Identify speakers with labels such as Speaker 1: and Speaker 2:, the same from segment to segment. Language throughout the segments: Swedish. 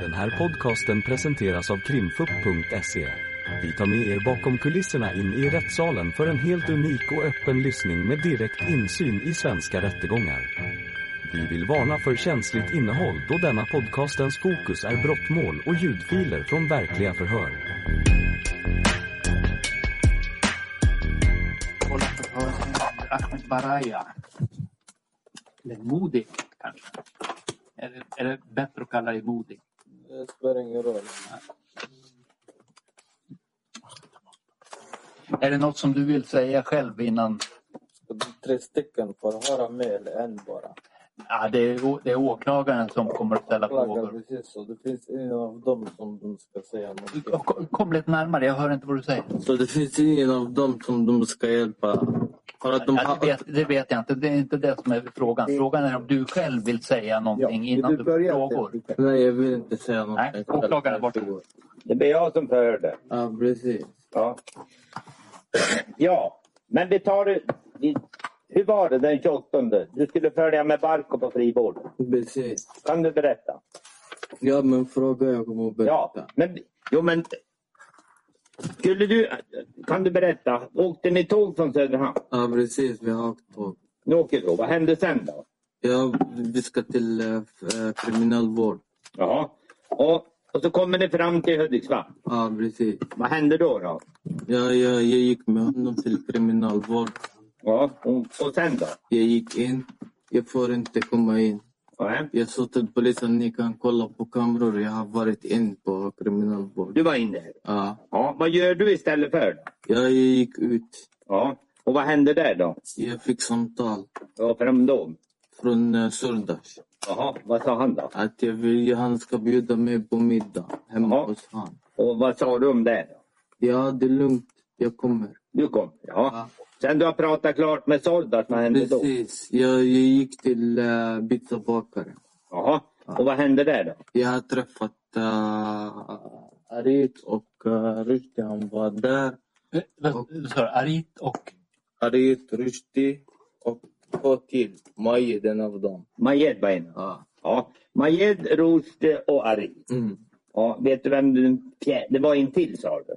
Speaker 1: Den här podcasten presenteras av krimfupp.se. Vi tar med er bakom kulisserna in i rättssalen för en helt unik och öppen lyssning med direkt insyn i svenska rättegångar. Vi vill varna för känsligt innehåll då denna podcastens fokus är brottmål och ljudfiler från verkliga förhör.
Speaker 2: Ahmed Baraya. Eller modig, kanske. Eller, eller bättre att kalla dig modig.
Speaker 3: Det spelar ingen roll.
Speaker 2: Är det något som du vill säga själv innan?
Speaker 3: Tre stycken får höra med eller en bara.
Speaker 2: Ja, det, är, å- det är åklagaren som kommer att ställa
Speaker 3: Klagar
Speaker 2: frågor.
Speaker 3: precis så. Det finns ingen av dem som de ska säga någonting.
Speaker 2: Kom- Kom lite närmare, jag hör inte vad du säger.
Speaker 3: Så det finns ingen av dem som de ska hjälpa. För att de
Speaker 2: Ja, det,
Speaker 3: har...
Speaker 2: vet, det vet jag inte, det är inte det som är frågan. Frågan är om du själv vill säga någonting innan du får frågor.
Speaker 3: Nej, jag vill inte säga någonting.
Speaker 2: Nej, åklagaren är borta.
Speaker 4: Det blir jag som förhörde.
Speaker 3: Ja, precis.
Speaker 4: Ja. ja, men vi tar det. Vi, hur var det den 28? Du skulle följa med Barko på frivård.
Speaker 3: Precis.
Speaker 4: Kan du berätta?
Speaker 3: Ja, men fråga jag kommer att
Speaker 4: Ja,
Speaker 3: berätta.
Speaker 4: men... Jo, men... Skulle du... Kan du berätta? Åkte ni tåg från Söderhamn?
Speaker 3: Ja, precis. Vi har åkt tåg.
Speaker 4: Ni åker då. Vad hände sen då?
Speaker 3: Ja, vi ska till eh, f- eh, kriminalvård.
Speaker 4: Jaha. Och, och så kommer ni fram till Hudiksvall.
Speaker 3: Ja, precis.
Speaker 4: Vad hände då? då?
Speaker 3: Ja, jag, jag gick med honom till kriminalvård.
Speaker 4: Ja, och, och sen då?
Speaker 3: Jag gick in. Jag får inte komma in.
Speaker 4: Nej.
Speaker 3: Jag sa till polisen ni kan kolla på kameror. Jag har varit in på kriminalvård.
Speaker 4: Du var inne.
Speaker 3: Ja,
Speaker 4: Ja, vad gör du istället för? då?
Speaker 3: jag gick ut.
Speaker 4: Ja, och vad hände där då?
Speaker 3: Jag fick samtal
Speaker 4: Varför då?
Speaker 3: från eh, Surdash.
Speaker 4: Jaha, vad sa han då?
Speaker 3: Att jag vill, han ska bjuda mig på middag hemma
Speaker 4: Ja.
Speaker 3: hos han.
Speaker 4: Och vad sa du om det? Då?
Speaker 3: Ja, det är lugnt. Jag kommer.
Speaker 4: Du kom? Ja.
Speaker 3: Ja.
Speaker 4: Sen du har pratat klart med Sordas, vad hände då?
Speaker 3: Precis. Jag, jag gick till uh, pizzabakaren.
Speaker 4: Jaha,
Speaker 3: Ja.
Speaker 4: och vad hände där då?
Speaker 3: Jag har träffat uh, Arit och uh, Rushdie. Han var där.
Speaker 2: Eh, vad- sorry, Arit och...
Speaker 3: Arit, Rushdie och två till. Maje, den av dem.
Speaker 4: Majed var inne.
Speaker 3: Ja.
Speaker 4: Ja. Majed, Roste och Ari.
Speaker 3: Mm.
Speaker 4: Ja, vet du vem den fjärde... Det var en till sa du.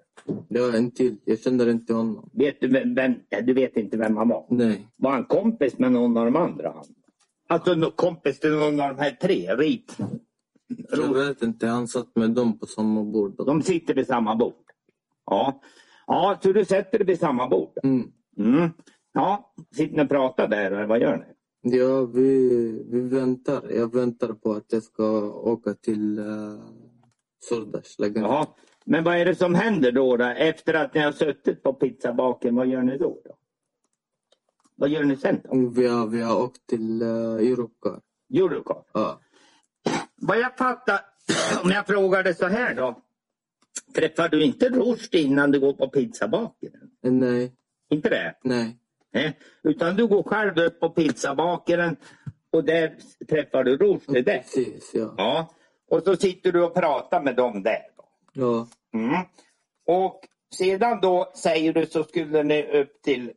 Speaker 3: Det var en till. Jag känner inte honom.
Speaker 4: Vet du vem... vem... Ja, du vet inte vem han var?
Speaker 3: Nej.
Speaker 4: Var han kompis med någon av de andra? Han? Alltså nå- kompis till någon av de här tre? Rit.
Speaker 3: Jag vet inte. Han satt med dem på samma bord.
Speaker 4: De sitter vid samma bord. Ja. Ja, så du sätter dig vid samma bord.
Speaker 3: Mm.
Speaker 4: Mm. Ja, sitter ni och pratar där eller vad gör ni?
Speaker 3: Ja, vi, vi väntar. Jag väntar på att jag ska åka till uh, Surdash lägenhet.
Speaker 4: Jaha. Men vad är det som händer då, då? Efter att ni har suttit på pizzabaken, vad gör ni då? då? Vad gör ni sen då?
Speaker 3: Mm, Vi har, vi har åkt till uh, Eurocar.
Speaker 4: Eurocar.
Speaker 3: Ja.
Speaker 4: Vad jag fattar, om jag frågar dig så här då. Träffar du inte Rushdie innan du går på pizzabaken?
Speaker 3: Eh, Nej,
Speaker 4: Inte det?
Speaker 3: nej.
Speaker 4: Nej. Utan du går själv upp på pizzabakaren och där träffar du Rushdie där.
Speaker 3: Precis, ja.
Speaker 4: Ja. Och så sitter du och pratar med dem där. Då.
Speaker 3: ja.
Speaker 4: Mm. Och sedan då säger du så skulle ni upp till,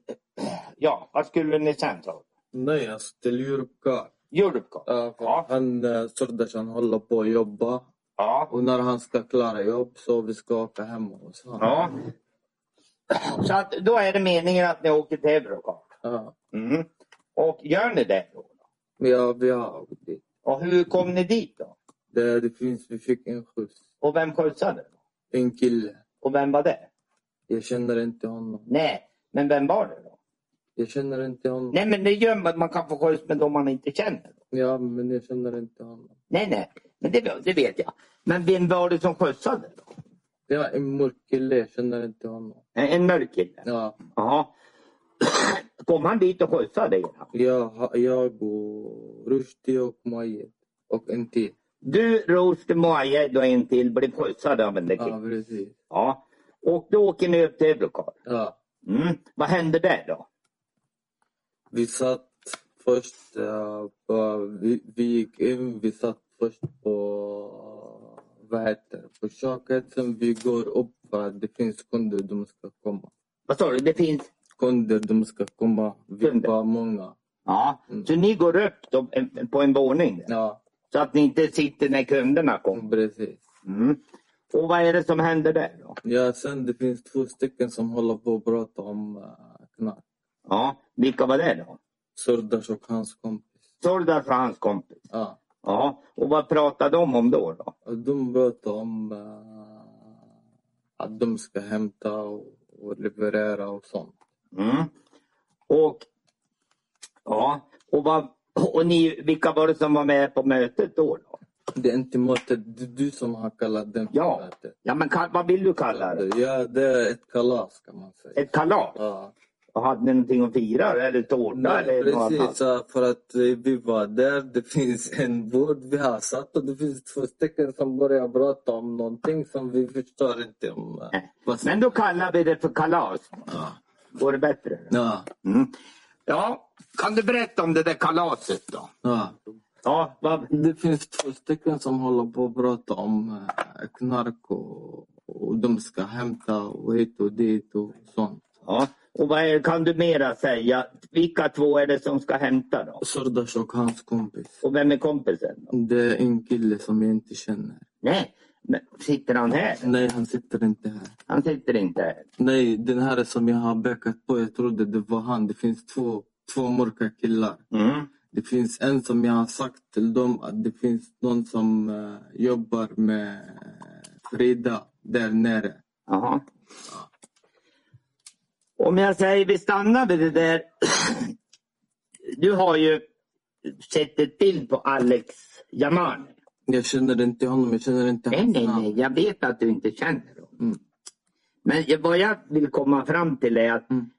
Speaker 4: ja vad skulle ni sen ta?
Speaker 3: Nej, alltså till Eurocar.
Speaker 4: Europcar?
Speaker 3: Ja, för
Speaker 4: Ja.
Speaker 3: Han, uh, Surdash han håller på att jobba.
Speaker 4: Ja.
Speaker 3: Och när han ska klara jobb så vi ska åka hem hos honom.
Speaker 4: ja. Så att, då är det meningen att ni åker till Eurocar?
Speaker 3: Ja.
Speaker 4: Mm. Och gör ni det då?
Speaker 3: Ja, vi har åkt dit.
Speaker 4: Och hur kom ni dit då?
Speaker 3: Det, det finns, vi fick en skjuts.
Speaker 4: Och vem skjutsade?
Speaker 3: En kille.
Speaker 4: Och vem var det?
Speaker 3: Jag känner inte honom.
Speaker 4: Nej, men vem var det då?
Speaker 3: Jag känner inte honom.
Speaker 4: Nej men det gör man, man kan få skjuts med dem man inte känner.
Speaker 3: Ja, men jag känner inte honom.
Speaker 4: Nej nej, men det, det vet jag. Men vem var det som skjutsade? Då?
Speaker 3: Det var en mörk kille. Jag känner inte honom.
Speaker 4: En, en mörk kille?
Speaker 3: Ja,
Speaker 4: Jaha. Kom han dit och skjutsade er? då?
Speaker 3: jag, har- jag och Rushdie och Majed. Och en till.
Speaker 4: Du, Rushdie, Muayed och en till blev skjutsade av en där
Speaker 3: Ja,
Speaker 4: killen.
Speaker 3: precis.
Speaker 4: Ja. Och då åker ni upp till Eurocar.
Speaker 3: Ja,
Speaker 4: Mm. Vad hände där då?
Speaker 3: vi satt först eh, på... Vi, vi gick in. Vi satt först på... Vad heter det? På köket. Sen vi går upp för att det finns kunder. De ska komma.
Speaker 4: Vad sa du? Det finns...
Speaker 3: Kunder, de ska komma. Vi
Speaker 4: Kunder?
Speaker 3: var många.
Speaker 4: Ja.
Speaker 3: Mm.
Speaker 4: Så ni går upp då, eh, en- på en våning? där?
Speaker 3: Ja,
Speaker 4: Så att ni inte sitter när kunderna kommer.
Speaker 3: Precis.
Speaker 4: Mm. Och vad är det som händer där då?
Speaker 3: Ja, sen det finns två stycken som håller på att prata om eh, knark.
Speaker 4: Ja, vilka var det då?
Speaker 3: Surdash och hans kompis.
Speaker 4: Sordar och hans kompis.
Speaker 3: Ja.
Speaker 4: Ja, och vad pratade de om då? då?
Speaker 3: Och De pratar om eh, att de ska hämta och, och leverera och sånt.
Speaker 4: Mm. Och, ja, och, vad, och ni, vilka var det som var med på mötet då? då?
Speaker 3: Det är inte mötet, det är du som har kallat den för
Speaker 4: Ja.
Speaker 3: mötet.
Speaker 4: Ja, men ka- vad vill du kalla det?
Speaker 3: Ja, det är ett kalas kan man säga.
Speaker 4: Ett kalas?
Speaker 3: Ja.
Speaker 4: Och hade ni någonting att fira eller tårta
Speaker 3: Nej,
Speaker 4: eller något
Speaker 3: precis.
Speaker 4: annat?
Speaker 3: ja, För att eh, vi var där, det finns en bord vi har satt och det finns två stycken som börjar prata om någonting som vi förstår inte om. eh,
Speaker 4: Nej.
Speaker 3: vad som-
Speaker 4: Men då kallar vi det för kalas.
Speaker 3: Ja.
Speaker 4: Går det bättre?
Speaker 3: Ja.
Speaker 4: Mm. Ja, kan du berätta om det där kalaset då?
Speaker 3: ja.
Speaker 4: Ja, vad,
Speaker 3: Det finns två stycken som håller på att prata om eh, knark och, och de ska hämta och hit och dit och sånt.
Speaker 4: ja. Och vad är, kan du mera säga? Vilka två är det som ska hämta då?
Speaker 3: Sordash och hans kompis.
Speaker 4: Och vem är kompisen? Då?
Speaker 3: Det är en kille som jag inte känner.
Speaker 4: Nej, men sitter han här?
Speaker 3: Nej, han sitter inte här.
Speaker 4: Han sitter inte här.
Speaker 3: Nej, den här som jag har bökat på, jag trodde det var han. Det finns två, två mörka killar.
Speaker 4: Mm.
Speaker 3: Det finns en som jag har sagt till dem att det finns någon som eh, jobbar med eh, Frida där nere.
Speaker 4: Jaha. Om jag säger vi stannar vid det där. Du har ju sett ett bild på Alex Jaman.
Speaker 3: Jag känner inte honom, jag känner inte
Speaker 4: Nej,
Speaker 3: hans
Speaker 4: nej,
Speaker 3: namn.
Speaker 4: nej. Jag vet att du inte känner honom.
Speaker 3: Mm.
Speaker 4: Men jag- vad jag vill komma fram till är att
Speaker 3: Mm.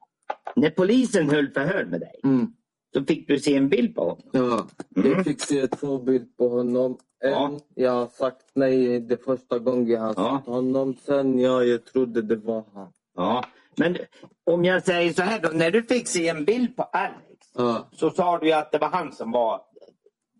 Speaker 4: när polisen höll förhör med dig
Speaker 3: Mm.
Speaker 4: så fick du se en bild på honom. Mm.
Speaker 3: Ja, jag fick se två bilder på honom. En,
Speaker 4: Ja.
Speaker 3: jag har sagt nej det första gången jag har
Speaker 4: Ja.
Speaker 3: sett honom. Sen, ja, jag trodde det var han.
Speaker 4: Ja. Men om jag säger så här då. När du fick se en bild på Alex
Speaker 3: Ja.
Speaker 4: så sa du ju att det var han som var...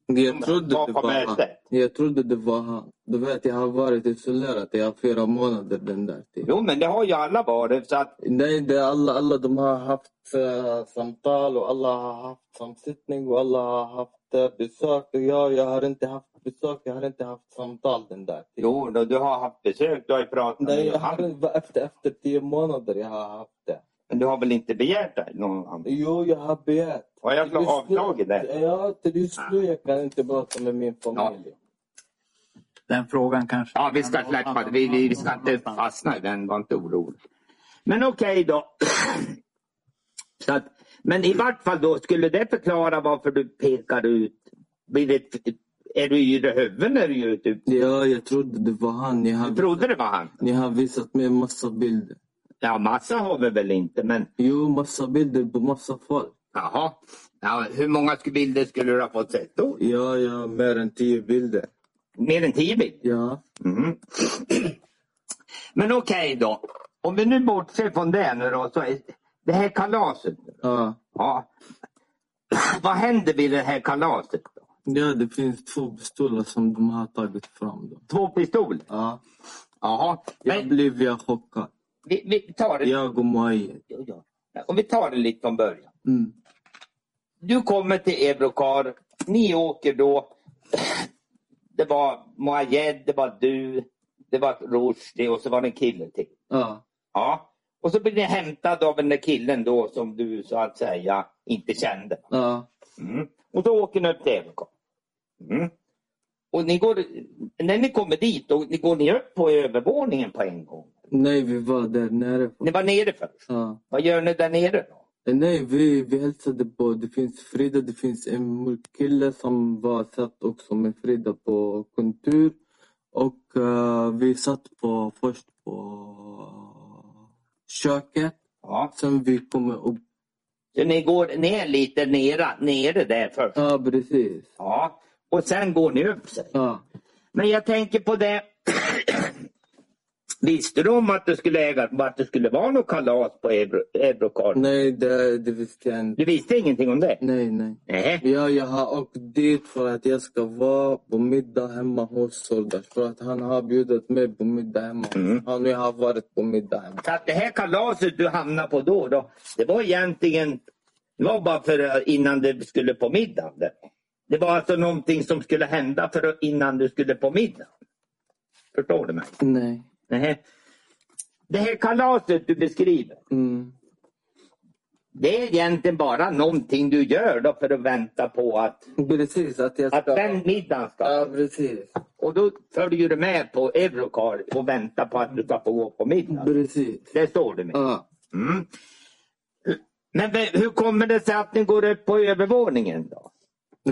Speaker 3: Jag trodde det
Speaker 4: Bakom
Speaker 3: var han.
Speaker 4: mötet.
Speaker 3: Jag trodde det var han. Du vet, jag har varit isolerad. Jag har fyra månader den där tiden.
Speaker 4: Jo, men det har ju alla varit. Så att...
Speaker 3: Nej, det är alla, alla de har haft eh, samtal och alla har haft samsittning och alla har haft eh, besök. Och jag, jag har inte haft besök, jag har inte haft samtal den där tiden.
Speaker 4: Jo, då, du har haft besök. Du har ju pratat
Speaker 3: Nej, jag
Speaker 4: med
Speaker 3: har,
Speaker 4: han.
Speaker 3: det var efter, efter tio månader jag har haft det.
Speaker 4: Men du har väl inte begärt det, någon annan?
Speaker 3: Jo, jag har begärt.
Speaker 4: Har jag
Speaker 3: Till just nu-
Speaker 4: avslagit det?
Speaker 3: Ja, till just nu jag kan inte prata med min familj.
Speaker 2: Den frågan kanske...
Speaker 4: Ja, vi ska släppa det. Vi, vi, vi ska inte fastna i den. Var inte orolig. Men okej då. Så att, men i vart fall då, skulle det förklara varför du pekar ut... Blir det, är du yr i huvudet när du gör det? Du
Speaker 3: Ja, jag trodde det var han. Jag har,
Speaker 4: trodde det var han?
Speaker 3: ni har visat mig massa bilder.
Speaker 4: Ja, massa har vi väl inte, men
Speaker 3: Jo, massa bilder på massa folk.
Speaker 4: jaha. Ja, hur många sk- bilder skulle du ha fått sett då?
Speaker 3: Ja, ja, mer än tio bilder.
Speaker 4: Mer än tio bilder?
Speaker 3: Ja.
Speaker 4: Mm. Men okej då. Om vi nu bortser från det nu då. Så är det här kalaset.
Speaker 3: ja.
Speaker 4: Ja. Vad händer vid det här kalaset? Då?
Speaker 3: Ja, det finns två pistoler som de har tagit fram. Då.
Speaker 4: Två pistoler?
Speaker 3: Ja.
Speaker 4: Jaha.
Speaker 3: Jag
Speaker 4: Men
Speaker 3: blev jag chockad.
Speaker 4: vi, vi tar det.
Speaker 3: Jag och Maje.
Speaker 4: Om vi tar det lite från början.
Speaker 3: Mm.
Speaker 4: Du kommer till Eurocar. Ni åker då. Det var Moayed, det var du, det var Rushdie och så var det en kille till.
Speaker 3: Ja.
Speaker 4: Ja. Och så blir ni hämtad av den där killen då som du så att säga inte kände.
Speaker 3: Ja.
Speaker 4: Mm. Och då åker ni upp till Evercom. Mm. Och ni går, när ni kommer dit, då, ni går ni upp på övervåningen på en gång?
Speaker 3: Nej, vi var där nere.
Speaker 4: Ni var nere först.
Speaker 3: Ja.
Speaker 4: Vad gör ni där nere då?
Speaker 3: Nej, vi, vi hälsade på. Det finns Frida, det finns en mörk kille som var satt också med Frida på kontur. Och eh, vi satt på, först på köket.
Speaker 4: Ja.
Speaker 3: Sen vi kommer upp.
Speaker 4: Så ni går ner lite nere, nere där först?
Speaker 3: Ja, precis.
Speaker 4: Ja. Och sen går ni upp sig.
Speaker 3: Ja.
Speaker 4: Men jag tänker på det. Visste du om att det skulle, äga, att det skulle vara något kalas på Euro, Eurocar?
Speaker 3: Nej, det, det visste jag inte.
Speaker 4: Du visste ingenting om det?
Speaker 3: Nej, nej.
Speaker 4: Nej.
Speaker 3: Ja, jag har åkt dit för att jag ska vara på middag hemma hos Sordas. För att han har bjudit mig på middag hemma.
Speaker 4: Mm.
Speaker 3: Han och jag har varit på middag hemma.
Speaker 4: Så att det här kalaset du hamnade på då, då det var egentligen det var bara för eh, innan det skulle på middagen. Där. Det var alltså någonting som skulle hända för innan du skulle på middag. Förstår du mig?
Speaker 3: Nej.
Speaker 4: Nej. Det här kalaset du beskriver.
Speaker 3: Mm.
Speaker 4: Det är egentligen bara någonting du gör då för att vänta på att,
Speaker 3: Precis, att jag
Speaker 4: att
Speaker 3: ska...
Speaker 4: den middagen ska.
Speaker 3: Ja, precis.
Speaker 4: Och då följer du med på Eurocar och väntar på att du ska få gå på middag.
Speaker 3: Precis.
Speaker 4: Det står du med.
Speaker 3: Ja.
Speaker 4: Mm. Men ve- hur kommer det sig att ni går upp på övervåningen då?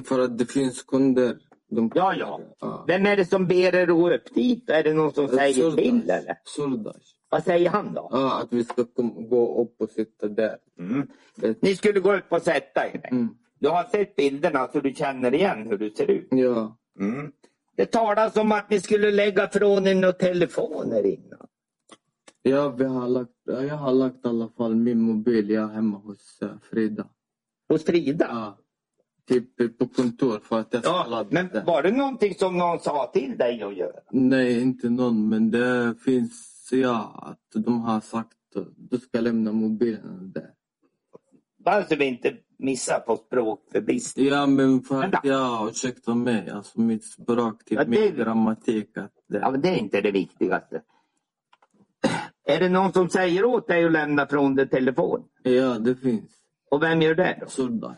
Speaker 3: För att det finns kunder. De...
Speaker 4: Ja, ja.
Speaker 3: Ja.
Speaker 4: Vem är det som ber er att gå upp dit? Är det någon som säger till eller?
Speaker 3: Surdash.
Speaker 4: Vad säger han då?
Speaker 3: Ja, att vi ska kom- gå upp och sitta där.
Speaker 4: Mm.
Speaker 3: Det...
Speaker 4: Ni skulle gå upp och sätta er.
Speaker 3: Mm.
Speaker 4: Du har sett bilderna så du känner igen hur du ser ut.
Speaker 3: Ja.
Speaker 4: Mm. Det talas om att ni skulle lägga från er några telefoner innan.
Speaker 3: Ja, vi har lagt, ja, jag har lagt i alla fall min mobil. Jag är hemma hos eh, Frida.
Speaker 4: Hos Frida.
Speaker 3: Ja. Typ eh, på kontor för att jag ska
Speaker 4: Ja,
Speaker 3: ladda
Speaker 4: men
Speaker 3: den.
Speaker 4: var det någonting som någon sa till dig att göra?
Speaker 3: Nej, inte någon. Men det finns, ja, att de har sagt att du ska lämna mobilen där.
Speaker 4: Bara så vi inte missar på språkförbistring.
Speaker 3: Ja, men för
Speaker 4: Vänta.
Speaker 3: att jag, ursäkta mig, alltså mitt språk, typ
Speaker 4: Ja, det-
Speaker 3: min grammatik. Att det...
Speaker 4: Ja, men det är inte det viktigaste. Är det någon som säger åt dig att lämna från dig telefon?
Speaker 3: Ja, det finns.
Speaker 4: Och vem gör det? Då?
Speaker 3: Surdash.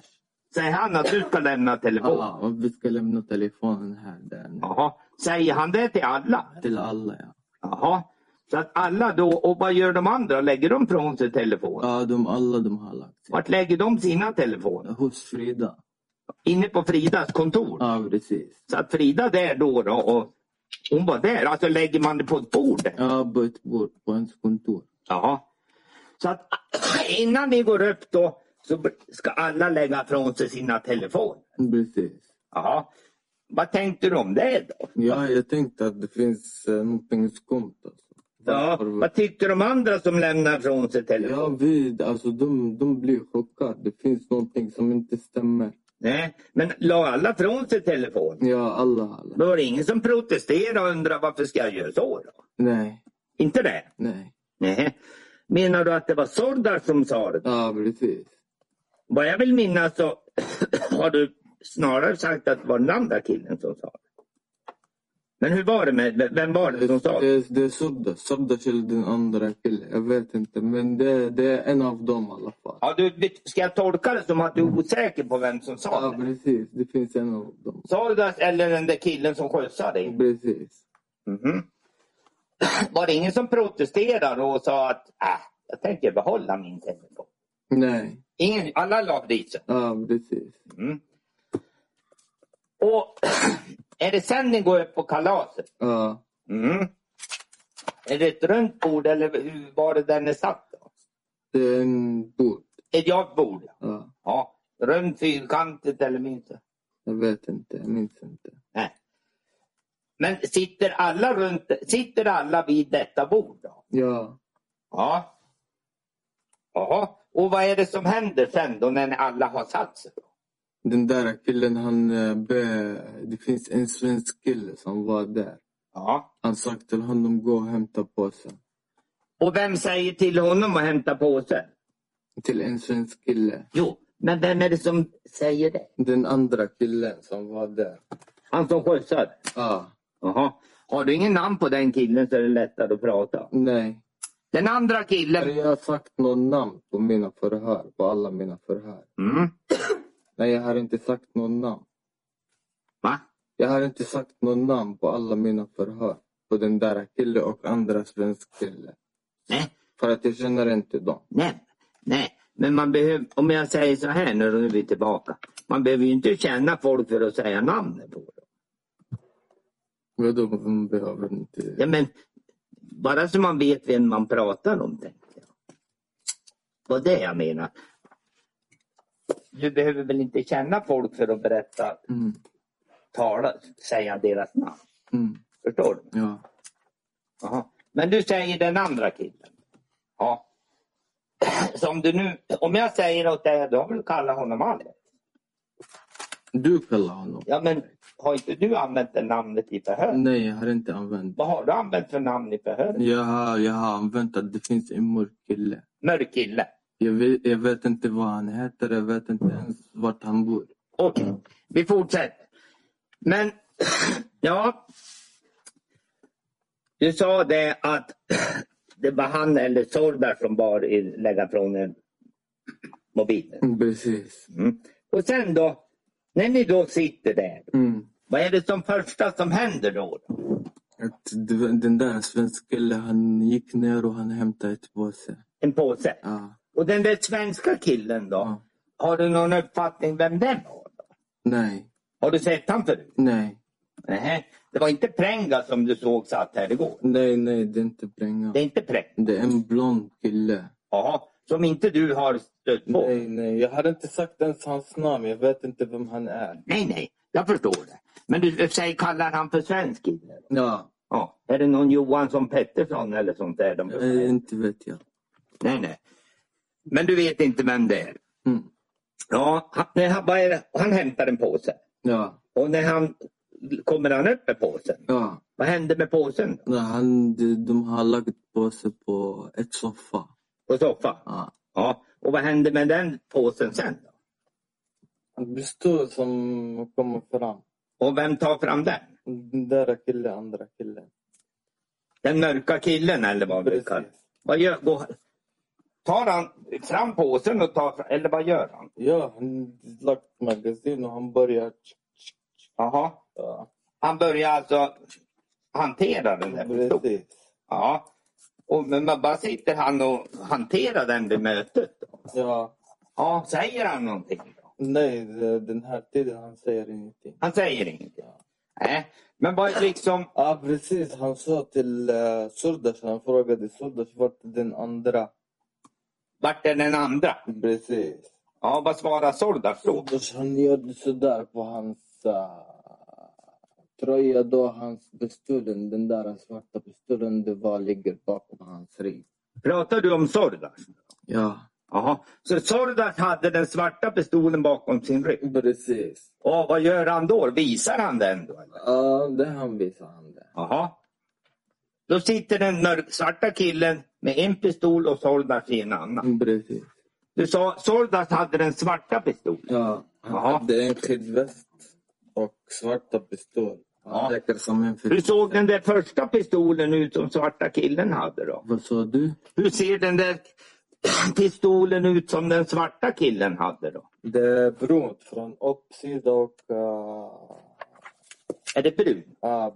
Speaker 4: Säger han att du ska lämna telefon?
Speaker 3: Ja, och vi ska lämna telefonen här där nu.
Speaker 4: Jaha. Säger han det till alla?
Speaker 3: Till alla, ja.
Speaker 4: Jaha. Så att alla då, och vad gör de andra? Lägger de från sig telefon?
Speaker 3: Ja, de alla de har lagt sig.
Speaker 4: Vart lägger de sina telefoner?
Speaker 3: Hos Frida.
Speaker 4: Inne på Fridas kontor.
Speaker 3: Ja, precis.
Speaker 4: Så att Frida där då, då och hon var där. Alltså lägger man det på ett bord? där?
Speaker 3: Ja, på ett bord på hans kontor.
Speaker 4: Jaha. Så att innan ni går upp då så ska alla lägga från sig sina telefoner.
Speaker 3: Precis.
Speaker 4: Jaha. Vad tänkte du om det då?
Speaker 3: Ja, jag tänkte att det finns eh, någonting skumt. Alltså.
Speaker 4: Ja,
Speaker 3: Varför-
Speaker 4: vad tyckte de andra som lämnar från sig
Speaker 3: Ja,
Speaker 4: telefonen?
Speaker 3: vi, alltså de, de blir chockade. Det finns någonting som inte stämmer.
Speaker 4: Nej, men la alla från sig telefonen?
Speaker 3: Ja, alla, alla.
Speaker 4: Då var det ingen som protesterade och undrade varför ska jag göra så? Då?
Speaker 3: Nej,
Speaker 4: Inte det?
Speaker 3: nej.
Speaker 4: Nej. Menar du att det var Sordar som sa det?
Speaker 3: Ja, precis.
Speaker 4: Vad jag vill minnas så har du snarare sagt att det var den andra killen som sa det. Men hur var det med, vem var det som sa det?
Speaker 3: Det, det är Sordas. Sordas eller den andra killen. Jag vet inte. Men det, det är en av dem i alla fall.
Speaker 4: Ja, du, ska jag tolka det som att du är osäker på vem som sa
Speaker 3: Mm. Ja,
Speaker 4: det?
Speaker 3: precis. Det finns en av dem.
Speaker 4: Sordas eller den där killen som skjutsade in?
Speaker 3: Precis.
Speaker 4: Mhm. Var det ingen som protesterade och sa att äh, jag tänker behålla min telefon?
Speaker 3: Nej.
Speaker 4: Ingen, alla la dit sig.
Speaker 3: Ja, precis.
Speaker 4: Mm. Och är det sen ni går upp på kalaset?
Speaker 3: Ja.
Speaker 4: Mm. Är det ett runt bord eller hur var det den är satt? Då?
Speaker 3: Det är en bord.
Speaker 4: Ett jag bord? ja.
Speaker 3: Ja.
Speaker 4: Ja. Runt, fyrkantigt eller minst?
Speaker 3: Jag vet inte. Jag minns inte.
Speaker 4: Nej. Men sitter alla, runt, sitter alla vid detta bord? Då?
Speaker 3: Ja.
Speaker 4: Ja. Jaha. Och vad är det som händer sen då när ni alla har satt sig? Då?
Speaker 3: Den där killen, han... eh, be- Det finns en svensk kille som var där.
Speaker 4: Ja.
Speaker 3: Han sa till honom, gå och hämta påsen.
Speaker 4: Och vem säger till honom att hämta påsen?
Speaker 3: Till en svensk kille.
Speaker 4: Jo, men vem är det som säger det?
Speaker 3: Den andra killen som var där.
Speaker 4: Han som skjutsar?
Speaker 3: Ja.
Speaker 4: Jaha. Har du ingen namn på den killen så är det lättare att prata.
Speaker 3: Nej.
Speaker 4: Den andra
Speaker 3: Har
Speaker 4: killen.
Speaker 3: jag har sagt någon namn på mina förhör? På alla mina förhör?
Speaker 4: Mm.
Speaker 3: Nej, jag har inte sagt någon namn.
Speaker 4: Va?
Speaker 3: Jag har inte sagt någon namn på alla mina förhör. På den där killen och andra svensk kille.
Speaker 4: Nej.
Speaker 3: För att jag känner inte dem.
Speaker 4: Nej. Nej. Men man behöver, om jag säger så här nu, nu är vi tillbaka. Man behöver ju inte känna folk för att säga namnen på dem.
Speaker 3: Men de behöver inte...
Speaker 4: Ja, men bara så man vet vem man pratar om, tänkte jag. Vad det jag menar. Du behöver väl inte känna folk för att berätta,
Speaker 3: Mm.
Speaker 4: tala, säga deras namn.
Speaker 3: Mm.
Speaker 4: Förstår du?
Speaker 3: Ja.
Speaker 4: Jaha. Men du säger den andra killen. Ja. Som du nu, om jag säger åt dig att du har väl kallat honom Alex?
Speaker 3: Du kallar honom.
Speaker 4: Ja, men har inte du använt det namnet i förhör?
Speaker 3: Nej, jag har inte använt.
Speaker 4: Vad har du använt för namn i förhör?
Speaker 3: Jag har, jag har använt att det finns en mörk kille.
Speaker 4: Mörk kille.
Speaker 3: Jag vet, jag vet inte vad han heter. Jag vet inte ens vart han bor.
Speaker 4: Okej, vi fortsätter. Men ja. Du sa det att det var han eller Sorda som bar i- lägga från en mobilen.
Speaker 3: Precis.
Speaker 4: Mm. Och sen då, när ni då sitter där,
Speaker 3: Mm.
Speaker 4: vad är det som första som händer då?
Speaker 3: Att det- den där svenska killen, han gick ner och han hämtade ett påse.
Speaker 4: En påse.
Speaker 3: Ja.
Speaker 4: Och den där svenska killen då,
Speaker 3: Ja.
Speaker 4: har du någon uppfattning vem den var? Då?
Speaker 3: Nej,
Speaker 4: Har du sett han förut?
Speaker 3: nej,
Speaker 4: Nej. Det var inte Prenga som du såg satt här igår.
Speaker 3: nej, nej, det är inte Bränga.
Speaker 4: Det är inte Prenga.
Speaker 3: Det är en blond kille.
Speaker 4: Ja, som inte du har stött på.
Speaker 3: Nej, nej, jag hade inte sagt ens hans namn. Jag vet inte vem han är.
Speaker 4: Nej, nej, jag förstår det. Men du säger, kallar han för svensk kille?
Speaker 3: Ja,
Speaker 4: Ja. Är det någon Johansson Pettersson eller sånt där? De...
Speaker 3: eh, inte vet jag.
Speaker 4: Nej, nej. Men du vet inte vem det är?
Speaker 3: Mm.
Speaker 4: Ja, han, nej, han, vad är det? han hämtar en påse.
Speaker 3: Ja,
Speaker 4: Och när han kommer han upp med påsen?
Speaker 3: ja.
Speaker 4: Vad händer med påsen
Speaker 3: Nej, Han, de, de har lagt påse på ett soffa.
Speaker 4: på soffan?
Speaker 3: Ja.
Speaker 4: Ja. Och vad händer med den påsen sen? Då?
Speaker 3: En pistol som kommer fram.
Speaker 4: Och vem tar fram den?
Speaker 3: Den där killen, andra killen.
Speaker 4: Den mörka killen eller vad vi kallar
Speaker 3: Precis.
Speaker 4: Vad gör går, Tar han fram påsen och tar fram, eller vad gör han?
Speaker 3: Ja, han lagt magasin och han börjar...
Speaker 4: Jaha.
Speaker 3: Ja,
Speaker 4: Han börjar alltså hantera den där pistolen.
Speaker 3: precis.
Speaker 4: Ja. Och, men vad vad sitter han och hanterar den vid mötet? Då?
Speaker 3: Ja.
Speaker 4: Ja, säger han någonting? Då?
Speaker 3: Nej, det- den här tiden han säger ingenting.
Speaker 4: Han säger ingenting. Nej. Men vad liksom...
Speaker 3: Ja, precis. Han sa till uh, Surdash, han frågade Surdash vart är den andra.
Speaker 4: Vart är den andra?
Speaker 3: Precis.
Speaker 4: Ja, vad svarar Sordas då?
Speaker 3: Surdash, han gjorde sådär på hans eh, tröja då, hans pistolen, den där svarta pistolen, det var ligger bakom hans rygg.
Speaker 4: Pratar du om Sordas?
Speaker 3: Ja,
Speaker 4: Jaha. Så Sordas hade den svarta pistolen bakom sin rygg.
Speaker 3: precis.
Speaker 4: Och vad gör han då? Visar han den då? eller?
Speaker 3: Ja, det han visade han det.
Speaker 4: Jaha. Då sitter den mörk- svarta killen med en pistol och Sordas i en annan.
Speaker 3: Mm, Precis.
Speaker 4: Du sa Sordas hade den svarta pistolen.
Speaker 3: Ja, han
Speaker 4: Jaha.
Speaker 3: hade en skidväst och svarta pistol. Han
Speaker 4: Ja.
Speaker 3: räcker som en
Speaker 4: Hur
Speaker 3: fisk.
Speaker 4: såg den där första pistolen ut som svarta killen hade då?
Speaker 3: Vad sa du?
Speaker 4: Hur ser den där pistolen ut som den svarta killen hade då?
Speaker 3: Det är brunt från uppsida och uh,
Speaker 4: Är det brun?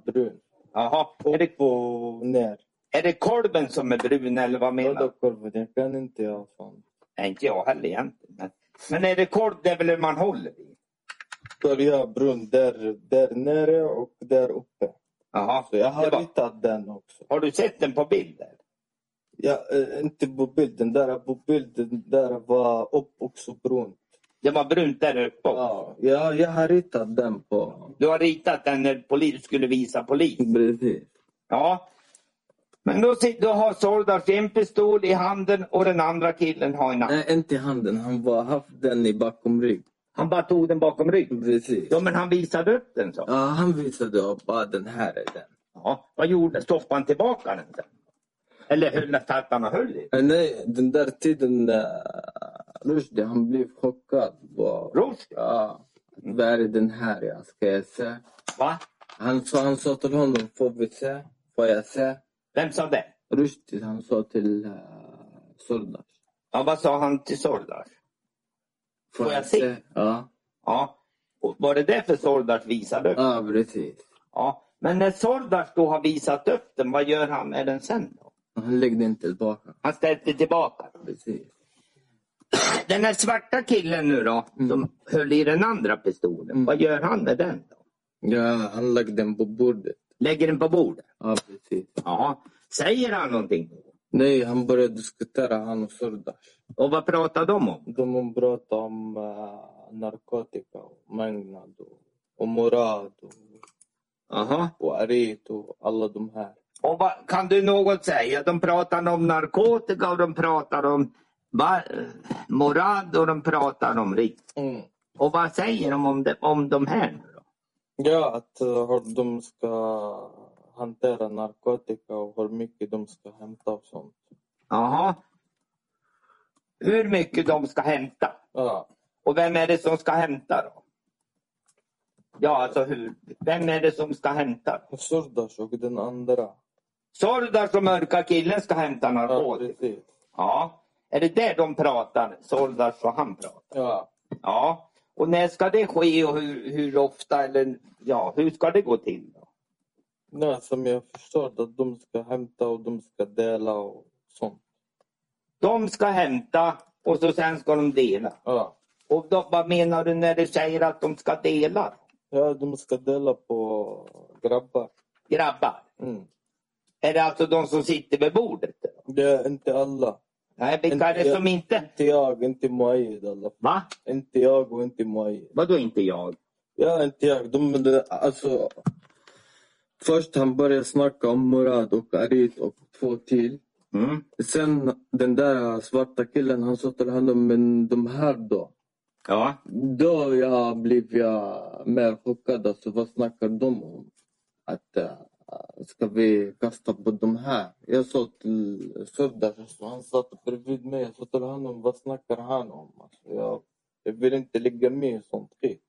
Speaker 3: brun.
Speaker 4: Jaha. Är det,
Speaker 3: Upp och ner.
Speaker 4: är det kolven som är brun eller vad menar du?
Speaker 3: Röda korven, jag kan inte jag fan.
Speaker 4: Nej, inte jag heller egentligen. Men, men är det kolv, det är väl det man håller i?
Speaker 3: Börja brun där, där nere och där uppe.
Speaker 4: Jaha.
Speaker 3: Så jag
Speaker 4: Det
Speaker 3: har
Speaker 4: var-
Speaker 3: ritat den också.
Speaker 4: Har du sett den på bilder?
Speaker 3: Jag, eh, inte på bilden, där på bilden där var upp också brunt.
Speaker 4: Det var brunt där uppe också.
Speaker 3: Ja, jag, jag har ritat den på...
Speaker 4: Du har ritat den när polis skulle visa polis.
Speaker 3: Precis.
Speaker 4: Ja. Men då, sit- då har Sordas en pistol i handen och den andra killen har en annan.
Speaker 3: Nej, inte i handen. Han var haft den i bakom rygg.
Speaker 4: Han bara tog den bakom ryggen.
Speaker 3: Precis.
Speaker 4: Ja, men han visade upp den så.
Speaker 3: Ja, han visade upp. Ja, den här är den.
Speaker 4: Ja. Vad gjorde Stoppade han tillbaka den sen? Eller höll tattarna höll i?
Speaker 3: Ja, Eh, Nej, den där tiden... Uh, Rushdie, han blev chockad. Wow.
Speaker 4: Rost?
Speaker 3: Ja. Vad är den här? Ja, ska jag se?
Speaker 4: Mm. Va?
Speaker 3: Han sa, han sa till honom, får vi se? Får jag se?
Speaker 4: Vem sa det?
Speaker 3: Rushdie, han sa till uh, Soldash.
Speaker 4: Ja, vad sa han till Sordas? Får jag se?
Speaker 3: Ja.
Speaker 4: Ja. Och var det därför Sordas visade upp?
Speaker 3: ja, precis.
Speaker 4: Ja. Men när Sordas då har visat upp den, vad gör han med den sen då?
Speaker 3: Han lägger den tillbaka.
Speaker 4: Han ställde tillbaka.
Speaker 3: Precis.
Speaker 4: Den här svarta killen nu då,
Speaker 3: Mm.
Speaker 4: som höll i den andra pistolen. Vad gör han med den? då?
Speaker 3: Ja, han lagt den på bordet.
Speaker 4: Lägger den på bordet?
Speaker 3: Ja, precis.
Speaker 4: Ja. Säger han någonting?
Speaker 3: Nej, han började diskutera, han och Surdash.
Speaker 4: Och vad pratar de om?
Speaker 3: De pratade om eh, narkotika, och mängd och, och Murad och,
Speaker 4: Aha.
Speaker 3: och Arit och alla de här.
Speaker 4: Och vad, kan du något säga? De pratar om narkotika och de pratar om va, eh, Morad och de pratar om Rik.
Speaker 3: Mm.
Speaker 4: Och vad säger de om, de om de här nu då?
Speaker 3: Ja, att eh, hur de ska hantera narkotika och hur mycket de ska hämta och sånt.
Speaker 4: Jaha. Hur mycket de ska hämta?
Speaker 3: Ja,
Speaker 4: Och vem är det som ska hämta då? Ja, alltså hur? Vem är det som ska hämta?
Speaker 3: Sordas och den andra.
Speaker 4: Sordas och mörka killen ska hämta narkotika? Ja,
Speaker 3: precis.
Speaker 4: ja. Är det där de pratar? Sordas och han pratar?
Speaker 3: Ja.
Speaker 4: Ja. Och när ska det ske och hur, hur ofta? Eller, ja, hur ska det gå till? Då?
Speaker 3: Nej, som jag förstår att de ska hämta och de ska dela och sånt.
Speaker 4: De ska hämta och så sen ska de dela.
Speaker 3: Ja.
Speaker 4: Och då, vad menar du när du säger att de ska dela?
Speaker 3: Ja, de ska dela på grabbar.
Speaker 4: Grabbar?
Speaker 3: Mm.
Speaker 4: Är det alltså de som sitter vid bordet?
Speaker 3: Det är inte alla.
Speaker 4: Nej, vilka är det
Speaker 3: jag-
Speaker 4: som inte?
Speaker 3: Inte jag, inte Muayed i alla fall.
Speaker 4: Va?
Speaker 3: Inte jag och inte Muayed.
Speaker 4: Vadå inte jag?
Speaker 3: Ja, inte jag. De, de, alltså, först han började snacka om Murad och Arit och två till.
Speaker 4: Mm.
Speaker 3: Sen den där svarta killen, han sa till honom, men de här då?
Speaker 4: Ja.
Speaker 3: Då jag blev jag mer chockad. Alltså, vad snackar de om? Att eh, ska vi kasta på de här? Jag sa till Sövdas, han satt bredvid mig. Jag sa till honom, vad snackar han om? Alltså, jag, jag vill inte ligga med i sånt skit.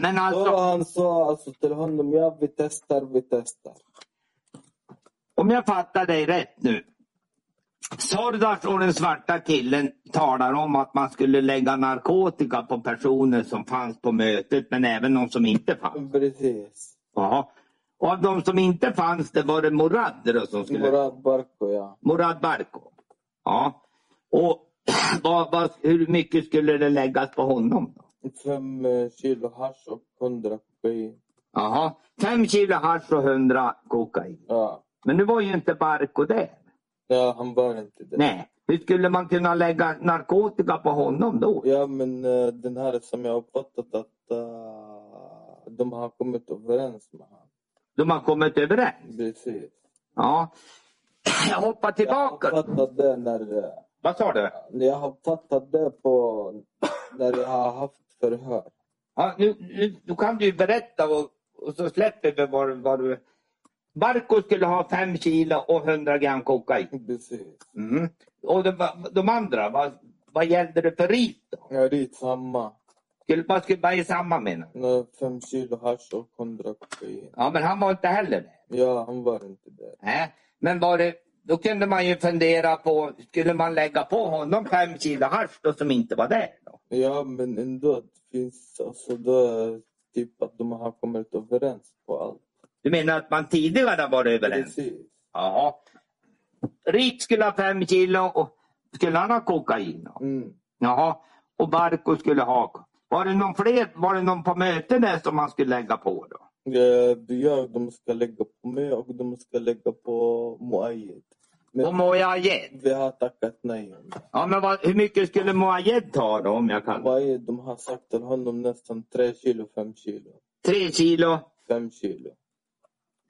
Speaker 4: Men
Speaker 3: Då
Speaker 4: alltså,
Speaker 3: han sa alltså, till honom, ja vi testar, vi testar.
Speaker 4: om jag fattar dig rätt nu. Sordas och den svarta killen talar om att man skulle lägga narkotika på personer som fanns på mötet men även de som inte fanns.
Speaker 3: Precis.
Speaker 4: Jaha. Och av de som inte fanns det var det Morad då som skulle...
Speaker 3: Murad Barko, ja.
Speaker 4: Murad Barko. Ja. Och vad, vad, hur mycket skulle det läggas på honom? Då?
Speaker 3: Fem eh, kilo hasch och hundra kokain.
Speaker 4: Jaha. Fem kilo hasch och 100 kokain.
Speaker 3: Ja.
Speaker 4: Men nu var ju inte Barko där.
Speaker 3: ja, han var inte det.
Speaker 4: Nej. Hur skulle man kunna lägga narkotika på honom då?
Speaker 3: Ja, men eh, den här som jag uppfattat att eh, de har kommit överens med honom.
Speaker 4: De har kommit överens.
Speaker 3: Precis.
Speaker 4: Ja. Jag hoppar
Speaker 3: Jag
Speaker 4: tillbaka.
Speaker 3: har fattat det när... eh,
Speaker 4: Vad sa du?
Speaker 3: Jag har fattat det på... När jag har haft förhör.
Speaker 4: Ja, nu, nu, nu kan du ju berätta och, och så släpper vi vad, vad du... Barko skulle ha fem kilo och 100 gram kokain.
Speaker 3: Precis.
Speaker 4: Mm. Och de, de andra, vad, vad gällde det för rit då?
Speaker 3: Jag rit samma.
Speaker 4: Skulle, vad skulle vara i samma menar du?
Speaker 3: När Fem kilo hasch och hundra kokain.
Speaker 4: Ja, men han var inte heller det.
Speaker 3: Ja, han var inte där.
Speaker 4: Nej. Men var det, då kunde man ju fundera på, skulle man lägga på honom fem kilo hasch då som inte var där? Då?
Speaker 3: Ja, men ändå. Det finns alltså det, typ att de har kommit överens på allt.
Speaker 4: Du menar att man tidigare har varit överens?
Speaker 3: Precis.
Speaker 4: Ja. Rit skulle ha fem kilo och skulle han ha kokain? Då?
Speaker 3: Mm.
Speaker 4: Jaha. Och Barko skulle ha. Var det någon fler, var det någon på möten där som man skulle lägga på då?
Speaker 3: Eh, Det gör de ska lägga på mig och de ska lägga på Muayed.
Speaker 4: Och
Speaker 3: Men
Speaker 4: Mojajed?
Speaker 3: vi har tackat nej. om det.
Speaker 4: Ja, men vad, hur mycket skulle Moayed ta då om jag kan?
Speaker 3: Muayed, de har sagt till honom nästan tre kilo, fem kilo.
Speaker 4: Tre kilo,
Speaker 3: fem kilo.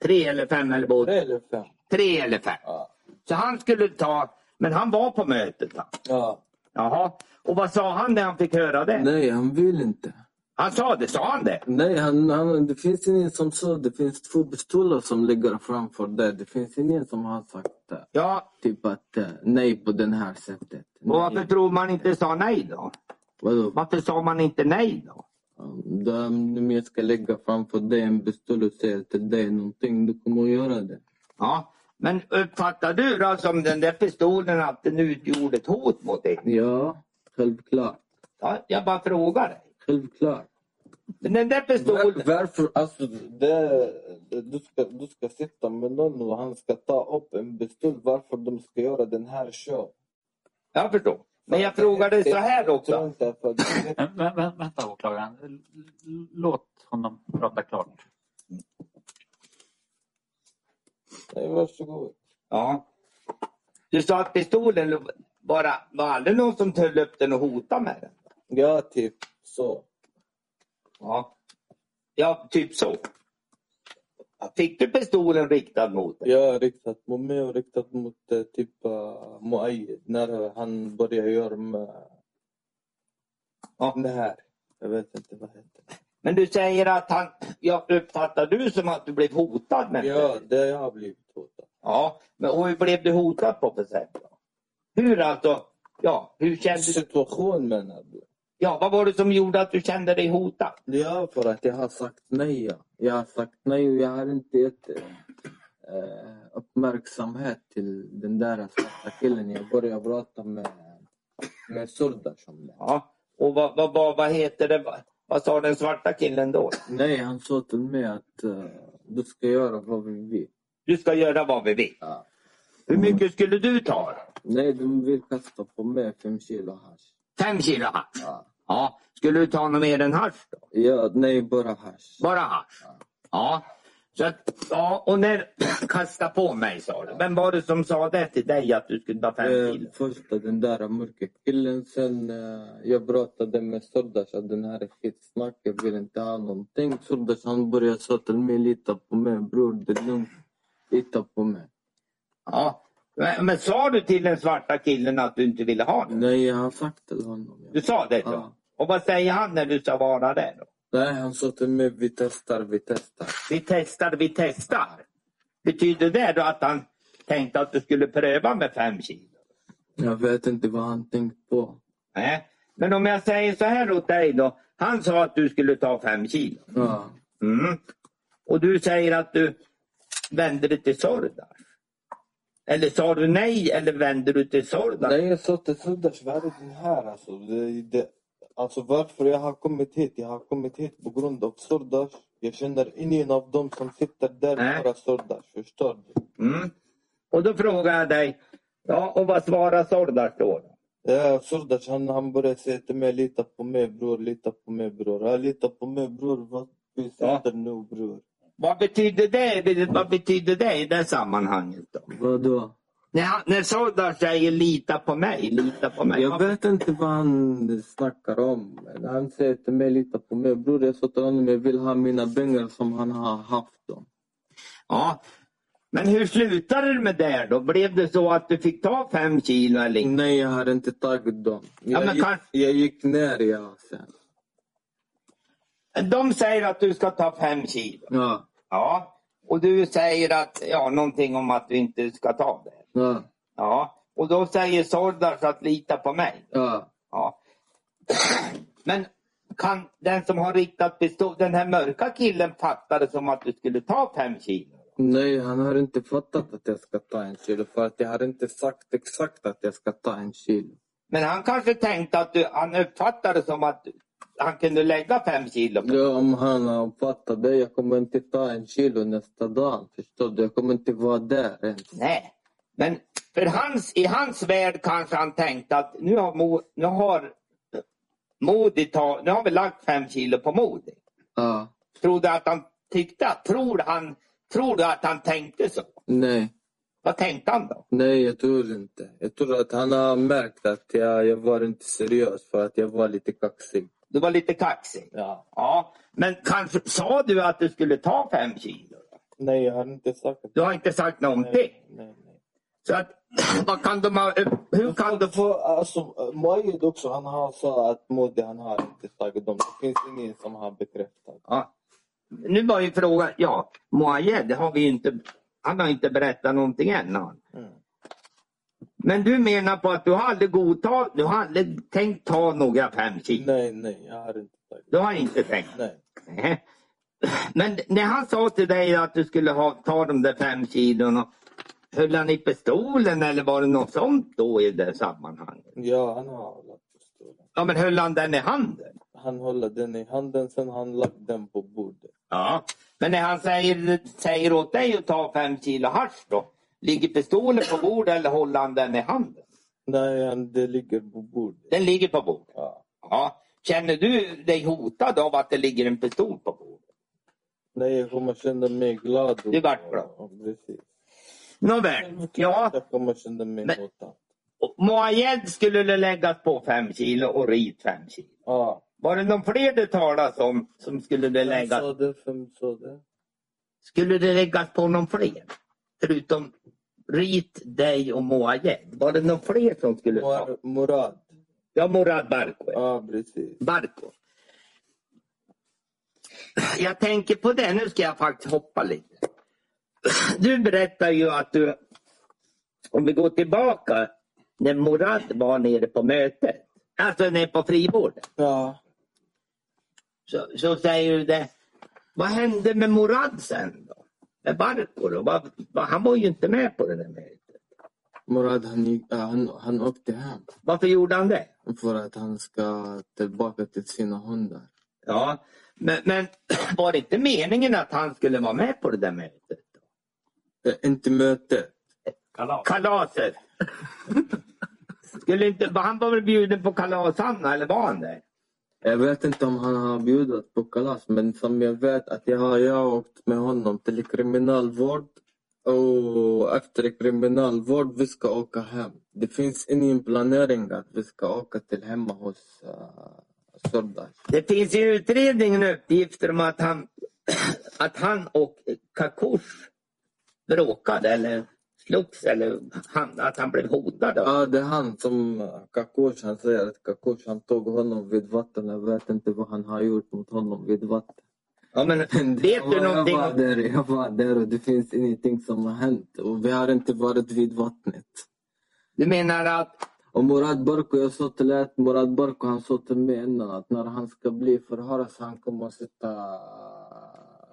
Speaker 4: tre eller fem eller båda?
Speaker 3: Tre eller fem.
Speaker 4: Tre eller fem.
Speaker 3: Ja.
Speaker 4: Så han skulle ta, men han var på mötet. va?
Speaker 3: ja.
Speaker 4: Jaha. Och vad sa han när han fick höra det?
Speaker 3: Nej, han vill inte.
Speaker 4: Han sa det, sa han det?
Speaker 3: Nej, han, han, det finns ingen som sa det. finns två pistoler som ligger framför det. Det finns ingen som har sagt eh,
Speaker 4: Ja,
Speaker 3: typ att eh, nej på det här sättet.
Speaker 4: och varför
Speaker 3: Nej.
Speaker 4: tror man inte sa nej då?
Speaker 3: Vadå?
Speaker 4: Varför sa man inte nej då?
Speaker 3: Um, om jag ska lägga framför dig en pistol och säga till dig någonting, du kommer att göra det.
Speaker 4: Ja, men uppfattar du då som den där pistolen att den utgjorde ett hot mot dig?
Speaker 3: Ja, självklart.
Speaker 4: Ja, jag bara frågar dig.
Speaker 3: Självklart.
Speaker 4: Den där pistolen...
Speaker 3: varför? Alltså, det, det- du, ska, du ska sitta med någon och han ska ta upp en pistol. Varför de ska göra den här show?
Speaker 4: Jag förstår. Men jag frågar dig så här
Speaker 3: Jag tror
Speaker 4: också.
Speaker 3: inte att det-
Speaker 2: Vä- vä- Vänta åklagaren, L- l- låt honom prata klart.
Speaker 3: Nej, varsågod.
Speaker 4: Ja. Du sa att pistolen bara, var aldrig någon som höll upp den och hotade med den?
Speaker 3: Ja, typ så.
Speaker 4: Ja. Ja, typ så. Fick du pistolen riktad mot dig?
Speaker 3: Jag har riktat mot mig och riktat mot eh, typ uh, Muayed när han började göra med
Speaker 4: Ja.
Speaker 3: det här. Jag vet inte vad det heter.
Speaker 4: Men du säger att han... Ja, uppfattar du som att du blev hotad med
Speaker 3: Ja,
Speaker 4: den?
Speaker 3: det har blivit hotad.
Speaker 4: Ja. Men och hur blev du hotad på för sätt? då? Hur alltså? Ja, hur kände du?
Speaker 3: Situation menar du?
Speaker 4: Ja, vad var det som gjorde att du kände dig hotad?
Speaker 3: Ja, för att jag har sagt nej. Ja. Jag har sagt nej och jag har inte gett eh, uppmärksamhet till den där svarta killen. Jag började prata med, med Surdash om det.
Speaker 4: Ja, och vad, vad, vad, vad heter det? Vad, vad sa den svarta killen då?
Speaker 3: Nej, han sa till mig att eh, du ska göra vad vi vill.
Speaker 4: Du ska göra vad vi vill.
Speaker 3: Ja.
Speaker 4: Hur mycket skulle du ta?
Speaker 3: Nej, de vill kasta på mig fem kilo hasch.
Speaker 4: Fem kilo hasch?
Speaker 3: Ja.
Speaker 4: Ja. Skulle du ta något mer än hasch då?
Speaker 3: Ja, nej, bara hasch.
Speaker 4: Bara hasch? Ja. Så att, ja, och när kasta på mig sa du. Vem var det som sa det till dig att du skulle ta fem
Speaker 3: Eh,
Speaker 4: kilo?
Speaker 3: första den där mörka killen. Sen eh, jag pratade med Sordas att den här är skitsnack. Jag vill inte ha någonting. Sordas han började säga till mig, lita på mig bror. Det är lugnt. Lita på mig.
Speaker 4: Ja. Men, men sa du till den svarta killen att du inte ville ha det?
Speaker 3: Nej, jag har sagt till honom.
Speaker 4: Du
Speaker 3: Ja.
Speaker 4: sa det då?
Speaker 3: Ja.
Speaker 4: Och vad säger han när du ska vara där då?
Speaker 3: Nej, han sa till mig, vi testar, vi testar.
Speaker 4: Vi testar, vi testar. Betyder det då att han tänkte att du skulle pröva med fem kilo?
Speaker 3: Jag vet inte vad han tänkt på.
Speaker 4: Nej. Men om jag säger så här åt dig då. Han sa att du skulle ta fem kilo.
Speaker 3: Ja.
Speaker 4: Mm. Och du säger att du vänder dig till Sordas. Eller sa du nej eller vänder du till Sordas?
Speaker 3: Nej, jag sa till Sundars, vad är den här alltså? Det, det, alltså varför jag har kommit hit? Jag har kommit hit på grund av Sundars. Jag känner ingen av dem som sitter där
Speaker 4: Nej.
Speaker 3: bara Sundars. Förstår du?
Speaker 4: Mm. Och då frågar jag dig. Ja, och vad svarar Sordas då?
Speaker 3: Ja, Sundars han, han började säga till mig, lita på mig bror, lita på mig bror. Ja, lita på mig bror, vad vi sitter nu bror.
Speaker 4: Vad betyder det? Vad betyder det i det sammanhanget då?
Speaker 3: Vadå?
Speaker 4: När, han- när Sordar säger lita på mig, lita på mig.
Speaker 3: Jag vet inte vad han snackar om. men Han säger till mig, lita på mig bror. Jag sa till honom, jag vill ha mina pengar som han har haft dem.
Speaker 4: Ja. Men hur slutade det med det då? Blev det så att du fick ta fem kilo eller inte?
Speaker 3: Nej, jag har inte tagit dem. Jag,
Speaker 4: men
Speaker 3: gick,
Speaker 4: kan-
Speaker 3: jag gick ner ja, sen.
Speaker 4: De säger att du ska ta fem kilo.
Speaker 3: Ja,
Speaker 4: Ja. Och du säger att, ja, någonting om att du inte ska ta det.
Speaker 3: ja,
Speaker 4: Ja. Och då säger Sordar att lita på mig.
Speaker 3: ja.
Speaker 4: Ja. Men kan den som har riktat pistol, den här mörka killen fattade som att du skulle ta fem kilo?
Speaker 3: Nej, han har inte fattat att jag ska ta en kilo. För att jag har inte sagt exakt att jag ska ta en kilo.
Speaker 4: Men han kanske tänkte att du, han uppfattade som att han kunde lägga fem kilo. på-
Speaker 3: Ja, om han har fattat det, jag kommer inte ta en kilo nästa dag. Förstår du? Jag kommer inte vara där ens.
Speaker 4: Nej. Men för hans, i hans värld kanske han tänkte att nu har, Mo, nu har Modi ta, nu har vi lagt fem kilo på Modi.
Speaker 3: Ja,
Speaker 4: Tror du att han tyckte att, tror han, tror du att han tänkte så?
Speaker 3: nej.
Speaker 4: Vad tänkte han då?
Speaker 3: Nej, jag tror inte. Jag tror att han har märkt att jag, jag var inte seriös för att jag var lite kaxig.
Speaker 4: Du var lite kaxig.
Speaker 3: Ja.
Speaker 4: Ja, men kanske sa du att du skulle ta fem kilo?
Speaker 3: Nej, jag har inte sagt
Speaker 4: Du har inte sagt någonting.
Speaker 3: Nej, nej.
Speaker 4: Så att, vad kan de ha, upp- hur kan de
Speaker 3: För, alltså, Majid också, han har sa att Modi han har inte tagit dem. Det finns ingen som har bekräftat.
Speaker 4: Ja. Nu var ju frågan, ja, Moayed har vi ju inte, han har inte berättat någonting än. har Han.
Speaker 3: Mm.
Speaker 4: Men du menar på att du har aldrig godtagit, du har aldrig tänkt ta några fem kilo?
Speaker 3: Nej, nej, jag har inte tagit
Speaker 4: Du har inte tänkt?
Speaker 3: Nej.
Speaker 4: Nej. Men när han sa till dig att du skulle ha, ta de där fem kilona, höll han i pistolen eller var det något sånt då i det sammanhanget?
Speaker 3: Ja, han har hållit pistolen.
Speaker 4: Ja men höll han den i handen?
Speaker 3: Han håller den i handen, sen han lagt den på bordet.
Speaker 4: Ja. Men när han säger, säger åt dig att ta fem kilo hasch då? Ligger pistolen på bordet eller håller han den i handen?
Speaker 3: Nej, han, det ligger på bordet.
Speaker 4: Den ligger på bordet.
Speaker 3: Ja.
Speaker 4: Ja. Känner du dig hotad av att det ligger en pistol på bordet?
Speaker 3: Nej, jag kommer känna mig glad. och-
Speaker 4: Du vart glad.
Speaker 3: Ja, precis.
Speaker 4: Nåväl, ja.
Speaker 3: Jag kommer känna mig
Speaker 4: Men-
Speaker 3: hotad.
Speaker 4: Moayed skulle läggas på fem kilo och Rit fem kilo.
Speaker 3: Ja.
Speaker 4: Var det någon fler det talas om som skulle det
Speaker 3: Vem sa
Speaker 4: läggas,
Speaker 3: det? Vem sa det?
Speaker 4: skulle det läggas på någon fler? Förutom Rit, dig och Moayed. Var det någon fler som skulle ta?
Speaker 3: Mor- Murad.
Speaker 4: Ja, Murad Barko. ja.
Speaker 3: Ja, precis.
Speaker 4: Barko. Jag tänker på det. Nu ska jag faktiskt hoppa lite. Du berättar ju att du... Om vi går tillbaka. När Murad var nere på mötet. Alltså ner på frivården.
Speaker 3: Ja.
Speaker 4: Så, så säger du det. Vad hände med Morad sen då? Med Barko då? Vad- vad- han var ju inte med på det där mötet.
Speaker 3: Murad han, gick- ja, han, han åkte hem
Speaker 4: Varför gjorde han det?
Speaker 3: för att han ska tillbaka till sina hundar.
Speaker 4: Ja, men, men var det inte meningen att han skulle vara med på det där mötet?
Speaker 3: Eh, inte mötet.
Speaker 4: Kalaset! Skulle inte, han var väl bjuden på kalas Anna, eller var han det?
Speaker 3: Jag vet inte om han har bjudit på kalas men som jag vet att jag har jag har åkt med honom till kriminalvård och efter kriminalvård vi ska åka hem. Det finns ingen planering att vi ska åka till hemma hos uh, Sordas.
Speaker 4: Det finns i utredningen uppgifter om att han, att han och Kakush bråkade eller slogs eller han, att han blev hotad. av-
Speaker 3: Ja, det är han som eh, Kakush, han säger att Kakush han tog honom vid vatten. Jag vet inte vad han har gjort mot honom vid vatten.
Speaker 4: Ja, men, vet du någonting?
Speaker 3: Jag var där, jag var där och det finns ingenting som har hänt. Och vi har inte varit vid vattnet.
Speaker 4: Du menar att
Speaker 3: Och Murad Barko, jag sa till er att Murad Barko han sa till mig innan att när han ska bli förhörd så han kommer att sitta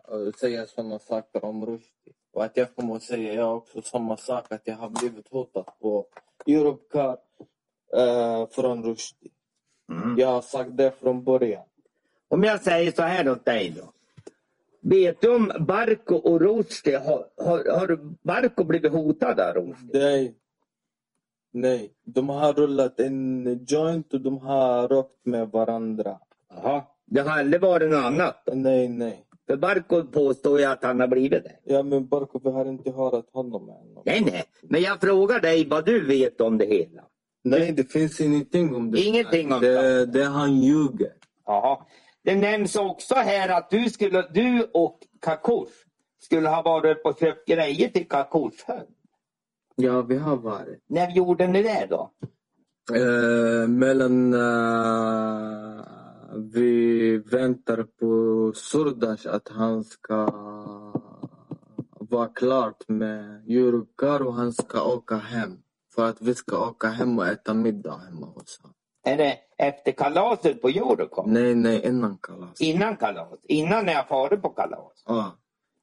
Speaker 3: och säga sådana saker om Rushdie. Och att jag kommer att säga jag också samma sak, att jag har blivit hotad på Europcar eh, från Rushdie. Jag har sagt det från början.
Speaker 4: Om jag säger så här åt dig då. Vet du om Barko och Rushdie, har, har, har Barko blivit hotad av Rushdie?
Speaker 3: Nej. Nej. De har rullat en joint och de har rökt med varandra.
Speaker 4: Jaha. Det har aldrig varit något annat. då?
Speaker 3: Nej, nej.
Speaker 4: För Barko påstår ju att han har blivit det.
Speaker 3: Ja, men Barko, vi har inte hört honom ännu.
Speaker 4: Nej, nej. Men jag frågar dig vad du vet om det hela.
Speaker 3: Nej, det finns ingenting om det.
Speaker 4: Ingenting om
Speaker 3: det. Det han ljuger.
Speaker 4: Jaha. Det nämns också här att du, skulle, du och Kakush skulle ha varit uppe och köpt grejer till Kakush hund.
Speaker 3: Ja, vi har varit.
Speaker 4: När gjorde ni det då?
Speaker 3: Eh, mellan... Eh, vi väntar på Surdash att han ska vara klart med Europcar och han ska åka hem. För att vi ska åka hem och äta middag hemma hos honom.
Speaker 4: Är det efter kalaset på Eurocom?
Speaker 3: Nej, nej, innan kalas.
Speaker 4: Innan kalas? Innan när jag farit på kalas?
Speaker 3: Ja.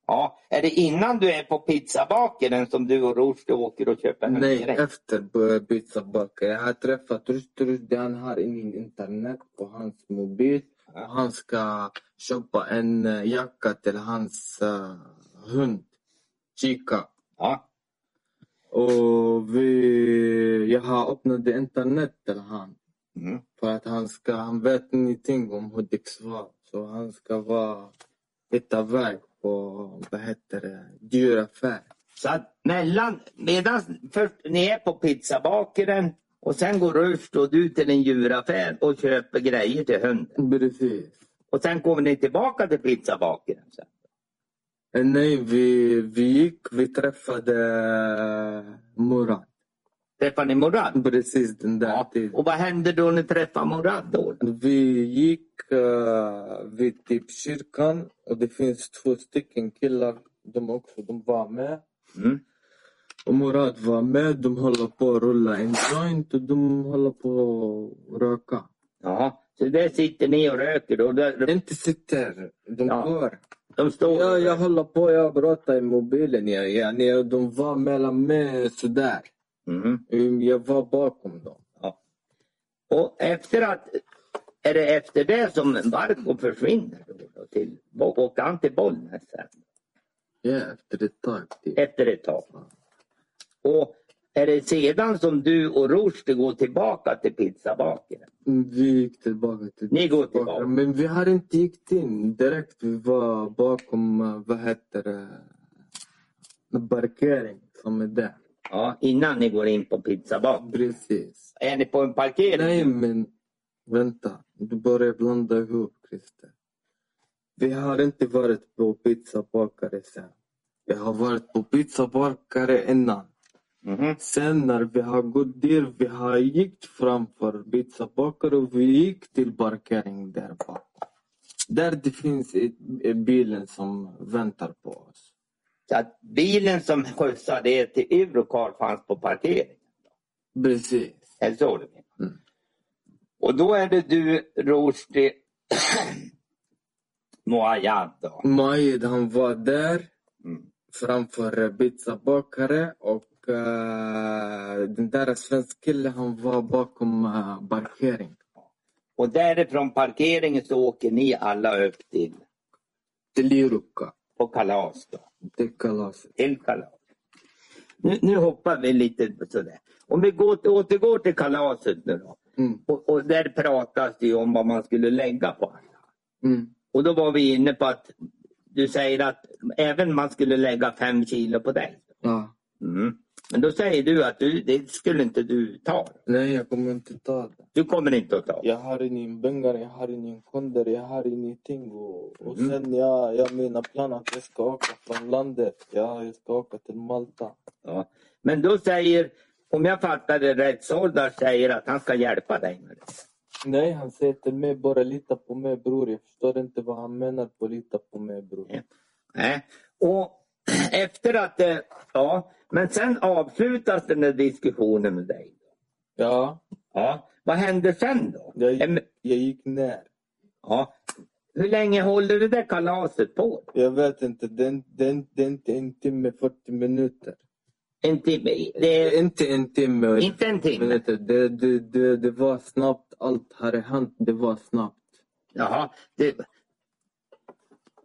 Speaker 4: Ja. Är det innan du är på pizzabakaren som du och Rushdie åker och köper en
Speaker 3: Nej,
Speaker 4: grej?
Speaker 3: efter b- Pizza Burger. Jag har träffat Rushdie. Rushdie han har ingen internet på hans mobil. Och han ska köpa en eh, jacka till hans eh, hund, Chica.
Speaker 4: Ja.
Speaker 3: Och vi, jag har öppnat det internet till han.
Speaker 4: Mm.
Speaker 3: För att han ska, han vet ingenting om Hudiksvall. Så han ska vara, hitta väg på, vad heter det, dyr affär.
Speaker 4: Så att mellan, medan först ni är på pizzabakaren och sen går Rushdie och du till en djuraffär och köper grejer till hunden.
Speaker 3: Precis.
Speaker 4: Och sen kommer ni tillbaka till pizzabakaren. sen.
Speaker 3: Nej, vi, vi gick, vi träffade Murat.
Speaker 4: Träffar ni Morad?
Speaker 3: Precis den där tiden.
Speaker 4: Och vad händer då ni träffar Morad då?
Speaker 3: Vi gick eh, vid typ kyrkan och det finns två stycken killar, de också, de var med.
Speaker 4: Mm.
Speaker 3: Och Murat var med, de håller på att rulla en joint och de håller på att röka.
Speaker 4: Ja. Så där sitter ni och röker då. Där-
Speaker 3: Inte sitter, de
Speaker 4: Ja.
Speaker 3: går.
Speaker 4: De står
Speaker 3: Ja,
Speaker 4: och
Speaker 3: jag
Speaker 4: röker.
Speaker 3: håller på, jag pratar i mobilen. Jag, jag, jag, de var mellan mig sådär.
Speaker 4: Mm.
Speaker 3: Jag var bakom dem.
Speaker 4: Och efter att, är det efter det som Barko försvinner? Då, då till, åker han till Bollnäs sen?
Speaker 3: Ja, efter ett tag. Typ.
Speaker 4: Efter ett tag. Och är det sedan som du och Rushdie går tillbaka till pizzabakaren?
Speaker 3: Vi gick tillbaka till
Speaker 4: Ni går tillbaka.
Speaker 3: Men vi har inte gick in direkt. Vi var bakom, eh, vad heter det, en parkering som är där.
Speaker 4: Ja, innan ni går in på pizzabakaren.
Speaker 3: Precis.
Speaker 4: Är ni på en parkering?
Speaker 3: Nej, men vänta. Du börjar blanda ihop, Christer. Vi har inte varit på pizzabakare sen. Vi har varit på pizzabakare innan.
Speaker 4: Mhm.
Speaker 3: Sen när vi har gått där, vi har gick framför pizzabakare och vi gick till parkering där bak. Där det finns ett- ett bilen som väntar på oss.
Speaker 4: Så att bilen som skjutsade er till Eurocar fanns på parkeringen.
Speaker 3: Precis.
Speaker 4: Är det så du menar?
Speaker 3: Mm.
Speaker 4: Och då är det du, Rushdie Moayad. då. Mm.
Speaker 3: Majid han var där framför Rabitza bakare och eh, den där svensk killen han var bakom
Speaker 5: eh,
Speaker 3: uh, parkering.
Speaker 4: Och därifrån parkeringen så åker ni alla upp till,
Speaker 3: Till Iruka.
Speaker 4: på kalas. Då.
Speaker 3: Det kalaset.
Speaker 4: Till kalas. Nu, nu hoppar vi lite på sådär. Om vi går, till- återgår till kalaset nu då.
Speaker 3: Mm.
Speaker 4: Och, och där pratas det ju om vad man skulle lägga på alla.
Speaker 3: Mm.
Speaker 4: Och då var vi inne på att du säger att även man skulle lägga fem kilo på dig.
Speaker 3: Ja.
Speaker 4: Mm. Men då säger du att du, det skulle inte du ta.
Speaker 3: Nej, jag kommer inte ta det.
Speaker 4: Du kommer inte att ta.
Speaker 5: Jag har ingen pengar, jag har ingen kunder, jag har ingenting. Och, och
Speaker 4: Mm.
Speaker 5: sen jag, jag menar plan att jag ska åka från landet. Ja, jag ska åka till Malta.
Speaker 4: Ja. Men då säger, om jag fattar det rätt, Soldar säger att han ska hjälpa dig med det.
Speaker 5: Nej, han säger till mig bara lita på mig bror. Jag förstår inte vad han menar på lita på mig bror.
Speaker 4: Ja. Nej. Äh? Och efter att det, ja, men sen avslutas den här diskussionen med dig.
Speaker 5: Ja,
Speaker 4: Ja. Vad händer sen då?
Speaker 5: jag,
Speaker 4: Em-
Speaker 5: jag gick ner.
Speaker 4: Ja. Hur länge håller det där kalaset på?
Speaker 5: Jag vet inte, det är inte- det är inte- det är inte en timme 40 minuter.
Speaker 4: En timme? Det är
Speaker 3: Inte en timme. och
Speaker 4: inte en timme?
Speaker 3: minuter. Det, det, det, det var snabbt. Allt hade hänt. Det var snabbt.
Speaker 4: Jaha. Det,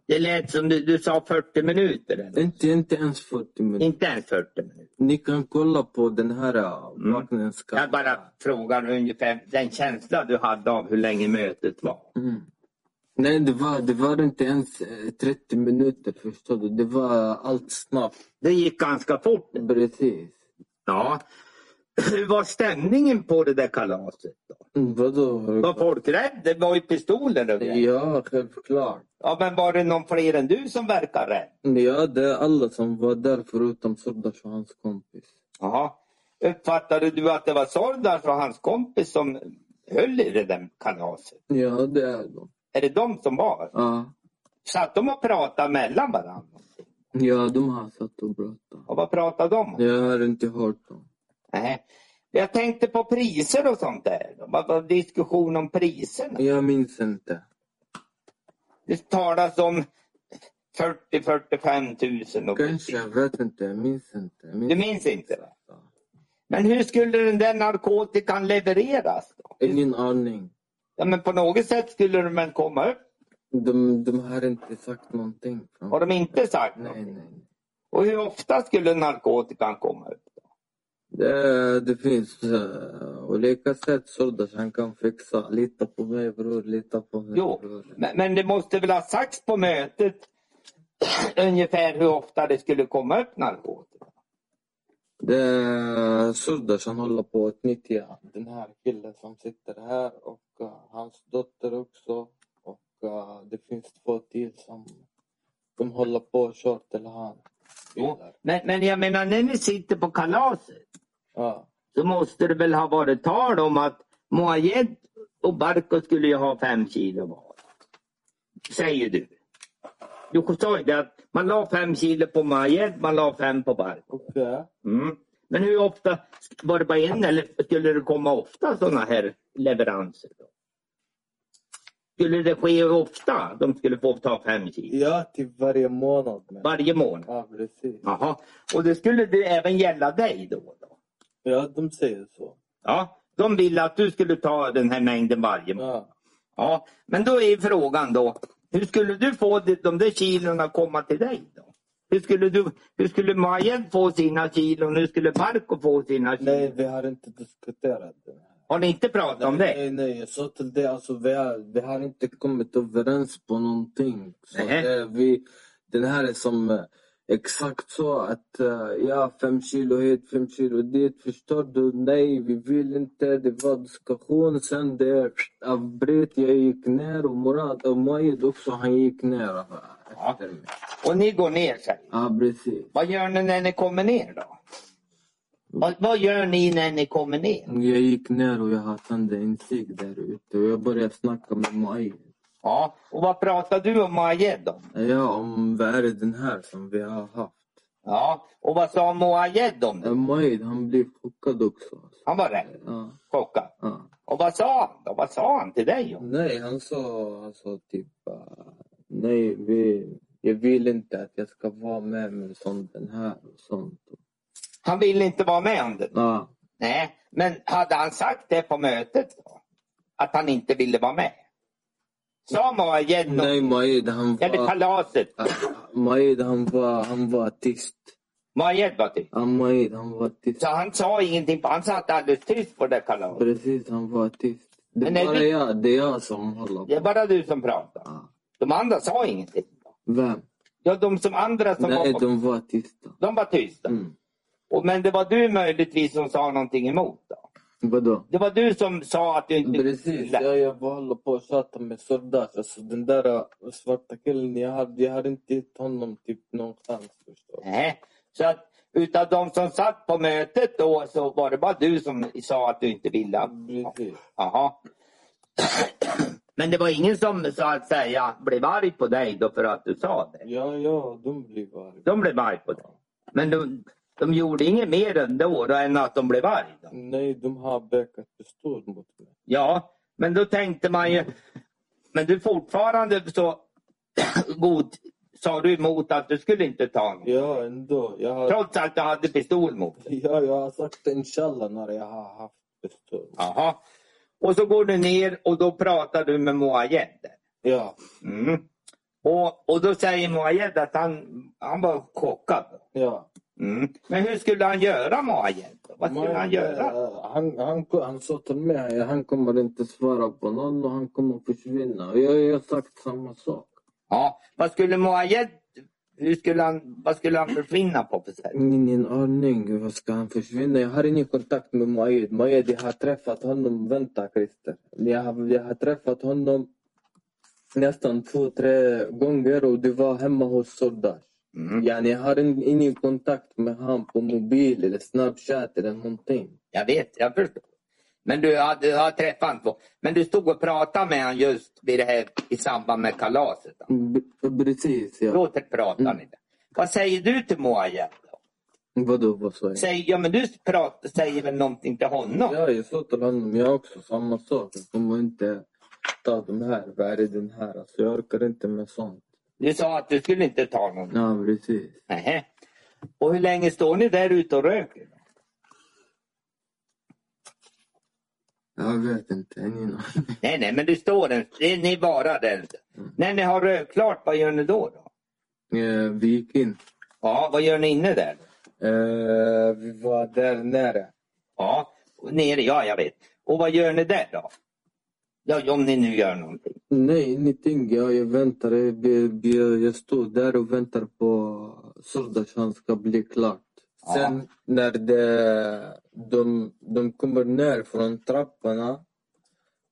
Speaker 4: det lät som du, du sa 40 minuter. Eller?
Speaker 3: Inte, inte ens 40 minuter.
Speaker 4: Inte ens 40 minuter.
Speaker 3: Ni kan kolla på den här äh,
Speaker 4: Mm.
Speaker 3: vagnens
Speaker 4: Jag bara frågar ungefär den känsla du hade av hur länge mötet var.
Speaker 3: Mm. Nej, det var, det var inte ens eh, 30 minuter. Förstår du? Det var allt snabbt.
Speaker 4: Det gick ganska fort.
Speaker 3: Precis.
Speaker 4: Ja. Hur var stämningen på det där kalaset? Då?
Speaker 3: Mm, Vadå?
Speaker 4: Var folk rädda? Det var ju pistoler överallt.
Speaker 3: Ja, självklart.
Speaker 4: Ja, men var det någon fler än du som verkar rädd?
Speaker 3: Ja, det är alla som var där förutom Sordas och hans kompis.
Speaker 4: Jaha. Uppfattade du att det var Sordar och hans kompis som höll i det där kalaset?
Speaker 3: Ja, det är de.
Speaker 4: Är det de som var?
Speaker 3: Ja,
Speaker 4: Satt de och pratade mellan varandra?
Speaker 3: ja de har satt och pratat.
Speaker 4: Och vad pratade de om?
Speaker 3: Jag har inte hört dem.
Speaker 4: Nej. Jag tänkte på priser och sånt där. Det var- var diskussion om priserna.
Speaker 3: Jag minns inte.
Speaker 4: Det talas om 40-45 000. Och
Speaker 3: Kanske, jag vet inte. Jag minns inte. Jag minns
Speaker 4: Du minns inte? Va?
Speaker 3: Ja.
Speaker 4: Men hur skulle den där narkotikan levereras? Då?
Speaker 3: Ingen aning.
Speaker 4: Ja, men på något sätt skulle de väl komma upp?
Speaker 3: De, de har inte sagt någonting. från-
Speaker 4: Har de inte sagt
Speaker 3: Nej,
Speaker 4: någonting?
Speaker 3: nej. nej.
Speaker 4: Och hur ofta skulle narkotikan komma upp?
Speaker 3: Det, det finns eh, olika sätt Sordas han kan fixa. Lita på mig bror, lita på mig
Speaker 4: Jo,
Speaker 3: bror.
Speaker 4: men, men det måste väl ha sagts på mötet ungefär hur ofta det skulle komma upp narkotika?
Speaker 3: Det, Sordas han håller på att nyttja.
Speaker 5: Den här killen som sitter här och eh, hans dotter också. Och eh, det finns två till som de håller på och kör till han.
Speaker 4: Jo. Men, men jag menar när ni sitter på kalaset
Speaker 5: Ja.
Speaker 4: så måste det väl ha varit tal om att Moayed och Barko skulle ju ha fem kilo var. Säger du. Du sa ju det att man la fem kilo på Moayed, man la fem på Barko.
Speaker 5: Okej.
Speaker 4: Mm. Men hur ofta, var det bara en eller skulle det komma ofta sådana här leveranser? Då? Skulle det ske ofta? De skulle få ta fem kilo
Speaker 5: Ja, till varje månad. Men.
Speaker 4: varje månad?
Speaker 5: Ja, precis.
Speaker 4: Jaha. Och det skulle det även gälla dig då? då?
Speaker 5: Ja, de säger så.
Speaker 4: Ja, de ville att du skulle ta den här mängden varje månad.
Speaker 5: Ja.
Speaker 4: Ja, men då är frågan då, hur skulle du få det- de där kilorna komma till dig? då? Hur skulle, du, hur skulle Majen få sina kilon? Hur skulle Parko få sina kilon?
Speaker 5: Nej, vi har inte diskuterat det.
Speaker 4: Har ni inte pratat om det?
Speaker 5: Nej, nej, jag sa till dig alltså vi har, vi har inte...
Speaker 3: inte kommit överens på någonting. Så
Speaker 4: Nej.
Speaker 3: det, vi, den här är som eh, exakt så att eh, ja, fem kilo hit, fem kilo dit. Förstår du? Nej, vi vill inte. Det var diskussion. Sen det avbröt. Jag gick ner och Murad och Majid också, han gick ner eh, efter mig.
Speaker 4: Och ni går ner sig.
Speaker 3: Ja, precis.
Speaker 4: Vad gör ni när ni kommer ner då? Vad, vad gör ni när ni kommer ner?
Speaker 3: Jag gick ner och jag hade tände en cigg där ute och jag började snacka med Majid.
Speaker 4: Ja, och vad pratar du om Moayed om?
Speaker 3: Ja, om vad är det den här som vi har haft?
Speaker 4: Ja, och vad sa Moayed om det?
Speaker 3: Eh, Majid, han blev chockad också.
Speaker 4: Han var rädd,
Speaker 3: Ja,
Speaker 4: chockad.
Speaker 3: ja.
Speaker 4: Och vad sa han? Då? Vad sa han till dig?
Speaker 3: Nej, han sa alltså, typ uh, nej, vi, jag vill inte att jag ska vara med med som den här och sånt.
Speaker 4: Han ville inte vara med om det?
Speaker 3: Ja.
Speaker 4: Nej, men hade han sagt det på mötet? Då? Att han inte ville vara med? Sa Majed något?
Speaker 3: Nej, Majed han var...
Speaker 4: Eller kalaset?
Speaker 3: Majed han var, han var tyst.
Speaker 4: Majed var tyst?
Speaker 3: Ja, Majed han var tyst.
Speaker 4: Så han sa ingenting? Han satt alldeles tyst på det kalaset?
Speaker 3: Precis, han var tyst. Det är
Speaker 4: Men är
Speaker 3: bara
Speaker 4: det-
Speaker 3: jag, det är jag som håller på.
Speaker 4: Det är bara du som pratar?
Speaker 3: Ja.
Speaker 4: De andra sa ingenting?
Speaker 3: Vem?
Speaker 4: Ja, de som andra som var
Speaker 3: Nej,
Speaker 4: på...
Speaker 3: de var tysta.
Speaker 4: de var tysta?
Speaker 3: Mm.
Speaker 4: Och, men det var du möjligtvis som sa någonting emot? Då.
Speaker 3: Vadå?
Speaker 4: Det var du som sa att du inte
Speaker 3: Precis,
Speaker 4: gillade-
Speaker 3: jag, jag bara håller på och tjatar med Sordash. Alltså den där äh, svarta killen, jag har, jag har inte gett honom typ någonstans. Förstår. du?
Speaker 4: Nej. Så att utav de som satt på mötet då så var det bara du som sa att du inte ville.
Speaker 3: Precis.
Speaker 4: Jaha. Men det var ingen som så att säga blev arg på dig då för att du sa det?
Speaker 3: Ja, ja, de blir arga.
Speaker 4: De blev arg på dig. Men de, de gjorde inget mer ändå då än att de blev arg? Då.
Speaker 3: Nej, de har bökat för stort mot mig.
Speaker 4: Ja, men då tänkte man ju... Men du fortfarande så god, sa du emot att du skulle inte ta någon.
Speaker 3: Ja, ändå. Jag har,
Speaker 4: Trots att du hade pistol mot dig.
Speaker 3: ja, jag har sagt inshallah när jag har haft pistol.
Speaker 4: Jaha. Och så går du ner och då pratar du med Moayed.
Speaker 3: Ja,
Speaker 4: Mm. Och, och då säger Moayed att han, han var chockad.
Speaker 3: ja.
Speaker 4: Mm. Men hur skulle han göra Moayed? då? Vad skulle han göra?
Speaker 3: eh, Han, han, han sa till mig han kommer inte svara på någon och han kommer försvinna. Och Jag jag har sagt samma sak.
Speaker 4: Ja. Vad skulle Moayed, hur skulle han, vad skulle han försvinna på för sätt?
Speaker 3: Ingen aning. Vad ska han försvinna? Jag har ingen kontakt med Moayed. Moayed, jag har träffat honom. Vänta, Christer. Jag har, jag har träffat honom nästan två, tre gånger och det var hemma hos Sordash.
Speaker 4: Mm.
Speaker 3: Yani, jag har in- ingen kontakt med honom på mobil eller Snapchat eller någonting.
Speaker 4: Jag vet, jag förstår. Men du, ja, du har träffat honom på. Men du stod och pratade med honom just vid det här, i samband med kalaset. Då,
Speaker 3: B- precis, ja.
Speaker 4: då
Speaker 3: Mm.
Speaker 4: pratade ni. där. Vad säger du till Moayed? då?
Speaker 3: Vadå, vad sa jag?
Speaker 4: Säg, ja men du pratar, säger väl någonting till honom?
Speaker 3: Ja, jag sa till honom, jag också samma sak. Jag kommer inte ta de här, vad är den här? Alltså, jag orkar inte med sånt.
Speaker 4: Du sa att du skulle inte ta någon.
Speaker 3: Ja, precis.
Speaker 4: Nähä. Och hur länge står ni där ute och röker?
Speaker 3: Jag vet inte, ingen aning.
Speaker 4: Nej, nej, men du står där. Det är Ni bara där ute. När ni har rökt klart, vad gör ni då? då?
Speaker 3: Eh, Vi gick in.
Speaker 4: Ja, vad gör ni inne där? Då?
Speaker 3: Eh, Vi var där nära.
Speaker 4: Ja, nere, ja jag vet. Och vad gör ni där då? Ja, om ni nu gör någonting.
Speaker 3: Nej, ingenting. Jag, jag väntar. Jag, jag, jag står där och väntar på Sordash. Han ska bli klart. Sen när det, de, de kommer ner från trapporna.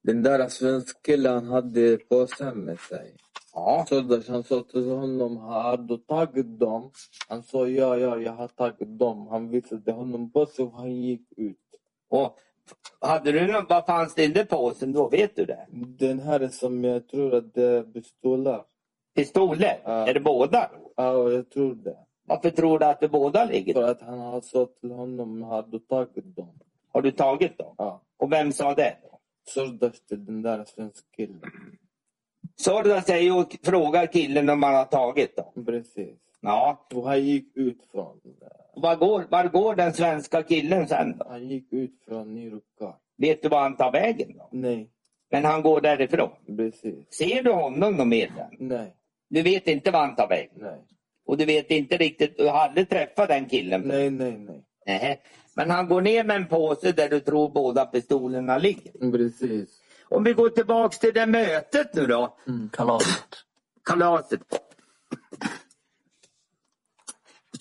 Speaker 3: Den där svenska killen han hade påsen med sig.
Speaker 4: Ja,
Speaker 3: Sordash han sa till honom, har du tagit dem? Han sa ja, ja, jag har tagit dem. Han visade honom påsen och han gick ut.
Speaker 4: och hade du någon, vad fanns det i den påsen då? Vet du det?
Speaker 3: Den här är som jag tror att det är pistoler.
Speaker 4: Pistoler?
Speaker 3: Ja.
Speaker 4: Är det båda?
Speaker 3: Ja, jag tror det.
Speaker 4: Varför tror du att det båda ligger?
Speaker 3: För att han har sagt till honom, har du tagit dem?
Speaker 4: Har du tagit dem?
Speaker 3: Ja.
Speaker 4: Och vem sa det? Då?
Speaker 3: Sordas till den där svenska killen.
Speaker 4: Sorda säger och frågar killen om han har tagit dem.
Speaker 3: Precis.
Speaker 4: Ja.
Speaker 3: Och han gick ut från,
Speaker 4: Var går, var går den svenska killen sen då?
Speaker 3: han gick ut från Nirukar.
Speaker 4: Vet du var han tar vägen då?
Speaker 3: Nej,
Speaker 4: Men han går därifrån.
Speaker 3: precis.
Speaker 4: Ser du honom någon mer? där?
Speaker 3: Nej,
Speaker 4: Du vet inte var han tar vägen.
Speaker 3: nej.
Speaker 4: Och du vet inte riktigt, du har aldrig träffat den killen.
Speaker 3: Nej, nej, nej.
Speaker 4: Nej. Men han går ner med en påse där du tror båda pistolerna ligger.
Speaker 3: Mm, Precis. Mm,
Speaker 4: Om vi går tillbaks till det mötet nu då.
Speaker 2: Kalaset.
Speaker 4: kalaset.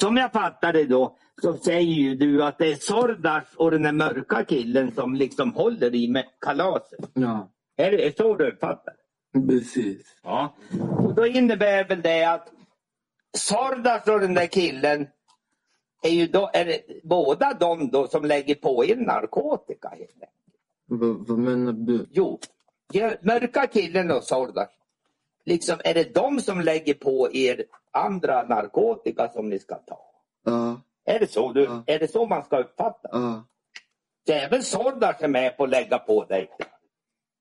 Speaker 4: Som jag fattar det då så säger ju du att det är Sordas och den där mörka killen som liksom håller i med kalaset.
Speaker 3: Ja,
Speaker 4: Är det så du uppfattar det?
Speaker 3: precis.
Speaker 4: Ja. Och då innebär väl det att Sordas och den där killen är ju då, är det båda de då som lägger på in narkotika. helt enkelt.
Speaker 3: V- vad menar du?
Speaker 4: Jo, gör- mörka killen och Sordas. Liksom, är det de som lägger på er andra narkotika som ni ska ta?
Speaker 3: Ja,
Speaker 4: Är det så, du,
Speaker 3: Ja.
Speaker 4: är det så man ska uppfatta?
Speaker 3: ja.
Speaker 4: Det är väl Sordas som är på att lägga på dig?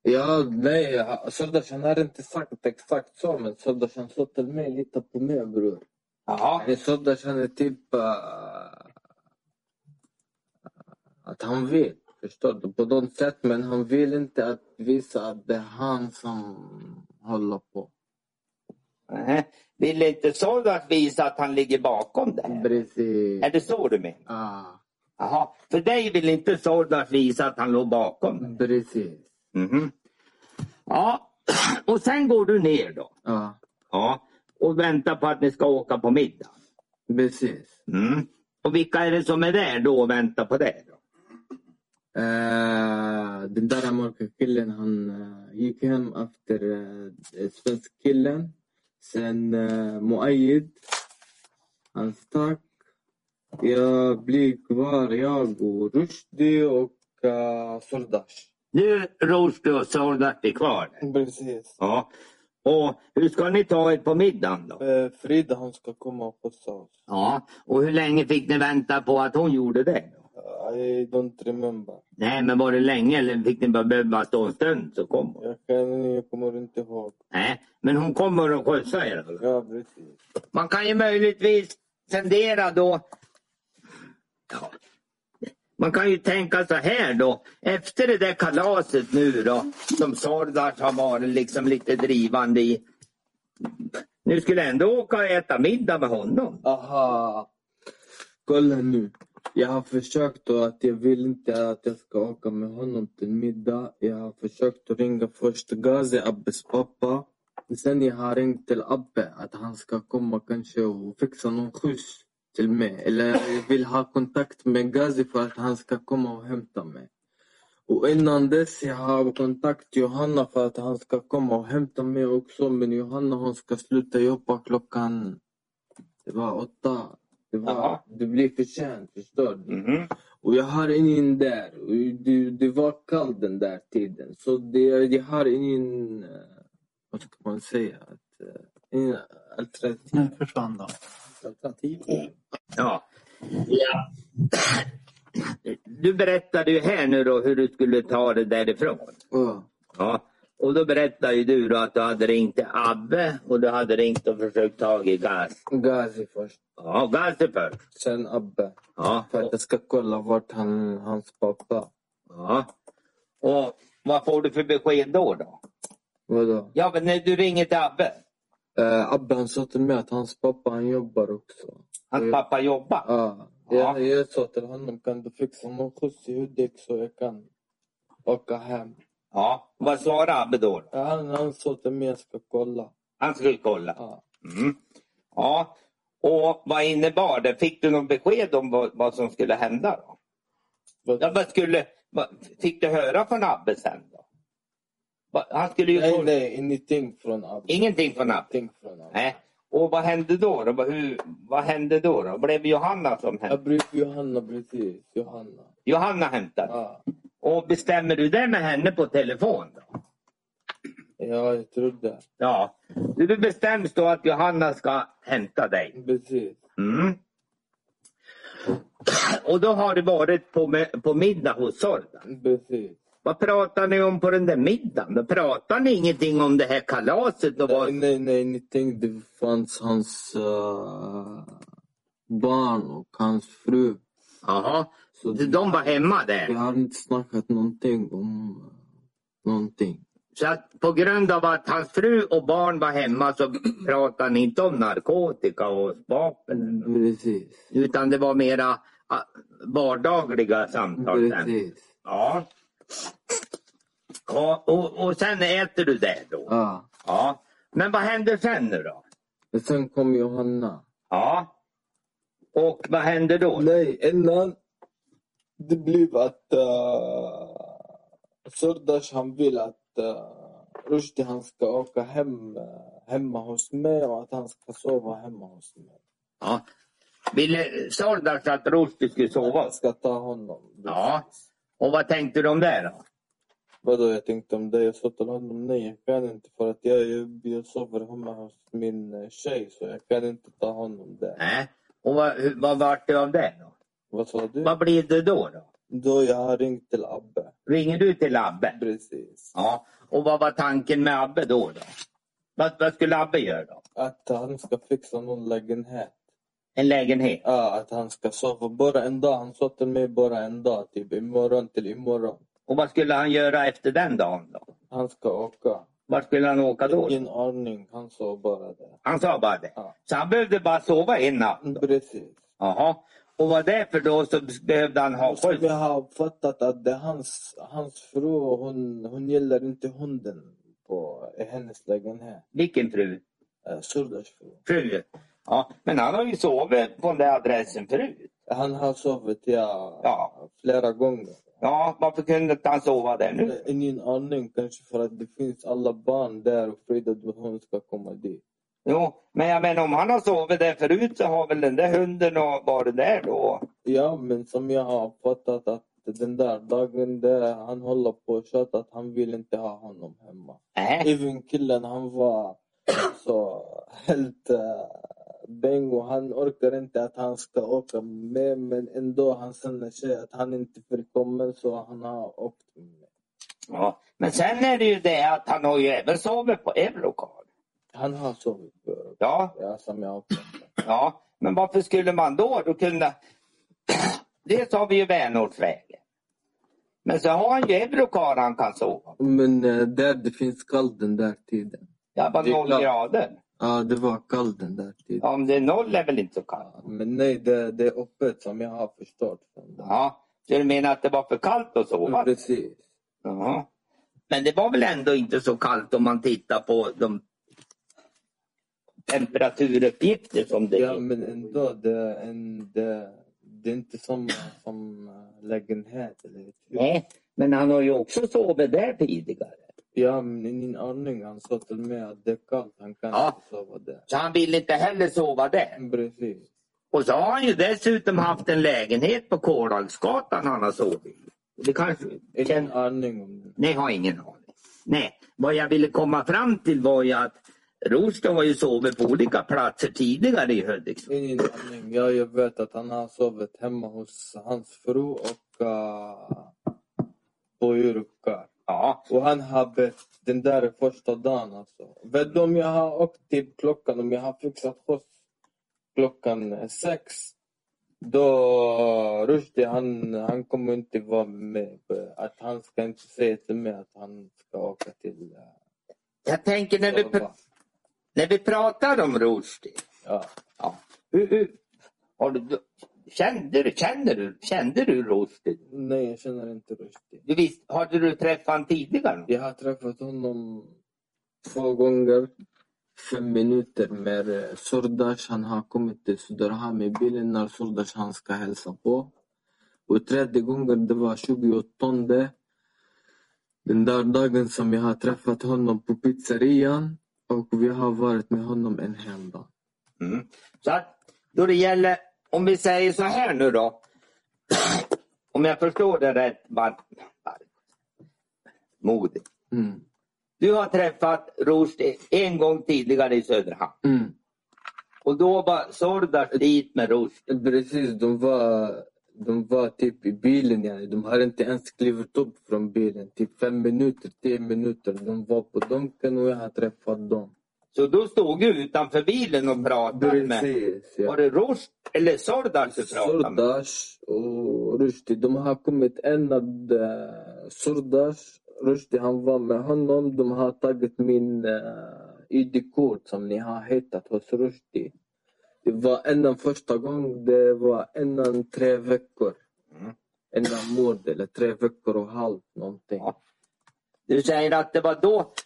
Speaker 3: Ja, nej, Sardarsson har inte sagt exakt så, men Sardarsson sa till mig, lita på mig bror.
Speaker 4: Jaha.
Speaker 3: Sardarsson är typ... Äh, att han vet, förstår du? På något sätt, men han vill inte att visa att det är han som håller på.
Speaker 4: Nej. Vill inte Sordas visa att han ligger bakom det? här?
Speaker 3: Precis.
Speaker 4: Är det så du menar?
Speaker 3: Ah,
Speaker 4: Jaha. För dig vill inte Sordas visa att han låg bakom det?
Speaker 3: precis.
Speaker 4: Mhm. Ja, och sen går du ner då.
Speaker 3: Ja,
Speaker 4: Ja. Och väntar på att ni ska åka på middag.
Speaker 3: precis.
Speaker 4: Mm. Och vilka är det som är där då och väntar på det? Då?
Speaker 3: Eh, den där mörka killen han eh, gick hem efter uh, svensk killen. Sen uh, Muayid. Han stack. Jag blir kvar, jag och Rushdie och uh, Sordash.
Speaker 4: Nu Rushdie och Sordas är kvar. där.
Speaker 5: Precis.
Speaker 4: Ja. Och hur ska ni ta er på middagen då?
Speaker 5: Eh, Frida hon ska komma och skjutsa oss.
Speaker 4: Ja. Och hur länge fick ni vänta på att hon gjorde det? Då?
Speaker 5: I don't remember.
Speaker 4: Nej, men var det länge eller fick ni bara behöva stå en stund så kom hon?
Speaker 5: Jag, kan, jag kommer inte ihåg.
Speaker 4: Nej, men hon kommer och skjutsar er? Eller?
Speaker 5: Ja, precis.
Speaker 4: Man kan ju möjligtvis fundera då. Ja. Man kan ju tänka så här då. Efter det där kalaset nu då. Som Sardars har varit liksom lite drivande i. Nu skulle jag ändå åka och äta middag med honom.
Speaker 3: Aha! Kolla nu. Jag har försökt och att jag vill inte att jag ska åka med honom till middag. Jag har försökt att ringa först Ghazi, Abbes pappa. Sen jag har ringt till Abbe att han ska komma kanske och fixa någon skjuts till mig. Eller jag vill ha kontakt med Ghazi för att han ska komma och hämta mig. Och innan dess jag har kontakt Johanna för att han ska komma och hämta mig också. Men Johanna hon ska sluta jobba klockan det var åtta. Det, var,
Speaker 4: Jaha. Mhm.
Speaker 3: det blev för sent, förstår du? Och jag har ingen där. Och Det, det var kallt den där tiden. Så det, jag har ingen... eh, Vad ska man säga? Att, eh, ingen alternativ.
Speaker 2: Nu försvann de.
Speaker 3: alternativ.
Speaker 4: Ja. ja. Du berättade ju här nu då hur du skulle ta det därifrån.
Speaker 3: Ja.
Speaker 4: Ja. Och då berättade ju du då att du hade ringt till Abbe och du hade ringt och försökt tag i Gas.
Speaker 3: Ghazi först,
Speaker 4: Ja, Gas är först.
Speaker 3: sen Abbe.
Speaker 4: Ja.
Speaker 3: För att jag ska kolla vart han, hans pappa...
Speaker 4: ja. Och vad får du för besked då? då?
Speaker 3: Vadå?
Speaker 4: Ja, men när du ringer till Abbe.
Speaker 3: Eh, Abbe han sa till mig att hans pappa han jobbar också.
Speaker 4: Hans pappa jobbar.
Speaker 3: Mm. Ja.
Speaker 4: Ja.
Speaker 3: Jag, jag sa till honom, kan du fixa någon skjuts i Hudik så jag kan åka hem?
Speaker 4: Ja. Vad svarar Abbe då? då?
Speaker 3: Ja, Han, han sa till mig jag ska kolla.
Speaker 4: Han skulle kolla.
Speaker 3: Ja.
Speaker 4: Mm. Ja. Och vad innebar det? Fick du någon besked om vad, vad som skulle hända? då?
Speaker 3: Vad-
Speaker 4: Ja, vad skulle, vad, fick du höra från Abbe sen? då? Vad- Han skulle ju
Speaker 3: nej,
Speaker 4: få-
Speaker 3: nej, ingenting från Abbe.
Speaker 4: Ingenting från Abbe?
Speaker 3: Ingenting från Abbe.
Speaker 4: Nej. Och vad hände då? då? Vad- Hur, vad hände då? då? Blev Johanna som
Speaker 3: Jag
Speaker 4: hämtade?
Speaker 3: brukar Johanna precis. Johanna.
Speaker 4: Johanna hämtade.
Speaker 3: Ja.
Speaker 4: Och bestämmer du det med henne på telefon? då?
Speaker 3: ja, jag trodde.
Speaker 4: Ja. Du det bestäms då att Johanna ska hämta dig.
Speaker 3: Precis.
Speaker 4: Mm. Och då har du varit på, me- på middag hos Sorda.
Speaker 3: Precis.
Speaker 4: Vad pratar ni om på den där middagen? Då pratar ni ingenting om det här kalaset? Och
Speaker 3: Nej,
Speaker 4: vad...
Speaker 3: nej, nej, ingenting. Det fanns hans eh, barn och hans fru.
Speaker 4: Jaha.
Speaker 3: Så
Speaker 4: De var hemma där?
Speaker 3: vi har inte snackat någonting om eh, någonting.
Speaker 4: Så att på grund av att hans fru och barn var hemma så pratade ni inte om narkotika och vapen. eller något.
Speaker 3: Precis.
Speaker 4: Utan det var mera ah, vardagliga samtal. Sen.
Speaker 3: Precis.
Speaker 4: Ja. Ja, och, och sen äter du det då?
Speaker 3: Ja.
Speaker 4: Ja. Men vad händer sen nu då?
Speaker 3: Och Sen kom Johanna.
Speaker 4: Ja. Och vad händer då?
Speaker 5: Nej, innan det blev att
Speaker 3: eh,
Speaker 5: uh, Sordas han vill att uh, Rushdie han ska åka hem eh, hemma hos mig och att han ska sova hemma hos mig.
Speaker 4: Ja. Ville Sordas att Rushdie skulle sova?
Speaker 5: Jag ska ta honom.
Speaker 4: Ja. Och vad tänkte du om det då?
Speaker 5: Vadå jag tänkte om det? Jag sa till honom nej jag kan inte för att jag, jag, jag sover hemma hos min eh, tjej så jag kan inte ta honom där.
Speaker 4: Nej. Och vad, hur- vad vart det av det? Då?
Speaker 5: Vad sa du?
Speaker 4: Vad blir det då? då?
Speaker 5: Då jag har ringt till Abbe.
Speaker 4: Ringer du till Abbe?
Speaker 5: Precis.
Speaker 4: Ja. Och vad var tanken med Abbe då? då? Vad, vad skulle Abbe göra då?
Speaker 5: Att han ska fixa någon lägenhet.
Speaker 4: En lägenhet?
Speaker 5: Ja, att han ska sova bara en dag. Han sa till mig bara en dag. Typ imorgon till imorgon.
Speaker 4: Och vad skulle han göra efter den dagen då?
Speaker 5: Han ska åka.
Speaker 4: Vart skulle han åka då?
Speaker 5: Ingen aning. Han sa bara det.
Speaker 4: Han sa bara det.
Speaker 5: Ja. Mm,
Speaker 4: Så han behövde bara sova en natt? då?
Speaker 5: Precis.
Speaker 4: Jaha. Och vad det för då så behövde han ha
Speaker 5: Och som jag
Speaker 4: skjuts?
Speaker 5: har uppfattat att det är hans, hans fru, hon, hon gillar inte hunden på, i hennes lägenhet.
Speaker 4: Vilken fru?
Speaker 5: Eh, Surdas fru.
Speaker 4: Fru? Ja. Men han har ju sovit på den där adressen förut.
Speaker 5: Han har sovit ja,
Speaker 4: Ja.
Speaker 5: flera gånger.
Speaker 4: Ja, varför kunde inte han sova där nu?
Speaker 5: Eh, Ingen aning, kanske för att det finns alla barn där och Frida och hon ska komma dit.
Speaker 4: Jo, men jag menar om han har sovit där förut så har väl den där hunden och varit där då?
Speaker 5: Ja, men som jag har uppfattat att den där dagen där han håller på och tjatar att han vill inte ha honom hemma.
Speaker 4: Nej.
Speaker 5: Även killen han var så helt eh, bäng och han orkar inte att han ska åka med men ändå han känner sig att han inte är välkommen så han har åkt med.
Speaker 4: Ja. Men sen är det ju det att han har ju även sovit på Eurocar.
Speaker 5: Han har sovit förut,
Speaker 4: Ja,
Speaker 5: ja, som jag har uppfattat.
Speaker 4: ja. Men varför skulle man då? då kunde... Dels har vi ju vänortsvägen. Men så har han ju Eurocar han kan sova på.
Speaker 3: Men eh, där det finns kallt den där tiden.
Speaker 4: Ja, bara
Speaker 3: Det är
Speaker 4: noll
Speaker 3: klart.
Speaker 4: grader.
Speaker 3: Ja, det var kallt den där tiden.
Speaker 4: Ja, om det är noll är väl inte så kallt.
Speaker 5: Men nej, det, det är öppet som jag har förstått. från det.
Speaker 4: Ja. Så du menar att det var för kallt att sova?
Speaker 5: Precis.
Speaker 4: Jaha. Men det var väl ändå inte så kallt om man tittar på de temperaturuppgifter som det
Speaker 5: Ja,
Speaker 4: är.
Speaker 5: men ändå, det, är en, det, det är inte som, som eh, lägenhet. Eller ett hus.
Speaker 4: Nej, men han har ju också sovit där tidigare.
Speaker 5: Ja, men ingen aning. Han sa till mig att det är kallt. Han kan
Speaker 4: Ja.
Speaker 5: inte sova där.
Speaker 4: Så han vill inte heller sova där.
Speaker 5: Mm, Precis.
Speaker 4: Och så har han ju dessutom haft en lägenhet på Kålhagsgatan han har sovit i. Det kanske...
Speaker 5: Ingen
Speaker 4: Känn-
Speaker 5: aning om det.
Speaker 4: Nej, jag har ingen aning. Nej, vad jag ville komma fram till var ju att Rosta har ju sovit på olika platser tidigare i Hudiksvall.
Speaker 5: Ingen aning. Ja, jag vet att han har sovit hemma hos hans fru och uh, på Eurokar.
Speaker 4: Ja,
Speaker 5: Och han har bett den där första dagen alltså. Vet du om jag har åkt till klockan, om jag har fixat skjuts klockan sex. Då Rushdie han, han kommer inte vara med. på- Att han ska inte säga till mig att han ska åka till... eh,
Speaker 4: jag tänker när vi, pr-
Speaker 5: Doroba.
Speaker 4: när vi pratar om Rushdie.
Speaker 5: Ja.
Speaker 4: Ja. Hur, hur, har du, kände du, kände du, kände du Rushdie?
Speaker 5: Nej, jag känner inte Rushdie.
Speaker 4: Du visst, hade du träffat honom tidigare?
Speaker 5: Jag har träffat honom två gånger.
Speaker 3: Fem minuter med eh, Surdash. Han har kommit till Söderhamn i bilen när Surdash han ska hälsa på. Och tredje gången, det var 28. Den där dagen som jag har träffat honom på pizzerian. Och vi har varit med honom en hel dag.
Speaker 4: Mm. Så att, då det gäller, om vi säger så här nu då. om jag förstår det rätt, var, var, modigt.
Speaker 3: Mm.
Speaker 4: Du har träffat Rushdie en gång tidigare i Söderhamn.
Speaker 3: Mm.
Speaker 4: Och då var Sordas dit med Rushdie.
Speaker 3: Precis, de var, de var typ i bilen. Yani. De har inte ens klivit upp från bilen. Typ fem minuter, tio minuter. De var på Donken och jag har träffat dem.
Speaker 4: Så då stod du utanför bilen och pratade med...
Speaker 3: Precis,
Speaker 4: Var
Speaker 3: ja.
Speaker 4: det Rushdie eller Sordas du pratade med?
Speaker 3: Surdash och Rushdie, de har kommit en av eh, Surdash. Rushdie, han var med honom. De har tagit min eh, ID-kort som ni har hittat hos Rushdie. Det var innan första gången, det var innan tre veckor.
Speaker 4: Mm.
Speaker 3: Innan mord, eller tre veckor och halvt någonting.
Speaker 4: Ja. Du säger att det var då...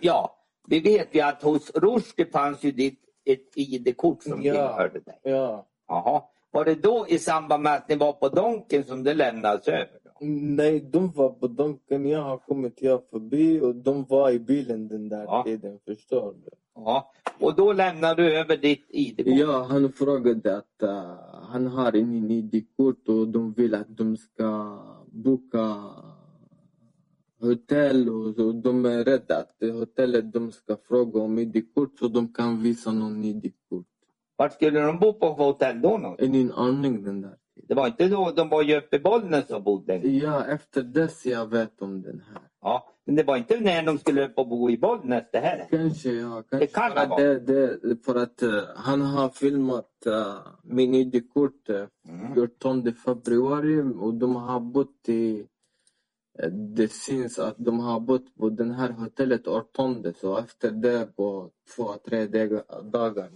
Speaker 4: ja, vi vet ju att hos Rushdie fanns ju ditt ett ID-kort som
Speaker 5: Ja.
Speaker 4: tillhörde dig.
Speaker 5: Ja.
Speaker 4: Jaha. Var det då i samband med att ni var på Donken som det lämnades över? Då?
Speaker 5: Nej, de var på Donken. Jag har kommit här förbi och de var i bilen den där
Speaker 4: Ja.
Speaker 5: tiden. Förstår du?
Speaker 4: Ja. Och då lämnade du över ditt ID-kort?
Speaker 3: Ja, han frågade att eh, han har ingen ID-kort och de vill att de ska boka hotell och så de är rädda att det hotellet de ska fråga om ID-kort så de kan visa någon ID-kort.
Speaker 4: Vart skulle de bo på för hotell då? Någon?
Speaker 3: Ingen aning den där.
Speaker 4: Det var inte då de var ju uppe i Bollnäs och bodde?
Speaker 6: Ja, efter dess jag vet om den här.
Speaker 4: Ja, men det var inte när de skulle upp och bo i Bollnäs det här?
Speaker 6: Kanske ja. Kanske
Speaker 4: Det kan
Speaker 6: för att
Speaker 4: vara.
Speaker 6: det, det, För att eh, han har filmat eh, min ID-kort eh,
Speaker 4: Mm.
Speaker 6: 14 februari och de har bott i... eh, det syns att de har bott på det här hotellet 18 så efter det på två, tre dega- dagar.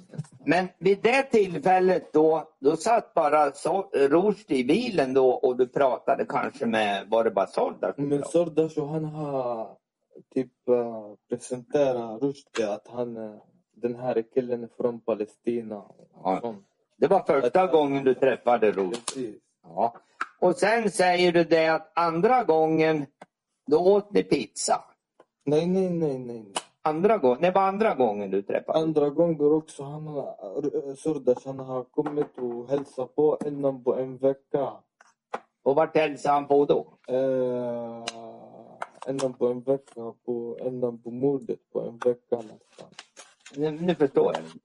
Speaker 4: Men vid det tillfället då, då satt bara so- Rushdie i bilen då och du pratade kanske med, var det bara Sordas? du
Speaker 3: Men
Speaker 4: pratade?
Speaker 3: Sordas och han har typ eh, presenterat Rushdie att han eh, den här killen är från Palestina.
Speaker 4: Ja.
Speaker 3: Sånt.
Speaker 4: Det var första gången du träffade Rushdie.
Speaker 3: Precis.
Speaker 4: Ja. Och sen säger du det att andra gången, då åt ni pizza.
Speaker 3: Nej, nej, nej, nej. nej.
Speaker 4: Andra gången, det var andra gången du träffade
Speaker 3: Andra gånger också han har- Sordas han har kommit och hälsat på innan på en vecka.
Speaker 4: Och vart hälsade han på då?
Speaker 3: Eh, innan på en vecka, på, innan på mordet på en vecka nästan.
Speaker 4: Nu, nu förstår jag inte.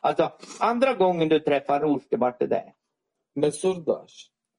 Speaker 4: Alltså, andra gången du träffade Rushdie, vart det där?
Speaker 3: Med Sordas.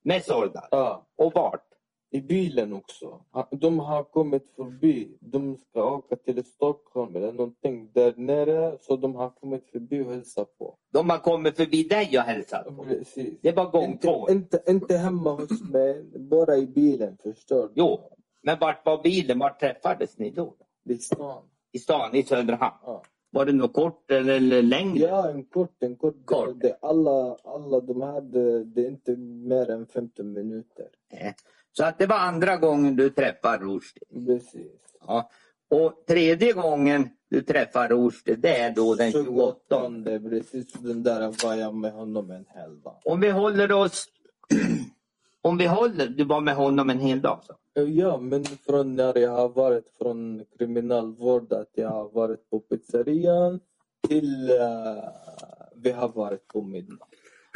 Speaker 4: Med Sordas?
Speaker 3: Ja.
Speaker 4: Och vart?
Speaker 3: I bilen också. Ha- De har kommit förbi. De ska åka till Stockholm eller någonting där nere. Så de har kommit förbi och hälsat på.
Speaker 4: De har kommit förbi dig och hälsat på.
Speaker 3: Precis.
Speaker 4: Det var gång
Speaker 3: Inte,
Speaker 4: två.
Speaker 3: inte, inte hemma hos mig, bara i bilen. Förstår du?
Speaker 4: Jo, men vart var bilen? Vart träffades ni då?
Speaker 3: Det är stan.
Speaker 4: I stan, i Söderhamn?
Speaker 3: Ja.
Speaker 4: Var det något kort eller eller längre?
Speaker 3: Ja, en kort, en kort.
Speaker 4: Kort.
Speaker 3: Det, alla, alla de här, det, det är inte mer än 15 minuter.
Speaker 4: Nej. Eh. Så att det var andra gången du träffade Rushdie.
Speaker 3: Precis.
Speaker 4: Ja. Och tredje gången du träffar Rushdie, det är då den 28.
Speaker 3: det är precis den där var jag med honom en hel dag.
Speaker 4: Om vi håller oss... Om vi håller... Du var med honom en hel dag? Så.
Speaker 3: Eh, Ja, men från när jag har varit från kriminalvård, att jag har varit på pizzerian till eh, vi har varit på middag.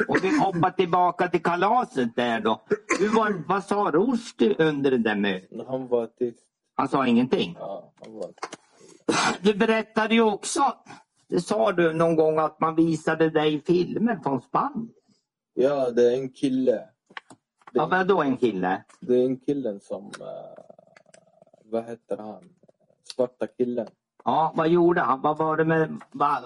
Speaker 4: Om vi hoppar tillbaka till kalaset där då. Hur var, vad sa Rushdie under det där mötet?
Speaker 3: Han var tyst.
Speaker 4: Han sa ingenting?
Speaker 3: Ja, han var tyst.
Speaker 4: Du berättade ju också, det sa du någon gång, att man visade dig filmer från Spanien.
Speaker 3: Ja, det är en kille. Det
Speaker 4: Ja,
Speaker 3: är,
Speaker 4: vadå en kille?
Speaker 3: det är en killen som, eh, vad heter han? Svarta killen.
Speaker 4: Ja, vad gjorde han? Vad var det med... Va,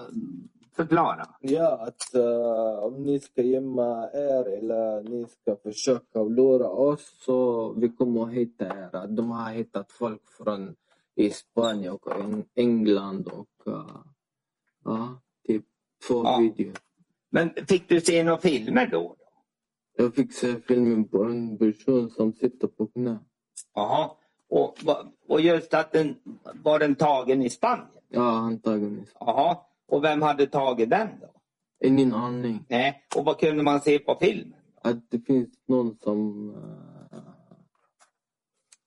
Speaker 4: förklara.
Speaker 3: Ja, att eh, om ni ska gömma er eller ni ska försöka lura oss så vi kommer att hitta er. Att de har hittat folk från i Spanien och Eng- England och eh, ja, typ två
Speaker 4: Ja.
Speaker 3: videor.
Speaker 4: Men fick du se några filmer då?
Speaker 3: Jag fick se filmen på en person som sitter på knä.
Speaker 4: Jaha. Och, va- och just att den var den tagen i Spanien?
Speaker 3: Ja, antagonist.
Speaker 4: Jaha. Och vem hade tagit den då?
Speaker 3: Ingen aning.
Speaker 4: Nej. Och vad kunde man se på filmen?
Speaker 3: Att det finns någon som... eh,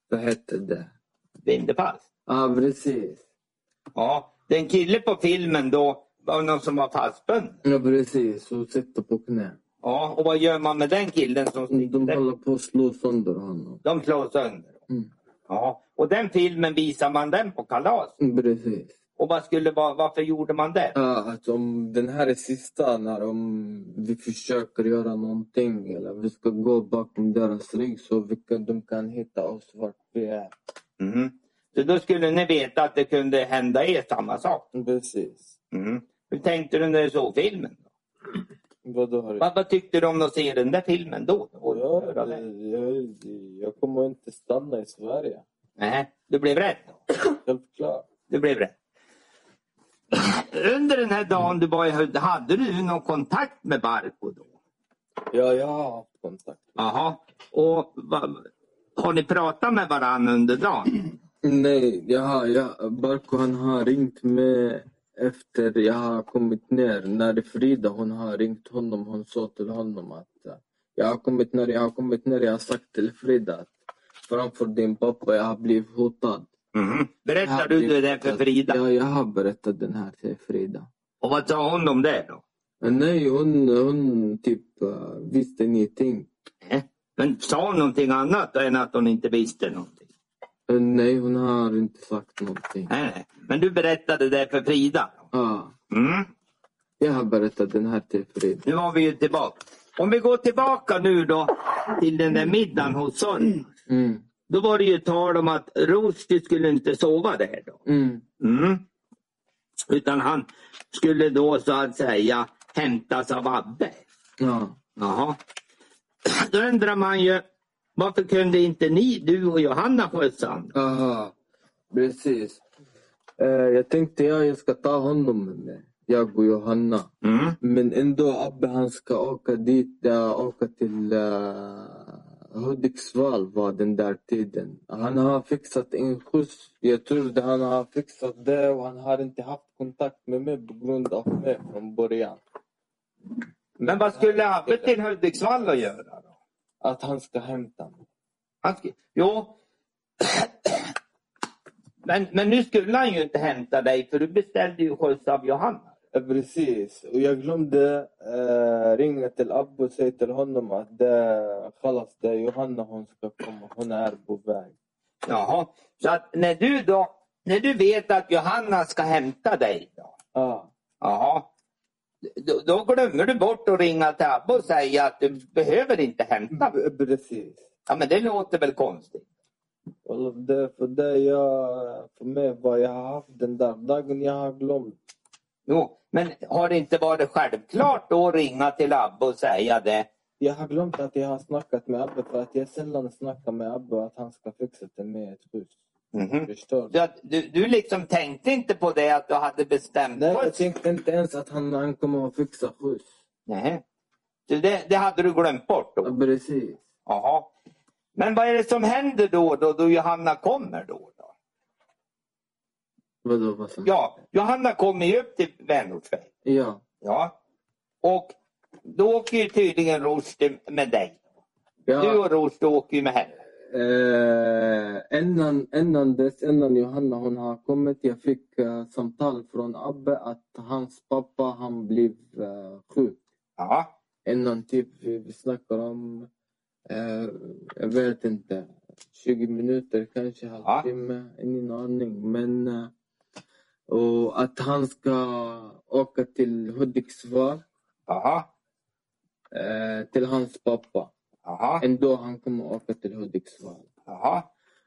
Speaker 3: vad heter det?
Speaker 4: Bindefast?
Speaker 3: Ja, precis.
Speaker 4: Ja. Den kille på filmen då var någon som var fastbunden?
Speaker 3: Ja, precis. Och sitter på knä.
Speaker 4: Ja. Och vad gör man med den killen som
Speaker 3: De
Speaker 4: sitter?
Speaker 3: håller på att slå sönder honom.
Speaker 4: De slår sönder.
Speaker 3: Mm.
Speaker 4: Ja, och den filmen visar man den på kalas.
Speaker 3: Precis.
Speaker 4: Och vad skulle, vara- varför gjorde man det?
Speaker 3: Ja, att om den här är sista, när om vi försöker göra någonting eller vi ska gå bakom deras rygg så vi kan, de kan hitta oss vart vi är.
Speaker 4: Mhm. Så då skulle ni veta att det kunde hända er samma sak.
Speaker 3: Precis.
Speaker 4: Mhm. Hur tänkte du när du såg filmen?
Speaker 3: Vadå har du?
Speaker 4: Vad, vad tyckte du om att se den där filmen då? Och höra
Speaker 3: Ja,
Speaker 4: det?
Speaker 3: det- jag, jag kommer inte stanna i Sverige.
Speaker 4: Nej, du blev rädd.
Speaker 3: Självklart.
Speaker 4: Du blev rädd. Under den här dagen du var i Hulda, hade du någon kontakt med Barko då?
Speaker 3: Ja, jag har haft kontakt.
Speaker 4: Jaha. Och vad, har ni pratat med varandra under dagen?
Speaker 3: Nej, jag har, jag, Barko han har ringt mig efter jag har kommit ner. När Frida hon har ringt honom, hon sa till honom att eh, jag har kommit ner, jag har kommit ner. Jag har sagt till Frida att framför din pappa, jag har blivit hotad.
Speaker 4: Mhm.
Speaker 3: Jag har
Speaker 4: Berättar du det
Speaker 3: blivit
Speaker 4: där för
Speaker 3: hotad.
Speaker 4: Frida?
Speaker 3: Ja, jag har berättat den här till Frida.
Speaker 4: Och vad sa hon om det då?
Speaker 3: Men nej, hon, hon typ eh, visste ingenting.
Speaker 4: Eh? Men sa hon någonting annat än att hon inte visste någonting?
Speaker 3: Eh, Nej, hon har inte sagt någonting.
Speaker 4: Nej, nej. Men du berättade det för Frida?
Speaker 3: Ja,
Speaker 4: Mm.
Speaker 3: jag har berättat den här till Frida.
Speaker 4: Nu var vi ju tillbaka. Om vi går tillbaka nu då till den där middagen hos Sonja.
Speaker 3: Mm.
Speaker 4: Då var det ju tal om att Rosti skulle inte sova där. Då.
Speaker 3: Mm.
Speaker 4: Mm. Utan han skulle då så att säga hämtas av Abbe.
Speaker 3: Ja.
Speaker 4: Jaha. Då undrar man ju varför kunde inte ni, du och Johanna skjutsa honom?
Speaker 3: Aha. Precis. Eh, jag tänkte jag, jag ska ta honom med mig. Jag och Johanna.
Speaker 4: Mm.
Speaker 3: Men ändå Abbe han ska åka dit, äh, åka till äh, Hudiksvall var den där tiden. Han har fixat en skjuts. Jag trodde han har fixat det och han har inte haft kontakt med mig på grund av mig från början.
Speaker 4: Men vad skulle Abbe till Hudiksvall att göra? Då?
Speaker 3: Att han ska hämta mig.
Speaker 4: Han sk- jo. Men, men nu skulle han ju inte hämta dig för du beställde ju skjuts av Johanna.
Speaker 3: Ja, Precis. Och jag glömde äh, ringa till Abbe och säga till honom att det, خلاص, det är Johanna hon ska komma. Hon är på väg.
Speaker 4: Jaha. Så att när du då, när du vet att Johanna ska hämta dig då.
Speaker 3: Ja.
Speaker 4: Jaha. Då, då glömmer du bort att ringa till Abbe och säga att du behöver inte hämta mig.
Speaker 3: Precis.
Speaker 4: Ja men det låter väl konstigt.
Speaker 3: والله بدي بدي يا فمي باي هاف دن دار داغن يا هاغلوم
Speaker 4: Jo, men har det inte varit självklart då att ringa till Abbe och säga det?
Speaker 3: Jag har glömt att jag har snackat med Abbe för att jag sällan snackar med Abbe att han ska fixa till mig ett hus.
Speaker 4: Mhm.
Speaker 3: Förstår
Speaker 4: Så
Speaker 3: du?
Speaker 4: att du, du liksom tänkte inte på det att du hade bestämt
Speaker 3: Nej, jag
Speaker 4: först?
Speaker 3: tänkte inte ens att han, han kommer att fixa skjuts.
Speaker 4: Nej. Så det, det hade du glömt bort
Speaker 3: Ja,
Speaker 4: då?
Speaker 3: precis.
Speaker 4: Jaha. Men vad är det som händer då, då, då Johanna kommer? då? då?
Speaker 3: Vadå, vad som?
Speaker 4: Ja, Johanna kommer ju upp till vänortsväg.
Speaker 3: Ja.
Speaker 4: Ja. Och då åker ju tydligen Rushdie med dig.
Speaker 3: ja.
Speaker 4: Du och Rushdie åker ju med henne.
Speaker 3: Eh, innan, innan dess, innan Johanna hon har kommit, jag fick eh, samtal från Abbe att hans pappa han blev eh, sjuk.
Speaker 4: Ja.
Speaker 3: innan typ vi vi snackar om, eh, jag vet inte, 20 minuter kanske, halvtimme, ingen aning. Men, eh, och att han ska åka till Hudiksvall,
Speaker 4: Jaha.
Speaker 3: eh, till hans pappa.
Speaker 4: Jaha.
Speaker 3: Ändå han kommer åka till Hudiksvall.
Speaker 4: Jaha.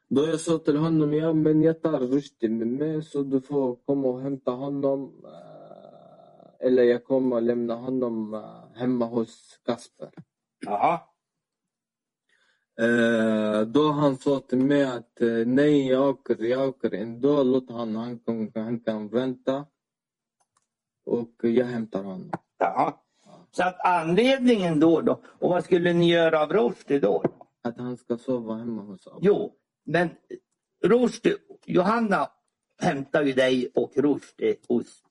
Speaker 3: Då jag sa till honom, ja men jag tar Rushdie med mig så du får komma och hämta honom. Eh, eller jag kommer och lämna honom eh, hemma hos Kasper.
Speaker 4: Jaha.
Speaker 3: Eh, då han sa till mig att eh, nej, jag åker, jag åker ändå. Låt han, han kan, han kan vänta. Och jag hämtar honom.
Speaker 4: Jaha. Så att anledningen då, då och vad skulle ni göra av Rushdie då? då?
Speaker 3: Att han ska sova hemma hos oss.
Speaker 4: Jo, men Rushdie, Johanna hämtar ju dig och Rushdie hos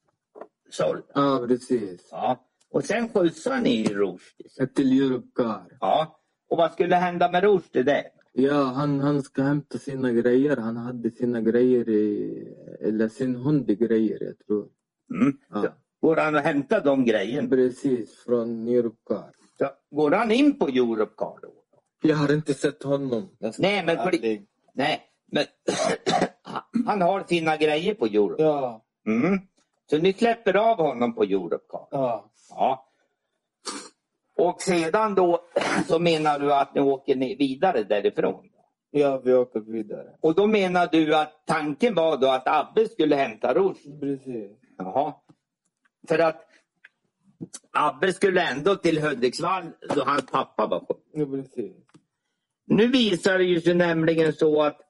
Speaker 4: Sol.
Speaker 3: Ja, ah, precis.
Speaker 4: Ja. Och sen skjutsar ni ju Rushdie. sen.
Speaker 3: Till Europcar.
Speaker 4: Ja. Och vad skulle hända med Rushdie där?
Speaker 3: Ja, han, han ska hämta sina grejer. Han hade sina grejer i... Eller sin hund grejer, jag tror.
Speaker 4: Mm.
Speaker 3: Ja.
Speaker 4: Går han och hämtar de grejerna?
Speaker 3: Precis, från Europcar.
Speaker 4: Så går han in på Europcar då?
Speaker 3: Jag har inte sett honom. Jag ska
Speaker 4: Nej, men
Speaker 3: vara
Speaker 4: för-
Speaker 3: ärlig.
Speaker 4: Nej, men han har sina grejer på Europcar.
Speaker 5: Ja,
Speaker 4: Mm. Så ni släpper av honom på Europcar?
Speaker 5: ja.
Speaker 4: Ja. Och sedan då så menar du att ni åker ni- vidare därifrån.
Speaker 5: Ja, vi åker vidare.
Speaker 4: Och då menar du att tanken var då att Abbe skulle hämta Rushdie?
Speaker 5: Precis.
Speaker 4: Jaha. För att Abbe skulle ändå till Hudiksvall då hans pappa var sjuk.
Speaker 5: Ja, precis.
Speaker 4: Nu visar det ju sig nämligen så att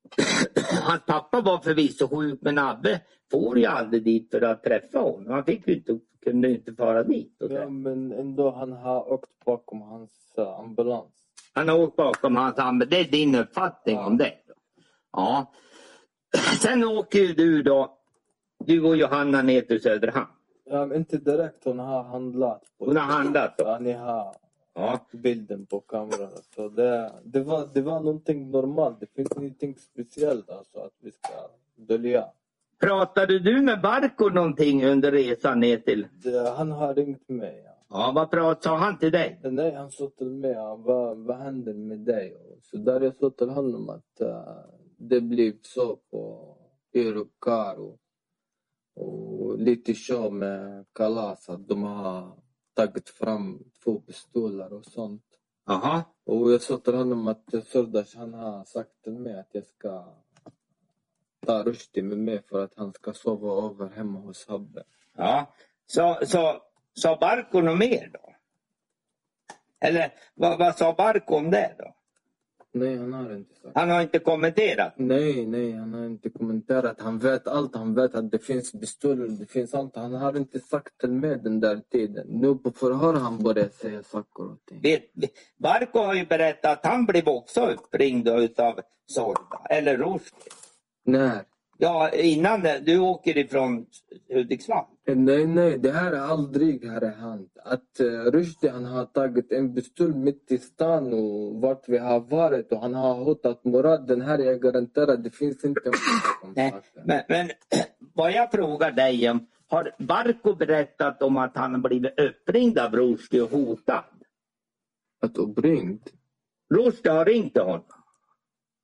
Speaker 4: hans pappa var förvisso sjuk men Abbe får ju aldrig dit för att träffa honom. Han fick ju inte, kunde ju inte fara dit. Och
Speaker 5: Ja,
Speaker 4: träffa.
Speaker 5: men ändå han har åkt bakom hans eh, ambulans.
Speaker 4: Han har åkt bakom hans hand. Det är din uppfattning om det. Ja. Sen åker ju du då, du och Johanna ner till Söderhamn.
Speaker 5: Ja, men inte direkt. Hon har handlat.
Speaker 4: Hon har handlat då.
Speaker 5: Ja, ni har
Speaker 4: Ja.
Speaker 5: bilden på kameran. Så det, det, var, det var någonting normalt. Det finns ingenting speciellt alltså, att vi ska dölja.
Speaker 4: Pratade du med Barko någonting under resan ner till?
Speaker 5: Det,
Speaker 3: eh,
Speaker 5: han har ringt mig. Ja.
Speaker 4: Ja, vad prat, sa han till dig?
Speaker 5: Men Nej, han sa till mig, ja, vad, vad händer med dig? Och Så där jag sa till honom att eh,
Speaker 3: det blev så på Eurocaro. Och lite show med kalas. Att de har tagit fram två pistoler och sånt.
Speaker 4: Aha.
Speaker 3: Och jag sa till honom att Sordash han har sagt till mig att jag ska ta Rushdie med mig för att han ska sova över hemma hos Habbe.
Speaker 4: Ja. Så, så, sa Barko något mer då? Eller vad, vad sa Barko om det då?
Speaker 3: Nej, han har inte sagt.
Speaker 4: Han har inte kommenterat?
Speaker 3: Nej, nej, han har inte kommenterat. Han vet allt. Han vet att det finns pistoler, det finns allt. Han har inte sagt till mig den där tiden. Nu på förhör har han börjat säga saker och ting.
Speaker 4: Vet- Barko har ju berättat att han blev också uppringd utav Sorda, eller Rushdie.
Speaker 3: När?
Speaker 4: Ja, innan det- du åker ifrån Hudiksvall.
Speaker 3: Nej, nej, det här har aldrig har hänt. Att uh, Rushdie han har tagit en pistol mitt i stan och vart vi har varit och han har hotat Murad. Den här jag garanterar, det finns inte många
Speaker 4: Nej, men, men vad jag frågar dig om, har Barko berättat om att han har blivit uppringd av Rushdie och hotad?
Speaker 3: Att uppringd?
Speaker 4: Rushdie har ringt till honom,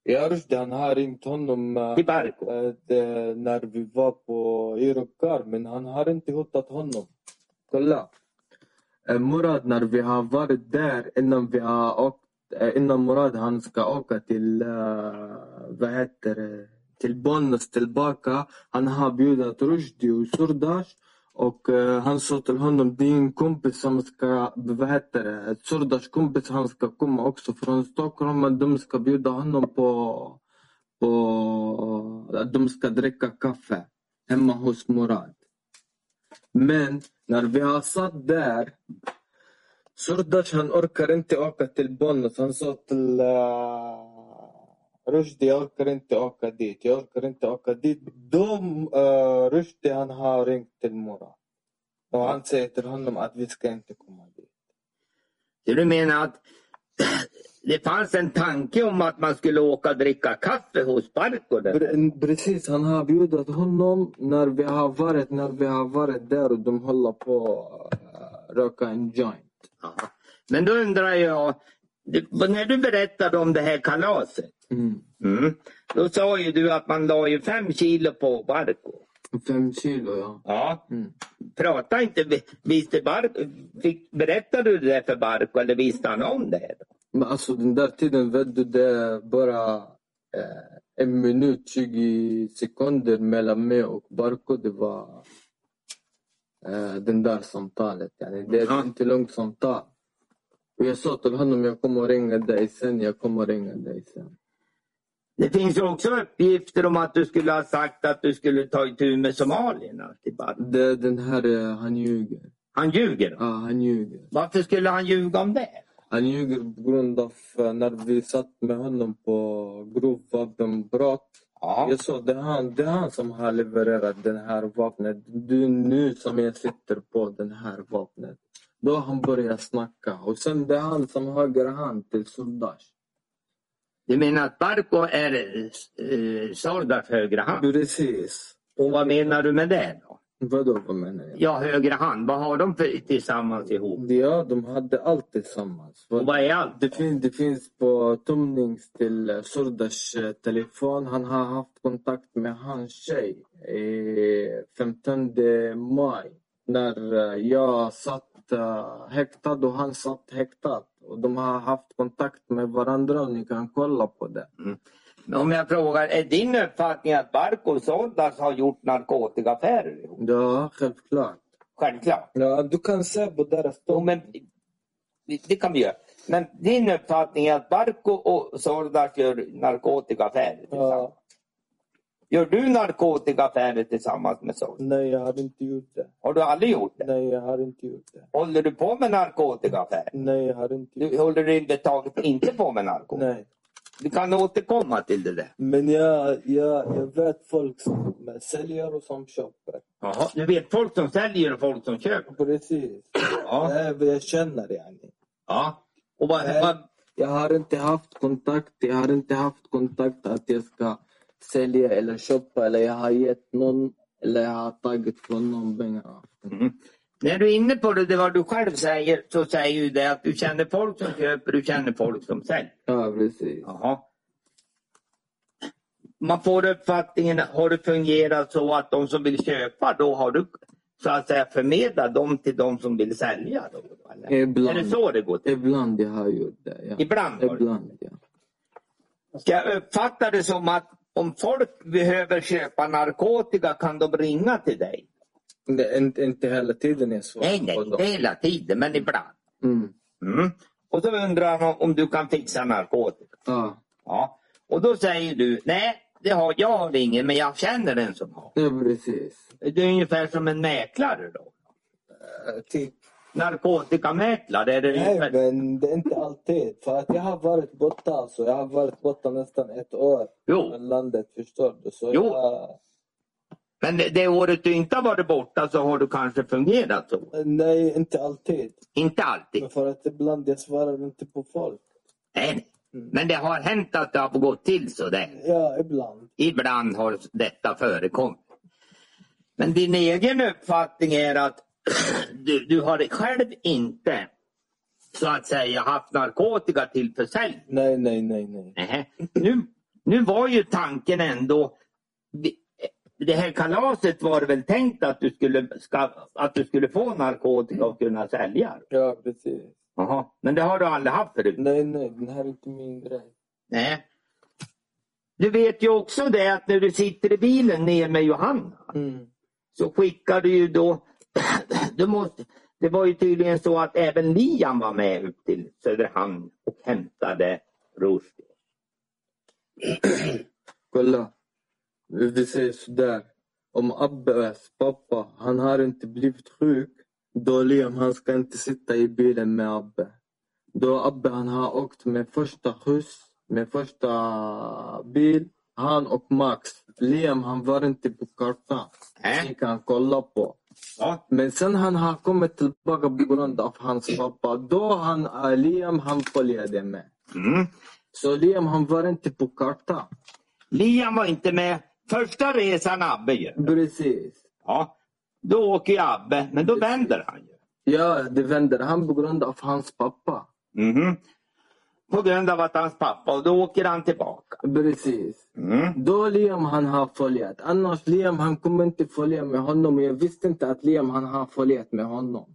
Speaker 5: Ja, Rushdie han har ringt honom eh,
Speaker 4: till Barko.
Speaker 5: att, eh, när vi var på Eurocar men han har inte hotat honom.
Speaker 3: Kolla. Eh, Murad, när vi har varit där innan vi har åkt, eh, innan Murad han ska åka till, eh, vad heter det, till Bollnäs tillbaka. Han har bjudit Rushdie och Surdash och eh, han sa till honom, din kompis som ska, vad heter det, Surdash kompis han ska komma också från Stockholm. men De ska bjuda honom på, på, att de ska dricka kaffe hemma hos Murad. Men när vi har satt där Surdash han orkar inte åka till Bollnäs. Han sa till
Speaker 5: Eh, Rushdie jag orkar inte åka dit. Jag orkar inte åka dit. De,
Speaker 3: آه،
Speaker 5: eh, Rushdie han har ringt till Murad. Och han säger till honom att vi ska inte komma dit.
Speaker 4: Så du menar att det fanns en tanke om att man skulle åka och dricka kaffe hos Barko? där?
Speaker 3: Pre- Precis, han har bjudit honom när vi har varit, när vi har varit där och de håller på att röka en joint.
Speaker 4: Ja. Men då undrar jag, du- när du berättade om det här kalaset,
Speaker 3: Mm.
Speaker 4: mm, då sa ju du att man la ju fem kilo på Barko.
Speaker 3: Fem kilo, ja.
Speaker 4: Ja.
Speaker 3: Mm.
Speaker 4: Prata inte, vi- visste Barko, fick, berättade du det där för Barko eller visste han om det? här då?
Speaker 3: Men alltså den där tiden, vet du, det är bara eh, en minut, 20 sekunder mellan mig och Barko. Det var eh, den där samtalet. Yani, det är
Speaker 4: Ja.
Speaker 3: inte långt samtal. Och jag sa till honom, jag kommer ringa dig sen, jag kommer ringa dig sen.
Speaker 4: Det finns ju också uppgifter om att du skulle ha sagt att du skulle ta itu med somalierna till Barko.
Speaker 3: Det är den här, eh, han ljuger.
Speaker 4: Han ljuger.
Speaker 3: Ja, han ljuger.
Speaker 4: Varför skulle han ljuga om det?
Speaker 3: Han ljuger på grund av eh, när vi satt med honom på grovt vapenbrott.
Speaker 4: Ja.
Speaker 3: Jag sa det är han, det är han som har levererat det här vapnet. Du är nu som jag sitter på det här vapnet. Då han börjar snacka och sen det är han som höger hand till Surdash.
Speaker 4: Du menar att Barko är eh, Sardars högra hand?
Speaker 3: Precis.
Speaker 4: Och vad menar du med det? då?
Speaker 3: Vadå, vad menar jag?
Speaker 4: Ja, högra hand. Vad har de för, tillsammans ihop?
Speaker 3: Ja, de hade allt tillsammans.
Speaker 4: Och vad är allt?
Speaker 3: Det finns, det finns på tömnings till eh, Surdash eh, telefon. Han har haft kontakt med hans tjej eh, 15 maj när eh, jag satt eh, häktad och han satt häktad. Och de har haft kontakt med varandra och ni kan kolla på det.
Speaker 4: Mm. Om jag frågar, är din uppfattning att Barko och Sardars har gjort narkotikaaffärer ihop?
Speaker 3: Ja, självklart.
Speaker 4: Självklart.
Speaker 5: Ja, du kan se på deras
Speaker 4: Jo,
Speaker 5: tom.
Speaker 4: men, det kan vi göra. Men din uppfattning är att Barko och Sardars gör narkotikaaffärer tillsammans?
Speaker 5: Ja,
Speaker 4: Gör du narkotikaaffärer tillsammans med Sardar?
Speaker 5: nej, jag har inte gjort det.
Speaker 4: Har du aldrig gjort det?
Speaker 5: Nej, jag har inte gjort det.
Speaker 4: Håller du på med narkotikaaffärer?
Speaker 5: Nej, jag har inte gjort
Speaker 4: Du håller du inte taget inte på med
Speaker 5: det.
Speaker 4: narkotika?
Speaker 5: Nej.
Speaker 4: Vi kan återkomma till det där.
Speaker 5: Men jag, jag, jag vet folk som säljer och som köper.
Speaker 4: Jaha. Du vet folk som säljer och folk som köper?
Speaker 5: Precis. Det
Speaker 4: Ja.
Speaker 5: är vad jag känner yani.
Speaker 4: ja. Och vad,
Speaker 5: Nej.
Speaker 4: vad,
Speaker 3: Jag har inte haft kontakt. Jag har inte haft kontakt att jag ska sälja eller köpa eller jag har gett någon eller jag har tagit från någon pengar.
Speaker 4: Mm. när du är inne på det, det vad du själv säger, så säger ju det att du känner folk som köper, du känner folk som säljer.
Speaker 3: Ja, precis.
Speaker 4: Jaha. Man får uppfattningen, har det fungerat så att de som vill köpa, då har du så att säga förmedlat dem till de som vill sälja? Då? ihop? Eller? Är det så det går till?
Speaker 3: Ibland jag har gjort det. Ja.
Speaker 4: Ibland? har du-
Speaker 3: Ibland, ja.
Speaker 4: Ska jag uppfatta det som att om folk behöver köpa narkotika kan de ringa till dig?
Speaker 5: Det, inte, inte hela tiden är så.
Speaker 4: Nej, nej, inte hela tiden, men ibland.
Speaker 3: Mm.
Speaker 4: Mm. Och så undrar han om- om du kan fixa narkotika.
Speaker 3: ja.
Speaker 4: Ja. Och då säger du, nej, det har, jag har ingen, men jag känner en som har.
Speaker 3: Ja, precis.
Speaker 4: Det är ungefär som en mäklare då.
Speaker 5: Eh, Typ.
Speaker 4: Narkotikamäklare, är det
Speaker 5: Nej,
Speaker 4: ungefär-
Speaker 5: men det är inte alltid. För att jag har varit borta alltså. Jag har varit borta nästan ett år
Speaker 4: Jo.
Speaker 5: från landet, förstår du? Så
Speaker 4: Jo.
Speaker 5: Jag,
Speaker 4: Men det, det året du inte har varit borta så har du kanske fungerat så.
Speaker 5: nej, inte alltid.
Speaker 4: Inte alltid.
Speaker 5: Men för att ibland jag svarar inte på folk. Mm.
Speaker 4: Nej, nej. Men det har hänt att det har gått till så där.
Speaker 5: Ja, ibland.
Speaker 4: Ibland har detta förekommit. Men din egen uppfattning är att du, du har själv inte så att säga haft narkotika till försäljning.
Speaker 5: Nej, nej, nej, nej.
Speaker 4: Nej. Nu, nu var ju tanken ändå, vi- det här kalaset var det väl tänkt att du skulle, ska, att du skulle få narkotika och kunna sälja?
Speaker 5: Ja, precis.
Speaker 4: Jaha. Men det har du aldrig haft förut?
Speaker 5: Nej, nej, den här är inte min grej.
Speaker 4: Nej. Du vet ju också det att när du sitter i bilen ner med Johanna
Speaker 5: Mm.
Speaker 4: så skickar du ju då, du måste, det var ju tydligen så att även Liam var med upp till Söderhamn och hämtade Rushdie.
Speaker 3: Kolla. Vi vi säger sådär. Om Abbes pappa, han har inte blivit sjuk. Då Liam, han ska inte sitta i bilen med Abbe. Då Abbe, han har åkt med första skjuts, med första bil. Han och Max. Liam, han var inte på kartan.
Speaker 4: Nej.
Speaker 3: Ni kan kolla på.
Speaker 4: Äh? Ja.
Speaker 3: Men sen han har kommit tillbaka på grund av hans pappa. Då han, eh, Liam, han följde med.
Speaker 4: Mm.
Speaker 3: Så Liam, han var inte på kartan.
Speaker 4: Liam var inte med första resan Abbe gör.
Speaker 3: Precis.
Speaker 4: Ja. Då åker ju Abbe, men då vänder han ju.
Speaker 3: Ja, det vänder han på grund av hans pappa.
Speaker 4: Mhm. På grund av att hans pappa, och då åker han tillbaka.
Speaker 3: Precis.
Speaker 4: Mm.
Speaker 3: Då Liam han har följt. Annars Liam han kommer inte följa med honom. Jag visste inte att Liam han har följt med honom.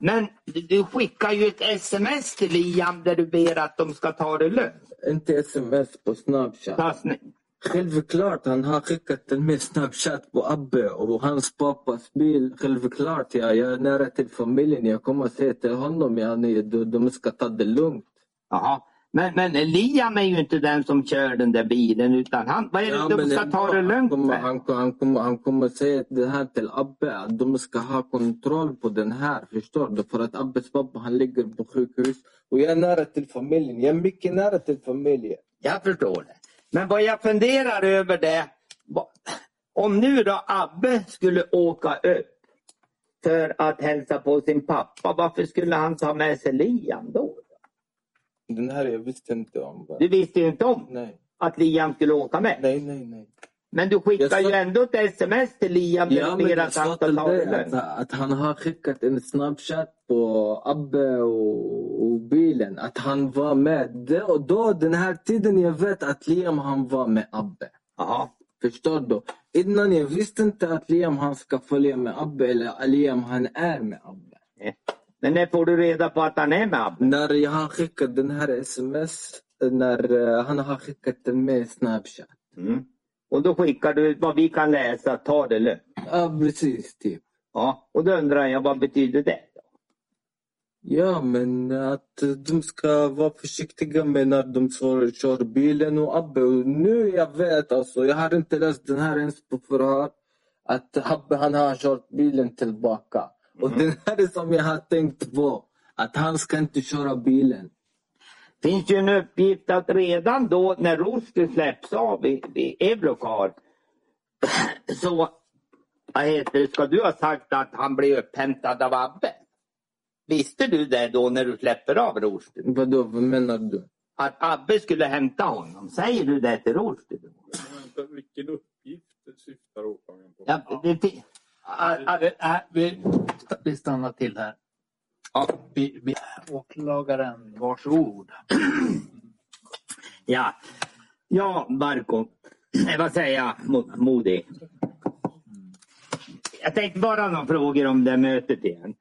Speaker 4: Men du skickar ju ett sms till Liam där du ber att de ska ta det lugnt.
Speaker 3: Inte sms på Snapchat.
Speaker 4: Fast ni-
Speaker 3: Självklart han har skickat till mig Snapchat på Abbe och hans pappas bil. Självklart ja, jag är nära till familjen. Jag kommer säga till honom ja, ni, de, de ska ta det lugnt.
Speaker 4: Jaha. Men, men Liam är ju inte den som kör den där bilen utan han, vad är det de
Speaker 3: men
Speaker 4: ska
Speaker 3: ändå,
Speaker 4: ta det
Speaker 3: han
Speaker 4: lugnt
Speaker 3: kommer,
Speaker 4: med?
Speaker 3: han, han, kommer, han kommer säga det här till Abbe, att de ska ha kontroll på den här. Förstår du? För att Abbes pappa han ligger på sjukhus.
Speaker 5: Och jag är nära till familjen. Jag är mycket nära till familjen.
Speaker 4: Jag förstår det. Men vad jag funderar över det. vad- Om nu då Abbe skulle åka upp för att hälsa på sin pappa. Varför skulle han ta med sig Liam då?
Speaker 5: Den här jag visste inte om. va?
Speaker 4: Du visste ju inte om
Speaker 5: Nej,
Speaker 4: att Liam skulle åka med.
Speaker 5: nej, nej. nej.
Speaker 4: Men du skickar
Speaker 3: Jag sa-
Speaker 4: ju ändå ett sms till Liam
Speaker 3: Ja, men
Speaker 4: ber att
Speaker 3: jag
Speaker 4: han
Speaker 3: sa
Speaker 4: ska
Speaker 3: till
Speaker 4: ta det
Speaker 3: dig att,
Speaker 4: lugnt.
Speaker 3: att han har skickat en snapchat på Abbe och, och bilen. Att han var med. Det, och då den här tiden jag vet att Liam han var med Abbe.
Speaker 4: Jaha.
Speaker 3: Förstår du? Innan jag visste inte att Liam han ska följa med Abbe eller Liam han är med Abbe.
Speaker 4: Men när får du reda på att han är med Abbe?
Speaker 3: När jag har skickat den här sms, när eh, han har skickat den med Snapchat.
Speaker 4: Mm. Och då skickar du vad vi kan läsa, ta det lugnt.
Speaker 3: Ja, precis. Typ.
Speaker 4: Ja. Och då undrar jag vad betyder det?
Speaker 3: Ja, men att de ska vara försiktiga med när de kör, kör bilen och Abbe. Och nu jag vet alltså, jag har inte läst den här ens på förhör, att Abbe han har kört bilen tillbaka. Och den här är som jag har tänkt på, att han ska inte köra bilen.
Speaker 4: finns ju en uppgift att redan då när Rushdie släpps av i, i Eurocar så vad heter, det, ska du ha sagt att han blir upphämtad av Abbe. Visste du det då när du släpper av Rushdie?
Speaker 3: Vadå, vad menar du?
Speaker 4: Att Abbe skulle hämta honom. Säger du det till Rushdie? då?
Speaker 7: Vänta, vilken uppgift syftar åklagaren på?
Speaker 4: Ja, det, det, att, att,
Speaker 2: Vi, äh, vi, vi stannar till här.
Speaker 4: ja.
Speaker 2: Vi, vi, åklagaren, varsågod.
Speaker 4: Ja, ja Marco. Eh, Vad säger jag, Mo- Modi? Jag tänkte bara några frågor om det här mötet igen.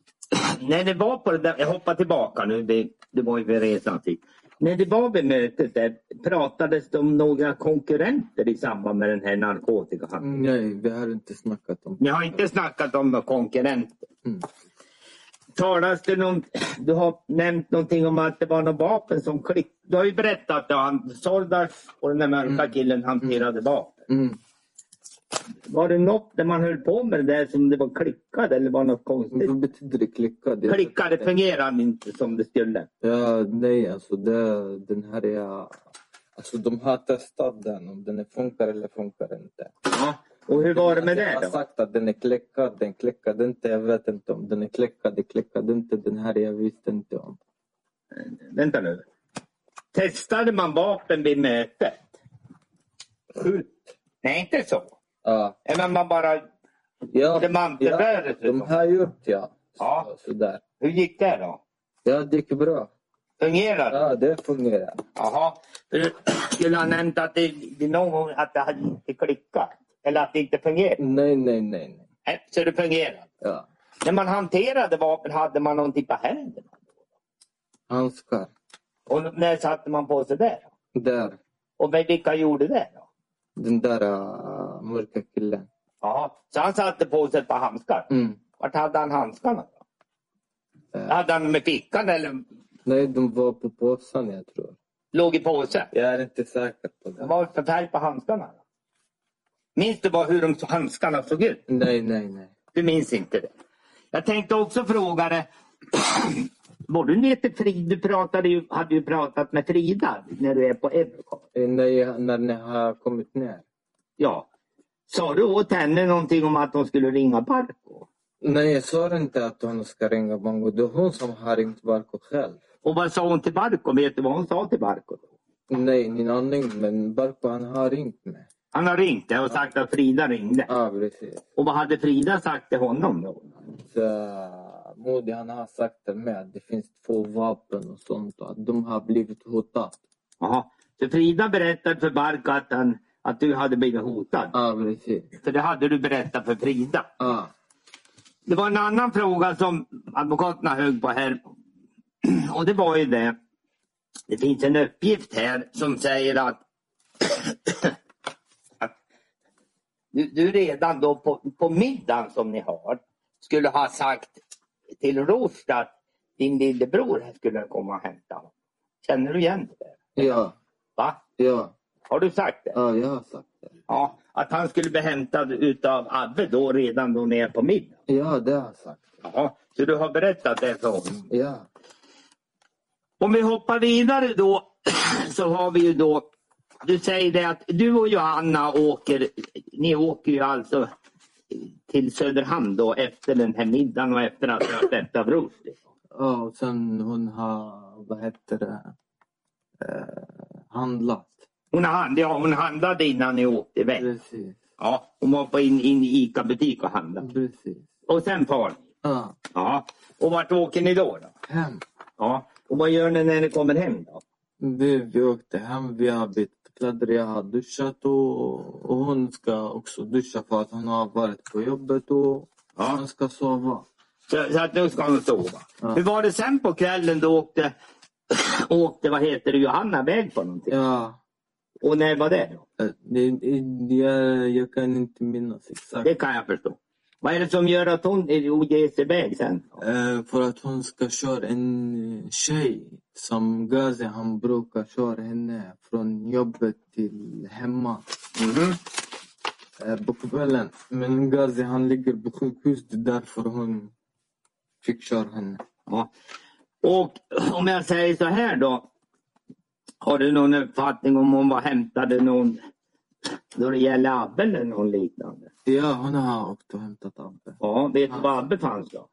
Speaker 4: När det var på det där, jag hoppar tillbaka nu, det, det var ju vid resan dit. När det var vid mötet där, pratades det om några konkurrenter i samband med den här narkotikahandeln?
Speaker 3: Nej, vi har inte snackat om
Speaker 4: Ni har inte snackat om några konkurrenter.
Speaker 3: Mm.
Speaker 4: Talas det någon, du har nämnt någonting om att det var något vapen som klick. Du har ju berättat att han, Sordas och den där mörka killen hanterade vapen.
Speaker 3: Mm.
Speaker 4: Var det något när man höll på med det där som det var klickade eller var något konstigt?
Speaker 3: Vad betyder det klickad? Jag-
Speaker 4: Klickade fungerade inte som det skulle.
Speaker 3: Ja, nej alltså det, den här är... Alltså de har testat den om den funkar eller funkar inte.
Speaker 4: Ja. Och hur var det med
Speaker 3: Jag
Speaker 4: det
Speaker 3: har
Speaker 4: då?
Speaker 3: sagt att den är klickad, den klickade inte. Jag vet inte om den är klickad, den klickade inte. Den här jag visste inte om.
Speaker 4: Vänta nu. Testade man vapen vid mötet?
Speaker 3: Skjut!
Speaker 4: Nej, inte så.
Speaker 3: Ja.
Speaker 4: Eller man bara... liksom.
Speaker 3: Ja,
Speaker 4: Det mantelbär
Speaker 3: ja, de
Speaker 4: dessutom.
Speaker 3: har gjort ja. Så,
Speaker 4: Ja.
Speaker 3: Sådär.
Speaker 4: Hur gick det då?
Speaker 3: Ja, det gick bra.
Speaker 4: Fungerade det?
Speaker 3: Ja, det fungerar.
Speaker 4: Jaha. Du skulle ha nämnt att det, det någon gång att det hade inte klickat. Eller att det inte fungerade.
Speaker 3: Nej, nej, nej. nej.
Speaker 4: Nej, Så det fungerade.
Speaker 3: Ja.
Speaker 4: När man hanterade vapen hade man någonting på händerna.
Speaker 3: Handskar.
Speaker 4: Och när satte man på sig det? då?
Speaker 3: Där.
Speaker 4: Och vilka gjorde det då?
Speaker 3: Den där äh, mörka killen.
Speaker 4: Jaha. Så han satte på sig ett par handskar.
Speaker 3: Mm.
Speaker 4: Vart hade han handskarna? Då?
Speaker 3: Äh,
Speaker 4: Hade han med fickan eller
Speaker 3: Nej, de var på påsen jag tror.
Speaker 4: låg i påse?
Speaker 3: Jag är inte säker på det.
Speaker 4: Vad var det för färg på handskarna? då? Minns du bara hur de handskarna såg ut?
Speaker 3: Nej, nej, nej.
Speaker 4: Du minns inte det. Jag tänkte också fråga dig. Var du nere till Frida? Du pratade ju, hade ju pratat med Frida när du är på Edcom.
Speaker 3: Eh, Nej, när ni har kommit ner.
Speaker 4: Ja. Sa du åt henne någonting om att hon skulle ringa Barko?
Speaker 3: Nej, jag sa inte att hon ska ringa Bango. Det är hon som har ringt Barko själv.
Speaker 4: Och vad sa hon till Barko? Vet du vad hon sa till Barko? då?
Speaker 3: Nej, ingen aning. Men Barko han har ringt mig.
Speaker 4: Han har ringt dig och sagt att Frida ringde.
Speaker 3: Ja, precis.
Speaker 4: Och vad hade Frida sagt till honom då?
Speaker 3: Så, eh, Modi han har sagt till mig att det finns två vapen och sånt och att de har blivit hotade.
Speaker 4: Jaha. Så Frida berättade för Barko att, han, att du hade blivit hotad.
Speaker 3: Ja, precis.
Speaker 4: För det hade du berättat för Frida.
Speaker 3: Ja.
Speaker 4: Det var en annan fråga som advokaterna högg på här. Och det var ju det. Det finns en uppgift här som säger att, att du, du redan då på, på middagen som ni har skulle ha sagt till Rost att din lillebror skulle komma och hämta honom. Känner du igen det? där?
Speaker 3: Ja,
Speaker 4: Va?
Speaker 3: ja,
Speaker 4: Har du sagt det?
Speaker 3: ja, jag har sagt det.
Speaker 4: Ja, att han skulle bli hämtad utav Abbe då redan då nere på middag.
Speaker 3: Ja, det har jag sagt.
Speaker 4: Jaha, så du har berättat det för honom.
Speaker 3: Ja.
Speaker 4: Om vi hoppar vidare då så har vi ju då, du säger det att du och Johanna åker, ni åker ju alltså till Söderhamn då efter den här middagen och efter att ni har släppt av Rushdie.
Speaker 3: Ja, och sen hon har, vad heter det, eh, handlat.
Speaker 4: Hon, hand, ja, hon handlade innan ni åkte iväg.
Speaker 3: Precis,
Speaker 4: Ja, hon var på in, in i ICA-butik och handlade.
Speaker 3: precis.
Speaker 4: Och sen far ni.
Speaker 3: Ja,
Speaker 4: Ja. Och vart åker ni då? då?
Speaker 3: hem.
Speaker 4: Ja. Och vad gör ni när ni kommer hem då?
Speaker 3: Vi, vi åkte hem, vi har bytt kläder, jag har duschat och, och hon ska också duscha för att hon har varit på jobbet och
Speaker 4: Ja.
Speaker 3: hon ska sova.
Speaker 4: Så, så att nu ska hon sova.
Speaker 3: Ja.
Speaker 4: Hur var det sen på kvällen då åkte, åkte vad heter det, Johanna iväg på någonting?
Speaker 3: Ja,
Speaker 4: Och när var det? Då?
Speaker 3: eh, det, det- jag, jag kan inte minnas exakt.
Speaker 4: Det kan jag förstå. Vad är det som gör att hon eh, ger sig iväg sen?
Speaker 3: Eh, för att hon ska köra en tjej som Gazi han brukar köra henne från jobbet till hemma
Speaker 4: Mhm.
Speaker 3: eh, på kvällen. Men Gazi han ligger på sjukhus, det är därför hon fick köra henne.
Speaker 4: Ja. Och om jag säger så här då. Har du någon uppfattning om hon var hämtade någon då det gäller Abbe eller någon liknande?
Speaker 3: Ja, hon har åkt och hämtat Abbe.
Speaker 4: Ja, vet du var Abbe fanns då?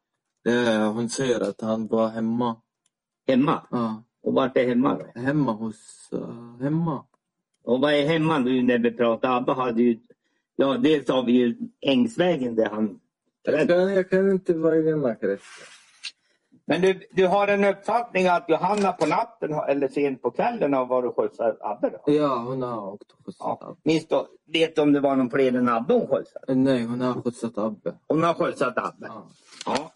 Speaker 3: Eh, hon säger att han var hemma.
Speaker 4: Hemma?
Speaker 3: Ja,
Speaker 4: Och vart är hemma då?
Speaker 3: hemma hos... eh, hemma.
Speaker 4: Och vad är hemma nu när vi pratar? Abba hade ju, ja dels har vi ju Ängsvägen där han
Speaker 3: Jag kan, jag kan inte vägarna, Christer.
Speaker 4: Men du, du har en uppfattning att Johanna på natten har- eller sent på kvällen har varit och skjutsat Abbe då?
Speaker 3: Ja, hon har åkt och skjutsat
Speaker 4: Ja.
Speaker 3: Abbe.
Speaker 4: Minns du, vet du om det var någon fler än Abbe hon skjutsade?
Speaker 3: Eh, Nej, hon har skjutsat Abbe.
Speaker 4: Hon har skjutsat Abbe?
Speaker 3: Ja.
Speaker 4: Ja.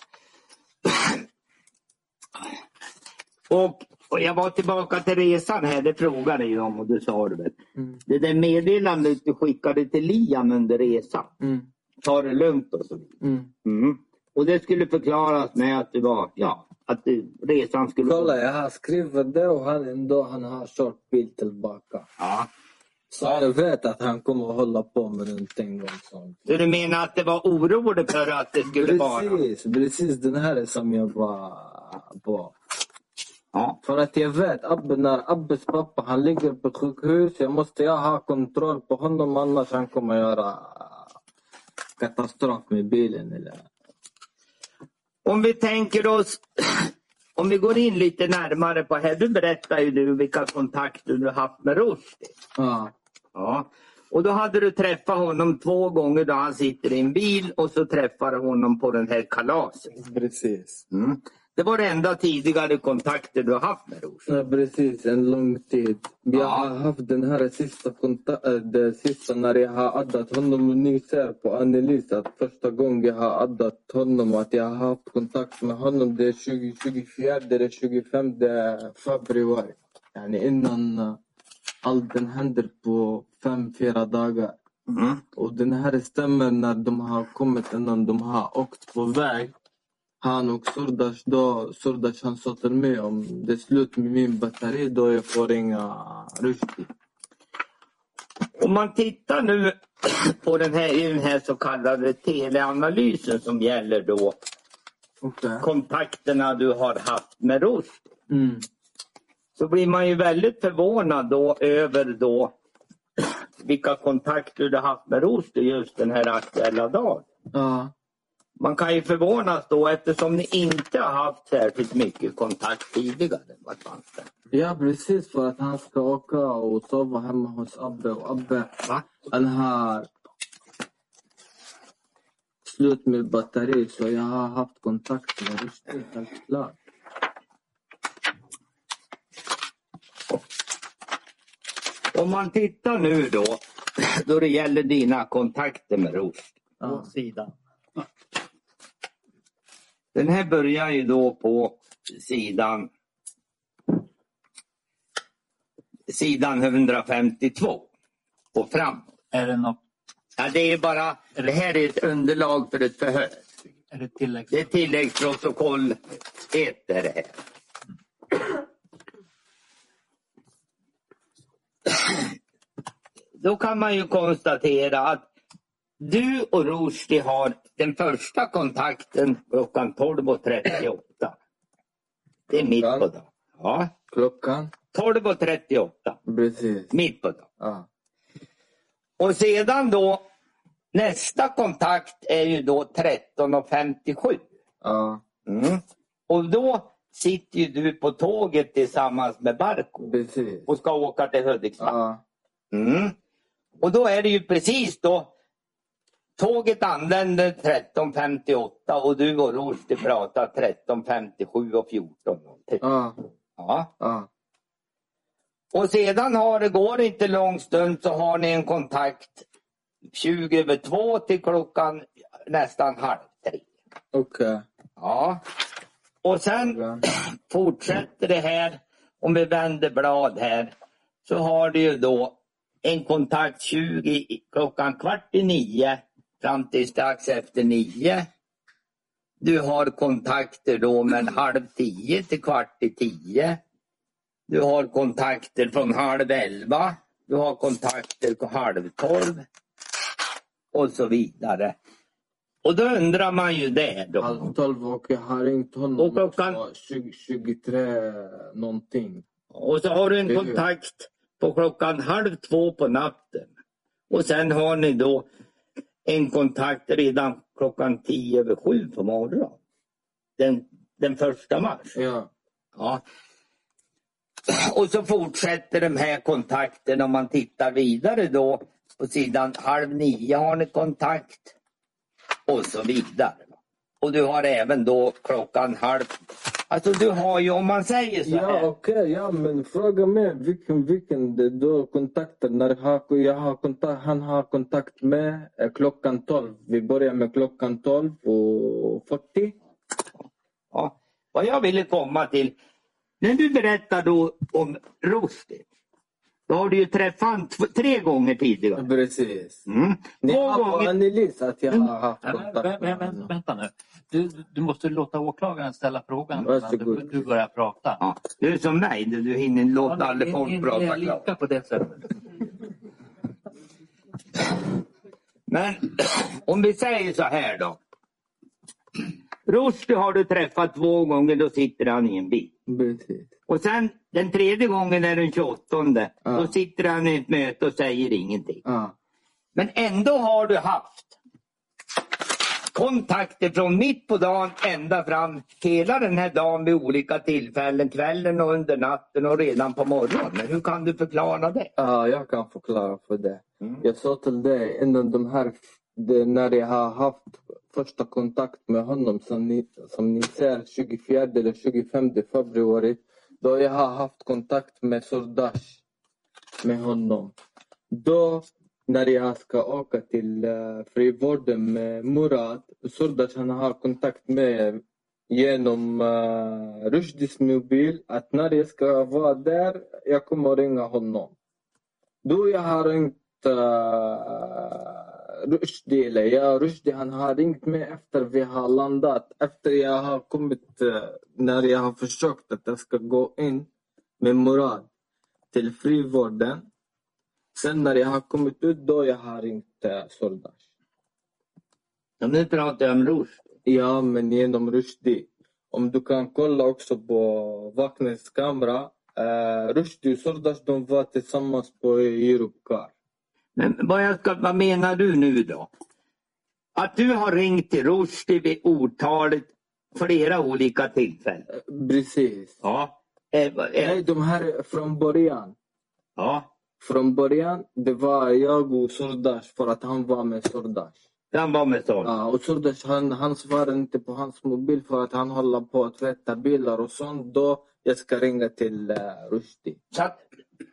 Speaker 4: Och, och jag var tillbaka till resan här, det frågade jag om och du sa det väl.
Speaker 3: Mm.
Speaker 4: Det där meddelandet du skickade till Liam under resan.
Speaker 3: Mm.
Speaker 4: Ta det lugnt och så vidare.
Speaker 3: Mm.
Speaker 4: Mm. Och det skulle förklaras med att det var, ja, att du, resan skulle...
Speaker 3: Kolla, jag har skrivit det och han ändå han har kört bil tillbaka.
Speaker 4: Ja.
Speaker 3: Så jag vet att han kommer att hålla på med någonting om sånt.
Speaker 4: Så du menar att det var orolig för att det skulle vara...
Speaker 3: Precis, precis den här är som jag var på.
Speaker 4: Ja.
Speaker 3: För att jag vet, Abbe, när Abbes pappa han ligger på sjukhus, jag måste jag ha kontroll på honom annars han kommer göra katastrof med bilen. Eller...
Speaker 4: Om vi tänker oss, om vi går in lite närmare på här. Du berättar ju nu vilka kontakter du haft med Rushdie.
Speaker 3: Ja.
Speaker 4: Ja. Och då hade du träffat honom två gånger då han sitter i en bil och så träffar du honom på den här kalaset.
Speaker 3: Precis.
Speaker 4: Mm. Det var det enda tidigare kontakter du haft med Rushdie.
Speaker 3: Ja, precis, en lång tid. Jag
Speaker 4: Ja.
Speaker 3: har haft den här sista kontakten, sista när jag har addat honom. Och ni ser på analys att första gången jag har addat honom, att jag har haft kontakt med honom, det är 20, 24 eller 25 februari. Yani innan eh, allt den händer på fem, fyra dagar.
Speaker 4: Mm.
Speaker 3: Och den här stämmer när de har kommit innan de har åkt på väg. Han och Surdash då, Surdash han sa till mig om det är slut med min batteri då jag får ringa Rushdie.
Speaker 4: Om man tittar nu på den här, i den här så kallade teleanalysen som gäller då
Speaker 3: Okej.
Speaker 4: kontakterna du har haft med Rushdie.
Speaker 3: Mm.
Speaker 4: så blir man ju väldigt förvånad då över då vilka kontakter du haft med Rushdie just den här aktuella dagen.
Speaker 3: Ja.
Speaker 4: Man kan ju förvånas då eftersom ni inte har haft särskilt mycket kontakt tidigare. vad fanns det?
Speaker 3: ja, precis för att han ska åka och sova hemma hos Abbe och Abbe
Speaker 4: Va?
Speaker 3: han har slut med batteri så jag har haft kontakt med Rushdie, helt klart.
Speaker 4: Om man tittar nu då, då det gäller dina kontakter med Rushdie.
Speaker 3: Ja.
Speaker 2: sidan.
Speaker 4: Den här börjar ju då på sidan sidan 152 och framåt.
Speaker 2: Är det något,
Speaker 4: Ja, det är bara, det här är ett underlag för ett förhör.
Speaker 2: är det tillägg?
Speaker 4: Det är tilläggsprotokoll 1 är det här. Då kan man ju konstatera att du och Rushdie har den första kontakten klockan 12.38. Det är mitt på dagen. Ja,
Speaker 3: Klockan?
Speaker 4: 12.38,
Speaker 3: Precis.
Speaker 4: mitt på dagen.
Speaker 3: Ja.
Speaker 4: Och sedan då, nästa kontakt är ju då 13.57.
Speaker 3: Ja.
Speaker 4: Mm. Och då sitter ju du på tåget tillsammans med Barko
Speaker 3: Precis.
Speaker 4: och ska åka till Hudiksvall.
Speaker 3: Ja.
Speaker 4: Mm. Och då är det ju precis då, tåget anländer 13.58 och du och Rushdie pratar 13.57 och 14. någonting.
Speaker 3: Ja.
Speaker 4: Ja.
Speaker 3: Ja.
Speaker 4: Och sedan har det, går det inte lång stund så har ni en kontakt 20 över två till klockan nästan halv tre.
Speaker 3: Okej.
Speaker 4: Ja. Och sen
Speaker 3: Ja.
Speaker 4: fortsätter det här, om vi vänder blad här, så har du ju då en kontakt 20 i- klockan kvart i nio fram till strax efter nio. Du har kontakter då mellan halv tio till kvart i tio. Du har kontakter från halv elva. Du har kontakter på halv tolv. Och så vidare. Och då undrar man ju det då.
Speaker 3: Halv tolv och jag har ringt honom.
Speaker 4: Och klockan?
Speaker 3: också. 20, 23 någonting.
Speaker 4: Och så har du
Speaker 3: Det
Speaker 4: en
Speaker 3: är ju-
Speaker 4: kontakt på klockan halv två på natten. Och sen har ni då en kontakt redan klockan tio över sju på morgonen. Den, den första mars.
Speaker 3: Ja.
Speaker 4: Ja. Och så fortsätter de här kontakterna om man tittar vidare då. På sidan halv nio har ni kontakt. Och så vidare. Och du har även då klockan halv... Alltså du har ju om man säger så här.
Speaker 3: Ja okej, ja men fråga mig vilken, vilken det då kontakter när har, jag har kontakt, han har kontakt med eh, klockan 12. Vi börjar med klockan 12 och 40.
Speaker 4: Ja. Vad jag ville komma till, När du berättar då om Rushdie. Då har du ju träffat honom tv- tre gånger tidigare.
Speaker 3: Precis.
Speaker 4: Mm.
Speaker 3: Ni
Speaker 4: Två
Speaker 3: har på
Speaker 4: gånger.
Speaker 3: analys att jag har haft
Speaker 2: Men, men,
Speaker 3: kontakt
Speaker 2: men,
Speaker 3: med
Speaker 2: men,
Speaker 3: honom.
Speaker 2: vänta nu. Du, du måste låta åklagaren ställa frågan.
Speaker 3: Varsågod.
Speaker 2: Du, du börjar prata.
Speaker 4: Ja, du är som mig, du du hinner låta aldrig
Speaker 2: Är- är-
Speaker 4: folk
Speaker 2: är
Speaker 4: prata
Speaker 2: lika
Speaker 4: klart.
Speaker 2: på det sättet.
Speaker 4: Men om vi säger så här då. Rushdie har du träffat två gånger, då sitter han i en bil.
Speaker 3: Precis.
Speaker 4: Och sen den tredje gången är den 28. Då
Speaker 3: Ja.
Speaker 4: sitter han i ett möte och säger ingenting.
Speaker 3: Ja.
Speaker 4: Men ändå har du haft kontakter från mitt på dagen ända fram hela den här dagen vid olika tillfällen. Kvällen och under natten och redan på morgonen. Hur kan du förklara det?
Speaker 3: Ja, jag kan förklara för det.
Speaker 4: Mm.
Speaker 3: Jag sa till dig innan de här, det, när jag har haft första kontakt med honom som ni, som ni ser 24 eller 25 februari då jag har haft kontakt med Sordash med honom. Då när jag ska åka till eh, frivården med Murad, Sordash han har kontakt med genom uh, Rushdies mobil att när jag ska vara där, jag kommer ringa honom. Då jag har ringt uh, Rushdie, eller ja, Rushdie han har ringt mig efter vi har landat. Efter jag har kommit, eh, när jag har försökt att jag ska gå in med Murad till frivården. Sen när jag har kommit ut, då jag har ringt uh, Sordash.
Speaker 4: Ja, nu pratar jag om Rushdie.
Speaker 3: Ja, men genom Rushdie. Om du kan kolla också på Wagners kamera. Uh, Rushdie och Sordash de var tillsammans på Europcar.
Speaker 4: Men vad, jag ska, vad menar du nu då? Att du har ringt till Rushdie vid otalet flera olika tillfällen.
Speaker 3: Eh, Precis.
Speaker 4: Ja. Eh, va- eh,
Speaker 3: Nej, de här från början.
Speaker 4: ja.
Speaker 3: Från början, det var jag och Sordash för att han var med Sordash.
Speaker 4: Den var med sånt.
Speaker 3: Ja, och Sordash han, han svarar inte på hans mobil för att han håller på att tvätta bilar och sånt. Då jag ska ringa till uh, Rushdie.
Speaker 4: Så att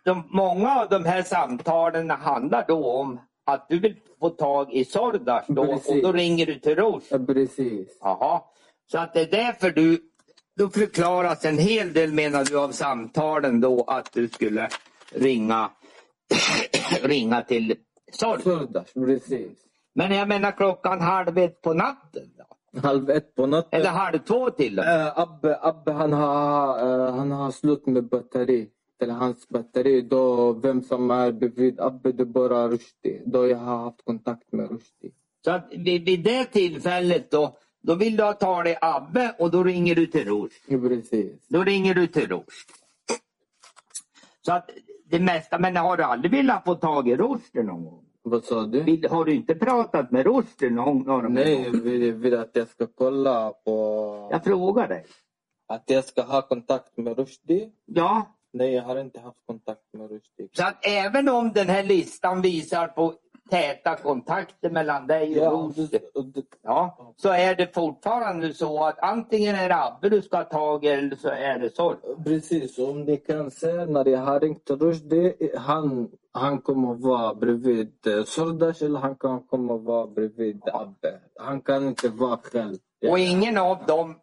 Speaker 4: de, många av de här samtalen handlar då om att du vill få tag i Sordas då, och
Speaker 3: Precis.
Speaker 4: då ringer du till Roos.
Speaker 3: Eh, Precis.
Speaker 4: Jaha. Så att det är därför du... Då förklaras en hel del menar du av samtalen då att du skulle ringa, ringa till Sordas.
Speaker 3: Sordash, precis.
Speaker 4: Men jag menar klockan halv ett på natten. Då.
Speaker 3: Halv ett på natten.
Speaker 4: Eller halv två till och med.
Speaker 3: Eh, Abbe, Abbe han, har, eh, han har slut med batteri. Till hans batteri. Då vem som är bredvid Abbe det är bara Rushdie. Då jag har haft kontakt med Rushdie.
Speaker 4: Så att vid, vid det tillfället då, då vill du ha tag i Abbe och då ringer du till Roos.
Speaker 3: Ja, Precis.
Speaker 4: Då ringer du till Rost. Så att det mesta, men har du aldrig velat få tag i Rosten någon gång?
Speaker 3: Vad sa du?
Speaker 4: Vill, har du inte pratat med Rosten någon, någon
Speaker 3: Nej,
Speaker 4: gång?
Speaker 3: jag vill, jag vill att jag ska kolla på...
Speaker 4: Jag frågar dig.
Speaker 3: Att jag ska ha kontakt med Rushdie.
Speaker 4: Ja,
Speaker 3: Nej, jag har inte haft kontakt med Rushdie.
Speaker 4: så att även om den här listan visar på täta kontakter mellan dig och
Speaker 3: Ja, och
Speaker 4: ja.
Speaker 3: du, och du,
Speaker 4: Ja, så är det fortfarande så att antingen är det Abbe du ska ha tag i eller så är det Sorg.
Speaker 3: Precis, om ni kan se när jag har ringt till Rushdie, han, han kommer vara bredvid eh, Sordash eller han kan komma vara bredvid Abbe. Han kan inte vara själv.
Speaker 4: Och ingen av dem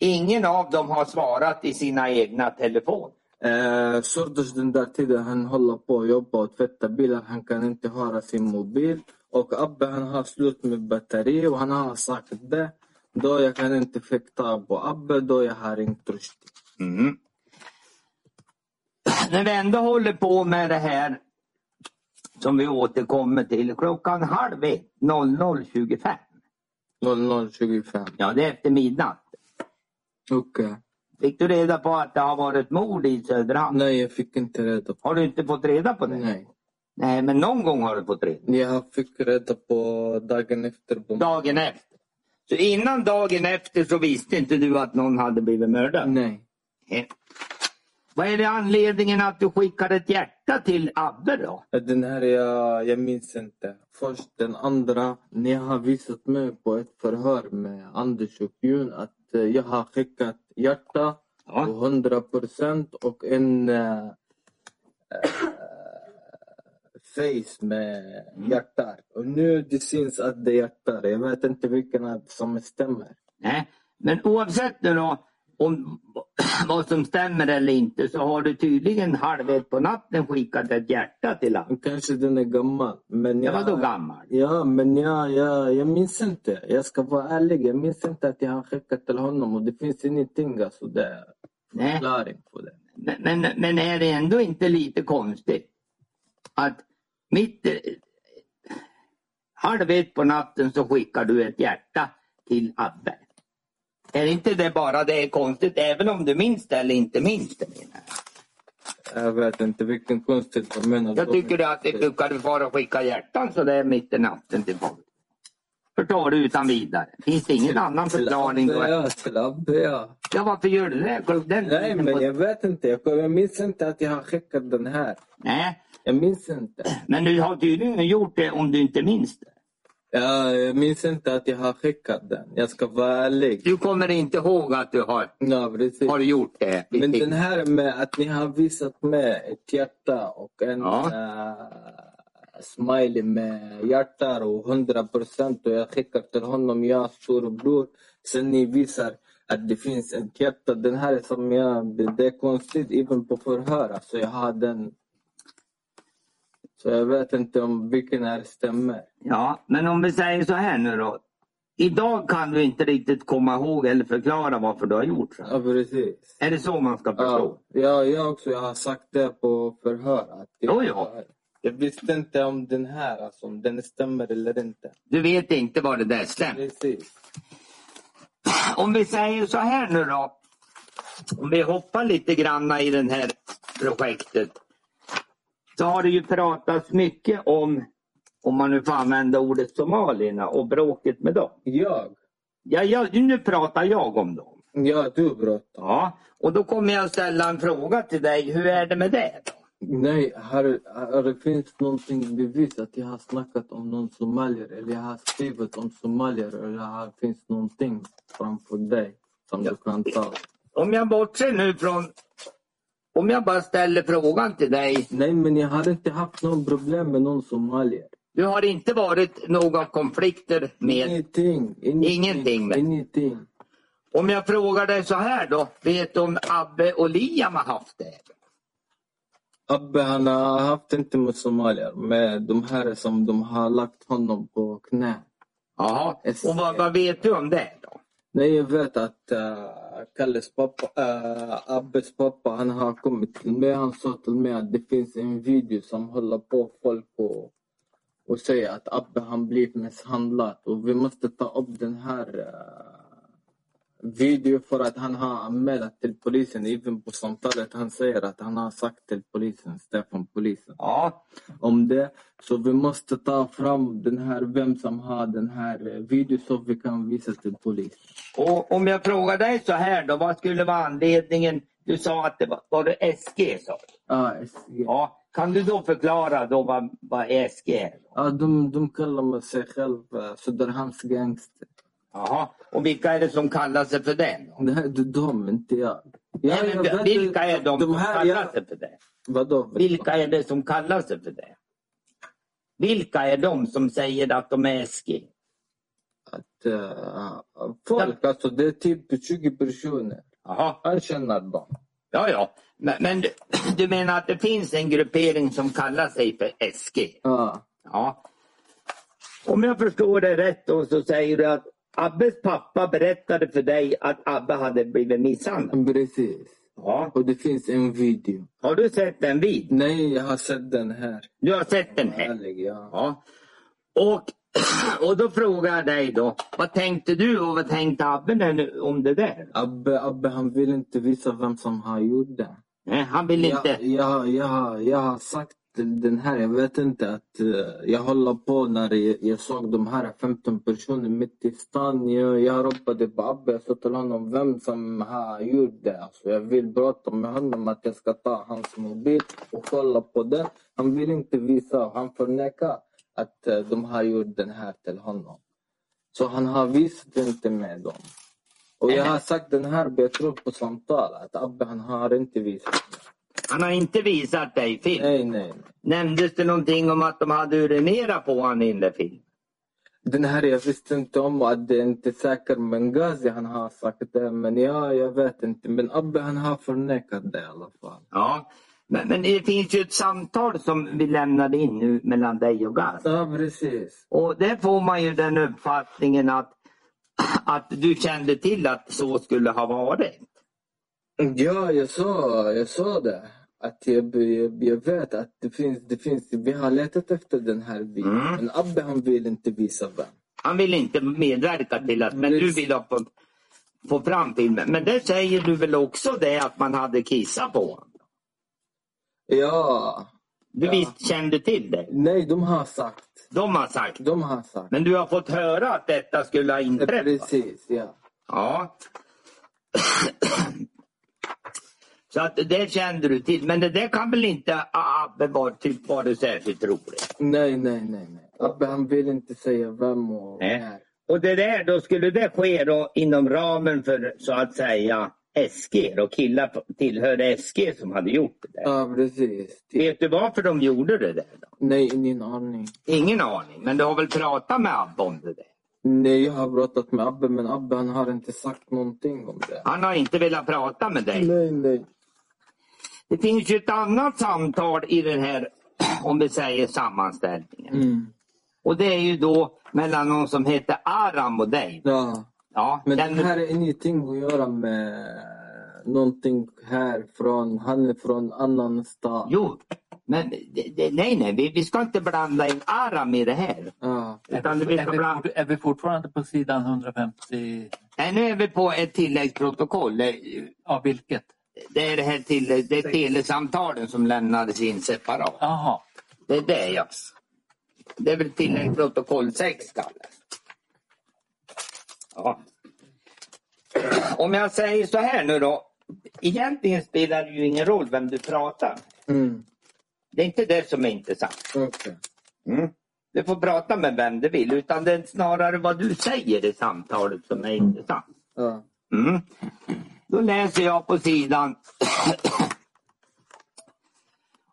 Speaker 4: Ingen av dem har svarat i sina egna telefoner.
Speaker 3: Eh, Sordash den där tiden han håller på och jobbar och tvättar bilar. Han kan inte höra sin mobil. Och Abbe han har slut med batteri och han har sagt det. Då jag kan inte fick tag på Abbe, då jag har ringt Rushdie.
Speaker 4: Mm. När vi ändå håller på med det här som vi återkommer till. Klockan halv ett, 00.25.
Speaker 3: 00.25.
Speaker 4: Ja, det är efter midnatt.
Speaker 3: Okej.
Speaker 4: Fick du reda på att det har varit mord i Söderhamn?
Speaker 3: Nej, jag fick inte reda på
Speaker 4: Har du inte fått reda på
Speaker 3: det.
Speaker 4: det?
Speaker 3: Nej.
Speaker 4: Nej, men någon gång har du fått reda på
Speaker 3: Jag fick reda på dagen efter.
Speaker 4: det.
Speaker 3: På...
Speaker 4: Dagen efter. Så innan dagen efter så visste inte du att någon hade blivit mördad?
Speaker 3: Nej.
Speaker 4: Nej. Vad är det anledningen att du skickade ett hjärta till Abbe då?
Speaker 3: Den här jag, jag minns inte. Först den andra. Ni har visat mig på ett förhör med Anders och Jun att eh, jag har skickat hjärta på
Speaker 4: Ja.
Speaker 3: 100 procent och en eh, eh, face med
Speaker 4: Mm.
Speaker 3: hjärtar. Och nu det syns att det är hjärtar. Jag
Speaker 4: Eh?
Speaker 3: vet inte vilken av- som stämmer.
Speaker 4: Nej, men oavsett nu då. Om, vad som stämmer eller inte så har du tydligen halv ett på natten skickat ett hjärta till honom.
Speaker 3: Kanske den är gammal. Men
Speaker 4: Jag
Speaker 3: jag,
Speaker 4: var då gammal.
Speaker 3: Ja, men jag, jag, jag minns inte. Jag ska vara ärlig. Jag minns inte att jag har skickat till honom och det finns ingenting alltså, där.
Speaker 4: Nej.
Speaker 3: förklaring på det.
Speaker 4: Men, men, men är det ändå inte lite konstigt att mitt eh, halv ett på natten så skickar du ett hjärta till Abbe. Är inte det bara det är konstigt även om du minns det eller inte minns det? menar jag?
Speaker 3: Jag vet inte vilken konstigt vad menar
Speaker 4: Jag tycker det att det brukar du fara skicka hjärtan så där mitt i natten till folk. Förstår du utan vidare. Finns det ingen annan förklaring?
Speaker 3: Till Abbe,
Speaker 4: Då?
Speaker 3: ja, till Abbe, ja.
Speaker 4: Ja, varför gör du det? Klok- Den
Speaker 3: Nej, men jag vet inte. Jag, jag minns inte att jag har skickat den här.
Speaker 4: Nej,
Speaker 3: Jag minns inte.
Speaker 4: men du har tydligen gjort det om du inte minns det.
Speaker 3: Ja, jag minns inte att jag har skickat den. Jag ska vara ärlig.
Speaker 4: Du kommer inte ihåg att du har,
Speaker 3: Ja, precis.
Speaker 4: har gjort det.
Speaker 3: Men den här med att ni har visat med ett hjärta och en
Speaker 4: Ja.
Speaker 3: eh, smiley med hjärtar och 100 procent och jag skickar till honom, jag storebror. Sen ni visar att det finns ett hjärta. Den här är som jag, det är konstigt även på förhör. Alltså jag har den. Så jag vet inte om vilken är stämmer.
Speaker 4: Ja, men om vi säger så här nu då. Idag kan du inte riktigt komma ihåg eller förklara varför du har gjort så.
Speaker 3: Ja, precis.
Speaker 4: Är det så man ska förstå?
Speaker 3: Ja, ja, jag också. Jag har sagt det på förhör. Att
Speaker 4: Jo, ja.
Speaker 3: Jag visste inte om den här, alltså, om den stämmer eller inte.
Speaker 4: Du vet inte vad det där stämmer.
Speaker 3: Precis.
Speaker 4: Om vi säger så här nu då. Om vi hoppar lite granna i det här projektet. Så har det ju pratats mycket om, om man nu får använda ordet somalierna och bråket med dem.
Speaker 3: Jag?
Speaker 4: Ja, ja, nu pratar jag om dem.
Speaker 3: Ja, du bråttom.
Speaker 4: Ja, och då kommer jag ställa en fråga till dig. Hur är det med det? Då?
Speaker 3: Nej, har, har det finns någonting bevis att jag har snackat om någon somalier eller jag har skrivit om somalier eller har, finns någonting framför dig som du kan ta?
Speaker 4: Om jag bortser nu från... Om jag bara ställer frågan till dig.
Speaker 3: Nej, men jag har inte haft någon problem med någon somalier.
Speaker 4: Du har inte varit några konflikter med...
Speaker 3: Ingenting.
Speaker 4: Ingenting, men-
Speaker 3: Ingenting.
Speaker 4: Om jag frågar dig så här då. Vet du om Abbe och Liam har haft det?
Speaker 3: Abbe han har haft inte med somalier, med de här som de har lagt honom på knä.
Speaker 4: Jaha. Och vad, vad vet du om det? då?
Speaker 3: Nej, jag vet att eh, Kalles pappa, eh, Abbes pappa, han har kommit till mig. Han sa till mig att det finns en video som håller på folk och, och säger att Abbe han blivit misshandlad och vi måste ta upp den här äh, eh, videon för att han har anmält till polisen. Även på samtalet han säger att han har sagt till polisen, Stefan polisen
Speaker 4: Ja.
Speaker 3: om det. Så vi måste ta fram den här, vem som har den här eh, videon så vi kan visa till polisen.
Speaker 4: Och om jag frågar dig så här då. Vad skulle vara anledningen? Du sa att det var, var det SG sa du?
Speaker 3: Ah, SG.
Speaker 4: Ja. Kan du då förklara då vad, vad SG är? Då?
Speaker 3: Ja, de, de kallar mig sig själv eh, Söderhamns gangster.
Speaker 4: Jaha, och vilka är det som kallar sig för det? då?
Speaker 3: Det här det är de, inte jag. Ja,
Speaker 4: Nej,
Speaker 3: jag
Speaker 4: men
Speaker 3: vet-
Speaker 4: vilka är de, som
Speaker 3: här,
Speaker 4: kallar
Speaker 3: jag,
Speaker 4: sig för det?
Speaker 3: vadå?
Speaker 4: Vilka är det som kallar sig för det? Vilka är de som säger att de är SG?
Speaker 3: Att, eh, folk, alltså det är typ 20 personer.
Speaker 4: Jaha,
Speaker 3: Jag känner dem.
Speaker 4: ja ja. Men, men du, du menar att det finns en gruppering som kallar sig för SG?
Speaker 3: Ja,
Speaker 4: Ja. Om jag förstår dig rätt då så säger du att Abbes pappa berättade för dig att Abbe hade blivit misshandlad.
Speaker 3: Mm, precis.
Speaker 4: Ja.
Speaker 3: Och det finns en video.
Speaker 4: Har du sett den vid?
Speaker 3: Nej, jag har sett den här.
Speaker 4: Du har sett den här?
Speaker 3: Ärlig, ja.
Speaker 4: Ja. Och, och då frågar jag dig då, vad tänkte du och vad tänkte Abbe när nu- om det där?
Speaker 3: Abbe, Abbe han vill inte visa vem som har gjort det.
Speaker 4: Nej, han vill inte.
Speaker 3: Jag, jag, jag, jag har sagt till den här, jag vet inte att eh, jag håller på när jag, jag såg de här 15 personerna mitt i stan. Jag, jag ropade på Abbe, jag sa till honom vem som har gjort det. Alltså, jag vill prata med honom att jag ska ta hans mobil och kolla på den. Han vill inte visa, han förnekar att eh, de har gjort den här till honom. Så han har visat inte med dem. Och jag har sagt den här, jag tror på samtal, att Abbe han har inte visat.
Speaker 4: Han har inte visat dig film.
Speaker 3: Nej, nej. nej.
Speaker 4: Nämndes det någonting om att de hade urinerat på honom innan film?
Speaker 3: Den här jag visste inte om att det inte är säker men Ghazi han har sagt det. Men ja, jag vet inte. Men Abbe han har förnekat det i alla fall.
Speaker 4: Ja. Men, men det finns ju ett samtal som vi lämnade in nu mellan dig och Gaz.
Speaker 3: Ja, precis.
Speaker 4: Och där får man ju den uppfattningen att, att du kände till att så skulle ha varit.
Speaker 3: Ja, jag sa, jag sa det. Att jag, jag, jag vet att det finns, det finns, vi har letat efter den här bilen.
Speaker 4: Mm.
Speaker 3: Men Abbe han vill inte visa vem.
Speaker 4: Han vill inte medverka till att, men
Speaker 3: Precis.
Speaker 4: du vill ha på, få fram filmen. Men där säger du väl också det att man hade kissat på honom?
Speaker 3: Ja,
Speaker 4: Du
Speaker 3: Ja.
Speaker 4: visst kände till det?
Speaker 3: nej de har sagt.
Speaker 4: De har sagt.
Speaker 3: De har sagt.
Speaker 4: Men du har fått höra att detta skulle ha inträffat?
Speaker 3: Precis, ja.
Speaker 4: Ja. Så att det kände du till. Men det där kan väl inte Abbe vara typ, var det särskilt roligt?
Speaker 3: Nej, nej, nej. nej. Abbe han vill inte säga vem och
Speaker 4: Nej.
Speaker 3: när.
Speaker 4: Och det där, då skulle det ske då inom ramen för så att säga SG. Då killar på- tillhörde SG som hade gjort det där.
Speaker 3: Ja, precis.
Speaker 4: Vet du varför de gjorde det där? Då?
Speaker 3: Nej, ingen aning.
Speaker 4: Ingen aning. Men du har väl pratat med Abbe om det där?
Speaker 3: Nej, jag har pratat med Abbe men Abbe han har inte sagt någonting om det.
Speaker 4: Han har inte velat prata med dig.
Speaker 3: Nej, nej.
Speaker 4: Det finns ju ett annat samtal i den här, om vi säger sammanställningen.
Speaker 3: Mm.
Speaker 4: Och det är ju då mellan någon som heter Aram och dig.
Speaker 3: Ja.
Speaker 4: Ja,
Speaker 3: Men
Speaker 4: den,
Speaker 3: det här är ingenting att göra med någonting härifrån. Han är från annan stad.
Speaker 4: Jo, men det, det, nej, nej, vi, vi ska inte blanda in Aram i det här.
Speaker 3: Ja.
Speaker 4: Utan vi
Speaker 2: Är
Speaker 4: ska
Speaker 2: vi,
Speaker 4: blanda,
Speaker 2: fort- är vi fortfarande på sidan 150?
Speaker 4: nej, nu är vi på ett tilläggsprotokoll. Det,
Speaker 2: Ja, vilket?
Speaker 4: det är det här till, det är telesamtalen som lämnades in separat.
Speaker 2: Jaha.
Speaker 4: Det är det ja. Det är väl tilläggsprotokoll 6 kallas. Ja. Om jag säger så här nu då. Egentligen spelar det ju ingen roll vem du pratar med.
Speaker 3: Mm.
Speaker 4: Det är inte det som är intressant. Mm.
Speaker 3: Okej.
Speaker 4: Du får prata med vem du vill utan det är snarare vad du säger i samtalet som är intressant.
Speaker 3: Ja.
Speaker 4: Mm. Då läser jag på sidan.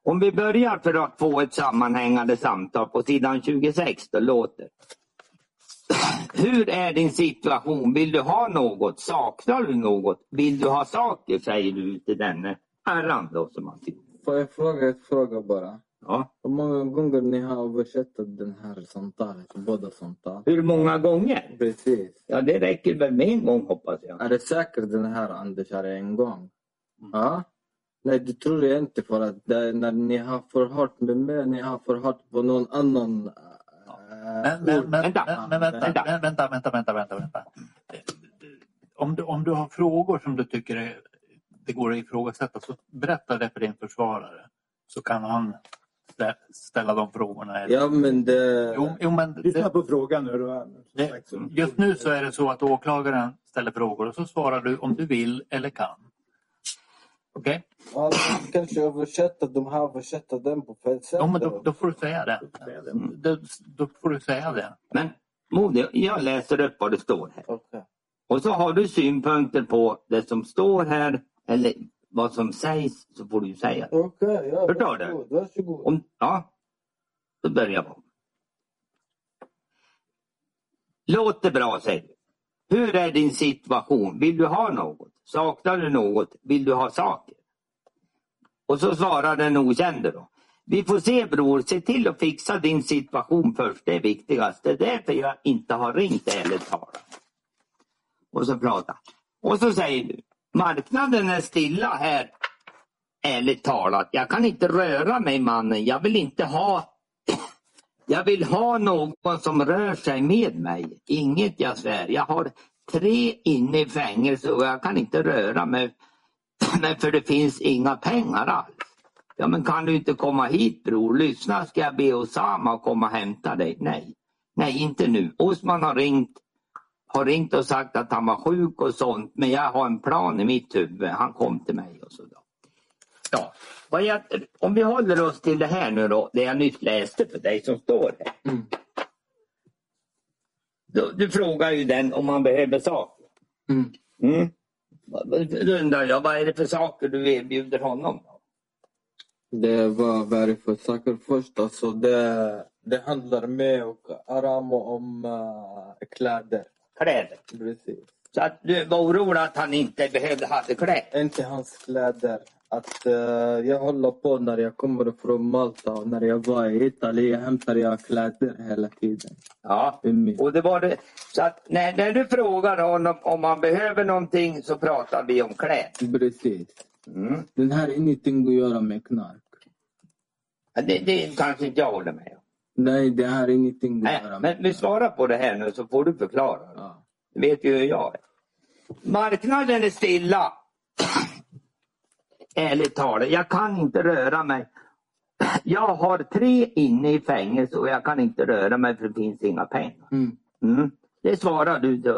Speaker 4: Om vi börjar för att få ett sammanhängande samtal på sidan 26 då låter. Hur är din situation? Vill du ha något? Saknar du något? Vill du ha saker? Säger du till denne herran då som han till.
Speaker 3: Får jag fråga ett fråga bara?
Speaker 4: Ja.
Speaker 3: Hur många gånger ni har översatt den här samtalet? Båda samtal?
Speaker 4: Hur många gånger?
Speaker 3: Precis.
Speaker 4: Ja det räcker väl med en gång hoppas jag.
Speaker 3: Är det säkert den här Anders är en gång? Ja? Nej, det tror jag inte för att det, när ni har förhört med mig, ni har förhört på någon annan. äh,
Speaker 2: Men, men, men,
Speaker 4: Vänta,
Speaker 2: men, men vänta,
Speaker 4: vänta.
Speaker 2: men, vänta, vänta, vänta, vänta, vänta. Om du, om du har frågor som du tycker är, det går att ifrågasätta så berätta det för din försvarare. Så kan han stä- ställa de frågorna. eller-
Speaker 3: Ja, men det...
Speaker 2: Jo, jo, men
Speaker 6: Lyssna
Speaker 2: det,
Speaker 6: på frågan nu då.
Speaker 2: det, just nu så är det så att åklagaren ställer frågor och så svarar du om du vill eller kan. Okej?
Speaker 5: Och han kanske översätter, de har översätter den på fel sätt.
Speaker 2: Ja, men då, då får du säga det. Då, då får du säga det.
Speaker 4: Men Mode, jag läser upp vad det står här.
Speaker 5: Okej.
Speaker 4: Och så har du synpunkter på det som står här eller vad som sägs så får du säga.
Speaker 5: Okej, ja.
Speaker 4: Förstår du?
Speaker 5: varsågod, Varsågod.
Speaker 4: Om, ja, då börjar jag. om. Låter bra säger du. Hur är din situation? Vill du ha något? Saknar du något? Vill du ha saker? Och så svarar den okände då. Vi får se bror, se till att fixa din situation först. Det är viktigast. Det är därför jag inte har ringt ärligt talat. Och så pratar. Och så säger du. Marknaden är stilla här ärligt talat, jag kan inte röra mig mannen. Jag vill inte ha jag vill ha någon som rör sig med mig. Inget jag svär. Jag har tre inne i fängelse och jag kan inte röra mig. Men för det finns inga pengar alls. Ja men kan du inte komma hit bror? Lyssna ska jag be Osama komma och hämta dig. Nej, nej inte nu. Osman har ringt har ringt och sagt att han var sjuk och sånt. Men jag har en plan i mitt huvud. Han kom till mig och sådär. Ja. Vad jag, om vi håller oss till det här nu då, det jag nyss läste för dig som står här.
Speaker 3: Mm.
Speaker 4: Du, du frågar ju den om man behöver saker.
Speaker 3: Mm.
Speaker 4: Mm. Då undrar jag, vad är det för saker du erbjuder honom? Då?
Speaker 3: Det var varje för saker först. Alltså det, Det handlar med och Aramo om eh, kläder.
Speaker 4: Kläder.
Speaker 3: Precis.
Speaker 4: Så att du var orolig att han inte behövde hade kläder.
Speaker 3: Inte hans kläder. Att eh, jag håller på när jag kommer från Malta och när jag var i Italien hämtar jag kläder hela tiden.
Speaker 4: Ja.
Speaker 3: i min-
Speaker 4: Och det var det. Så att när, när du frågar honom om han behöver någonting så pratar vi om kläder.
Speaker 3: Precis.
Speaker 4: Mm.
Speaker 3: Den här har ingenting att göra med knark.
Speaker 4: Ja, Det, det kanske inte jag håller med om.
Speaker 3: Nej, det här har ingenting att
Speaker 4: Nej,
Speaker 3: göra med
Speaker 4: men vi svarar på det här nu så får du förklara.
Speaker 3: Ja.
Speaker 4: Det vet ju hur jag är. Marknaden är stilla. Ärligt talat, jag kan inte röra mig. Jag har tre inne i fängelse och jag kan inte röra mig för det finns inga pengar.
Speaker 3: Mm.
Speaker 4: Mm. Det svarar du till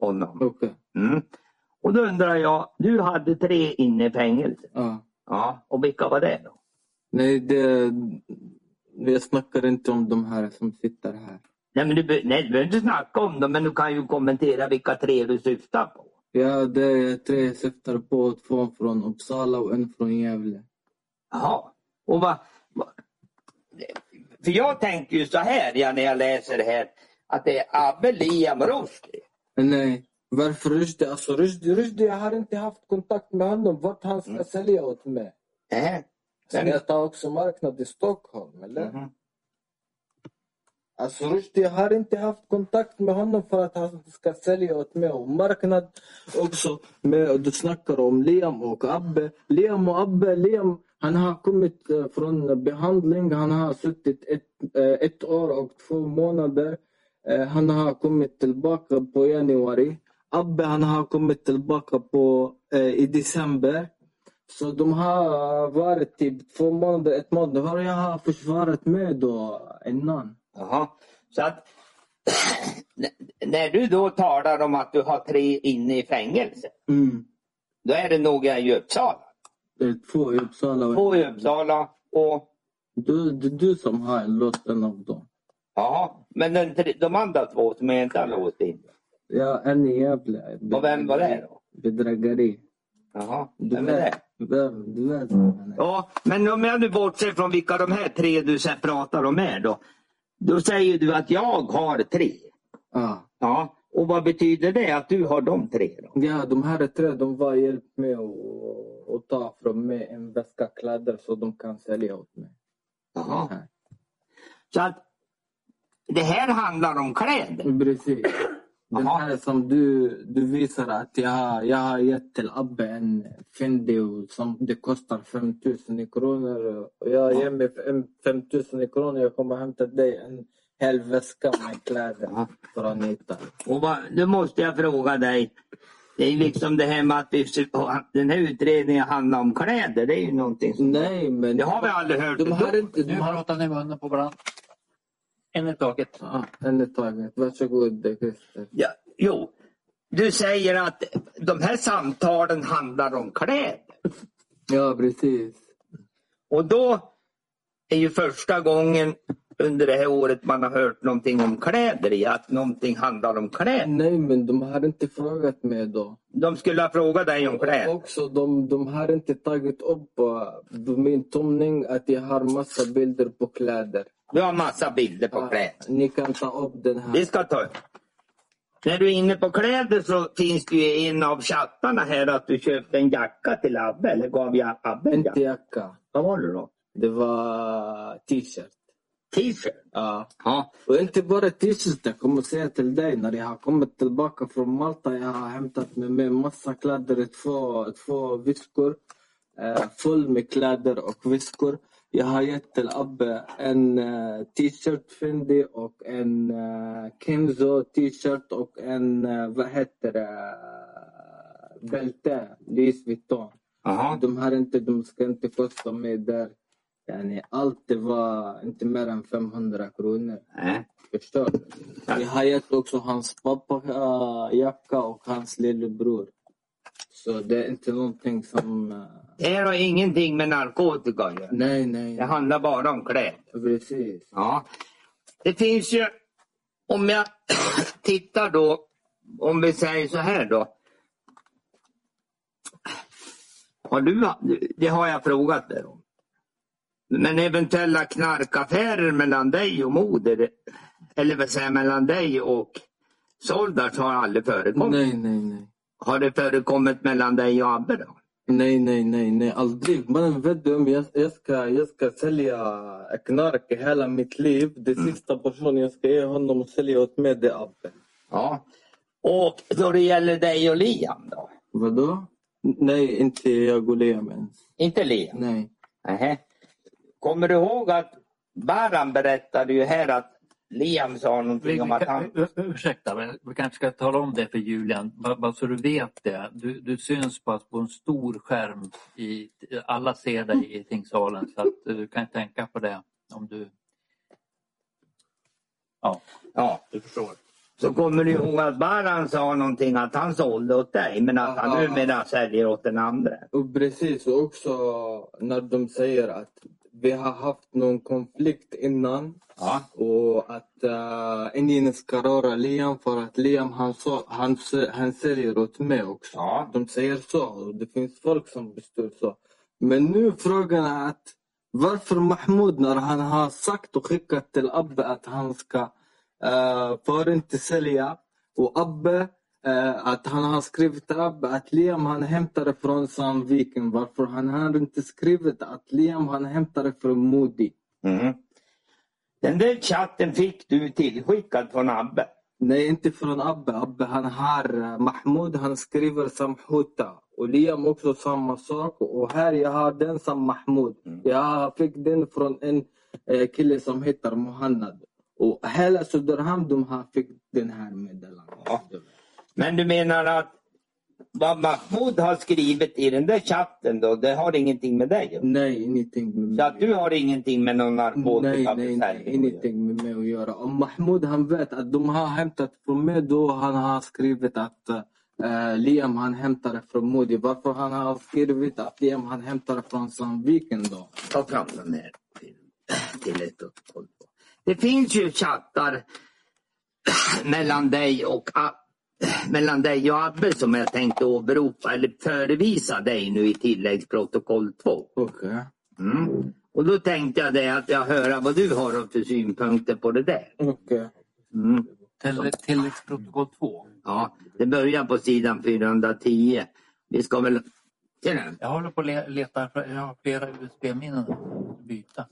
Speaker 4: honom.
Speaker 3: Okej.
Speaker 4: Mm. Och då undrar jag, du hade tre inne i fängelse.
Speaker 3: Ja.
Speaker 4: Ja, och vilka var det då?
Speaker 3: Nej, det... Jag snackar inte om de här som sitter här.
Speaker 4: Nej, men du, be- nej, du behöver inte snacka om dem, men du kan ju kommentera vilka tre du syftar på.
Speaker 3: Ja, det är tre syftar på. Två från Uppsala och en från Gävle.
Speaker 4: Jaha. Och vad, vad, för jag tänker ju så här ja, när jag läser det här. Att det är Abbe Liam Rushdie.
Speaker 3: Nej, varför Rushdie? Alltså Rushdie, Rushdie, jag har inte haft kontakt med honom. Vart han ska
Speaker 4: Mm.
Speaker 3: sälja åt mig?
Speaker 4: Eh,
Speaker 3: Ska
Speaker 4: Vem-
Speaker 3: jag ta också marknad i Stockholm, eller?
Speaker 4: Mhm.
Speaker 3: Alltså Rushdie, jag har inte haft kontakt med honom för att han ska sälja åt mig. Och marknad också. Med, du snackar om Liam och Abbe. Liam och Abbe, Liam, han har kommit eh, från behandling. Han har suttit ett, eh, ett år och två månader. Eh, Han har kommit tillbaka på januari. Abbe, han har kommit tillbaka på, eh, i december. Så de har varit typ två månader, ett månad. Vad jag har försvarat med då innan?
Speaker 4: Jaha. Så att när du då talar om att du har tre inne i fängelse.
Speaker 3: Mm.
Speaker 4: Då är det några i Uppsala.
Speaker 3: Det är två i Uppsala. och-
Speaker 4: Två i Uppsala och
Speaker 3: Du, det är du som har låst en av dem.
Speaker 4: Jaha, men den, tre- de andra två som jag inte har låst in.
Speaker 3: Ja, en i Gävle.
Speaker 4: Och vem var det då?
Speaker 3: Bedrägeri.
Speaker 4: Jaha,
Speaker 3: Du
Speaker 4: vem är det?
Speaker 3: Vem, du vet vem han är.
Speaker 4: Ja, men om jag nu bortser från vilka de här tre du sen pratar om är då. Då säger du att jag har tre.
Speaker 3: Ja.
Speaker 4: Ja, och vad betyder det att du har de tre då?
Speaker 3: ja, de här tre de var hjälpt med att att ta från mig en väska kläder så de kan sälja åt mig.
Speaker 4: Jaha.
Speaker 3: Här.
Speaker 4: Så att det här handlar om kläder.
Speaker 3: Precis. Den
Speaker 4: Jaha.
Speaker 3: här som du, du visar att jag, har- jag har gett till Abbe en Fendi och som det kostar 5 000 i kronor. Och jag ger mig fem- 5 000 i kronor jag kommer hämta dig en hel väska med kläder
Speaker 4: Ja.
Speaker 3: från Italien.
Speaker 4: Och vad, nu måste jag fråga dig. Det är liksom det här med att vi, den här utredningen handlar om kläder. Det är ju någonting som...
Speaker 3: Nej, men...
Speaker 4: Det har vi aldrig hört.
Speaker 3: De har inte... De
Speaker 2: Nu
Speaker 3: har...
Speaker 2: pratar ni i munnen på varandra. En i taget.
Speaker 3: Ja, en i taget. Varsågod, Christer.
Speaker 4: Ja, jo, du säger att de här samtalen handlar om kläder.
Speaker 3: Ja, precis.
Speaker 4: Och då är ju första gången under det här året man har hört någonting om kläder i, att någonting handlar om kläder.
Speaker 3: Nej, men de har inte frågat mig då.
Speaker 4: De skulle ha frågat dig om kläder.
Speaker 3: Också, de, de har inte tagit upp uh, min tomning att jag har massa bilder på kläder.
Speaker 4: Du har massa bilder på kläder.
Speaker 3: Ja, ni kan ta upp den
Speaker 4: Vi
Speaker 3: här.
Speaker 4: ska ta upp. När du är inne på kläder så finns det ju i en av chattarna här att du köpte en jacka till Abbe, eller gav jag Abbe en
Speaker 3: Inte
Speaker 4: jacka?
Speaker 3: jacka.
Speaker 4: Vad var det då?
Speaker 3: Det var t-shirt.
Speaker 4: T-shirt?
Speaker 3: Ja.
Speaker 4: Ja.
Speaker 3: Och inte bara t-shirt. Jag kommer säga till dig, när jag har kommit tillbaka från Malta, jag har hämtat med mig massa kläder, i två, två väskor. Eh, full med kläder och väskor. Jag har gett till Abbe en eh, t-shirt Fendi och en eh, Kenzo t-shirt och en, eh, vad heter det, eh, bälte, Louis Vuitton.
Speaker 4: Jaha.
Speaker 3: De här inte, de ska inte kosta mig där. Yani, allt det var inte mer än 500 kronor.
Speaker 4: Nej.
Speaker 3: Förstår du? Jag har gett också hans pappa äh, jacka och hans lillebror. Så det är inte någonting som... äh,
Speaker 4: Det har ingenting med narkotika att göra.
Speaker 3: nej, nej.
Speaker 4: Det handlar bara om kläder.
Speaker 3: Precis.
Speaker 4: Ja. Det finns ju, om jag tittar då, om vi säger så här då. Har du, det har jag frågat dig om. Men eventuella knarkaffärer mellan dig och moder, eller vad säger jag, mellan dig och Soldat har aldrig förekommit.
Speaker 3: Nej, nej, nej.
Speaker 4: Har det förekommit mellan dig och Abbe då?
Speaker 3: Nej, nej, nej, nej. Aldrig. Mannen, vet du om jag, jag, ska, jag ska sälja knark i hela mitt liv. Det
Speaker 4: Mm.
Speaker 3: sista personen jag ska ge honom att sälja åt mig det är Abbe.
Speaker 4: Ja. Och då det gäller dig och Liam då?
Speaker 3: Vadå? Nej, inte jag och Liam ens.
Speaker 4: Inte Liam?
Speaker 3: Nej.
Speaker 4: Nähä. Kommer du ihåg att Baran berättade ju här att Liam sa
Speaker 2: Vi,
Speaker 4: någonting om
Speaker 2: vi,
Speaker 4: att
Speaker 2: kan-
Speaker 4: han...
Speaker 2: ur- ursäkta, men vi kanske ska tala om det för Julian, bara, bara så du vet det. Du, du syns på, på en stor skärm. I, alla ser dig i tingsalen så att du kan tänka på det om du... Ja,
Speaker 4: Ja.
Speaker 2: du förstår.
Speaker 4: Så kommer du ihåg att Baran sa någonting att han sålde åt dig men att han
Speaker 3: Ja.
Speaker 4: numera säljer åt den andra.
Speaker 3: Och precis, och också när de säger att vi har haft någon konflikt innan
Speaker 4: Ja.
Speaker 3: och att uh, ingen ska röra Liam för att Liam han, så, han, sä- han säljer åt mig också.
Speaker 4: Ja.
Speaker 3: De säger så och det finns folk som består så. Men nu frågan är att varför Mahmoud när han har sagt och skickat till Abbe att han ska eh, för inte sälja och Abbe eh, att han har skrivit till Abbe att Liam han hämtar från Sandviken. Varför han har inte skrivit att Liam han hämtar från Moody?
Speaker 4: Mm. Den där chatten fick du tillskickad från Abbe.
Speaker 3: Nej, inte från Abbe. Abbe han har eh, Mahmoud, han skriver Samhuta. Och Liam också samma sak. Och här jag har den som Mahmoud.
Speaker 4: Mm.
Speaker 3: Jag fick den från en eh, kille som heter Mohannad. Och hela Söderhamn de har fick den här meddelandet.
Speaker 4: Ja. Men du menar att vad Mahmoud har skrivit i den där chatten då, det har ingenting med dig att göra?
Speaker 3: Nej, ingenting med
Speaker 4: Så att du har ingenting med någon
Speaker 3: Nej,
Speaker 4: narkotika
Speaker 3: nej, nej, ingenting med mig att göra. Om Mahmoud han vet att de har hämtat från mig då han har skrivit att eh, Liam han hämtade från Modi. Varför han har skrivit att Liam han hämtade från Sandviken då?
Speaker 4: Ta fram den här till, till ett uppehåll. Det finns ju chattar mellan dig och A- mellan dig och Abbe som jag tänkte åberopa eller förevisa dig nu i tilläggsprotokoll 2.
Speaker 3: Okej.
Speaker 4: Mm. Och då tänkte jag det att jag höra vad du har för synpunkter på det där.
Speaker 3: Okej.
Speaker 4: Mm.
Speaker 2: Till- Tilläggsprotokoll 2.
Speaker 4: Ja, det börjar på sidan 410. Vi ska väl... Ser den?
Speaker 2: Jag håller på att le- leta, för jag har flera USB-minnen att byta.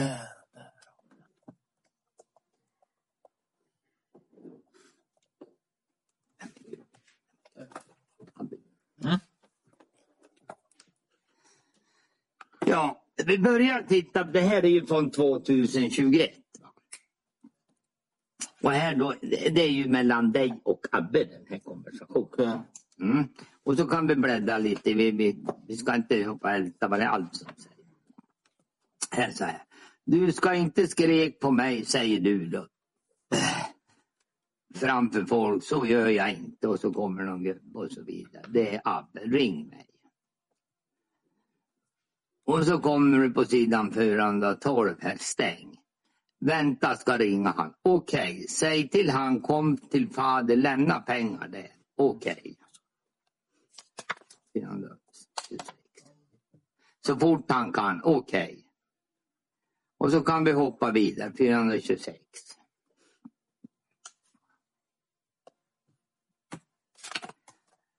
Speaker 2: Eh,
Speaker 4: Ja, vi börjar titta. Det här är ju från 2021. va? Och här då, det är ju mellan dig och Abbe, den här konversationen.
Speaker 3: Okej.
Speaker 4: Mm. Och så kan vi bläddra lite. Vi, vi, vi ska inte hoppa och älta vad det är allt som säger. Här säger jag. Du ska inte skrek på mig, säger du då. Framför folk, så gör jag inte. Och så kommer någon gubbe och så vidare. Det är Abbe, ring mig. Och så kommer du på sidan 412 här, stäng. Vänta, ska ringa han. Okej, säg till han, kom till fader, lämna pengar där. Okej. 426. Så fort han kan, okej. Och så kan vi hoppa vidare, 426.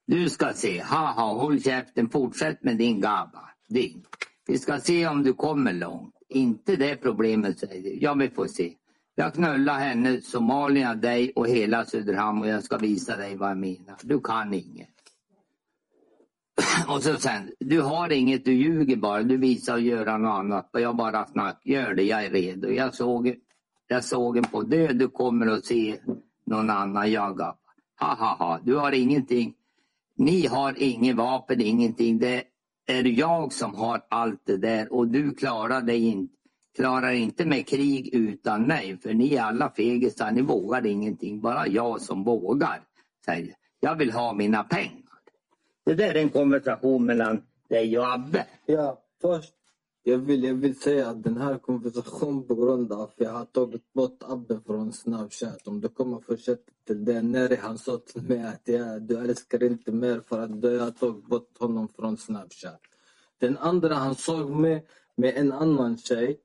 Speaker 4: Du ska se, haha, håll käften, fortsätt med din gabba. Din. Vi ska se om du kommer långt. Inte det problemet, säger du. Ja, vi får se. Jag knullar henne, Somalia, dig och hela Söderhamn och jag ska visa dig vad jag menar. Du kan inget. Och så sen, du har inget, du ljuger bara. Du visar att göra något annat. Och jag bara snack, gör det, jag är redo. Jag såg, jag såg en på död, du kommer att se någon annan jaga. Ha, ha, ha, du har ingenting. Ni har inget vapen, ingenting. Det är jag som har allt det där och du klarar dig inte. Klarar inte med krig utan mig, för ni är alla fegisar, ni vågar ingenting. Bara jag som vågar. Säger, jag vill ha mina pengar. Det där är en konversation mellan dig och Abbe.
Speaker 3: Ja, först. Jag vill, jag vill säga att den här konversationen på grund av att jag har tagit bort Abbe från Snapchat. Om du kommer fortsätta till det. När han sa till mig att jag, du älskar inte mer för att du har tagit bort honom från Snapchat. Den andra han såg mig med en annan tjej.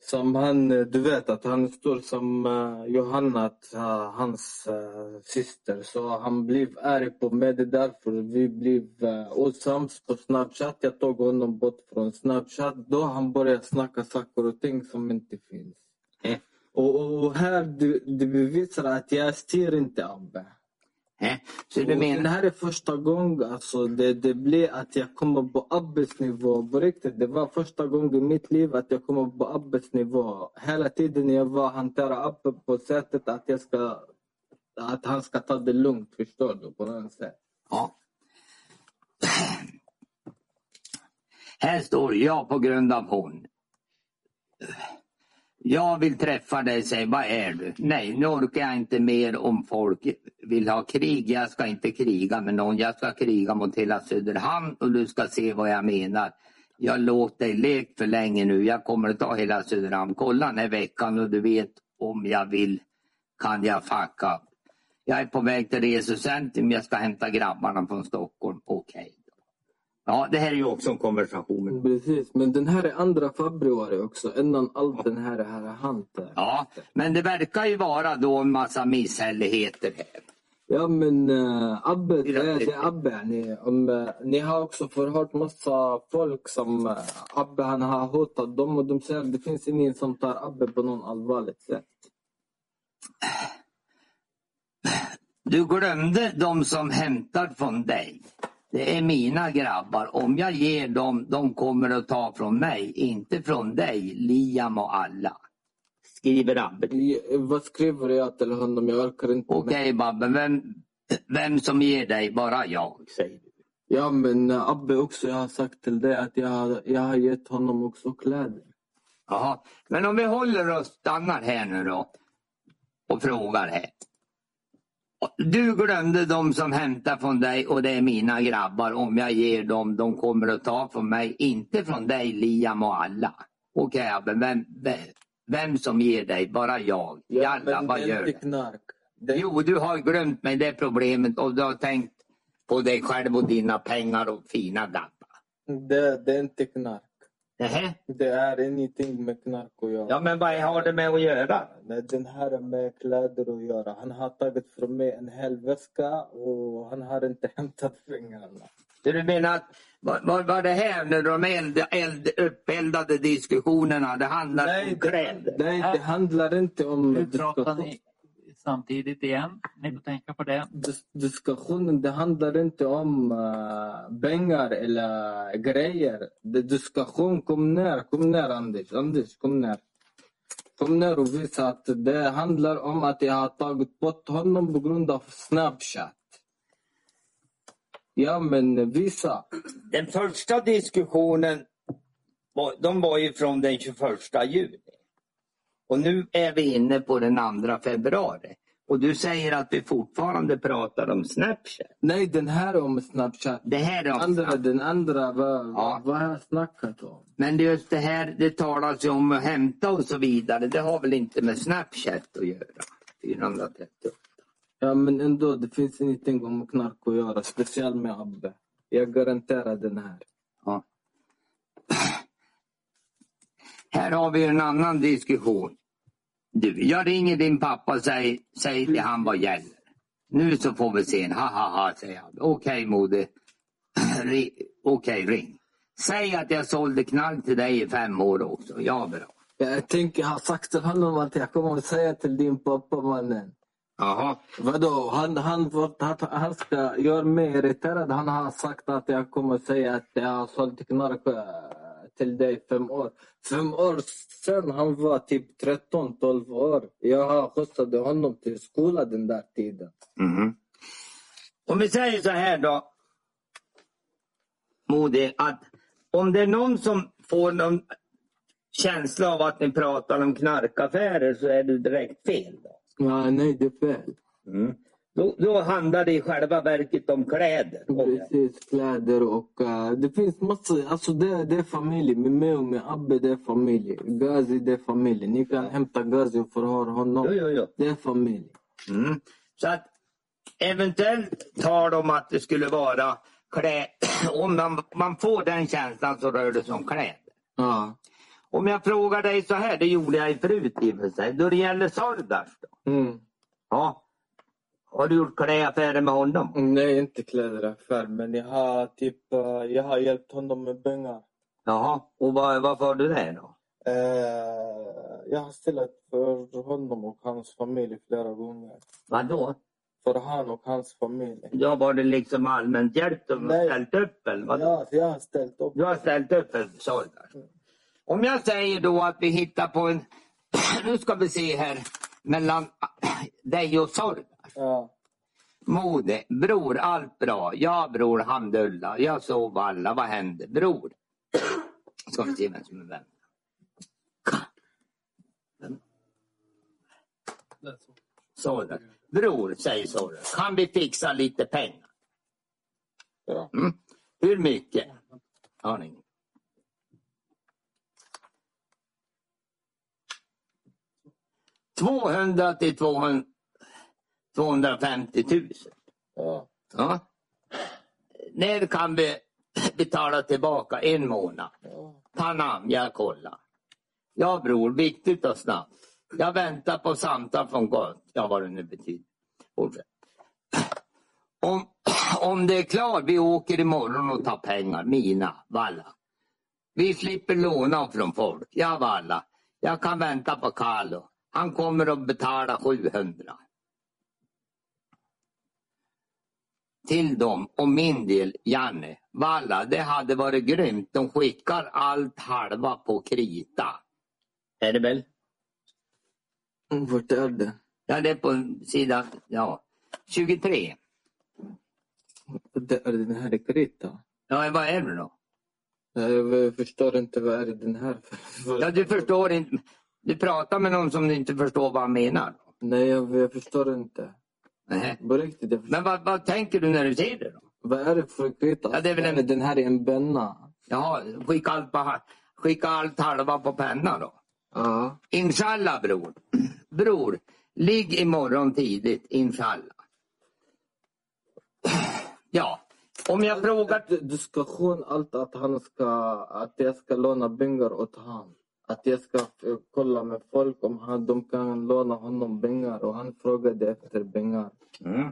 Speaker 3: Som han, eh, du vet att han står som eh, Johanna, att, eh, hans eh, syster. Så han blev arg på mig. Det är därför vi blev eh, osams på Snapchat. Jag tog honom bort från Snapchat. Då han började snacka saker och ting som inte finns.
Speaker 4: Eh.
Speaker 3: Och, och här det, det bevisar att jag styr inte Abbe.
Speaker 4: Eh, Så du
Speaker 3: Och
Speaker 4: menar...
Speaker 3: Det här är första gången alltså, det, det blir att jag kommer på Abbes nivå. På riktigt, det var första gången i mitt liv att jag kommer på Abbes nivå. Hela tiden jag var hanterar Abbe på sättet att, jag ska, att han ska ta det lugnt. Förstår du? På något sätt.
Speaker 4: Ja. Här står jag på grund av hon. Jag vill träffa dig, säg vad är du? Nej, nu orkar jag inte mer om folk vill ha krig. Jag ska inte kriga med någon. Jag ska kriga mot hela Söderhamn och du ska se vad jag menar. Jag låter dig lek för länge nu. Jag kommer att ta hela Söderhamn. Kolla den här veckan och du vet om jag vill kan jag fucka. Jag är på väg till resecentrum. Jag ska hämta grabbarna från Stockholm. Okej. då. Ja, det här är ju också en konversation.
Speaker 3: Precis, men den här är andra februari också. Innan allt den här, här har hänt.
Speaker 4: Ja, men det verkar ju vara då en massa misshälligheter här.
Speaker 3: Ja men äh, Abbe,
Speaker 4: Ja,
Speaker 3: det är
Speaker 4: det-
Speaker 3: det Abbe. Yani, om, eh, ni har också förhört massa folk som eh, Abbe han har hotat dem och de säger att det finns ingen som tar Abbe på någon allvarligt sätt.
Speaker 4: Du glömde de som hämtar från dig. Det är mina grabbar. Om jag ger dem, de kommer att ta från mig. Inte från dig, Liam och alla. Skriver Abbe.
Speaker 3: I- Vad skriver jag till honom? Jag orkar inte. med-
Speaker 4: Okej Babben, vem, vem som ger dig? Bara jag, säger du.
Speaker 3: Ja men eh, Abbe också, jag har sagt till dig att jag, jag har gett honom också kläder.
Speaker 4: Jaha. Men om vi håller och stannar här nu då och frågar här. Du glömde de som hämtar från dig och det är mina grabbar. Om jag ger dem, de kommer att ta från mig. Inte från dig Liam och alla. Okej Abbe, vem, vem, vem som ger dig? Bara jag.
Speaker 3: Ja,
Speaker 4: Jalla,
Speaker 3: men
Speaker 4: vad
Speaker 3: det är
Speaker 4: gör
Speaker 3: inte
Speaker 4: du?
Speaker 3: knark. Det är
Speaker 4: Jo, du har glömt mig det problemet och du har tänkt på dig själv och dina pengar och fina grabbar.
Speaker 3: Det, det är inte knark.
Speaker 4: Nähä?
Speaker 3: Det är ingenting med knark att göra.
Speaker 4: Ja, men vad har det med att göra?
Speaker 3: Nej, den här är med kläder att göra. Han har tagit från mig en hel väska och han har inte hämtat pengarna.
Speaker 4: Så du menar att vad, vad, vad det här nu de eld, eld, uppeldade diskussionerna, det handlar om kläder?
Speaker 3: nej, det handlar inte om
Speaker 2: Nu pratar
Speaker 3: diskussion.
Speaker 2: ni samtidigt igen. Ni får tänka på det.
Speaker 3: Dis- diskussionen. Det handlar inte om eh, pengar eller grejer. Det är diskussion. Kom nära, kom nära Anders. Anders, kom nära. Kom nära och visa att det handlar om att jag har tagit bort honom på grund av Snapchat. Ja, men visa.
Speaker 4: Den första diskussionen, var- de var ju från den 21 juni. Och nu är vi inne på den 2 februari. Och du säger att vi fortfarande pratar om Snapchat.
Speaker 3: Nej, den här är om Snapchat.
Speaker 4: Det här är om
Speaker 3: Andra,
Speaker 4: Snapchat.
Speaker 3: den andra, vad,
Speaker 4: Ja.
Speaker 3: vad har jag snackat om?
Speaker 4: Men det är just det här, det talas ju om att hämta och så vidare. Det har väl inte med Snapchat att göra? 430.
Speaker 3: Ja, men ändå, det finns ingenting om knark att göra, speciellt med Abbe. Jag garanterar den här.
Speaker 4: Ja. Här har vi en annan diskussion. Du, jag ringer din pappa och säger, säger till han vad gäller. Nu så får vi se. en Ha, ha, ha, säger han. Okej, moder. Ri- Okej, ring. Säg att jag sålde knark till dig i fem år också. Ja, bra.
Speaker 3: Jag tänker, jag har sagt till honom att jag kommer att säga till din pappa, mannen.
Speaker 4: Jaha.
Speaker 3: Vadå, han, han, får- han, han ska göra mig irriterad. Han har sagt att jag kommer att säga att jag har sålt knark eh, till dig fem år. Fem år sedan han var typ 13-12 år. Jag skjutsade honom till skolan den där tiden.
Speaker 4: Mhm. Om vi säger så här då. Modi, att om det är någon som får någon känsla av att ni pratar om knarkaffärer så är du direkt fel. Då,
Speaker 3: Ja, nej, det är fel. Mm.
Speaker 4: då, då handlar det i själva verket om kläder.
Speaker 3: Precis, kläder och... eh, det finns massor. Alltså det, det är familj. Med mig och med Abbe, det är familj. Gazi, det är familj. Ni kan hämta Gazi och förhöra
Speaker 4: Jo,
Speaker 3: honom.
Speaker 4: jo, jo.
Speaker 3: Det är familj.
Speaker 4: Mm. Så att eventuellt tal om att det skulle vara klä, om man, man får den känslan så rör det sig om kläder.
Speaker 3: Ja.
Speaker 4: Om jag frågar dig så här, det gjorde jag ju förut i och för sig. Då det gäller Sardas då?
Speaker 3: Mm.
Speaker 4: Ja. Har du gjort klädaffärer med honom?
Speaker 3: Mm,
Speaker 5: Nej, inte kläderaffär, men jag har, typ, eh, jag har hjälpt honom med pengar.
Speaker 4: Jaha, och vad, varför har du det då?
Speaker 5: Eh, jag har ställt för honom och hans familj flera gånger.
Speaker 4: Vadå?
Speaker 5: För han och hans familj.
Speaker 4: Ja, var det liksom allmänt hjälpt och
Speaker 5: Nej.
Speaker 4: ställt upp eller vadå?
Speaker 5: Ja, så jag har ställt upp.
Speaker 4: Du har ställt upp för Sardar. Om jag säger då att vi hittar på en... Nu ska vi se här. Mellan dig och Sardar.
Speaker 5: Ja.
Speaker 4: Mode, bror, allt bra. Ja bror, Hamdulla. Jag sov alla. Vad hände? Bror. Ska vi se vem som är vem. Sardar. Bror, säger Sardar. Kan vi fixa lite pengar?
Speaker 5: Ja.
Speaker 4: Mm. Hur mycket? Har ni? ...200 till 200, 250 000.
Speaker 5: ja.
Speaker 4: Ja. När kan vi betala tillbaka? En månad.
Speaker 5: ja.
Speaker 4: Panam, jag kollar. Ja bror, viktigt och snabbt. Jag väntar på samtal från Gott. Ja, vad det nu betyder. Fortsätt. Om, om det är klart, vi åker imorgon och tar pengar. Mina, valla. Vi slipper låna från folk. Ja, valla. Jag kan vänta på Carlo. Han kommer att betala 700. till dem och min del, Janne. Valla, det hade varit grymt. De skickar allt halva på krita. Är det väl?
Speaker 3: Mm, Vart är det?
Speaker 4: Ja, det är på sidan ja, 23.
Speaker 3: det är den här i Krita?
Speaker 4: Ja, vad är det då?
Speaker 3: Jag förstår inte vad är den här för.
Speaker 4: Ja, du förstår inte. Du pratar med någon som inte förstår vad han menar.
Speaker 3: Nej, jag, jag förstår inte.
Speaker 4: Nej.
Speaker 3: På riktigt, jag förstår.
Speaker 4: Men vad, vad tänker du när du ser det? då?
Speaker 3: Vad är det för Krita?
Speaker 4: Ja, det är väl en-
Speaker 3: Den här är en benna.
Speaker 4: Ja, skicka allt, på, ha- skicka allt halva på penna då.
Speaker 3: Ja.
Speaker 4: Inshallah bror. Bror, ligg imorgon tidigt. Inshallah. Ja, om jag
Speaker 3: Alltså,
Speaker 4: frågar...
Speaker 3: D- Diskussion, allt att han ska... Att jag ska låna pengar åt han. Att jag ska eh, kolla med folk om han, de kan låna honom pengar. Och han frågade efter pengar. Mm.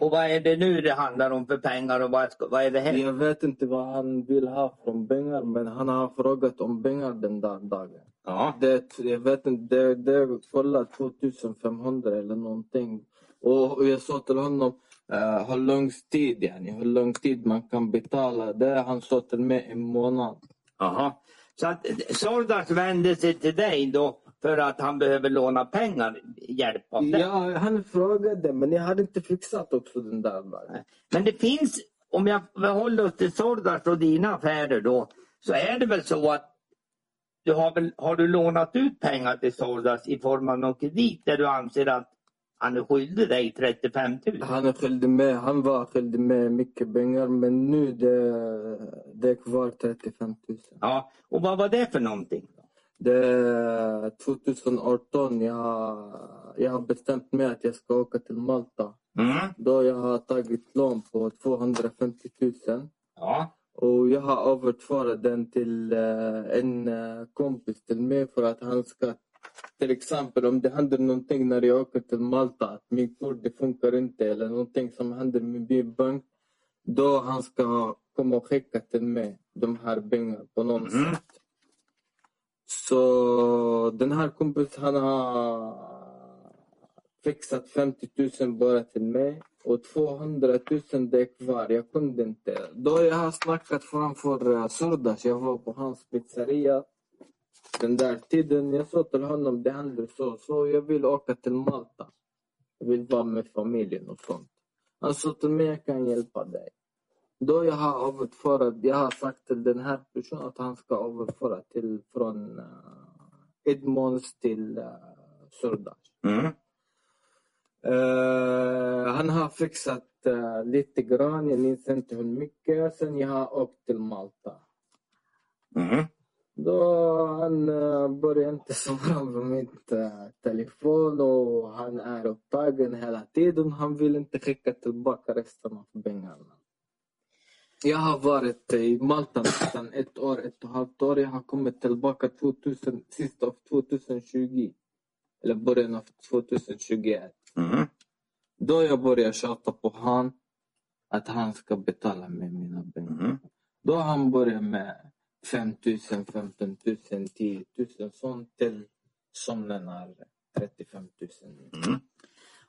Speaker 4: Och vad är det nu det handlar om för pengar och vad, ska- vad är det här?
Speaker 3: Jag vet inte vad han vill ha från pengar, men han har frågat om pengar den där dagen.
Speaker 4: Ja.
Speaker 3: Det, jag vet inte, det, det kolla 2500 eller någonting. Och, och jag sa till honom, eh, hur lång tid, yani, hur lång tid man kan betala. Det han sa till mig, en månad.
Speaker 4: Aha. Så att Sordas vänder sig till dig då för att han behöver låna pengar, hjälp av dig.
Speaker 3: Ja, han frågade, men jag hade inte fixat också den där dagen.
Speaker 4: Men det finns, om jag håller oss till Sordas och dina affärer då, så är det väl så att du har, väl, har du lånat ut pengar till Sordas i form av någon kredit där du anser att han är skyldig dig 35 000?
Speaker 3: Han skyllde mig, han var skyldig mig mycket pengar, men nu det, det är kvar 35 000.
Speaker 4: Ja, och vad var det för någonting? då?
Speaker 3: Det är 2018 jag, jag har bestämt mig att jag ska åka till Malta.
Speaker 4: Mm.
Speaker 3: Då jag har tagit lån på 250 000
Speaker 4: Ja.
Speaker 3: och jag har överfört den till eh, en eh, kompis till mig för att han ska till exempel om det händer någonting när jag åker till Malta, att min kort det funkar inte eller någonting som händer med min bank, då han ska komma och skicka till mig de här pengarna på något
Speaker 4: Mm.
Speaker 3: sätt. Så den här kompisen han har fixat 50 000 bara till mig och 200 000 det är kvar. Jag kunde inte. Då jag har snackat framför eh, Sordas, jag var på hans pizzeria den där tiden. Jag sa till honom det händer så så. Jag vill åka till Malta. Jag vill vara med familjen och sånt. Han sa till mig, jag kan hjälpa dig. Då jag har överfört, jag har sagt till den här personen att han ska överföra till från uh, Edmonds till uh, Surdash.
Speaker 4: Mm.
Speaker 3: Eh, han har fixat eh, lite grann, jag minns inte hur mycket. Sen jag har åkt till Malta.
Speaker 4: Mm.
Speaker 3: Då han eh, börjar inte svara på mitt eh, telefon och han är upptagen hela tiden. Han vill inte skicka tillbaka resten av pengarna. Jag har varit i Malta nästan ett år, ett och ett halvt år. Jag har kommit tillbaka 2000, sist av 2020. Eller början av 2021.
Speaker 4: Mm.
Speaker 3: Då jag började tjata på han att han ska betala med mina pengar.
Speaker 4: Mm.
Speaker 3: Då har han börjat med 5 000, 15 000, 10 000 sånt till som den är 35 000.
Speaker 4: Mm-hmm.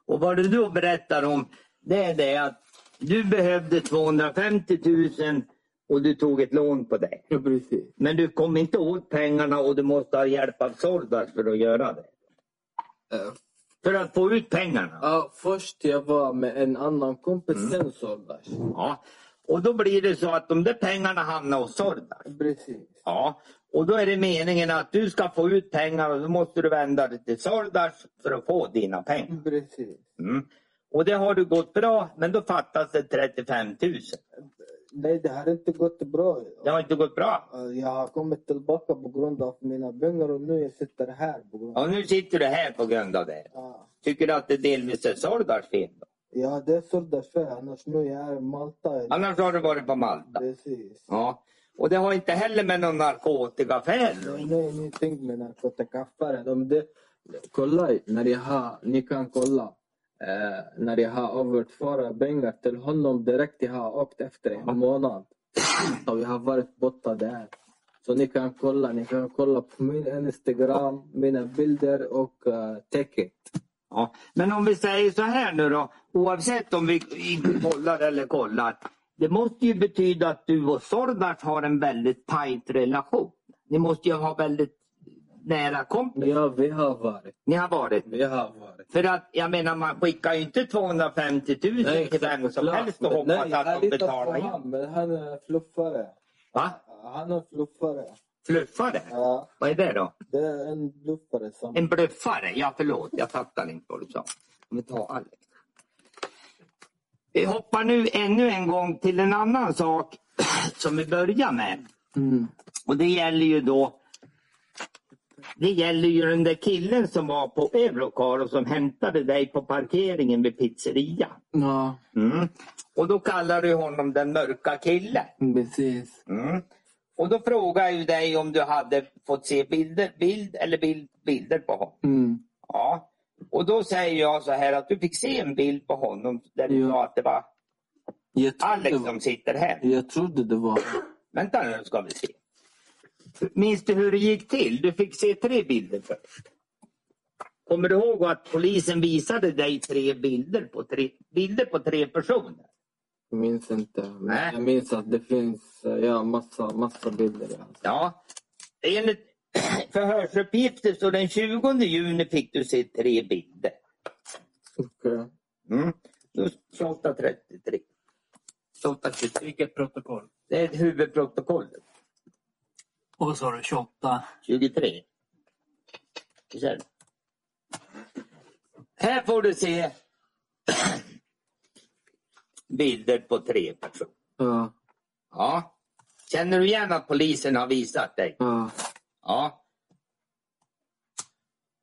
Speaker 4: Och vad du då berättar om, det är det att du behövde 250 000 och du tog ett lån på det.
Speaker 3: Ja, precis.
Speaker 4: Men du kom inte åt pengarna och du måste ha hjälp av Sordas för att göra det.
Speaker 3: Eh,
Speaker 4: För att få ut pengarna.
Speaker 3: Ja, först jag var med en annan kompis, sen Sordas.
Speaker 4: Mm. Ja. Och då blir det så att de där pengarna hamnar hos Sordas.
Speaker 3: Precis.
Speaker 4: Ja. Och då är det meningen att du ska få ut pengar och då måste du vända dig till Sordas för att få dina pengar.
Speaker 3: Precis.
Speaker 4: Mm. Och det har du gått bra, men då fattas det 35 000.
Speaker 3: Nej, det har inte gått bra.
Speaker 4: Det har inte gått bra.
Speaker 3: Eh, Jag har kommit tillbaka på grund av mina pengar och nu jag sitter här. På grund av...
Speaker 4: Ja, nu sitter du här på grund av det.
Speaker 3: Ja.
Speaker 4: Tycker du att det delvis är Sordars fel? Då?
Speaker 3: ja, det är Sordas fel. Annars nu jag är i Malta.
Speaker 4: Annars har du varit på Malta.
Speaker 3: Precis.
Speaker 4: Ja. Och det har inte heller med någon narkotikaaffär då.
Speaker 3: Nej, nej, ni tänkte med narkotikaaffären. Om det... Kolla, när jag har, ni kan kolla. Eh, när jag har överfört pengar till honom direkt. Jag har åkt efter en månad. Så jag har varit borta där. Så ni kan kolla. Ni kan kolla på min Instagram, mina bilder och eh, täcket.
Speaker 4: Ja. Men om vi säger så här nu då. Oavsett om vi inte kollar eller kollar. Det måste ju betyda att du och Sordars har en väldigt tajt relation. Ni måste ju ha väldigt nära kompisar.
Speaker 3: Ja, vi har varit.
Speaker 4: Ni har varit.
Speaker 3: Vi har varit.
Speaker 4: För att jag menar man skickar ju inte 250 000 till vem som helst och
Speaker 3: Men
Speaker 4: hoppas
Speaker 3: nej, jag
Speaker 4: att de
Speaker 3: litar på
Speaker 4: betalar igen.
Speaker 3: honom, men han är fluffare.
Speaker 4: Va?
Speaker 3: Han är fluffare.
Speaker 4: Bluffare?
Speaker 3: Ja,
Speaker 4: Vad är det då?
Speaker 3: det är en bluffare som...
Speaker 4: En bluffare? Ja, förlåt. Jag fattar inte vad du sa. Om vi tar Alex. Vi hoppar nu ännu en gång till en annan sak som vi börjar med.
Speaker 3: Mm.
Speaker 4: Och det gäller ju då det gäller ju den där killen som var på Eurocar och som hämtade dig på parkeringen vid pizzeria.
Speaker 3: Ja,
Speaker 4: Mm. Och då kallar du honom den mörka killen.
Speaker 3: precis.
Speaker 4: Mm. Och då frågar jag ju dig om du hade fått se bilder, bild eller bild, bilder på honom.
Speaker 3: Mm.
Speaker 4: Ja. Och då säger jag så här att du fick se en bild på honom där du
Speaker 3: Ja.
Speaker 4: sa att det var
Speaker 3: Jag, trodde
Speaker 4: Alex
Speaker 3: det var,
Speaker 4: som sitter här.
Speaker 3: jag trodde det var...
Speaker 4: Vänta nu ska vi se. Minns du hur det gick till? Du fick se tre bilder först. Kommer du ihåg att polisen visade dig tre bilder på tre, bilder på tre personer?
Speaker 3: Jag minns inte. Men
Speaker 4: Nej.
Speaker 3: jag minns att det finns eh, ja, massa, massa bilder. Ja.
Speaker 4: Ja. Enligt förhörsuppgifter så den 20 juni fick du se tre bilder.
Speaker 3: Okej.
Speaker 4: Mm. 2833. 2823.
Speaker 2: Vilket protokoll?
Speaker 4: Det är huvudprotokollet.
Speaker 2: Och vad sa du? 28?
Speaker 4: 23. Vi ser. Här får du se bilder på tre personer.
Speaker 3: Ja,
Speaker 4: Ja. Känner du igen att polisen har visat dig?
Speaker 3: ja.
Speaker 4: Ja.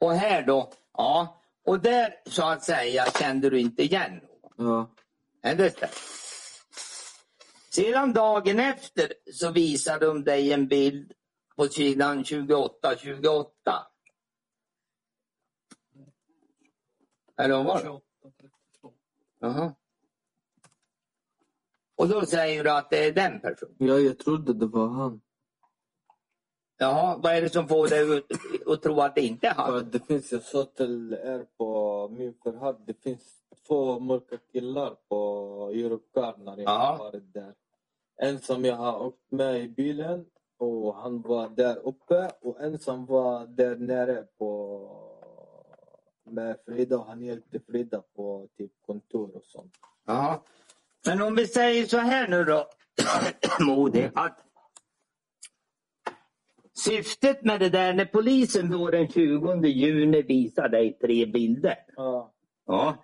Speaker 4: Och här då? Ja. Och där så att säga kände du inte igen någon.
Speaker 3: ja.
Speaker 4: Nej, det stämmer. Sedan dagen efter så visar de dig en bild på sidan 28, 28. Eller vad var det?
Speaker 2: 28, 32.
Speaker 4: Jaha. Och då säger du att det är den personen.
Speaker 3: ja, jag trodde det var han.
Speaker 4: Jaha, vad är det som får dig att- att tro att det inte är
Speaker 3: För
Speaker 4: han?
Speaker 3: att det finns, jag sa till er på min förhör, det finns två mörka killar på Europcar när jag
Speaker 4: Ja.
Speaker 3: har varit där. En som jag har åkt med i bilen och han var där uppe och en som var där nere på med Frida och han hjälpte Frida på typ kontor och sånt.
Speaker 4: Jaha. Men om vi säger så här nu då, Modi, att syftet med det där när polisen då den 20 juni visar dig tre bilder.
Speaker 3: Ja,
Speaker 4: Ja.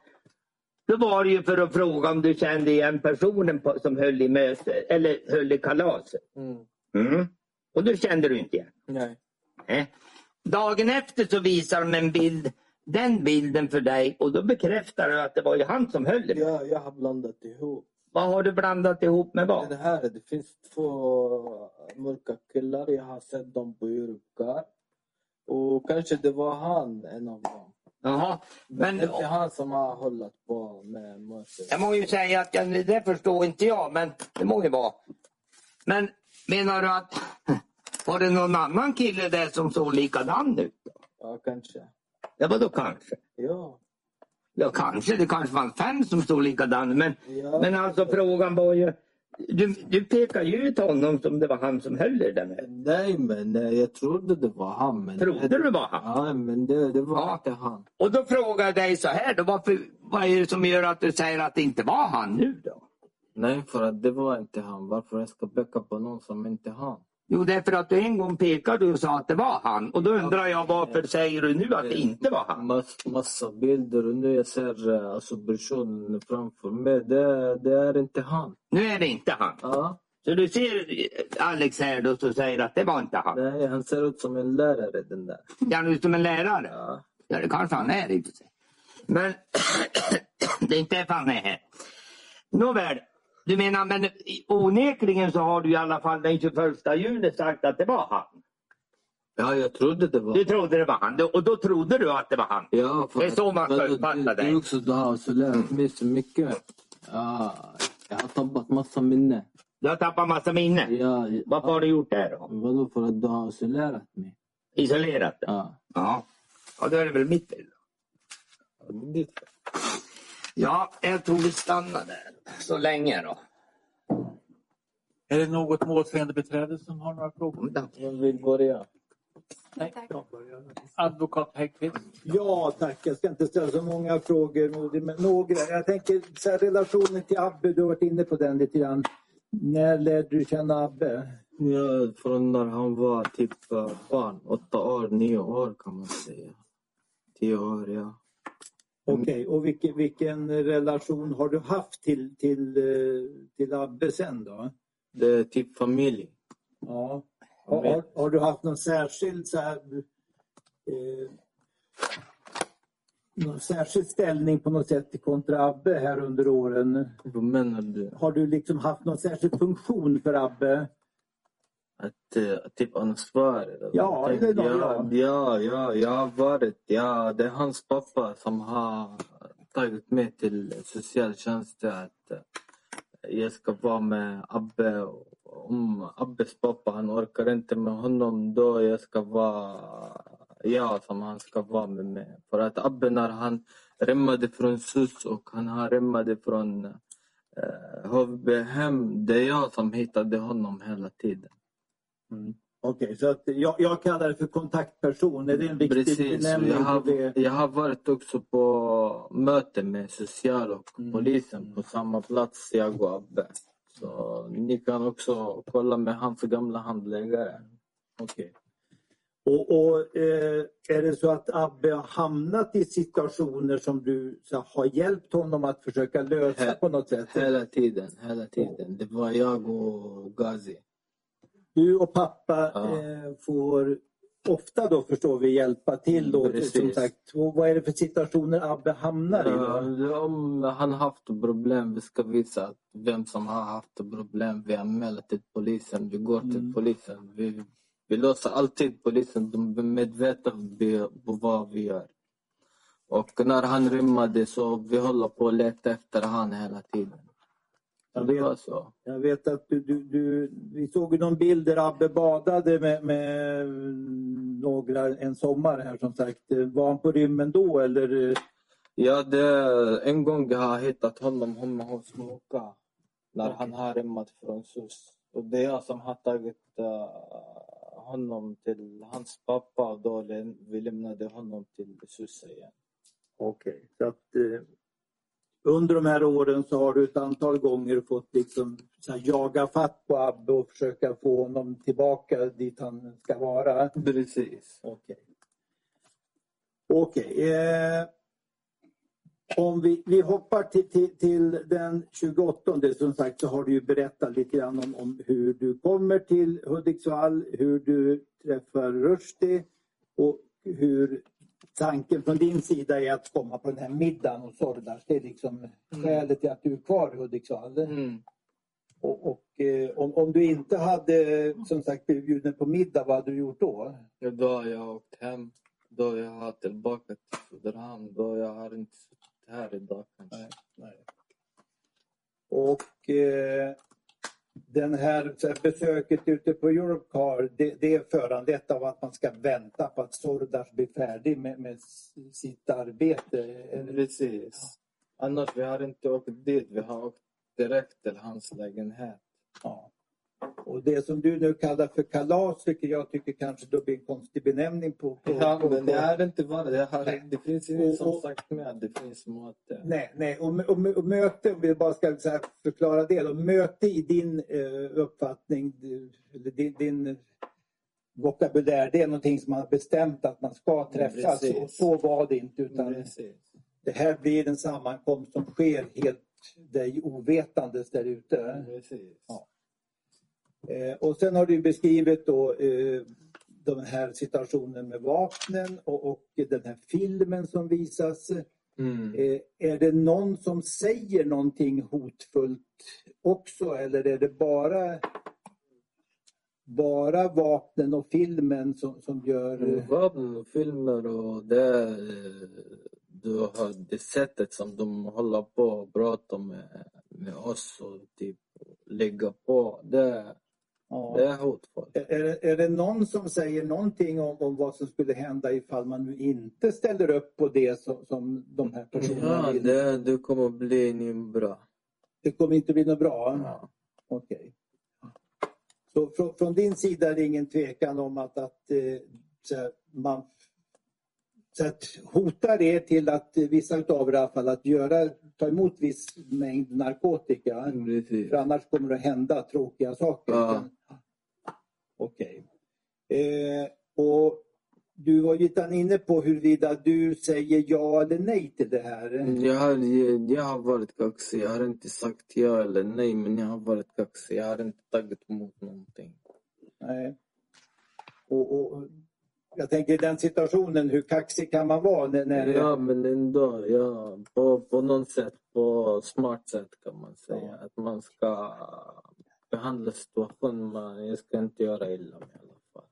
Speaker 4: Då var det ju för att fråga om du kände igen personen på, som höll i möte eller höll i kalaset.
Speaker 3: mm.
Speaker 4: Mm. Och då kände du inte igen.
Speaker 3: nej.
Speaker 4: Nej. Eh, Dagen efter så visar de en bild, den bilden för dig och då bekräftar du att det var ju han som höll i mötet.
Speaker 3: Jag, jag har blandat ihop.
Speaker 4: Vad har du blandat ihop med vad?
Speaker 3: Den här, det finns två mörka killar. Jag har sett dem på Europcar. Och kanske det var han, en av dem.
Speaker 4: Jaha. Men
Speaker 3: Men, det är han som har hållit på med mörker.
Speaker 4: jag må ju säga att jag, det förstår inte jag, men det må ju vara. Men menar du att var det någon annan kille där som såg likadan ut?
Speaker 3: Ja, kanske.
Speaker 4: Ja, vadå kanske?
Speaker 3: Ja.
Speaker 4: Ja, kanske. Det kanske fanns fem som stod likadana. Men,
Speaker 3: Ja.
Speaker 4: men alltså frågan var ju... Du, du pekar ju ut honom som det var han som höll i den här.
Speaker 3: Nej, men eh, jag trodde det var han. Men
Speaker 4: Trodde du det var han?
Speaker 3: Ja, men det, det var
Speaker 4: Ja.
Speaker 3: inte han.
Speaker 4: Och då frågar jag dig så här då. Varför, vad är det som gör att du säger att det inte var han nu då?
Speaker 3: Nej, för att det var inte han. Varför jag ska peka på någon som inte han?
Speaker 4: Jo, det är för att du en gång pekade och sa att det var han. Och då undrar jag varför säger du nu att det inte var han?
Speaker 3: Mass, massa bilder och nu jag ser eh, alltså, personen framför mig. Det, det är inte han.
Speaker 4: Nu är det inte han.
Speaker 3: Ja.
Speaker 4: Så du ser Alex här då som säger att det var inte han.
Speaker 3: Nej, han ser ut som en lärare den där.
Speaker 4: Är han ut som en lärare?
Speaker 3: Ja.
Speaker 4: Ja, det kanske han är i och för sig. Men det är inte därför han är här. Nåväl, du menar, men onekligen så har du i alla fall den 21 juni sagt att det var han.
Speaker 3: ja, jag trodde det var
Speaker 4: Du trodde det var han och då trodde du att det var han.
Speaker 3: Ja, för
Speaker 4: Det är så
Speaker 3: att-
Speaker 4: man
Speaker 3: för
Speaker 4: ska
Speaker 3: att
Speaker 4: uppfatta
Speaker 3: du-
Speaker 4: dig.
Speaker 3: Du också, du har så lärt mig så mycket. Ja, jag har tappat massa minne.
Speaker 4: Du har tappat massa minne.
Speaker 3: Ja,
Speaker 4: Varför har du gjort det då?
Speaker 3: vadå för att du har så lärt mig?
Speaker 4: Isolerat det?
Speaker 3: Ja.
Speaker 4: Ja. Ja, då är det väl mitt fel. Ja, jag tror vi stannar där så länge då.
Speaker 2: Är det något målsägandebiträde som har några frågor?
Speaker 3: Vem vill börja?
Speaker 2: Nej, jag börjar. Advokat Häggkvist.
Speaker 6: Ja, tack. Jag ska inte ställa så många frågor, Modi, men några. Jag tänker så här, relationen till Abbe, du har varit inne på den lite grann. När lärde du känna Abbe?
Speaker 3: Ja, från när han var typ eh, barn. Åtta år, nio år kan man säga. Tio år, ja.
Speaker 6: Okej, och vilken, vilken relation har du haft till, till, eh, till Abbe sen då?
Speaker 3: Det är typ familj.
Speaker 6: Ja. Har, har, har du haft någon särskild så här, eh, någon särskild ställning på något sätt kontra Abbe här under åren?
Speaker 3: Vad menar du?
Speaker 6: Har du liksom haft någon särskild funktion för Abbe?
Speaker 3: Att eh, typ ansvarig? eller
Speaker 6: Ja,
Speaker 3: någonting.
Speaker 6: det är någon,
Speaker 3: ja, ja, ja, jag har varit, ja, det är hans pappa som har tagit mig till socialtjänsten att eh, jag ska vara med Abbe. Om Abbes pappa, han orkar inte med honom, då jag ska vara jag som han ska vara med mig. För att Abbe när han remmade från SUS och han har remmade från eh, HVB-hem, det är jag som hittade honom hela tiden.
Speaker 6: Okej, så att jag, jag kallar det för kontaktperson. Är det en riktig
Speaker 3: Precis,
Speaker 6: benämning
Speaker 3: jag
Speaker 6: på
Speaker 3: har,
Speaker 6: det?
Speaker 3: jag har varit också på möte med social och
Speaker 6: Mm.
Speaker 3: polisen på samma plats, jag och Abbe. Så ni kan också kolla med hans gamla handläggare.
Speaker 6: Okej. Och, och eh, är det så att Abbe har hamnat i situationer som du så, har hjälpt honom att försöka lösa
Speaker 3: Här-
Speaker 6: på något sätt?
Speaker 3: Hela tiden, hela tiden. Det var jag och Gazi.
Speaker 6: Du och pappa
Speaker 3: Ja.
Speaker 6: eh, får ofta då förstår vi hjälpa till då.
Speaker 3: Mm, Precis.
Speaker 6: Som sagt, och vad är det för situationer Abbe hamnar i? Då?
Speaker 3: Ja, Om han haft problem, vi ska visa att vem som har haft problem. Vi anmäler till polisen, vi går till
Speaker 6: Mm.
Speaker 3: polisen. Vi, vi låser alltid polisen, de är medvetna om vi- på vad vi gör. Och när han rymmade så vi håller på att leta efter han hela tiden. Så
Speaker 6: Jag
Speaker 3: det
Speaker 6: vet.
Speaker 3: var så.
Speaker 6: Jag vet att du, du, du, vi såg ju någon bild där Abbe badade med, med några en sommar här som sagt. Eh, Var han på rymmen då eller? eh,
Speaker 3: Ja, det, en gång har jag hittat honom hemma hos Moka. När han har rymmat från SUS. Och det är jag som har tagit eh, honom till hans pappa och då läm- vi lämnade honom till SUS igen.
Speaker 6: Okej, så att eh, under de här åren så har du ett antal gånger fått liksom så här, jaga fatt på Abbe och försöka få honom tillbaka dit han ska vara.
Speaker 3: Precis.
Speaker 6: Okej. Okej. Eh, om vi, vi hoppar till, till, till den 28 som sagt så har du ju berättat lite grann om, om hur du kommer till Hudiksvall, hur du träffar Rushdie och hur tanken från din sida är att komma på den här middagen och Sordas. Det är liksom skälet till att du är kvar i Hudiksvall. Och, och eh, om, om du inte hade som sagt blivit bjuden på middag, vad hade du gjort då?
Speaker 3: Ja, då har jag åkt hem. Då är jag har tillbaka till Söderhamn. Då jag har inte suttit här idag kanske.
Speaker 6: Nej. Och eh, den här, så här besöket ute på Europcar, det, det är föranlett av att man ska vänta på att Sordas blir färdig med, med s- sitt arbete. Eller-
Speaker 3: Eh, Precis. Annars vi har inte åkt dit. Vi har åkt direkt till hans lägenhet.
Speaker 6: Ja. Och det som du nu kallar för kalas tycker jag tycker kanske då blir en konstig benämning på... på,
Speaker 3: Ja,
Speaker 6: på, på.
Speaker 3: men det har inte varit. Jag har, det finns ingen
Speaker 6: Och-
Speaker 3: som
Speaker 6: och-
Speaker 3: sagt med. Det finns möte.
Speaker 6: Nej, nej. Och, mö- och, mö- och möte, om vi bara ska så här förklara det då. Möte i din eh, uppfattning, du- eller din, din vokabulär, det är någonting som man har bestämt att man ska träffas.
Speaker 3: Precis.
Speaker 6: Och så var det inte. Utan
Speaker 3: Precis.
Speaker 6: det här blir en sammankomst som sker helt dig ovetandes där ute.
Speaker 3: Precis.
Speaker 6: Ja. Eh, och sen har du beskrivit då eh, den här situationen med vapnen och, och den här filmen som visas.
Speaker 3: Mm.
Speaker 6: Eh, är det någon som säger någonting hotfullt också eller är det bara bara vapnen och filmen som, som gör...
Speaker 3: Mm,
Speaker 6: eh,
Speaker 3: Vapen och filmer och det... eh, Du har det sättet som de håller på och pratar med, med oss och typ lägga på. Det,
Speaker 6: ja.
Speaker 3: det är hotfullt.
Speaker 6: Är- Är, det- är det någon som säger någonting om, om vad som skulle hända ifall man nu inte ställer upp på det som, som de här personerna
Speaker 3: Ja,
Speaker 6: vill?
Speaker 3: det, det kommer bli en bra.
Speaker 6: Det kommer inte bli något bra?
Speaker 3: Ja.
Speaker 6: Okej. Så från, från din sida är det ingen tvekan om att, att eh, så här, man så att hotar er till att eh, vissa utav er i alla fall att göra, ta emot viss mängd narkotika.
Speaker 3: Mm, Precis.
Speaker 6: För annars kommer det att hända tråkiga saker.
Speaker 3: Ja.
Speaker 6: Okej. Eh, och du var ju lite inne på huruvida du säger ja eller nej till det här.
Speaker 3: Jag har, jag, jag har varit kaxig. Jag har inte sagt ja eller nej, men jag har varit kaxig. Jag har inte tagit emot någonting.
Speaker 6: Nej. Och, och, och jag tänker i den situationen, hur kaxig kan man vara? När, när,
Speaker 3: Ja, men ändå. Ja, på, på något sätt, på smart sätt kan man säga. Att man ska behandla situationen, men jag ska inte göra illa mig i alla fall.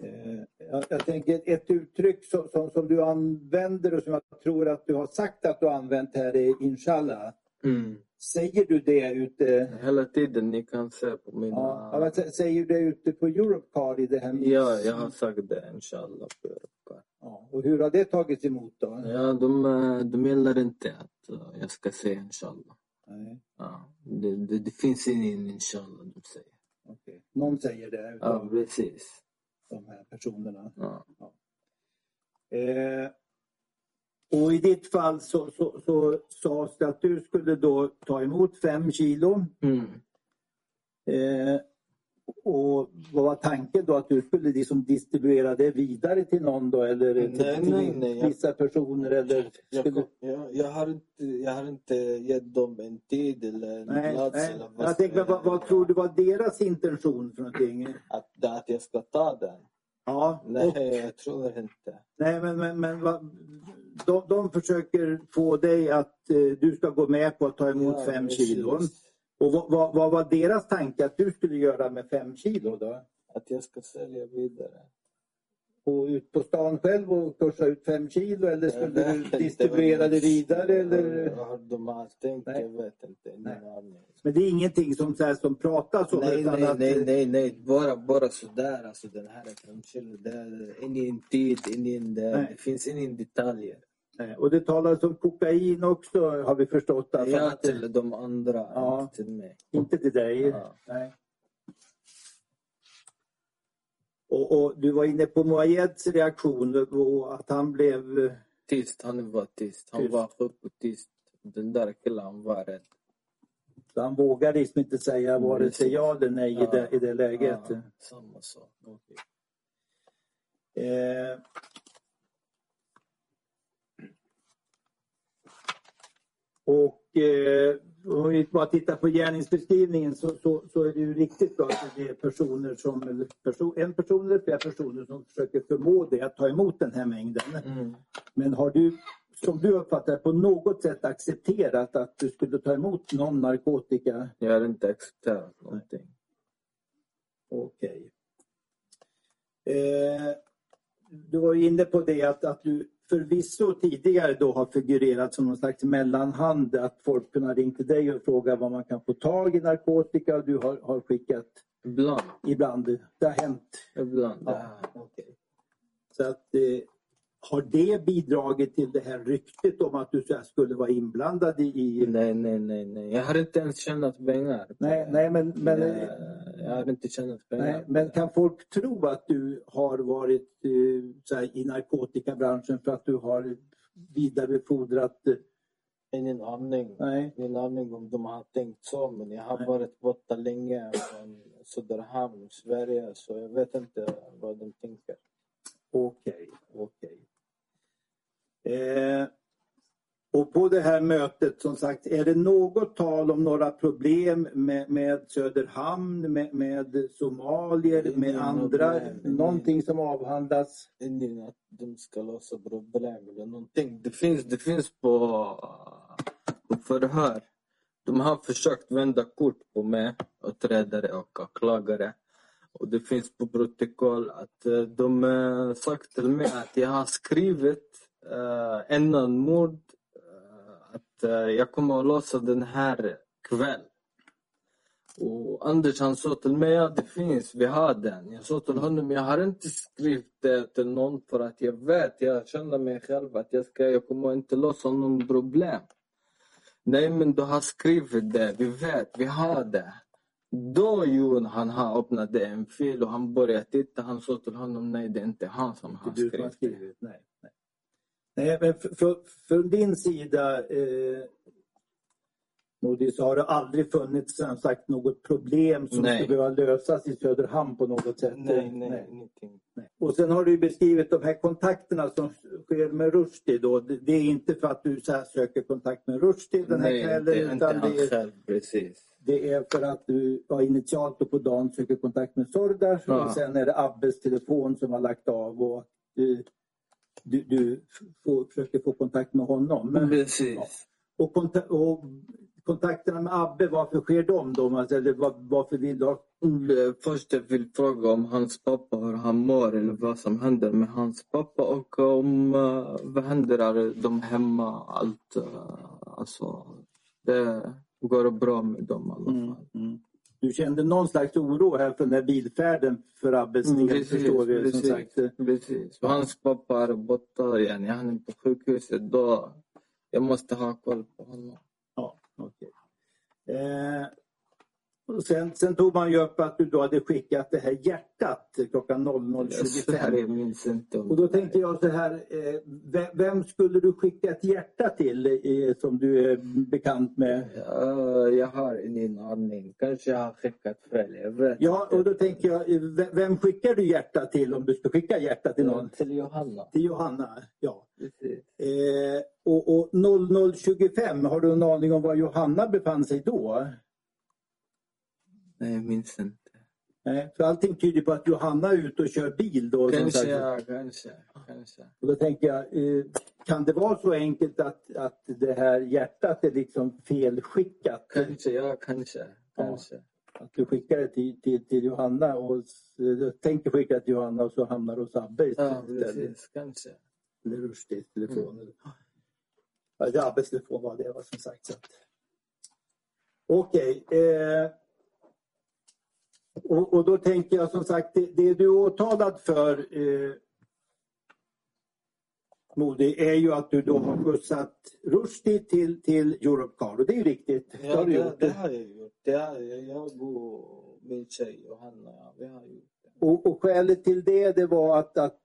Speaker 6: eh, jag, jag tänker ett uttryck som, som, som du använder och som jag tror att du har sagt att du har använt här är inshallah. Mm. Säger du det ute,
Speaker 3: Hela tiden, ni kan se på mina...
Speaker 6: ja. Ja, men sä- säger du det ute på Europcar i det här
Speaker 3: Ja, jag har sagt det, inshallah. på Europa.
Speaker 6: Ja, Och hur har det tagits emot då?
Speaker 3: Ja, de, eh, de gillar inte att eh, jag ska säga inshallah.
Speaker 6: Nej,
Speaker 3: Ja, det, det, det finns ingen inshallah de säger.
Speaker 6: okej. Någon säger det utav
Speaker 3: Ja, precis.
Speaker 6: de här personerna.
Speaker 3: Ja.
Speaker 6: Eh, och i ditt fall så, så, så sades det att du skulle då ta emot fem kilo.
Speaker 3: Mm.
Speaker 6: Eh, och vad var tanken då att du skulle liksom distribuera det vidare till någon då eller till,
Speaker 3: Nej,
Speaker 6: till
Speaker 3: nej, nej, jag-
Speaker 6: vissa personer eller?
Speaker 3: Jag,
Speaker 6: Skulle...
Speaker 3: kom, jag, jag, har inte, jag har inte gett dem en tid eller en
Speaker 6: Nej,
Speaker 3: plats.
Speaker 6: nej.
Speaker 3: Eller
Speaker 6: Jag
Speaker 3: som
Speaker 6: tänkte,
Speaker 3: är.
Speaker 6: vad, vad tror du var deras intention för någonting?
Speaker 3: Att, att jag ska ta den?
Speaker 6: Ja,
Speaker 3: Nej,
Speaker 6: och-
Speaker 3: jag tror inte.
Speaker 6: Nej, men, men, men vad, de, de försöker få dig att eh, du ska gå med på att ta emot
Speaker 3: Ja,
Speaker 6: fem
Speaker 3: precis.
Speaker 6: kilo. Och vad, vad, vad var deras tanke att du skulle göra med fem kilo då?
Speaker 3: Att jag ska sälja vidare.
Speaker 6: Gå ut på stan själv och kursa ut fem kilo eller
Speaker 3: Jag
Speaker 6: skulle
Speaker 3: vet
Speaker 6: du
Speaker 3: inte
Speaker 6: distribuera
Speaker 3: vad de-
Speaker 6: det vidare? Eller?
Speaker 3: Vad de har tänkt,
Speaker 6: Nej.
Speaker 3: jag vet inte. Ingen
Speaker 6: Nej.
Speaker 3: aning.
Speaker 6: Men det är ingenting som, så här, som pratas om?
Speaker 3: Nej,
Speaker 6: utan
Speaker 3: nej,
Speaker 6: att,
Speaker 3: nej, nej, nej. Bara, bara sådär. Alltså, den här framkällan, det är ingen tid, ingen... Det,
Speaker 6: Nej.
Speaker 3: det finns ingen detaljer.
Speaker 6: nej. eh, Och det talas om kokain också har vi förstått. Alltså,
Speaker 3: Ja,
Speaker 6: att,
Speaker 3: till de andra,
Speaker 6: Ja.
Speaker 3: inte till mig.
Speaker 6: Inte till dig?
Speaker 3: Ja.
Speaker 6: Nej. Och, och du var inne på Moayeds reaktion och att han blev... eh,
Speaker 3: Tyst, han var tyst. Han
Speaker 6: Tyst.
Speaker 3: var sjuk och tyst. Den där killen, han var rädd.
Speaker 6: så Han vågade liksom inte säga vare sig ja eller nej i,
Speaker 3: Mm, Ja.
Speaker 6: det, i det läget.
Speaker 3: Ja, samma sak. Okej.
Speaker 6: Eh. Och eh, om vi bara tittar på gärningsbeskrivningen så, så, så är det ju riktigt bra att det är personer som, eller perso, en person eller flera personer som försöker förmå dig att ta emot den här mängden. Men har du, som du uppfattar det, på något sätt accepterat att du skulle ta emot någon narkotika?
Speaker 3: Jag har inte accepterat någonting.
Speaker 6: Okej. Eh, du var ju inne på det att, att du förvisso tidigare då har figurerat som någon slags mellanhand. Att folk kunde ha ringt till dig och fråga var man kan få tag i narkotika. Du har, har skickat
Speaker 3: Ibland.
Speaker 6: ibland. Det har hänt.
Speaker 3: Ibland.
Speaker 6: Ja, okej. Så att, eh, har det bidragit till det här ryktet om att du så här skulle vara inblandad i... i...
Speaker 3: Nej, nej, nej, nej. Jag har inte ens Eh, tjänat pengar.
Speaker 6: Nej, nej, men, men, eh,
Speaker 3: Nej, Jag har inte tjänat pengar.
Speaker 6: Nej, men kan folk tro att du har varit eh, så här, i narkotikabranschen för att du har vidarebefordrat... eh,
Speaker 3: Ingen aning.
Speaker 6: Nej.
Speaker 3: Ingen aning om de har tänkt så, men jag har varit borta länge från Söderhamn, Sverige, så jag vet inte vad de tänker.
Speaker 6: Okej, okej. Eh, och på det här mötet, som sagt, är det något tal om några problem med, med Söderhamn, med, med somalier,
Speaker 3: Ingen
Speaker 6: med andra?
Speaker 3: problem.
Speaker 6: Någonting som avhandlas?
Speaker 3: Indien att de ska lösa problem eller någonting. Det finns, det finns på, på förhör. De har försökt vända kort på mig, utredare och åklagare. Och det finns på protokoll att eh, de eh, sagt till mig att jag har skrivit eh, innan mord eh, att eh, jag kommer att lösa den här kväll. Och Anders han sa till mig att det finns, vi har den. Jag sa till honom, jag har inte skrivit det till någon för att jag vet, jag känner mig själv att jag, ska, jag kommer inte lösa någon problem. Nej men du har skrivit det, vi vet, vi har det. Då Jon han har öppnat en fil och han började titta, han sa till honom, nej det är inte han som har
Speaker 6: Inte du som har
Speaker 3: skrivit det.
Speaker 6: skrivit, nej. nej. nej men f- f- från din sida, eh, Modi, så har det aldrig funnits som sagt, något problem som
Speaker 3: Nej.
Speaker 6: skulle behöva lösas i Söderhamn på något sätt?
Speaker 3: ingenting.
Speaker 6: Nej. Och sen har du beskrivit de här kontakterna som sker med Rushdie. Då. Det det är inte för att du så här söker kontakt med Rushdie den här
Speaker 3: Nej, inte,
Speaker 6: kvällen
Speaker 3: inte
Speaker 6: utan
Speaker 3: han
Speaker 6: det är,
Speaker 3: själv, precis.
Speaker 6: det är för att du ja, initialt då på dagen söker kontakt med Sordas
Speaker 3: Ja.
Speaker 6: och sen är det Abbes telefon som har lagt av och att du, du, du får, försöker få kontakt med honom. Men,
Speaker 3: Mm. Precis.
Speaker 6: och, konta- och kontakterna med Abbe, varför sker de då? Alltså, Eller var, varför vill du ha
Speaker 3: Mm, Först jag vill fråga om hans pappa, hur han mår eller vad som händer med hans pappa och om eh, vad händer är de hemma, allt. eh, Alltså, det går bra med dem i alla
Speaker 6: Mm,
Speaker 3: fall.
Speaker 6: mm. Du kände någon slags oro här för den här bilfärden för Abbes
Speaker 3: Mm,
Speaker 6: del, förstår vi. Som sagt.
Speaker 3: precis. Och Hans pappa är borta, yani, han är på sjukhuset. Då jag måste ha koll på honom.
Speaker 6: Ja, okej. eh, och sen, sen tog man ju upp att du då hade skickat det här hjärtat klockan
Speaker 3: Jag svär,
Speaker 6: 00.25.
Speaker 3: jag minns inte. om
Speaker 6: Och då
Speaker 3: det.
Speaker 6: tänkte jag så här, eh, ve- vem skulle du skicka ett hjärta till eh, som du är bekant med?
Speaker 3: Ja, Eh, jag har ingen aning. Kanske jag har skickat fel. Jag vet
Speaker 6: Ja,
Speaker 3: inte.
Speaker 6: och då tänker jag, eh, ve- vem skickar du hjärta till om du ska skicka hjärta till någon?
Speaker 3: Till Johanna.
Speaker 6: Till Johanna, ja. Eh, och, och 00.25, har du en aning om var Johanna befann sig då?
Speaker 3: Nej, jag minns inte.
Speaker 6: Eh, för allting tyder på att Johanna är ute och kör bil då. som
Speaker 3: Kanske,
Speaker 6: sagt.
Speaker 3: ja, kanske, kanske.
Speaker 6: Och då tänker jag, eh, kan det vara så enkelt att, att det här hjärtat är liksom felskickat?
Speaker 3: Kanske, ja, kanske. kanske.
Speaker 6: Att du skickar det till, till, till Johanna och s- eh, tänker skicka det till Johanna och så hamnar det hos Abbe
Speaker 3: Ja,
Speaker 6: istället.
Speaker 3: precis. Kanske.
Speaker 6: Eller Rushdies
Speaker 3: Mm.
Speaker 6: telefon. Ja, det är Abbes telefon var det var som sagt. Så. att- Okej. Eh, och, och då tänker jag som sagt, det, det du är åtalad för eh, Modi är ju att du då har skjutsat Rushdie till, till Europcar och det är ju riktigt. Det
Speaker 3: Ja,
Speaker 6: har du
Speaker 3: det,
Speaker 6: gjort.
Speaker 3: det har jag gjort. Det har jag, jag och min tjej Johanna, ja, vi har gjort det.
Speaker 6: Och, och skälet till det, det var att, att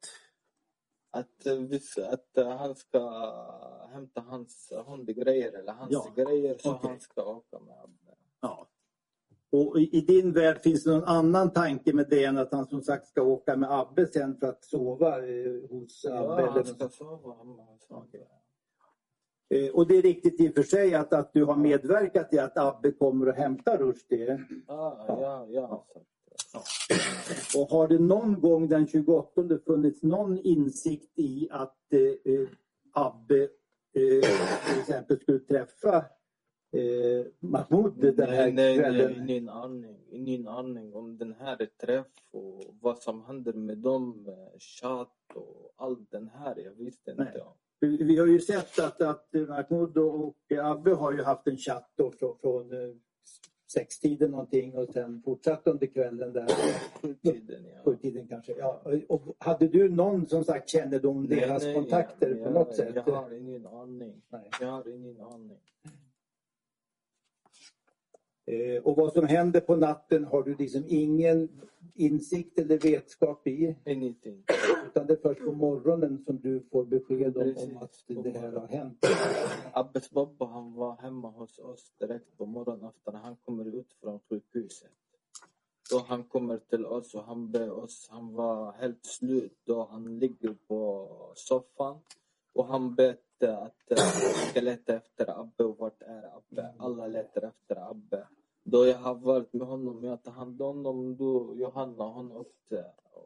Speaker 3: Att, eh, vissa- att eh, han ska hämta hans hundgrejer eller hans
Speaker 6: Ja,
Speaker 3: grejer så
Speaker 6: okej.
Speaker 3: han ska åka med. Abbe.
Speaker 6: Ja. Och i, I din värld finns det någon annan tanke med det än att han som sagt ska åka med Abbe sen för att sova eh, hos Abbe?
Speaker 3: Ja,
Speaker 6: eller
Speaker 3: han
Speaker 6: något.
Speaker 3: ska sova hemma hos Abbe.
Speaker 6: Eh, och det är riktigt i och för sig att, att du har medverkat i att Abbe kommer och hämtar Rushdie.
Speaker 5: Ah, ja, ja.
Speaker 6: Och har det någon gång den 28 funnits någon insikt i att eh, eh, Abbe eh, till exempel skulle träffa eh, Mahmoud den här
Speaker 3: Nej, eh, nej, nej,
Speaker 6: kvällen?
Speaker 3: ingen aning. Ingen aning om den här träff och vad som händer med dem, eh, chatt och allt den här. Jag visste inte.
Speaker 6: Nej.
Speaker 3: om.
Speaker 6: Vi vi har ju sett att, att eh, Mahmoud och eh, Abbe har ju haft en chatt då från, från eh, sextiden någonting och sen fortsatt under kvällen där.
Speaker 3: Tiden, ja.
Speaker 6: Sjutiden kanske. Ja. Och hade du någon som sagt kännedom om deras
Speaker 3: Nej, nej,
Speaker 6: kontakter
Speaker 3: jag,
Speaker 6: på något
Speaker 3: jag,
Speaker 6: sätt?
Speaker 3: Jag har ingen aning.
Speaker 6: Nej.
Speaker 3: Jag har ingen aning.
Speaker 6: Eh, Och vad som händer på natten har du liksom ingen insikt eller vetskap i.
Speaker 3: Anything.
Speaker 6: Utan det är först på morgonen som du får besked om, om
Speaker 3: Precis,
Speaker 6: att
Speaker 3: på
Speaker 6: det här har
Speaker 3: morgonen.
Speaker 6: hänt.
Speaker 3: Abbes pappa han var hemma hos oss direkt på morgonen efter när han kommer ut från sjukhuset. Då han kommer till oss och han ber oss, han var helt slut då han ligger på soffan och han bett eh, att eh, vi ska leta efter Abbe och vart är Abbe? Alla letar efter Abbe. Då jag har varit med honom, jag tar hand om honom, då Johanna hon åkte och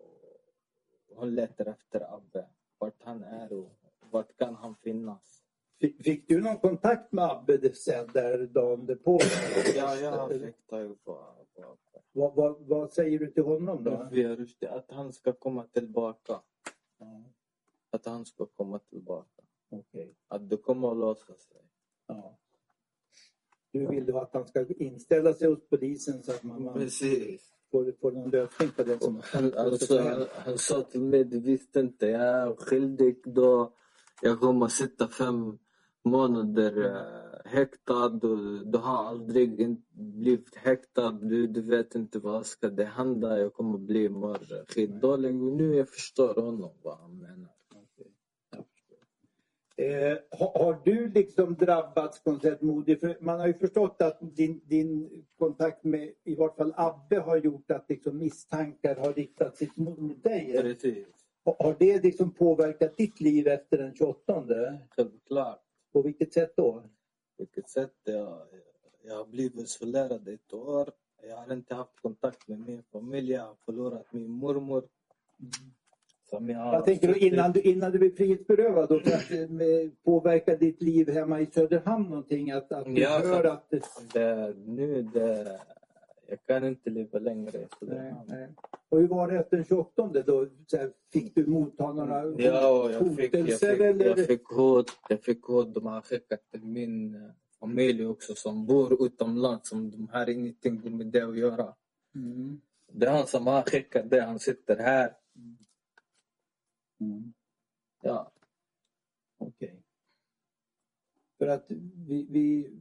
Speaker 3: hon letar efter Abbe. Vart han är och vart kan han finnas?
Speaker 6: Fick- Fick du någon kontakt med Abbe sen där dagen därpå?
Speaker 3: Ja, jag fick tag på på-
Speaker 6: Vad, vad, vad säger du till honom då?
Speaker 3: på virus. Det är Att han ska komma tillbaka.
Speaker 6: Ja,
Speaker 3: Att han ska komma tillbaka.
Speaker 6: okej.
Speaker 3: Att det kommer att lösa sig.
Speaker 6: ja. Du vill då att han ska inställa sig hos polisen så att man, man
Speaker 3: Precis.
Speaker 6: får, får någon lösning på det som
Speaker 3: Han,
Speaker 6: alltså,
Speaker 3: alltså, han, han sa till mig, du visste inte. Jag är skyldig då. Jag kommer sitta fem månader eh, häktad. Du, du har aldrig in, blivit häktad. Du, du vet inte vad ska det hända. Jag kommer bli mår skitdålig. Och Nu jag förstår honom vad han menar.
Speaker 6: Eh, har, har du liksom drabbats på något sätt Modi? För man har ju förstått att din, din kontakt med i vart fall Abbe har gjort att liksom misstankar har riktats sitt mot dig.
Speaker 3: Precis.
Speaker 6: Har, har det liksom påverkat ditt liv efter den 28?
Speaker 3: Självklart.
Speaker 6: På vilket sätt då?
Speaker 3: vilket sätt jag, jag har blivit isolerad i ett år. Jag har inte haft kontakt med min familj. Jag har förlorat min mormor. Som jag, har
Speaker 6: Jag tänker då
Speaker 3: suttit-
Speaker 6: innan du, innan du blev frihetsberövad, då kanske eh, påverkar ditt liv hemma i Söderhamn någonting? Att, att du
Speaker 3: Ja,
Speaker 6: hör
Speaker 3: så-
Speaker 6: att... Det,
Speaker 3: Det, nu det, jag kan inte leva längre i
Speaker 6: nej,
Speaker 3: Söderhamn.
Speaker 6: nej. Och hur var det efter den 28 då? Så här, fick du motta några
Speaker 3: Ja, jag fick, jag,
Speaker 6: hotelser
Speaker 3: fick,
Speaker 6: eller?
Speaker 3: jag fick hot. Jag fick hot. De har skickat till min eh, familj också som bor utomlands. Som de har ingenting med det att göra.
Speaker 6: Mm.
Speaker 3: Det är han som har skickat det. Han sitter här.
Speaker 6: Mm.
Speaker 3: Ja.
Speaker 6: Okej. För att vi, vi,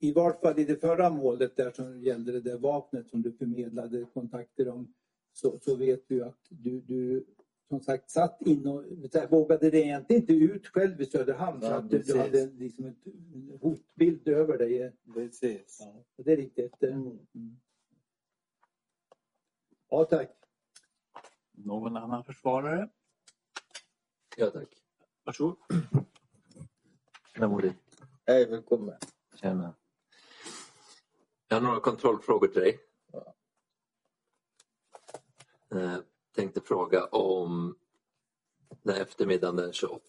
Speaker 6: i vart fall i det förra målet där som gällde det där vapnet som du förmedlade kontakter om så, så vet du att du, du som sagt satt in och så här, vågade dig egentligen inte ut själv i Söderhamn
Speaker 3: Ja,
Speaker 6: så att du, du
Speaker 3: precis.
Speaker 6: hade liksom en hotbild över dig.
Speaker 3: Precis. Mm.
Speaker 6: Och Det är riktigt. Mm. Ja tack.
Speaker 2: Någon annan försvarare?
Speaker 8: Ja tack.
Speaker 2: Varsågod.
Speaker 8: Vem var det?
Speaker 3: Hej, välkommen.
Speaker 8: Tjena. Jag har några kontrollfrågor till dig. Eh, tänkte fråga om den här eftermiddagen den 28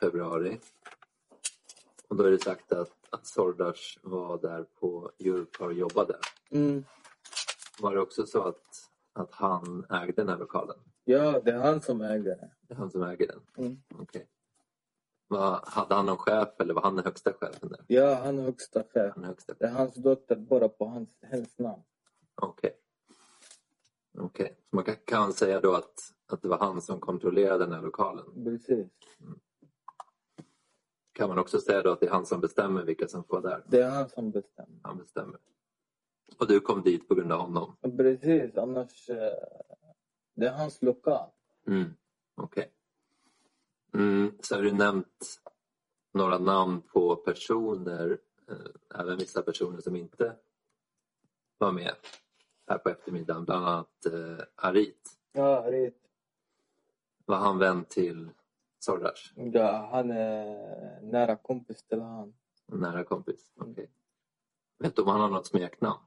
Speaker 8: februari. Och då är det sagt att, att Sordas var där på Europar och jobbade.
Speaker 3: Mm.
Speaker 8: Var det också så att, att han ägde den här lokalen?
Speaker 3: Ja, det är han som äger det.
Speaker 8: Det är han som äger den?
Speaker 3: Mm.
Speaker 8: Okej. Vad- Hade han någon chef eller var han den högsta chefen där?
Speaker 3: Ja, han är högsta chef.
Speaker 8: Han är högsta
Speaker 3: Det är hans dotter bara på hans, hennes namn.
Speaker 8: Okej. Okej, så man kan, kan säga då att, att det var han som kontrollerade den här lokalen.
Speaker 3: Precis.
Speaker 8: Kan man också säga då att det är han som bestämmer vilka som får där?
Speaker 3: Det är han som bestämmer.
Speaker 8: Han bestämmer. Och du kom dit på grund av honom?
Speaker 3: Precis, annars... eh, Det är hans lokal.
Speaker 8: Mm. Okej. Mm, så har du nämnt några namn på personer, eh, även vissa personer som inte var med här på eftermiddagen, bland annat eh, Arit.
Speaker 3: Ja, rätt.
Speaker 8: Var han vän till Sordash?
Speaker 3: Ja, han är nära kompis till han.
Speaker 8: En nära kompis? Okej. Vet du om han har något smeknamn?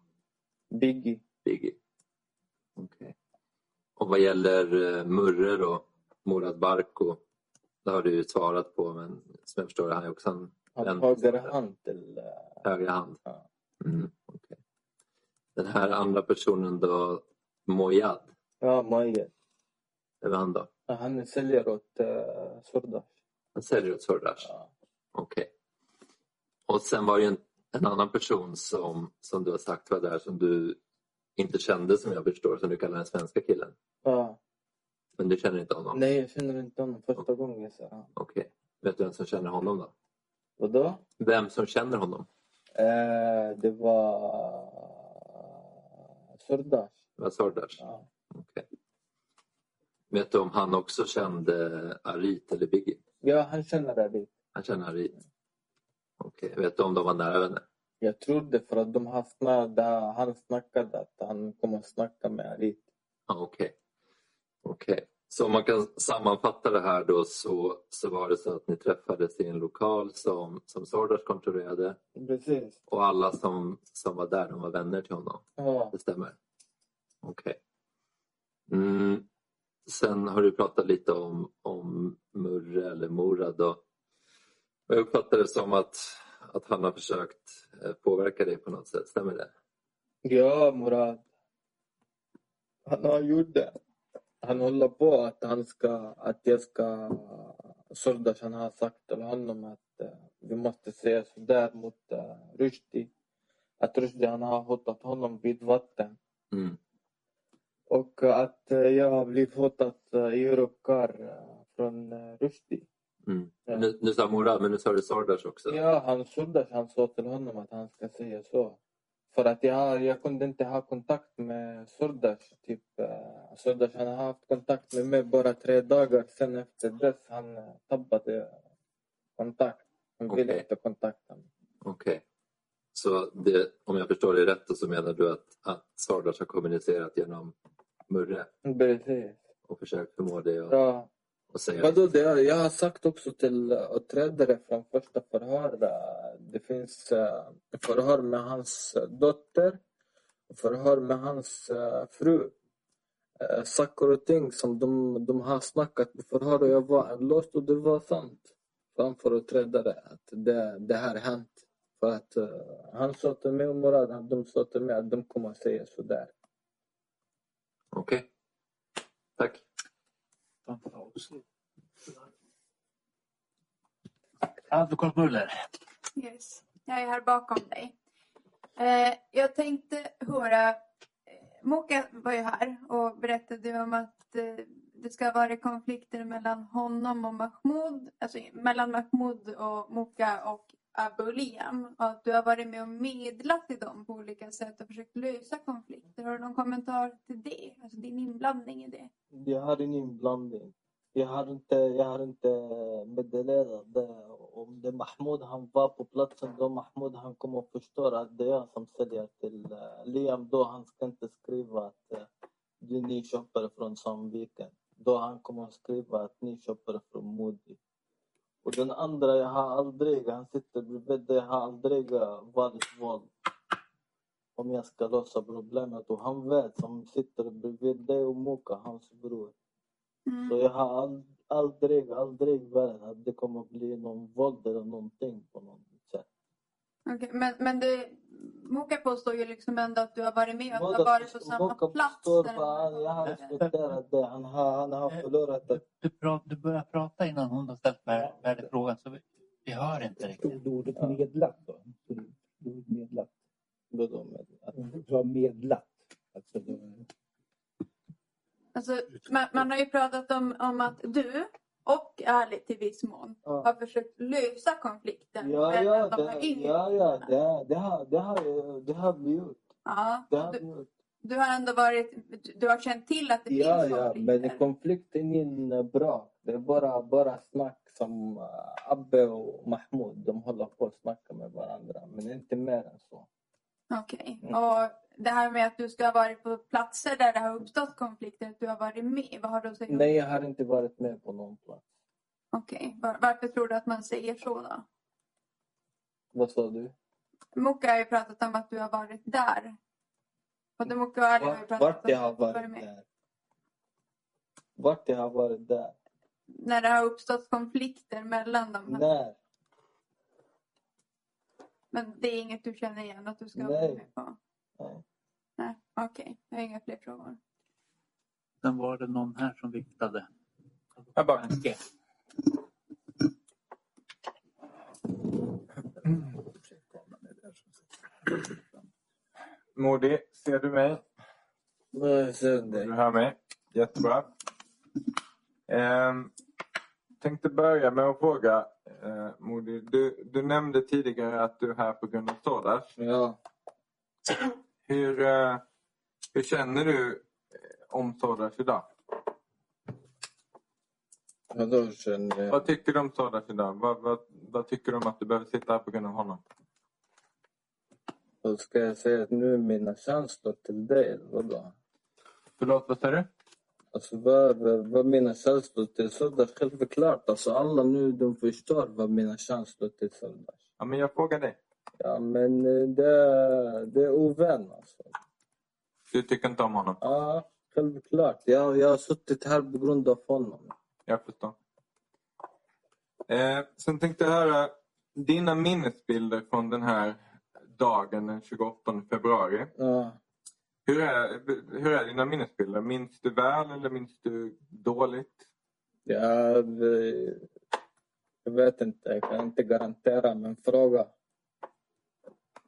Speaker 3: Biggie.
Speaker 8: Biggie? Okej. Och vad gäller eh, Murre då, Murad Barko, det har du ju svarat på men som jag förstår det, han är också en
Speaker 3: Han
Speaker 8: Den-
Speaker 3: höger hand till... eh,
Speaker 8: högra hand.
Speaker 3: Ja.
Speaker 8: Mm, okej. Den här andra personen då, Mojad,
Speaker 3: Ja, Maje.
Speaker 8: vem är han då?
Speaker 3: Ja, Han säljer åt uh, Sordash.
Speaker 8: Han säljer åt Sordash?
Speaker 3: Ja.
Speaker 8: Okej. Och sen var det ju en, en annan person som, som du har sagt var där som du inte kände som jag förstår, som du kallar den svenska killen.
Speaker 3: Ja.
Speaker 8: Men du känner inte honom?
Speaker 3: Nej, jag känner inte honom första gången jag ser honom.
Speaker 8: Okej. Vet du vem som känner honom då?
Speaker 3: Vadå?
Speaker 8: Vem som känner honom?
Speaker 3: Eh, det var eh, Sordash.
Speaker 8: Det var Sordash?
Speaker 3: Ja.
Speaker 8: Okej. Vet du om han också kände Arit eller Biggie?
Speaker 3: ja, han känner Arif.
Speaker 8: Han känner Arit. Okej. Vet du om de var nära vänner?
Speaker 3: Jag trodde för att de har snack, han snackade att han kommer att snacka med Arif.
Speaker 8: Ja, Okej. Okej. Så om man kan sammanfatta det här då så, så var det så att ni träffades i en lokal som, som Sordas kontrollerade
Speaker 3: Precis.
Speaker 8: och alla som, som var där de var vänner till honom.
Speaker 3: Ja,
Speaker 8: Det stämmer? Okej. Mm. Sen har du pratat lite om, om Murre eller Morad. då. Jag uppfattar det som att, att han har försökt eh, påverka dig på något sätt. Stämmer det?
Speaker 3: ja Murad. Han har gjort det. Han håller på att han ska, att jag ska... Sordash han har sagt till honom att eh, vi måste säga sådär mot uh, Rushdie. Att Rushdie han har hotat honom vid vatten.
Speaker 8: Mm.
Speaker 3: Och att eh, jag har blivit hotad eh, i Europcar eh, från eh, Rushdie.
Speaker 8: Mm.
Speaker 3: Ja.
Speaker 8: Nu, nu sa Morad, men nu sa du Sordas också.
Speaker 3: Ja, han Surdash han sa till honom att han ska säga så. För att jag, har- jag kunde inte ha kontakt med Surdash. Typ, eh, Surdash han har haft kontakt med mig bara tre dagar. Sen efter dess han eh, tappade kontakt. Han ville
Speaker 8: Okej.
Speaker 3: inte kontakta mig.
Speaker 8: Okej. Så det, om jag förstår dig rätt då så menar du att, att Sardas har kommunicerat genom Murre
Speaker 3: Precis.
Speaker 8: och försökt förmå dig att,
Speaker 3: Ja.
Speaker 8: att säga...
Speaker 3: Vadå, det, jag har sagt också till åträdare från första förhör. eh, Det finns eh, förhör med hans eh, dotter och förhör med hans eh, fru. Eh, Saker och ting som de, de har snackat på förhör och jag var låst och det var sant framför åträdare att det, det här hänt. För att eh, han sa till mig och Murad, att de sa till mig att de kommer att säga sådär.
Speaker 8: Okej. Tack.
Speaker 2: Advokat Muller.
Speaker 9: Yes. Jag är här bakom dig. Eh, jag tänkte höra... eh, Moka var ju här och berättade ju om att eh, det ska ha varit konflikter mellan honom och Mahmoud. Alltså mellan Mahmoud och Moka och Abu Liam. Och att du har varit med och medlat i dem på olika sätt och försökt lösa konflikter. Har du någon kommentar till det? Alltså din inblandning i det?
Speaker 5: Jag har ingen inblandning. Jag har inte, jag har inte meddelat det. Om det är Mahmoud han var på platsen då Mahmoud han kommer att förstå att det är jag som säljer till eh, Liam. Då han ska inte skriva att eh, det är ni köper från Sandviken. Då han kommer att skriva att ni köper från Moody. Och den andra, jag har aldrig, han sitter bredvid dig, jag har aldrig eh, varit våld om jag ska lösa problemet. Och han vet, som sitter bredvid dig och Moka, hans bror.
Speaker 9: Mm.
Speaker 5: Så jag har ald- aldrig, aldrig varit att det kommer bli någon våld eller någonting på något sätt.
Speaker 9: Okej, men, men det, Moka påstår ju liksom ändå att du har varit med och att du har
Speaker 5: Moka-
Speaker 9: varit på samma
Speaker 5: Moka
Speaker 9: plats.
Speaker 5: förstår
Speaker 9: när de
Speaker 5: vad
Speaker 9: här
Speaker 5: jag har
Speaker 9: konflikterna.
Speaker 5: respekterat det. Han har, han har förlorat det.
Speaker 2: Du, pra, du börjar prata innan hon har ställt vär- värdefrågan så vi, vi hör inte riktigt.
Speaker 6: Stod ordet medlat då? Stod ordet medlat?
Speaker 3: Vadå, men att-
Speaker 6: Du har medlat. Alltså, det-
Speaker 9: Alltså, man, man har ju pratat om, om att du och Ali till viss mån
Speaker 5: Ja.
Speaker 9: har försökt lösa konflikten
Speaker 5: Ja,
Speaker 9: mellan
Speaker 5: ja,
Speaker 9: de här
Speaker 5: det,
Speaker 9: yngre.
Speaker 5: ja, ja, det, det, har, det, har, det har vi gjort.
Speaker 9: Ja,
Speaker 5: Det har vi
Speaker 9: du,
Speaker 5: gjort.
Speaker 9: du har ändå varit, du- du har känt till att det
Speaker 3: Ja,
Speaker 9: finns
Speaker 3: ja,
Speaker 9: konflikter.
Speaker 3: men konflikt är ingen bra. Det är bara, bara snack som eh, Abbe och Mahmoud. De håller på att snacka med varandra, men inte mer än så.
Speaker 9: Okej,
Speaker 3: Mm.
Speaker 9: och det här med att du ska ha varit på platser där det har uppstått konflikter, att du har varit med, vad har du att säga om det?
Speaker 3: Nej, jag har inte varit med på någon plats.
Speaker 9: Okej, Var, varför tror du att man säger så då?
Speaker 3: Vad sa du?
Speaker 9: Moka har ju pratat om att du har varit där. Både Moka och Ali har ju
Speaker 3: Vart,
Speaker 9: pratat
Speaker 3: vart
Speaker 9: om
Speaker 3: jag har
Speaker 9: att du
Speaker 3: varit
Speaker 9: med.
Speaker 3: där. Vart jag har varit där.
Speaker 9: När det har uppstått konflikter mellan dem.
Speaker 3: När?
Speaker 9: Men det är inget du känner igen att du ska
Speaker 3: Nej.
Speaker 9: vara med på?
Speaker 3: Nej.
Speaker 9: Nej, okej. Jag har inga fler frågor.
Speaker 2: Sen var det någon här som viftade.
Speaker 10: Här bak. Modi, ser du mig?
Speaker 3: Nej, ser dig.
Speaker 10: Du hör mig? Jättebra. Ehm, tänkte börja med att fråga eh, Modi. Du, du nämnde tidigare att du är här på grund av Sodas.
Speaker 3: Ja.
Speaker 10: Hur, eh, hur känner du eh, om Sodas idag?
Speaker 3: Vadå känner jag?
Speaker 10: Vad tycker du om Sodas idag? Vad, vad, vad tycker du om att du behöver sitta här på grund av honom?
Speaker 3: Vad Ska jag säga att nu är mina känslor till dig eller vadå?
Speaker 10: Förlåt, vad sa du?
Speaker 3: Alltså vad, vad, vad mina känslor till Sardas? Självklart. Alltså alla nu de förstår vad mina känslor till Sardas.
Speaker 10: Ja, men jag frågar dig.
Speaker 3: Ja men eh, det, det är ovän alltså.
Speaker 10: Du tycker inte om honom?
Speaker 3: Ja, självklart. Jag, jag har suttit här på grund av honom.
Speaker 10: Jag förstår. Eh, sen tänkte jag höra dina minnesbilder från den här dagen den 28 februari.
Speaker 3: Ja.
Speaker 10: Hur är, hur är dina minnesbilder? Minns du väl eller minns du dåligt?
Speaker 3: Jag, eh, jag vet inte, jag kan inte garantera men fråga.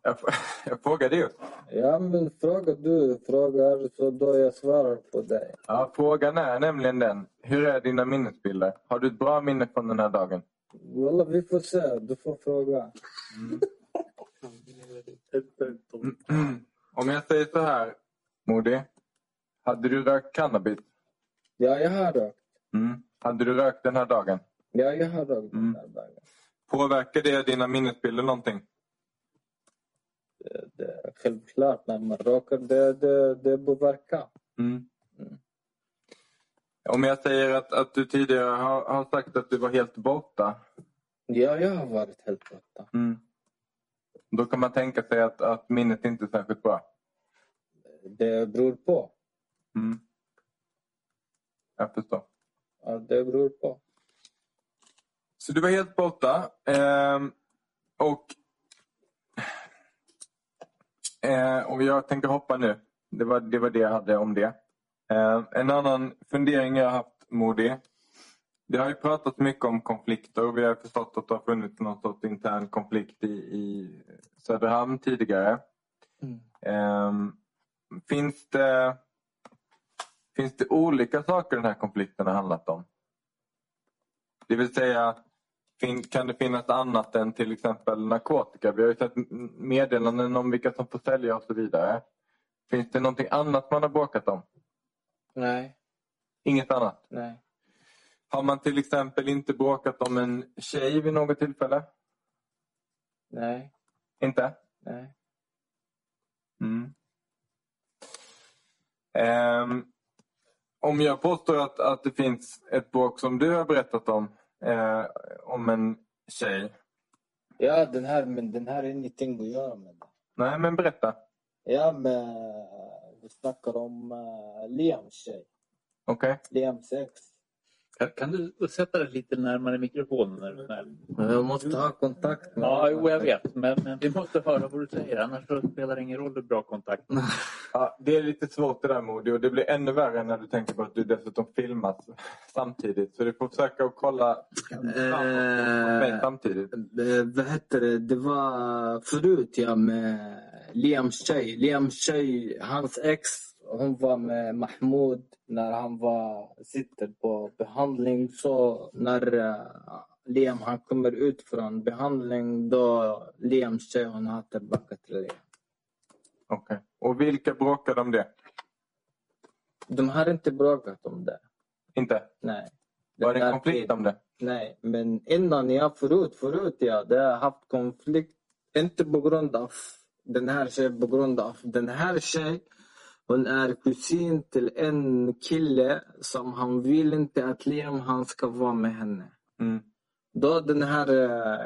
Speaker 10: Jag, jag frågade ju.
Speaker 3: Ja men fråga du frågar så då jag svarar på dig.
Speaker 10: Ja, frågan är nämligen den. Hur är dina minnesbilder? Har du ett bra minne från den här dagen?
Speaker 3: Walla, vi får se, du får fråga.
Speaker 10: Om jag säger så här, Modi. Hade du rökt cannabis?
Speaker 3: Ja jag har rökt.
Speaker 10: Mm. Hade du rökt den här dagen?
Speaker 3: Ja jag har rökt
Speaker 10: Mm.
Speaker 3: den här dagen.
Speaker 10: Påverkar det dina minnesbilder någonting?
Speaker 3: Det är självklart när man röker det, det, det påverkar.
Speaker 10: Mm. Om jag säger att, att du tidigare har, har sagt att du var helt borta.
Speaker 3: Ja jag har varit helt borta.
Speaker 10: Mm. Då kan man tänka sig att, att minnet inte är särskilt bra.
Speaker 3: Det beror på.
Speaker 10: Mm. Jag förstår.
Speaker 3: Ja, det beror på.
Speaker 10: Så du var helt borta. Ehm, och, eh, och jag tänker hoppa nu. Det var det, var det jag hade om det. Ehm, en annan fundering jag har haft, Modi. Det har ju pratats mycket om konflikter och vi har förstått att det har funnits någon sorts intern konflikt i, i Söderhamn tidigare. Ehm, finns, det, finns det olika saker den här konflikten har handlat om? Det vill säga, fin- kan det finnas annat än till exempel narkotika? Vi har ju sett m- meddelanden om vilka som får sälja och så vidare. Finns det någonting annat man har bråkat om?
Speaker 3: Nej,
Speaker 10: Inget annat?
Speaker 3: nej.
Speaker 10: Har man till exempel inte bråkat om en tjej vid något tillfälle?
Speaker 3: Nej,
Speaker 10: Inte?
Speaker 3: nej.
Speaker 10: Mm. Ehm, om jag påstår att, att det finns ett bråk som du har berättat om, eh, om en tjej.
Speaker 3: Ja den här, men den här är ingenting att göra med det.
Speaker 10: Nej, men berätta.
Speaker 3: Ja men vi snackar om uh, Liams tjej.
Speaker 10: Okej?
Speaker 3: Liams ex.
Speaker 2: Kan, kan du sätta dig lite närmare mikrofonen? Är du snäll?
Speaker 3: Jag måste ha kontakt med
Speaker 2: Ja, jo, jag vet. Men, men vi måste höra vad du säger. Annars så spelar det ingen roll hur bra kontakt.
Speaker 10: Ja, det är lite svårt det där Modi och det blir ännu värre när du tänker på att du dessutom filmas samtidigt. Så du får försöka att kolla framåt mig samtidigt.
Speaker 3: Eh, vad heter det? Det var förut ja med Liams tjej. Liams tjej, hans ex, hon var med Mahmoud när han var, sitter på behandling. Så när eh, Liam han kommer ut från behandling då Liams tjej hon har tillbaka till Liam.
Speaker 10: Okej. Och vilka bråkade om det?
Speaker 3: De har inte bråkat om det.
Speaker 10: Inte?
Speaker 3: Nej.
Speaker 10: Var det
Speaker 3: Den
Speaker 10: en
Speaker 3: där
Speaker 10: konflikt
Speaker 3: tiden.
Speaker 10: om det?
Speaker 3: Nej, men innan jag förut, förut ja, det har jag haft konflikt. Inte på grund av den här tjejen, på grund av den här tjejen. Hon är kusin till en kille som han vill inte att Liam han ska vara med henne.
Speaker 10: Mm.
Speaker 3: Då den här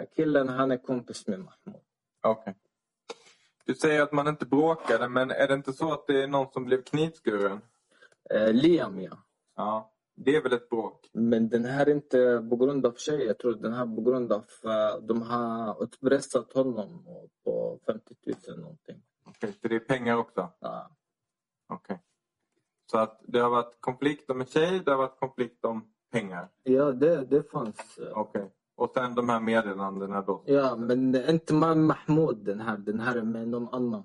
Speaker 3: eh, killen, han är kompis med Mahmoud.
Speaker 10: Okej. Du säger att man inte bråkade, men är det inte så att det är någon som blev knivskuren?
Speaker 3: Eh, Liam, ja.
Speaker 10: Ja, det är väl ett bråk?
Speaker 3: Men den här är inte på grund av tjejer. Jag tror den här är på grund av eh, de har utpressat honom på 50 000 någonting.
Speaker 10: Okej, så det är pengar också?
Speaker 3: Ja.
Speaker 10: Okej. Så att det har varit konflikt om en tjej, det har varit konflikt om pengar?
Speaker 3: Ja, det, det fanns. eh,
Speaker 10: Okej. Och sen de här meddelandena då?
Speaker 3: Ja, men inte med Mahmoud den här. Den här är med någon annan.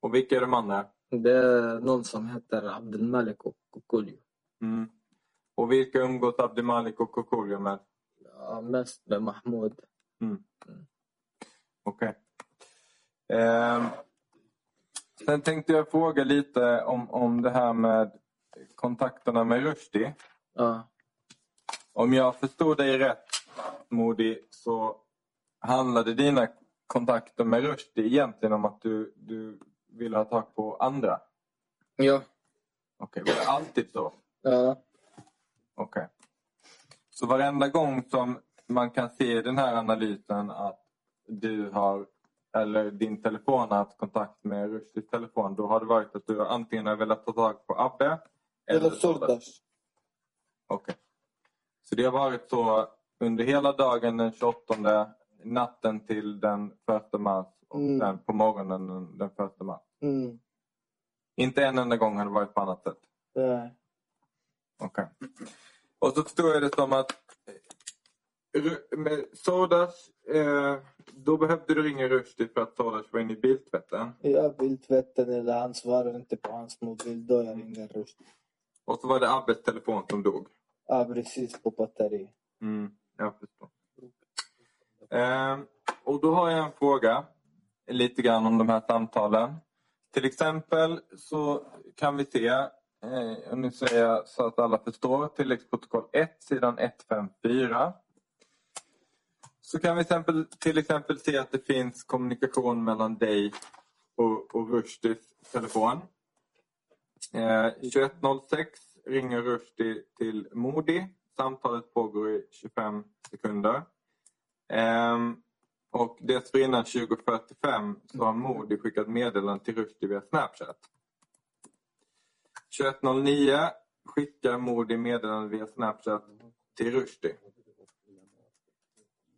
Speaker 10: Och vilka är de andra?
Speaker 3: Det är någon som heter Abdelmalik och Kukulio.
Speaker 10: Mm. Och vilka umgås Abdimalik och Kokolio med? Mm.
Speaker 3: Ja, mest med Mahmoud. Mm.
Speaker 10: Okej. Ehm, sen tänkte jag fråga lite om, om det här med kontakterna med Rushdie.
Speaker 3: Ja.
Speaker 10: Om jag förstod dig rätt, Modi, så handlade dina kontakter med Rushdie egentligen om att du, du ville ha tag på andra?
Speaker 3: Ja.
Speaker 10: Okej, var det alltid så?
Speaker 3: Ja.
Speaker 10: Okej. Så varenda gång som man kan se i den här analysen att du har eller din telefon har haft kontakt med Rushdies telefon då har det varit att du antingen har velat ta tag på Abbe
Speaker 5: Eller
Speaker 10: Okej.
Speaker 5: Sordas.
Speaker 10: Så det har varit så under hela dagen den 28 natten till den 1 mars och
Speaker 5: Mm.
Speaker 10: sen på morgonen den- den 1 mars.
Speaker 5: Mm.
Speaker 10: Inte en enda gång har det varit på annat sätt.
Speaker 5: Nej.
Speaker 10: Okej. Och så förstår jag det som att eh, Ru- med Sodas, eh, då behövde du ringa Rushdie för att Sodas var inne i biltvätten.
Speaker 5: Jag vill tvätta den eller han svarar inte på hans mobil. Då jag ringer Rushdie.
Speaker 10: Och så var det Abbes telefon som dog.
Speaker 5: Ja, precis. På batteri.
Speaker 10: Mm, jag förstår. Ehm, och då har jag en fråga lite grann om de här samtalen. Till exempel så kan vi se, eh, och nu säger jag så att alla förstår, tilläggsprotokoll 1 sidan 154. Så kan vi exempel, till exempel se att det finns kommunikation mellan dig och, och Rushdies telefon. Eh, 21.06 ringer Rushdie till Modi. Samtalet pågår i 25 sekunder. Ehm, och dessförinnan 20.45 så har Modi skickat meddelande till Rushdie via Snapchat. 21.09 skickar Modi meddelande via Snapchat till Rushdie.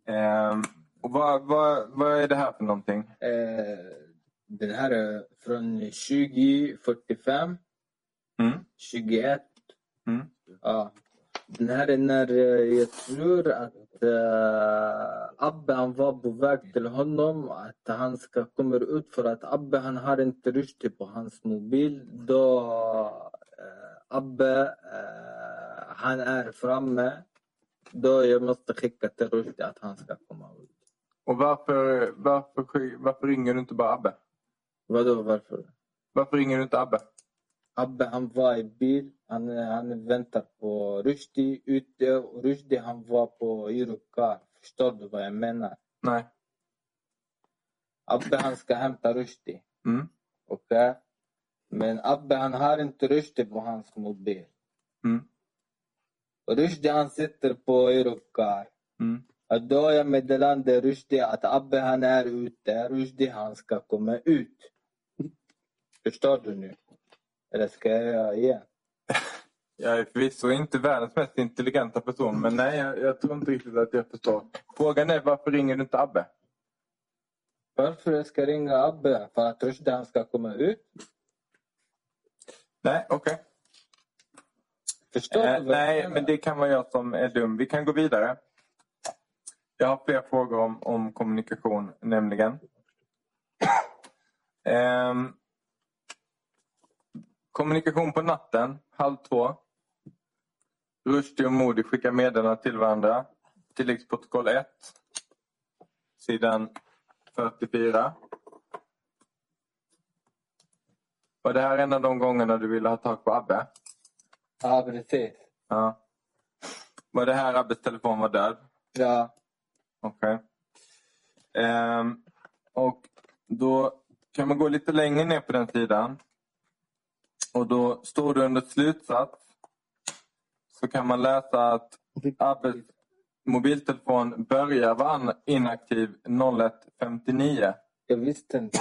Speaker 10: Ehm, och vad, vad, vad är det här för någonting?
Speaker 3: Eh, den här är från 2045.
Speaker 10: Mm.
Speaker 3: 21.
Speaker 10: Mm.
Speaker 3: Ja. Den här är när eh, jag tror att eh, Abbe han var på väg till honom. Att han ska komma ut för att Abbe han har inte Rushdie på hans mobil. Då eh, Abbe eh, han är framme. Då jag måste skicka till Rushdie att han ska komma ut.
Speaker 10: Och varför, varför, sk- varför ringer du inte bara Abbe?
Speaker 3: Vadå varför?
Speaker 10: Varför ringer du inte Abbe?
Speaker 3: Abbe han var i bil. Han, han väntar på Rushdie ute. Och Rushdie han var på Eurokar. Förstår du vad jag menar?
Speaker 10: Nej.
Speaker 3: Abbe han ska hämta Rushdie.
Speaker 10: Mm.
Speaker 3: Okej? eh, Men Abbe han har inte Rushdie på hans mobil.
Speaker 10: Mm.
Speaker 3: Och Rushdie han sitter på Eurokar.
Speaker 10: Mm.
Speaker 3: Och då jag meddelade Rushdie att Abbe han är ute. Rushdie han ska komma ut. Förstår du nu? Eller ska jag göra igen?
Speaker 10: Jag är förvisso inte världens mest intelligenta person men nej, jag, jag tror inte riktigt att jag förstår. Frågan är varför ringer du inte Abbe?
Speaker 3: Varför jag ska ringa Abbe? För att Rushdie han ska komma ut?
Speaker 10: Nej, okej.
Speaker 3: Förstår du
Speaker 10: Eh,
Speaker 3: vad jag
Speaker 10: nej,
Speaker 3: menar?
Speaker 10: men det kan vara jag som är dum. Vi kan gå vidare. Jag har fler frågor om, om kommunikation nämligen. Ehm, kommunikation på natten, halv två. Rushdie och Modi skickar meddelanden till varandra. Tilläggsprotokoll 1, sidan 44. Var det här en av de gångerna du ville ha tag på Abbe?
Speaker 3: Ja, precis.
Speaker 10: Ja. Var det här Abbes telefon var död?
Speaker 3: Ja.
Speaker 10: Okej. Ehm, och då kan man gå lite längre ner på den sidan. Och då står det under slutsats. Så kan man läsa att Abbes mobiltelefon börjar vara an- inaktiv 01.59.
Speaker 3: Jag visste inte.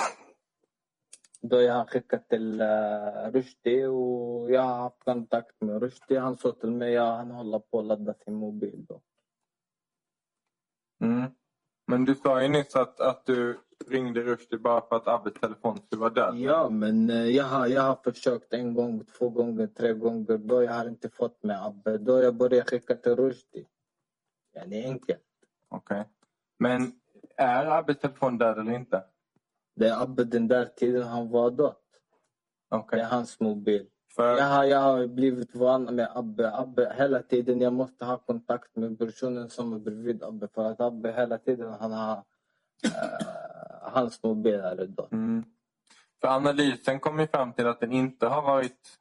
Speaker 3: Då har han skickat till eh, Rushdie och jag har haft kontakt med Rushdie. Han sa till mig att han håller på att ladda sin mobil. Då.
Speaker 10: Mm. Men du sa ju nyss att, att du ringde Rushdie bara för att Abbes telefon skulle vara död.
Speaker 3: Ja, men eh, jag har, jag har försökt en gång, två gånger, tre gånger. Då jag har inte fått med Abbe. Då jag började skicka till Rushdie. Yani enkelt.
Speaker 10: Okej. Men är Abbes telefon död eller inte?
Speaker 3: Det är Abbe den där tiden han var död. Det är hans mobil.
Speaker 10: För...
Speaker 3: Jag, har, jag har blivit van med Abbe. Abbe hela tiden, jag måste ha kontakt med personen som är bredvid Abbe. För att Abbe hela tiden, han har... eh, hans mobil är död.
Speaker 10: Mm. För analysen kom ju fram till att den inte har varit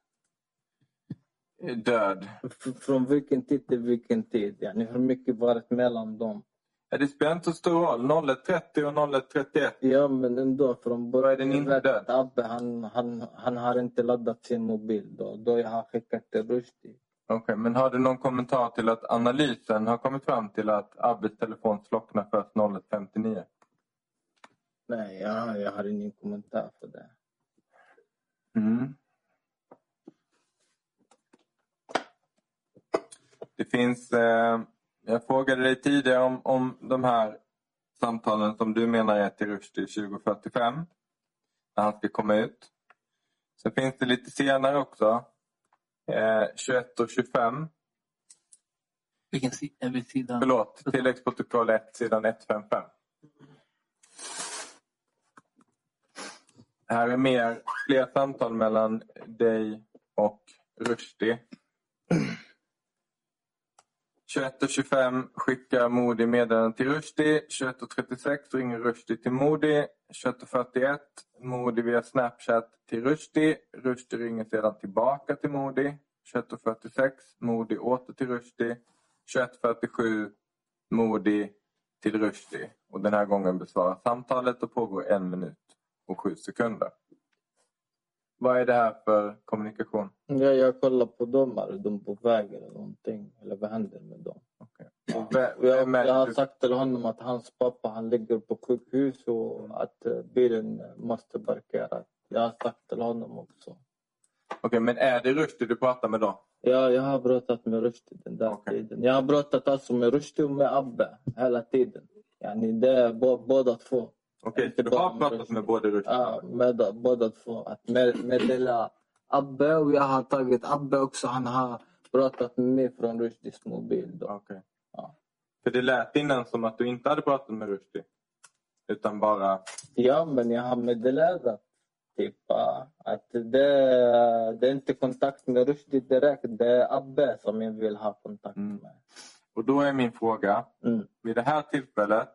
Speaker 10: eh, död.
Speaker 3: F- Från vilken tid till vilken tid? Yani hur mycket varit mellan dem?
Speaker 10: Ja, det spelar inte så stor roll. 01.30 och 01.31.
Speaker 3: Ja, men ändå. Från början
Speaker 10: är den inte död.
Speaker 3: Abbe, han, han, han har inte laddat sin mobil då. Då jag har skickat till Rushdie.
Speaker 10: Okej, men har du någon kommentar till att analysen har kommit fram till att Abbes telefon slocknar först 01.59?
Speaker 3: Nej, jag, jag har ingen kommentar för det.
Speaker 10: Mm. Det finns... Eh, jag frågade dig tidigare om, om de här samtalen som du menar är till Rushdie 2045. När han ska komma ut. Sen finns det lite senare också. Eh, 21 och 25.
Speaker 11: Vilken sida? Vid sidan?
Speaker 10: Förlåt, tilläggsprotokoll 1, sidan 155. Här är mer, fler samtal mellan dig och Rushdie. 21 och 25 skickar Modi meddelande till Rushdie. 21 och 36 ringer Rushdie till Modi. 21 och 41 Modi via Snapchat till Rushdie. Rushdie ringer sedan tillbaka till Modi. 21 och 46 Modi åter till Rushdie. 21.47 Modi till Rushdie. Och den här gången besvarar samtalet och pågår en minut och sju sekunder. Vad är det här för kommunikation?
Speaker 3: Ja, jag kollar på dem. Är de på väg eller någonting? Eller vad händer med dem?
Speaker 10: Och ve-
Speaker 3: Och Jag,
Speaker 10: vem är
Speaker 3: jag har
Speaker 10: du-
Speaker 3: sagt till honom att hans pappa han ligger på sjukhus och att eh, bilen måste parkeras. Jag har sagt till honom också.
Speaker 10: Okej, men är det Rushdie du pratar med då?
Speaker 3: Ja, jag har pratat med Rushdie den där tiden. Jag har pratat alltså med Rushdie och med Abbe hela tiden. Yani det är bo, båda två.
Speaker 10: Okej,
Speaker 3: Inte
Speaker 10: så du
Speaker 3: bara
Speaker 10: har
Speaker 3: med
Speaker 10: pratat med både Rushdie och
Speaker 3: Ja,
Speaker 10: Abbe?
Speaker 3: med, båda två. Att med, meddela Abbe och jag har tagit Abbe också. Han har pratat med mig från Rushdies mobil. Då.
Speaker 10: Okej. För det lät innan som att du inte hade pratat med Rushdie. Utan bara...
Speaker 3: Ja, men jag har meddelat att, typ, äh, att det, det är inte kontakt med Rushdie direkt. Det är Abbe som jag vill ha kontakt
Speaker 10: Mm.
Speaker 3: med.
Speaker 10: Och då är min fråga.
Speaker 3: Mm.
Speaker 10: Vid det här tillfället,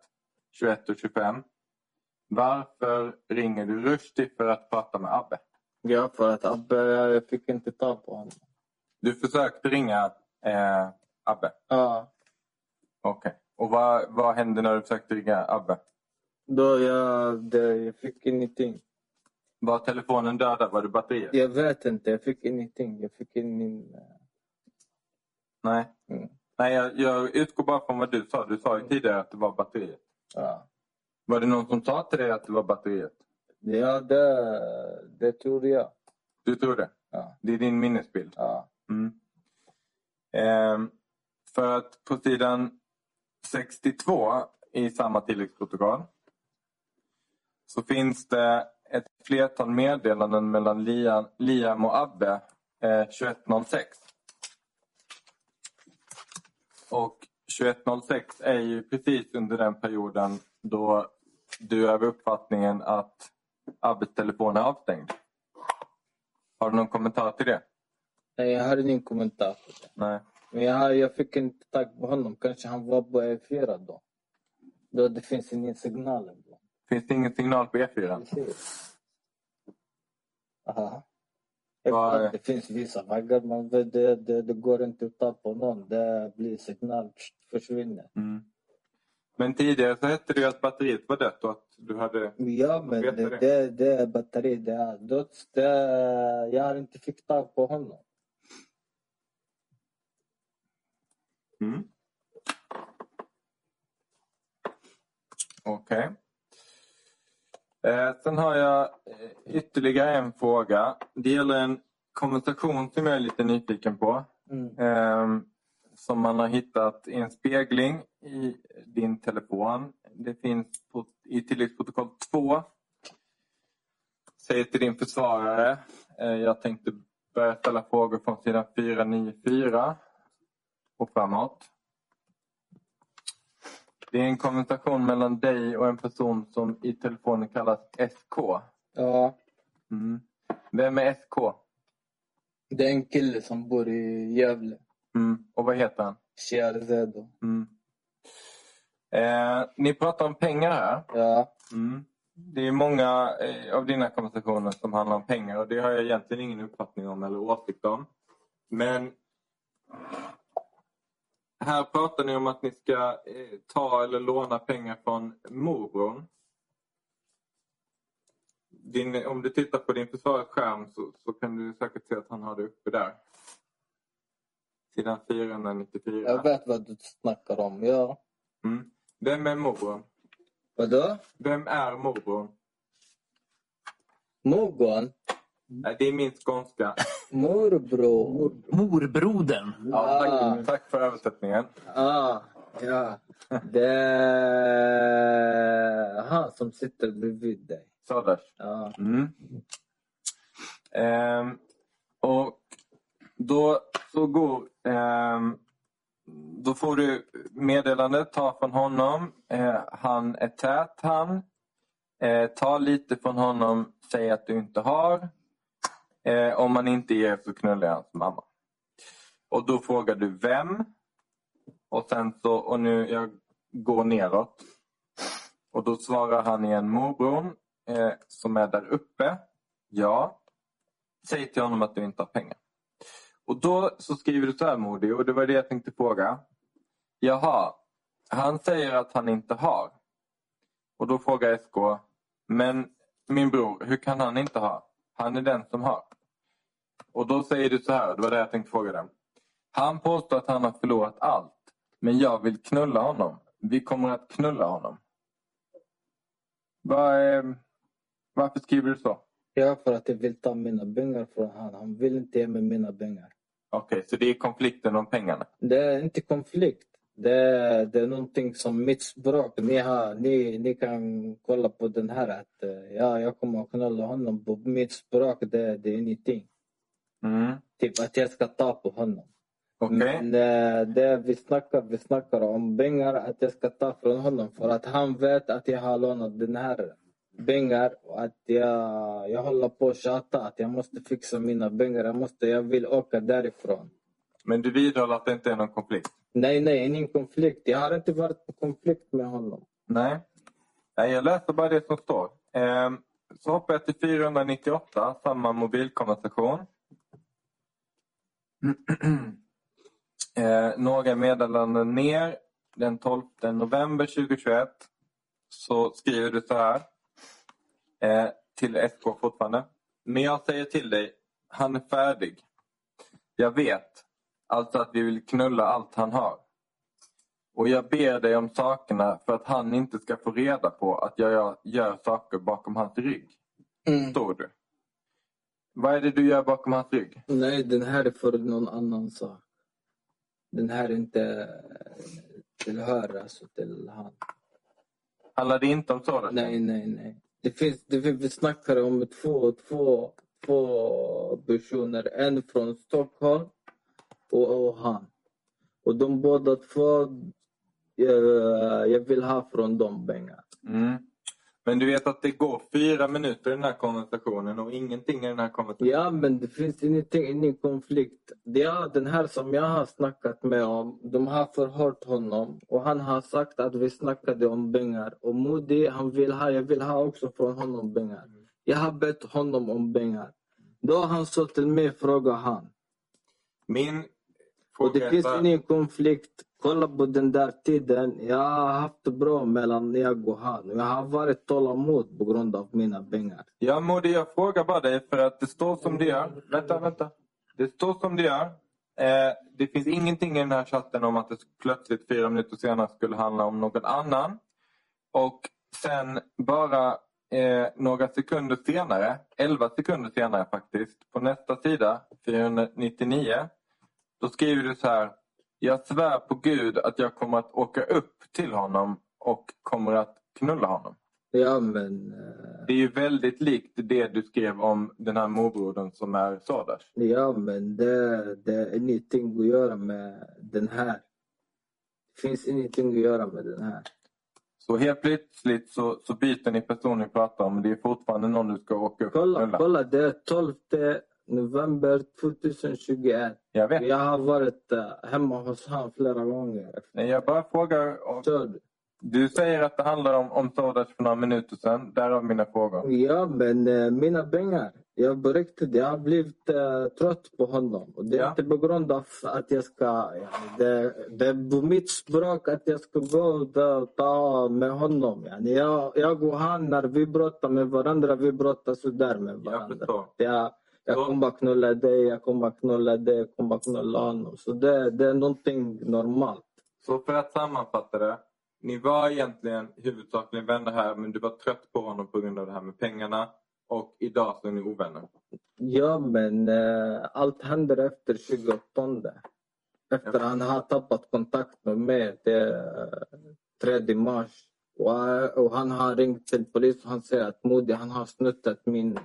Speaker 10: 21.25. Varför ringer du Rushdie för att prata med Abbe?
Speaker 3: Ja, för att Abbe, jag fick inte tag på honom.
Speaker 10: Du försökte ringa eh, Abbe?
Speaker 3: Ja.
Speaker 10: Okej. Och vad, vad hände när du försökte ringa Abbe?
Speaker 3: Då jag, det, jag fick ingenting.
Speaker 10: Var telefonen döda? Var det batterier?
Speaker 3: Jag vet inte, jag fick ingenting. Jag fick ingen... äh,
Speaker 10: Nej.
Speaker 3: Mm.
Speaker 10: Nej jag, jag utgår bara från vad du sa. Du sa ju tidigare att det var batteriet.
Speaker 3: Ja.
Speaker 10: Var det någon som sa till dig att det var batteriet?
Speaker 3: Ja, det, det tror jag.
Speaker 10: Du tror det?
Speaker 3: Ja.
Speaker 10: Det är din minnesbild?
Speaker 3: Ja.
Speaker 10: Mm. Ehm, för att på sidan 62 i samma tilläggsprotokoll så finns det ett flertal meddelanden mellan Liam, Liam och Abbe eh, 21.06. Och 21.06 är ju precis under den perioden då du är av uppfattningen att Abbes telefon är avstängd. Har du någon kommentar till det?
Speaker 3: Nej, jag har ingen kommentar. på det.
Speaker 10: Nej.
Speaker 3: Men jag, har- jag fick inte tag på honom. Kanske han var på E4 då. Då det finns ingen signal. ibland.
Speaker 10: Finns det ingen signal på E E4?
Speaker 3: Aha. Ibland Det finns vissa vägar, men det, det, det, det går inte att ta på någon. Det blir signal, pst, försvinner.
Speaker 10: Mm. Men tidigare så hette det ju att batteriet var dött och att du hade...
Speaker 3: Ja, men
Speaker 10: Vet du
Speaker 3: det,
Speaker 10: det?
Speaker 3: det, det är batteri. Det är döds. Det, jag har inte fick tag på honom.
Speaker 10: Mm. Okej. Eh, sen har jag eh, ytterligare en fråga. Det gäller en konversation som jag är lite nyfiken på. Ehm, som man har hittat i en spegling i din telefon. Det finns på, i tilläggsprotokoll 2. Säger till din försvarare. Eh, jag tänkte börja ställa frågor från sidan 494 och framåt. Det är en konversation mellan dig och en person som i telefonen kallas SK.
Speaker 3: Ja.
Speaker 10: Mm. Vem är SK?
Speaker 3: Det är en kille som bor i Gävle.
Speaker 10: Mm. Och vad heter han?
Speaker 3: Shiarzedo.
Speaker 10: Mm. Eh, ni pratar om pengar här.
Speaker 3: Ja.
Speaker 10: Mm. Det är många eh, av dina konversationer som handlar om pengar och det har jag egentligen ingen uppfattning om eller åsikt om. Men här pratar ni om att ni ska eh, ta eller låna pengar från morbrorn. Din, om du tittar på din försvarets skärm så, så kan du säkert se att han har det uppe där. Sidan 494.
Speaker 3: Jag vet vad du snackar om. Ja.
Speaker 10: Mm. Vem är morbrorn?
Speaker 3: Vadå?
Speaker 10: Vem är morbrorn?
Speaker 3: Någon?
Speaker 10: Nej, det är min skånska.
Speaker 3: Ah. Morbror?
Speaker 2: Morbrodern.
Speaker 10: Ja,
Speaker 3: Ah.
Speaker 10: tack, tack för översättningen.
Speaker 3: Ah, ja. Det är han som sitter bredvid dig.
Speaker 10: Sadash.
Speaker 3: Ja.
Speaker 10: Mm. Ehm, och då så går... ehm, då får du meddelandet, ta från honom. Eh, han är tät han. Eh, ta lite från honom, säg att du inte har. Eh, om man inte ger så knullar jag hans alltså mamma. Och då frågar du vem. Och sen så, och nu jag går neråt. Och då svarar han igen morbrorn eh, som är där uppe. Ja. Säg till honom att du inte har pengar. Och då så skriver du så här Modi och det var det jag tänkte fråga. Jaha, han säger att han inte har. Och då frågar SK, men min bror, hur kan han inte ha? Han är den som har. Och då säger du så här, det var det jag tänkte fråga dig. Han påstår att han har förlorat allt, men jag vill knulla honom. Vi kommer att knulla honom. Vad, eh, varför skriver du så?
Speaker 3: Ja, för att jag vill ta mina pengar från honom. Han vill inte ge mig mina pengar.
Speaker 10: Okej, så det är konflikten om pengarna.
Speaker 3: Det är inte konflikt. Det är, det är någonting som mitt språk. Ni, har, ni, ni kan kolla på den här. att eh, ja, Jag kommer att knulla honom på mitt språk. Det, det är ingenting.
Speaker 10: Mm.
Speaker 3: Typ att jag ska ta på honom.
Speaker 10: Okej.
Speaker 3: Men eh, det vi snackar, vi snackar om pengar. Att jag ska ta från honom. För att han vet att jag har lånat den här pengar. Och att jag, jag håller på att tjata. Att jag måste fixa mina pengar. Jag, måste, jag vill åka därifrån.
Speaker 10: Men du vidhåller att det inte är någon konflikt?
Speaker 3: Nej, nej, ingen konflikt. Jag har inte varit på konflikt med honom.
Speaker 10: Nej. Nej, jag läser bara det som står. Ehm, så hoppar jag till 498, samma mobilkonversation. eh, några meddelanden ner. Den 12 november 2021 så skriver du så här eh, till SK fortfarande. Men jag säger till dig, han är färdig. Jag vet, alltså att vi vill knulla allt han har. Och jag ber dig om sakerna för att han inte ska få reda på att jag gör- gör saker bakom hans rygg.
Speaker 3: Mm.
Speaker 10: Förstår du? Vad är det du gör bakom hans rygg?
Speaker 3: Nej, den här är för någon annan sak. Den här är inte tillhör alltså till han.
Speaker 10: Handlar det inte om sådant?
Speaker 3: Nej, nej, nej. Det finns, det finns, vi snackar om två, två, två personer. En från Stockholm och, och han. Och de båda två, eh, jag, jag vill ha från dem pengar.
Speaker 10: Mm. Men du vet att det går fyra minuter i den här konversationen och ingenting i den här konversationen.
Speaker 3: Ja, men det finns ingenting, ingen konflikt. Det är den här som jag har snackat med om. De har förhört honom och han har sagt att vi snackade om pengar. Och Modi, han vill ha, jag vill ha också från honom pengar. Jag har bett honom om pengar. Då han sa till mig, fråga han.
Speaker 10: Min
Speaker 3: Och
Speaker 10: fråga
Speaker 3: det
Speaker 10: är
Speaker 3: finns
Speaker 10: så här.
Speaker 3: ingen konflikt. Kolla på den där tiden. Jag har haft det bra mellan jag och han. Jag har varit tålamod på grund av mina pengar.
Speaker 10: Ja, Modi, jag frågar bara dig för att det står som det gör. Vänta, vänta. Det står som det gör. Eh, det finns ingenting i den här chatten om att det plötsligt fyra minuter senare skulle handla om någon annan. Och Sen bara eh, några sekunder senare, 11 sekunder senare faktiskt, på nästa sida, 499, då skriver du så här. Jag svär på gud att jag kommer att åka upp till honom och kommer att knulla honom.
Speaker 3: Ja, men...
Speaker 10: Det är ju väldigt likt det du skrev om den här morbrodern som är Sardas.
Speaker 3: Ja, men det, det är ingenting att göra med den här. Det finns ingenting att göra med den här.
Speaker 10: Så helt plötsligt så, så byter ni person ni pratar om. men Det är fortfarande någon du ska åka upp och
Speaker 3: Kolla,
Speaker 10: knulla.
Speaker 3: kolla det är 12 november 2021.
Speaker 10: Jag vet.
Speaker 3: Jag har varit eh, hemma hos honom flera gånger.
Speaker 10: Nej, jag bara frågar. Om, du säger att det handlar om, om Sardas för några minuter sedan. Därav mina frågor.
Speaker 3: Ja, men eh, mina pengar. Jag på riktigt, jag har blivit eh, trött på honom. Och det är inte på grund av att jag ska... ja, det, det är på mitt språk att jag ska gå och ta- ta med honom. ja. jag, jag och han, när vi pratar med varandra, vi pratar sådär med varandra.
Speaker 10: Jag,
Speaker 3: jag, kommer knulla dig, jag kommer knulla dig, jag kommer knulla honom. Så det, det är någonting normalt.
Speaker 10: Så för att sammanfatta det. Ni var egentligen huvudsakligen vänner här men du var trött på honom på grund av det här med pengarna. Och idag så är ni ovänner.
Speaker 3: Ja, men eh, allt händer efter 28. Efter han har tappat kontakt med mig. Det är eh, 3 mars. Och, eh, och han har ringt till polisen och han säger att Modi han har snuttat min,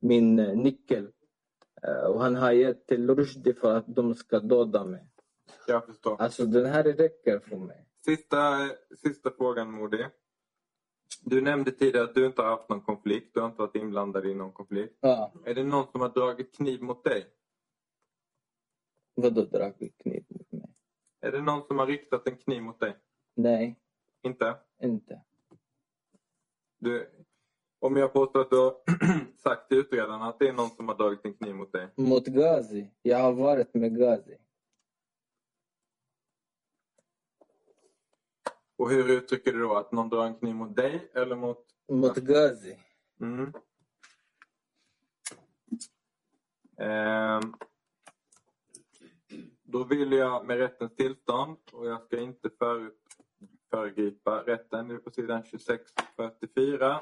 Speaker 3: min eh, nyckel. Eh, och han har gett till Rushdie för att de ska döda mig.
Speaker 10: Jag förstår.
Speaker 3: Alltså den här räcker för mig.
Speaker 10: Sista, sista frågan Modi. Du nämnde tidigare att du inte har haft någon konflikt. Du har inte varit inblandad i någon konflikt.
Speaker 3: Ja.
Speaker 10: Är det någon som har dragit kniv mot dig?
Speaker 3: Vadå dragit kniv mot mig?
Speaker 10: Är det någon som har riktat en kniv mot dig?
Speaker 3: Nej,
Speaker 10: Inte?
Speaker 3: inte.
Speaker 10: Du, om jag påstår att du har sagt till utredarna att det är någon som har dragit en kniv mot dig.
Speaker 3: Mot Gazi. Jag har varit med Gazi.
Speaker 10: Och hur uttrycker du då? Att någon drar en kniv mot dig eller mot...
Speaker 3: Mot Gazi.
Speaker 10: Mm. Ehm. Då vill jag med rättens tillstånd och jag ska inte för, föregripa rätten. Det är på sidan 2644.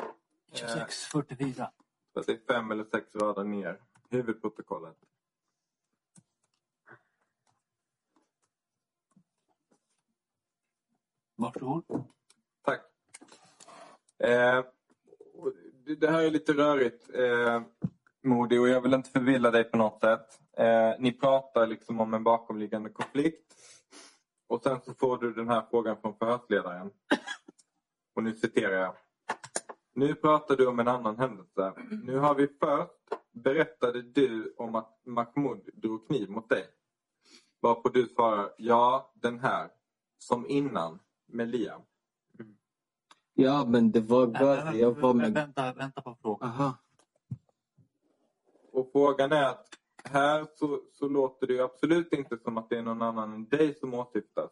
Speaker 2: 2644.
Speaker 10: Så det är fem Eh, eller sex rader ner. Huvudprotokollet.
Speaker 2: Varsågod.
Speaker 10: Tack. Eh, och det- det här är lite rörigt, eh, Modi, och jag vill inte förvilla dig på något sätt. Eh, ni pratar liksom om en bakomliggande konflikt och sen så får du den här frågan från förhörsledaren. Och nu citerar jag. Nu pratar du om en annan händelse. Nu har vi först berättade du om att Mahmoud drog kniv mot dig. Varpå du svarar ja, den här. Som innan med Liam.
Speaker 3: Ja, men det var
Speaker 2: Vänta,
Speaker 3: Gazi. Jag var med
Speaker 2: vänta, vänta på frågan.
Speaker 3: Aha.
Speaker 10: Och frågan är att här så, så låter det ju absolut inte som att det är någon annan än dig som åsyftas.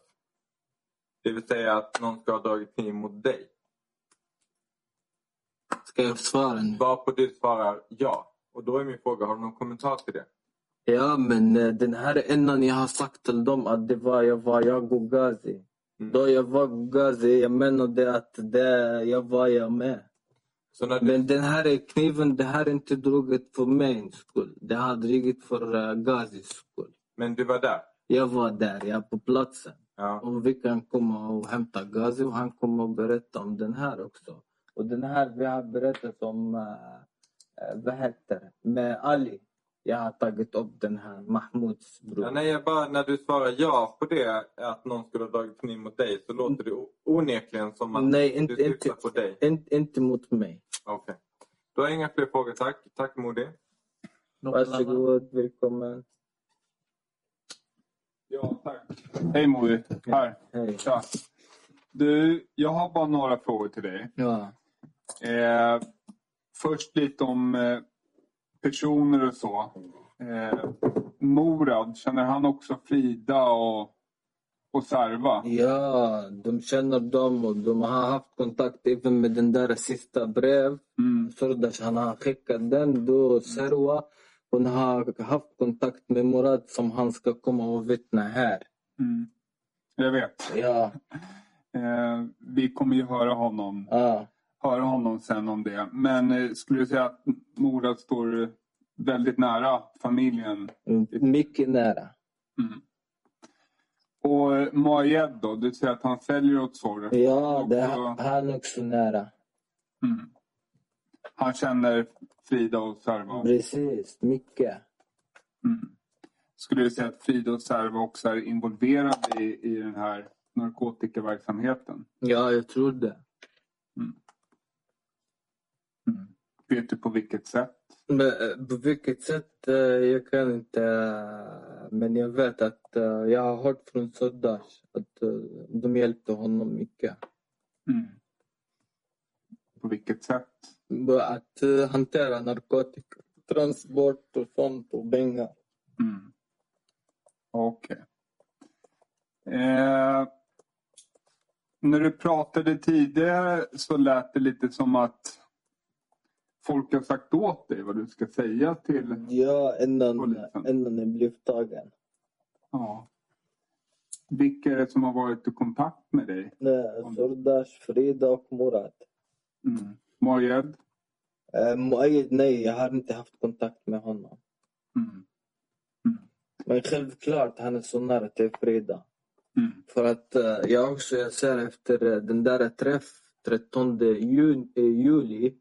Speaker 10: Det vill säga att någon ska ha dragit kniv mot dig.
Speaker 3: Ska jag svara nu?
Speaker 10: Varpå du svarar ja. Och då är min fråga, har du någon kommentar till det?
Speaker 3: Ja, men eh, den här innan jag har sagt till dem att det var jag, var jag och Gazi.
Speaker 10: Mm.
Speaker 3: Då jag var Gazi, jag menade att det, jag var jag med. Men den här är kniven, det här är inte druget för min skull. Det har drugit för uh, Gazis skull.
Speaker 10: Men du var där?
Speaker 3: Jag var där, jag är på platsen.
Speaker 10: Ja.
Speaker 3: Och vi kan komma och hämta Gazi och han kommer att berätta om den här också. Och den här vi har berättat om, eh, eh, vad heter det, med Ali. Jag har tagit upp den här Mahmouds bror.
Speaker 10: Ja, nej, jag bara, när du svarar ja på det, att någon skulle ha dragit kniv mot dig, så låter det o- onekligen som att
Speaker 3: Nej,
Speaker 10: du
Speaker 3: inte,
Speaker 10: syftar
Speaker 3: inte,
Speaker 10: på dig.
Speaker 3: inte, inte mot mig.
Speaker 10: Okej. Då har jag inga fler frågor, tack. Tack Modi.
Speaker 3: Varsågod, välkommen.
Speaker 7: Ja, tack. Hej Modi. Här. Tja. Du, jag har bara några frågor till dig.
Speaker 3: Ja.
Speaker 7: Eh, först lite om eh, personer och så. Eh, Morad, känner han också Frida och, och Sarva?
Speaker 3: Ja, de känner dem och de har haft kontakt även med den där sista brev.
Speaker 7: Mm.
Speaker 3: Sordash, han har skickat den. Då Serwa, hon har haft kontakt med Murad som han ska komma och vittna här.
Speaker 7: Mm. Jag vet.
Speaker 3: Ja.
Speaker 7: Eh, vi kommer ju höra honom, höra honom sen om det. Men eh, skulle du säga att Morad står väldigt nära familjen? Mm.
Speaker 3: Mm, Mycket nära.
Speaker 7: Och eh, Moayed då? Du säger att han säljer åt Sorre.
Speaker 3: Ja, det, han är också nära.
Speaker 7: Mm. Han känner Frida och Serva.
Speaker 3: Precis, mycket.
Speaker 7: Skulle du säga att Frida och Serva också är involverade i, i den här narkotikaverksamheten? Mm.
Speaker 3: Ja, jag tror det.
Speaker 7: Vet du på vilket sätt?
Speaker 3: Men, eh, på vilket sätt? eh, Jag kan inte. eh, Men jag vet att eh, jag har hört från Sardash att eh, de hjälpte honom mycket.
Speaker 7: På vilket sätt?
Speaker 3: Bara Att eh, hantera narkotika, transport och sånt och pengar.
Speaker 7: Okej. Eh, när du pratade tidigare så lät det lite som att folk har sagt åt dig vad du ska säga till...
Speaker 3: Ja, innan, innan jag blev tagen.
Speaker 7: Ja. Vilka är det som har varit i kontakt med dig?
Speaker 3: Nej, Sardash, Frida och Murad.
Speaker 7: Mm. Moayed?
Speaker 3: Eh, Moayed, nej, jag har inte haft kontakt med honom.
Speaker 7: Mm.
Speaker 3: Men självklart, han är så nära till Frida. För att eh, jag också jag ser efter eh, den där träff 13 jun, eh, juli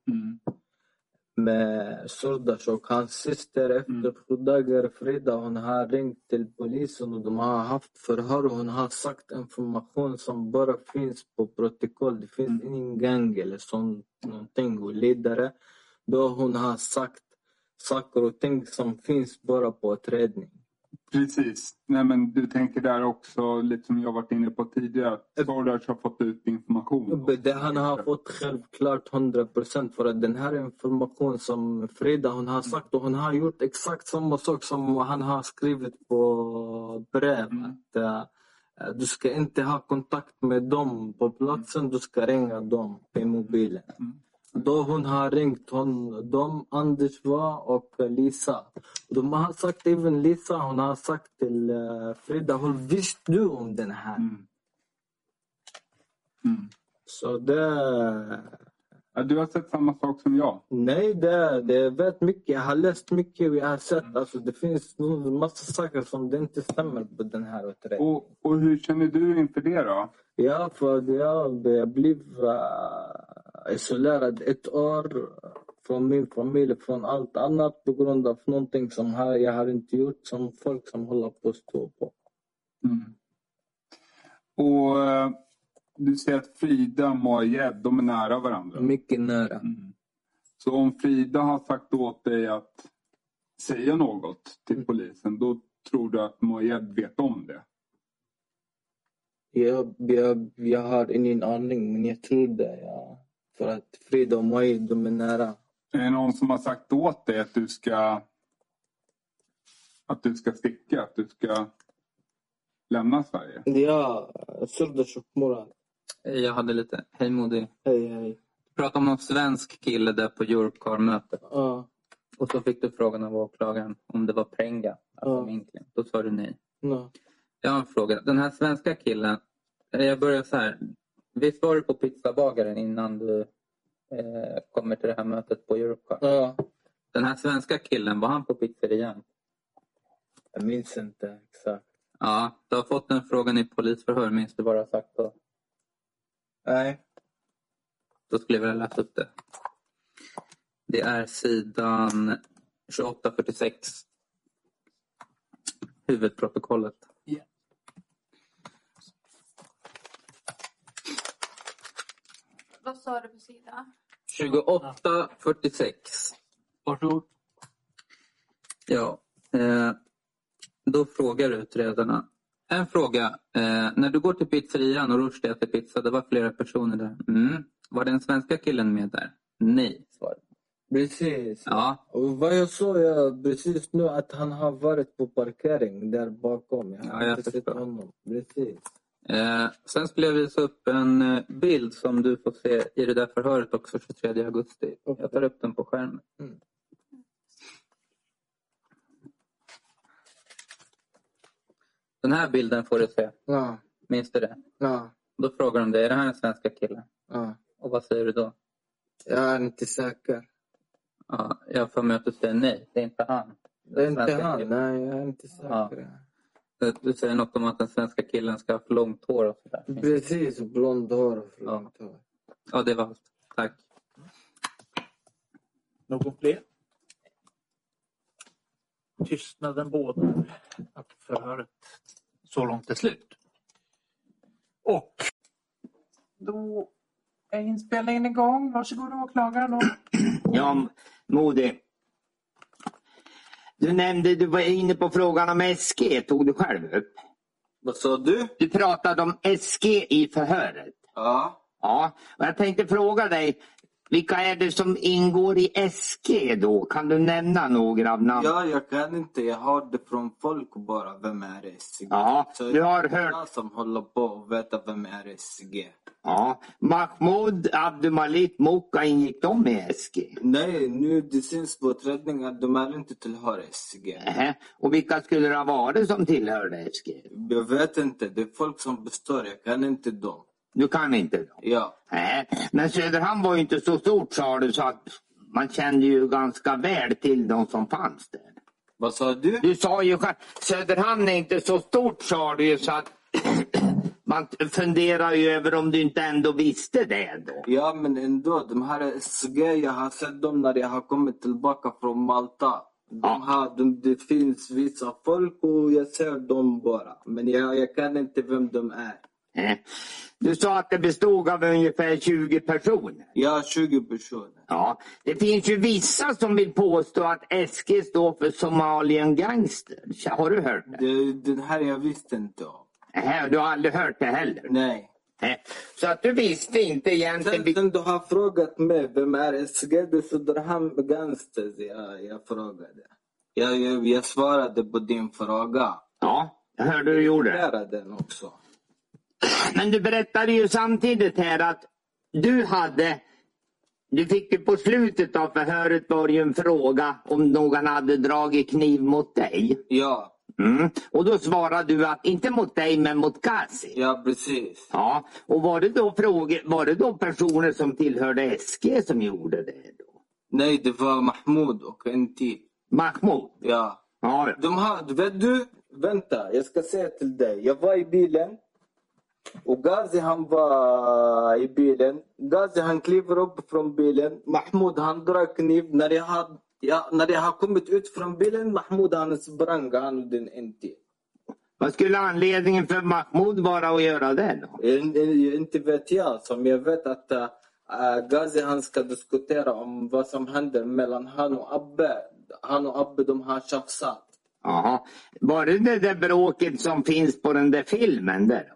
Speaker 3: med Sordas och hans syster. Efter sju dagar, Frida, hon har ringt till polisen och de har haft förhör och hon har sagt information som bara finns på protokoll. Det finns ingen gang eller sånt, någonting och ledare. Då hon har sagt saker och ting som finns bara på utredning.
Speaker 7: Precis. Nej, men du tänker där också, lite som jag varit inne på tidigare, att Sordash har fått ut information.
Speaker 3: Det han har fått självklart 100 procent för att den här information som Frida hon har sagt och hon har gjort exakt samma sak som han har skrivit på brev. Att, eh, du ska inte ha kontakt med dem på platsen, du ska ringa dem i mobilen. Då hon har ringt hon, dem, Anders var och Lisa. De har sagt, även Lisa, hon har sagt till eh, Frida, hon visste du om den här? Så det...
Speaker 7: du har sett samma sak som jag?
Speaker 3: Nej, det, det vet mycket. Jag har läst mycket och jag har
Speaker 7: Mm.
Speaker 3: sett. Alltså, det finns nog massa saker som det inte stämmer på den här utredningen.
Speaker 7: Och, och hur känner du inför det då?
Speaker 3: Ja, för jag, jag blev eh, isolerad ett år från min familj, från allt annat på grund av någonting som här, jag har inte gjort som folk som håller på att stå på.
Speaker 7: Mm. Och eh, du säger att Frida och Moayed, de är nära varandra. Mm.
Speaker 3: Mycket nära.
Speaker 7: Så om Frida har sagt åt dig att säga något
Speaker 3: Mm.
Speaker 7: till polisen, då tror du att Moayed vet om det?
Speaker 3: Jag, jag, jag har ingen aning, men jag tror det. Ja. För att Frida och Maj, de är nära.
Speaker 7: Är det någon som har sagt åt dig att du ska att du ska sticka, att du ska lämna Sverige?
Speaker 3: Ja, Surdash och Murad.
Speaker 12: Hej, Jag hade lite. Hej Modi.
Speaker 3: Hej, hej.
Speaker 12: Du pratade om någon svensk kille där på Europcar-mötet.
Speaker 3: Ja.
Speaker 12: Och så fick du frågan av åklagaren om det var Prenga, alltså
Speaker 3: Ja.
Speaker 12: min klient. Då sa du nej.
Speaker 3: Ja.
Speaker 12: Jag har en fråga. Den här svenska killen. eh, Jag börjar så här. Visst var du på pizzabagaren innan du eh, kommer till det här mötet på Europcar?
Speaker 3: Ja.
Speaker 12: Den här svenska killen, var han på pizzerian?
Speaker 3: Jag minns inte exakt.
Speaker 12: Ja, du har fått den frågan i polisförhör. Minns du vad du har sagt då?
Speaker 3: Nej.
Speaker 12: Då skulle jag vilja läsa upp det. Det är sidan 2846. Huvudprotokollet.
Speaker 9: Vad sa du på sidan?
Speaker 12: 2846.
Speaker 2: Varsågod.
Speaker 12: Ja. Eh, då frågar utredarna. En fråga. Eh, när du går till pizzerian och Rushdie äter pizza, det var flera personer där. Mm. Var den svenska killen med där? Nej, svarar
Speaker 3: Precis.
Speaker 12: Ja.
Speaker 3: Och vad jag sa jag precis nu att han har varit på parkering där bakom. Jag har
Speaker 12: Ja, jag
Speaker 3: inte sett honom. Precis.
Speaker 12: Eh, sen skulle jag visa upp en eh, bild som du får se i det där förhöret också 23 augusti. Jag tar upp den på skärmen.
Speaker 3: Mm.
Speaker 12: Den här bilden får du se.
Speaker 3: Ja.
Speaker 12: Minns du det?
Speaker 3: Ja.
Speaker 12: Då frågar de dig, är det här en svenska kille?
Speaker 3: Ja.
Speaker 12: Och vad säger du då?
Speaker 3: Jag är inte säker.
Speaker 12: Ja, jag får mig att du säger nej, det är inte han.
Speaker 3: Det är inte
Speaker 12: Svenska
Speaker 3: han.
Speaker 12: killen.
Speaker 3: Nej, jag är inte säker.
Speaker 12: Ja. Du- Du säger något om att den svenska killen ska ha för långt hår och sådär.
Speaker 3: Precis, blond hår och för långt hår.
Speaker 12: Ja, det var allt. Tack.
Speaker 2: Någon fler? Tystnaden bådar att förhöret så långt är slut. Och
Speaker 13: Då är inspelningen igång. Varsågod åklagaren. Och...
Speaker 4: Ja, Modi. Du nämnde, du var inne på frågan om SG, tog du själv upp.
Speaker 3: Vad sa du?
Speaker 4: Du pratade om SG i förhöret.
Speaker 3: Ja.
Speaker 4: Ja, och jag tänkte fråga dig, vilka är det som ingår i SG då? Kan du nämna några av namnen?
Speaker 3: Ja, jag kan inte. Jag har det från folk bara. Vem är SG?
Speaker 4: Ja,
Speaker 3: Så
Speaker 4: du har
Speaker 3: det är
Speaker 4: hört.
Speaker 3: jag som håller på och veta vem är SG.
Speaker 4: Ja, Mahmoud Abdumalik Mokka ingick de i SG?
Speaker 3: Nej, nu det syns på utredningen att de är inte tillhör SG.
Speaker 4: Nähä. Och vilka skulle det ha varit som tillhörde SG?
Speaker 3: Jag vet inte. Det är folk som består. Jag kan inte dem.
Speaker 4: Du kan inte dem?
Speaker 3: Ja.
Speaker 4: Nej, men Söderhamn var ju inte så stort sa du så att man kände ju ganska väl till de som fanns där.
Speaker 3: Vad sa du?
Speaker 4: Du sa ju själv, Söderhamn är inte så stort sa du ju så att man funderar ju över om du inte ändå visste det då.
Speaker 3: Ja, men ändå. De här SG, jag har sett dem när jag har kommit tillbaka från Malta. De här, de, det finns vissa folk och jag ser dem bara. Men jag, jag kan inte vem de är.
Speaker 4: Nej. Du sa att det bestod av ungefär 20 personer.
Speaker 3: Ja, 20 personer.
Speaker 4: Ja, det finns ju vissa som vill påstå att SG står för Somalian Gangster. Har du hört det?
Speaker 3: det den här jag visste inte om.
Speaker 4: Nej, du har aldrig hört det heller?
Speaker 3: Nej.
Speaker 4: Nej. Så att du visste inte egentligen...
Speaker 3: Sen, sen du har frågat mig vem är SG, det är Söderhamn Gangsters jag, jag frågade. Jag, jag, jag svarade på din fråga.
Speaker 4: Ja, jag hörde du gjorde det.
Speaker 3: Jag den också.
Speaker 4: Men du berättade ju samtidigt här att du hade... Du fick ju på slutet av förhöret var det ju en fråga om någon hade dragit kniv mot dig.
Speaker 3: Ja.
Speaker 4: Mm. Och då svarade du att inte mot dig men mot Kasi.
Speaker 3: Ja, precis.
Speaker 4: Ja, och var det då, fråge, var det då personer som tillhörde SG som gjorde det?
Speaker 3: Nej, det var Mahmoud och en till.
Speaker 4: Mahmoud?
Speaker 3: Ja.
Speaker 4: ja.
Speaker 3: De här, vet du? Vänta, jag ska säga till dig. Jag var i bilen. Och Ghazi han var i bilen. Ghazi han kliver upp från bilen. Mahmoud han drar kniv. När jag har, ja, när jag har kommit ut från bilen, Mahmoud han sprang. Han och den en till.
Speaker 4: Vad skulle anledningen för Mahmoud vara att göra det då?
Speaker 3: In- in- Eh, Inte vet jag. Som jag vet att äh, Ghazi han ska diskutera om vad som händer mellan han och Abbe. Han och Abbe de har tjafsat.
Speaker 4: Jaha. Var det det där bråket som finns på den där filmen där då?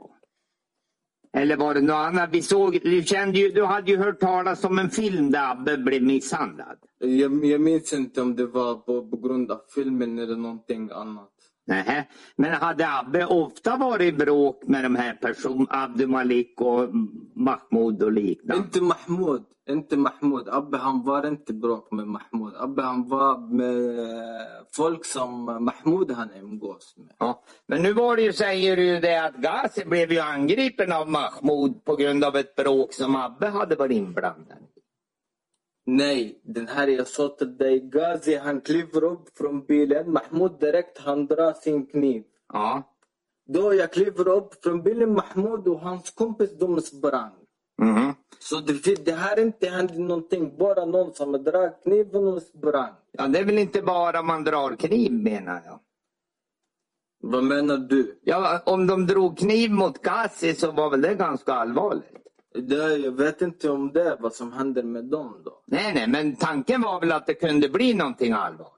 Speaker 4: Eller var det något annat? Vi såg, du, kände ju, du hade ju hört talas om en film där Abbe blev misshandlad.
Speaker 3: Jag, jag minns inte om det var på, på grund av filmen eller någonting annat.
Speaker 4: Nähä. Men hade Abbe ofta varit i bråk med de här personerna? Abdumalik och Mahmoud och liknande?
Speaker 3: Inte Mahmoud. Inte Mahmoud. Abbe han var inte bråk med Mahmoud. Abbe han var med eh, folk som Mahmoud han umgås med.
Speaker 4: Ja. Men nu var det ju, säger du ju det att Ghazi blev ju angripen av Mahmoud på grund av ett bråk som Abbe hade varit inblandad i.
Speaker 3: Nej, den här jag sa till dig. Ghazi han kliver upp från bilen. Mahmoud direkt han drar sin kniv.
Speaker 4: Ja.
Speaker 3: Då jag kliver upp från bilen. Mahmoud och hans kompis de sprang.
Speaker 4: Mhm.
Speaker 3: Så det, det här inte hände någonting. Bara någon som drar kniven och sprang.
Speaker 4: Ja, det är väl inte bara man drar kniv menar jag.
Speaker 3: Vad menar du?
Speaker 4: Ja, om de drog kniv mot Ghazi så var väl det ganska allvarligt?
Speaker 3: Det, jag vet inte om det, vad som händer med dem då.
Speaker 4: Nej, nej, men tanken var väl att det kunde bli någonting allvarligt.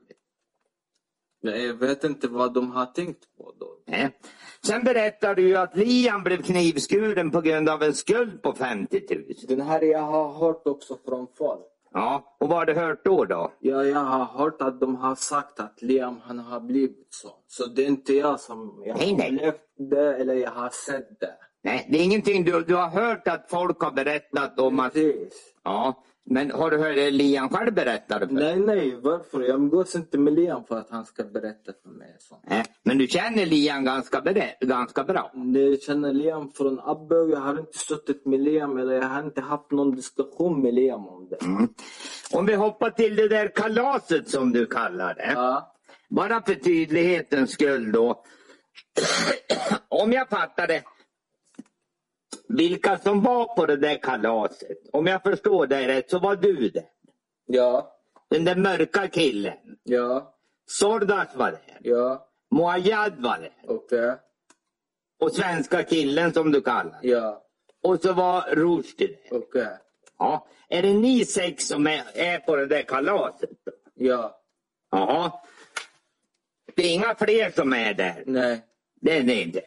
Speaker 3: Nej, Jag vet inte vad de har tänkt på då.
Speaker 4: Nej. Eh. Sen berättade du ju att Liam blev knivskuren på grund av en skuld på 50 000.
Speaker 3: Den här jag har hört också från folk.
Speaker 4: Ja, och vad har du hört då? då?
Speaker 3: Ja, jag har hört att de har sagt att Liam han har blivit så. Så det är inte jag som jag
Speaker 4: Nej, nej.
Speaker 3: har levt det eller jag har sett det.
Speaker 4: Nej, det är ingenting du, du har hört att folk har berättat om att...
Speaker 3: Precis.
Speaker 4: Ja, Men har du hört Lian själv berätta det för dig?
Speaker 3: Nej, nej, varför? Jag umgås inte med Liam för att han ska berätta för mig sånt.
Speaker 4: Nej. Mm. Men du känner Lian ganska, berä- ganska bra?
Speaker 3: Jag känner Liam från Abbe och jag har inte suttit med Liam eller jag har inte haft någon diskussion med Liam om det.
Speaker 4: Mm. Om vi hoppar till det där kalaset som du kallar det. Bara för tydlighetens skull då. om jag fattade vilka som var på det där kalaset. Om jag förstår dig rätt så var du det.
Speaker 3: Ja.
Speaker 4: Den där mörka killen.
Speaker 3: Ja.
Speaker 4: Sordas var där.
Speaker 3: Ja. eh?
Speaker 4: Moayad var där.
Speaker 3: Okej.
Speaker 4: Och svenska killen som du kallar
Speaker 3: Ja. eh?
Speaker 4: Och så var Rushdie där.
Speaker 3: Okej.
Speaker 4: Ja. Är det ni sex som är, är på det där kalaset? då?
Speaker 3: Ja.
Speaker 4: Jaha. Det är inga fler som är där?
Speaker 3: Nej.
Speaker 4: Det är det inte.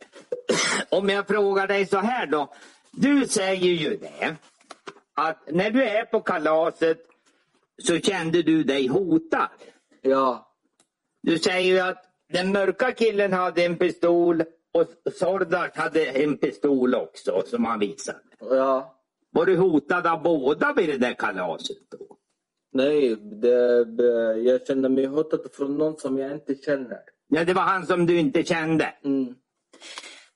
Speaker 4: Om jag frågar dig så här då. Du säger ju det. Att när du är på kalaset så kände du dig hotad.
Speaker 3: Ja.
Speaker 4: Du säger ju att den mörka killen hade en pistol och Sordas hade en pistol också som han visade.
Speaker 3: Ja.
Speaker 4: Var du hotad av båda vid det där kalaset? då?
Speaker 3: Nej, det, det, jag känner mig hotad från någon som jag inte känner.
Speaker 4: Ja, det var han som du inte kände.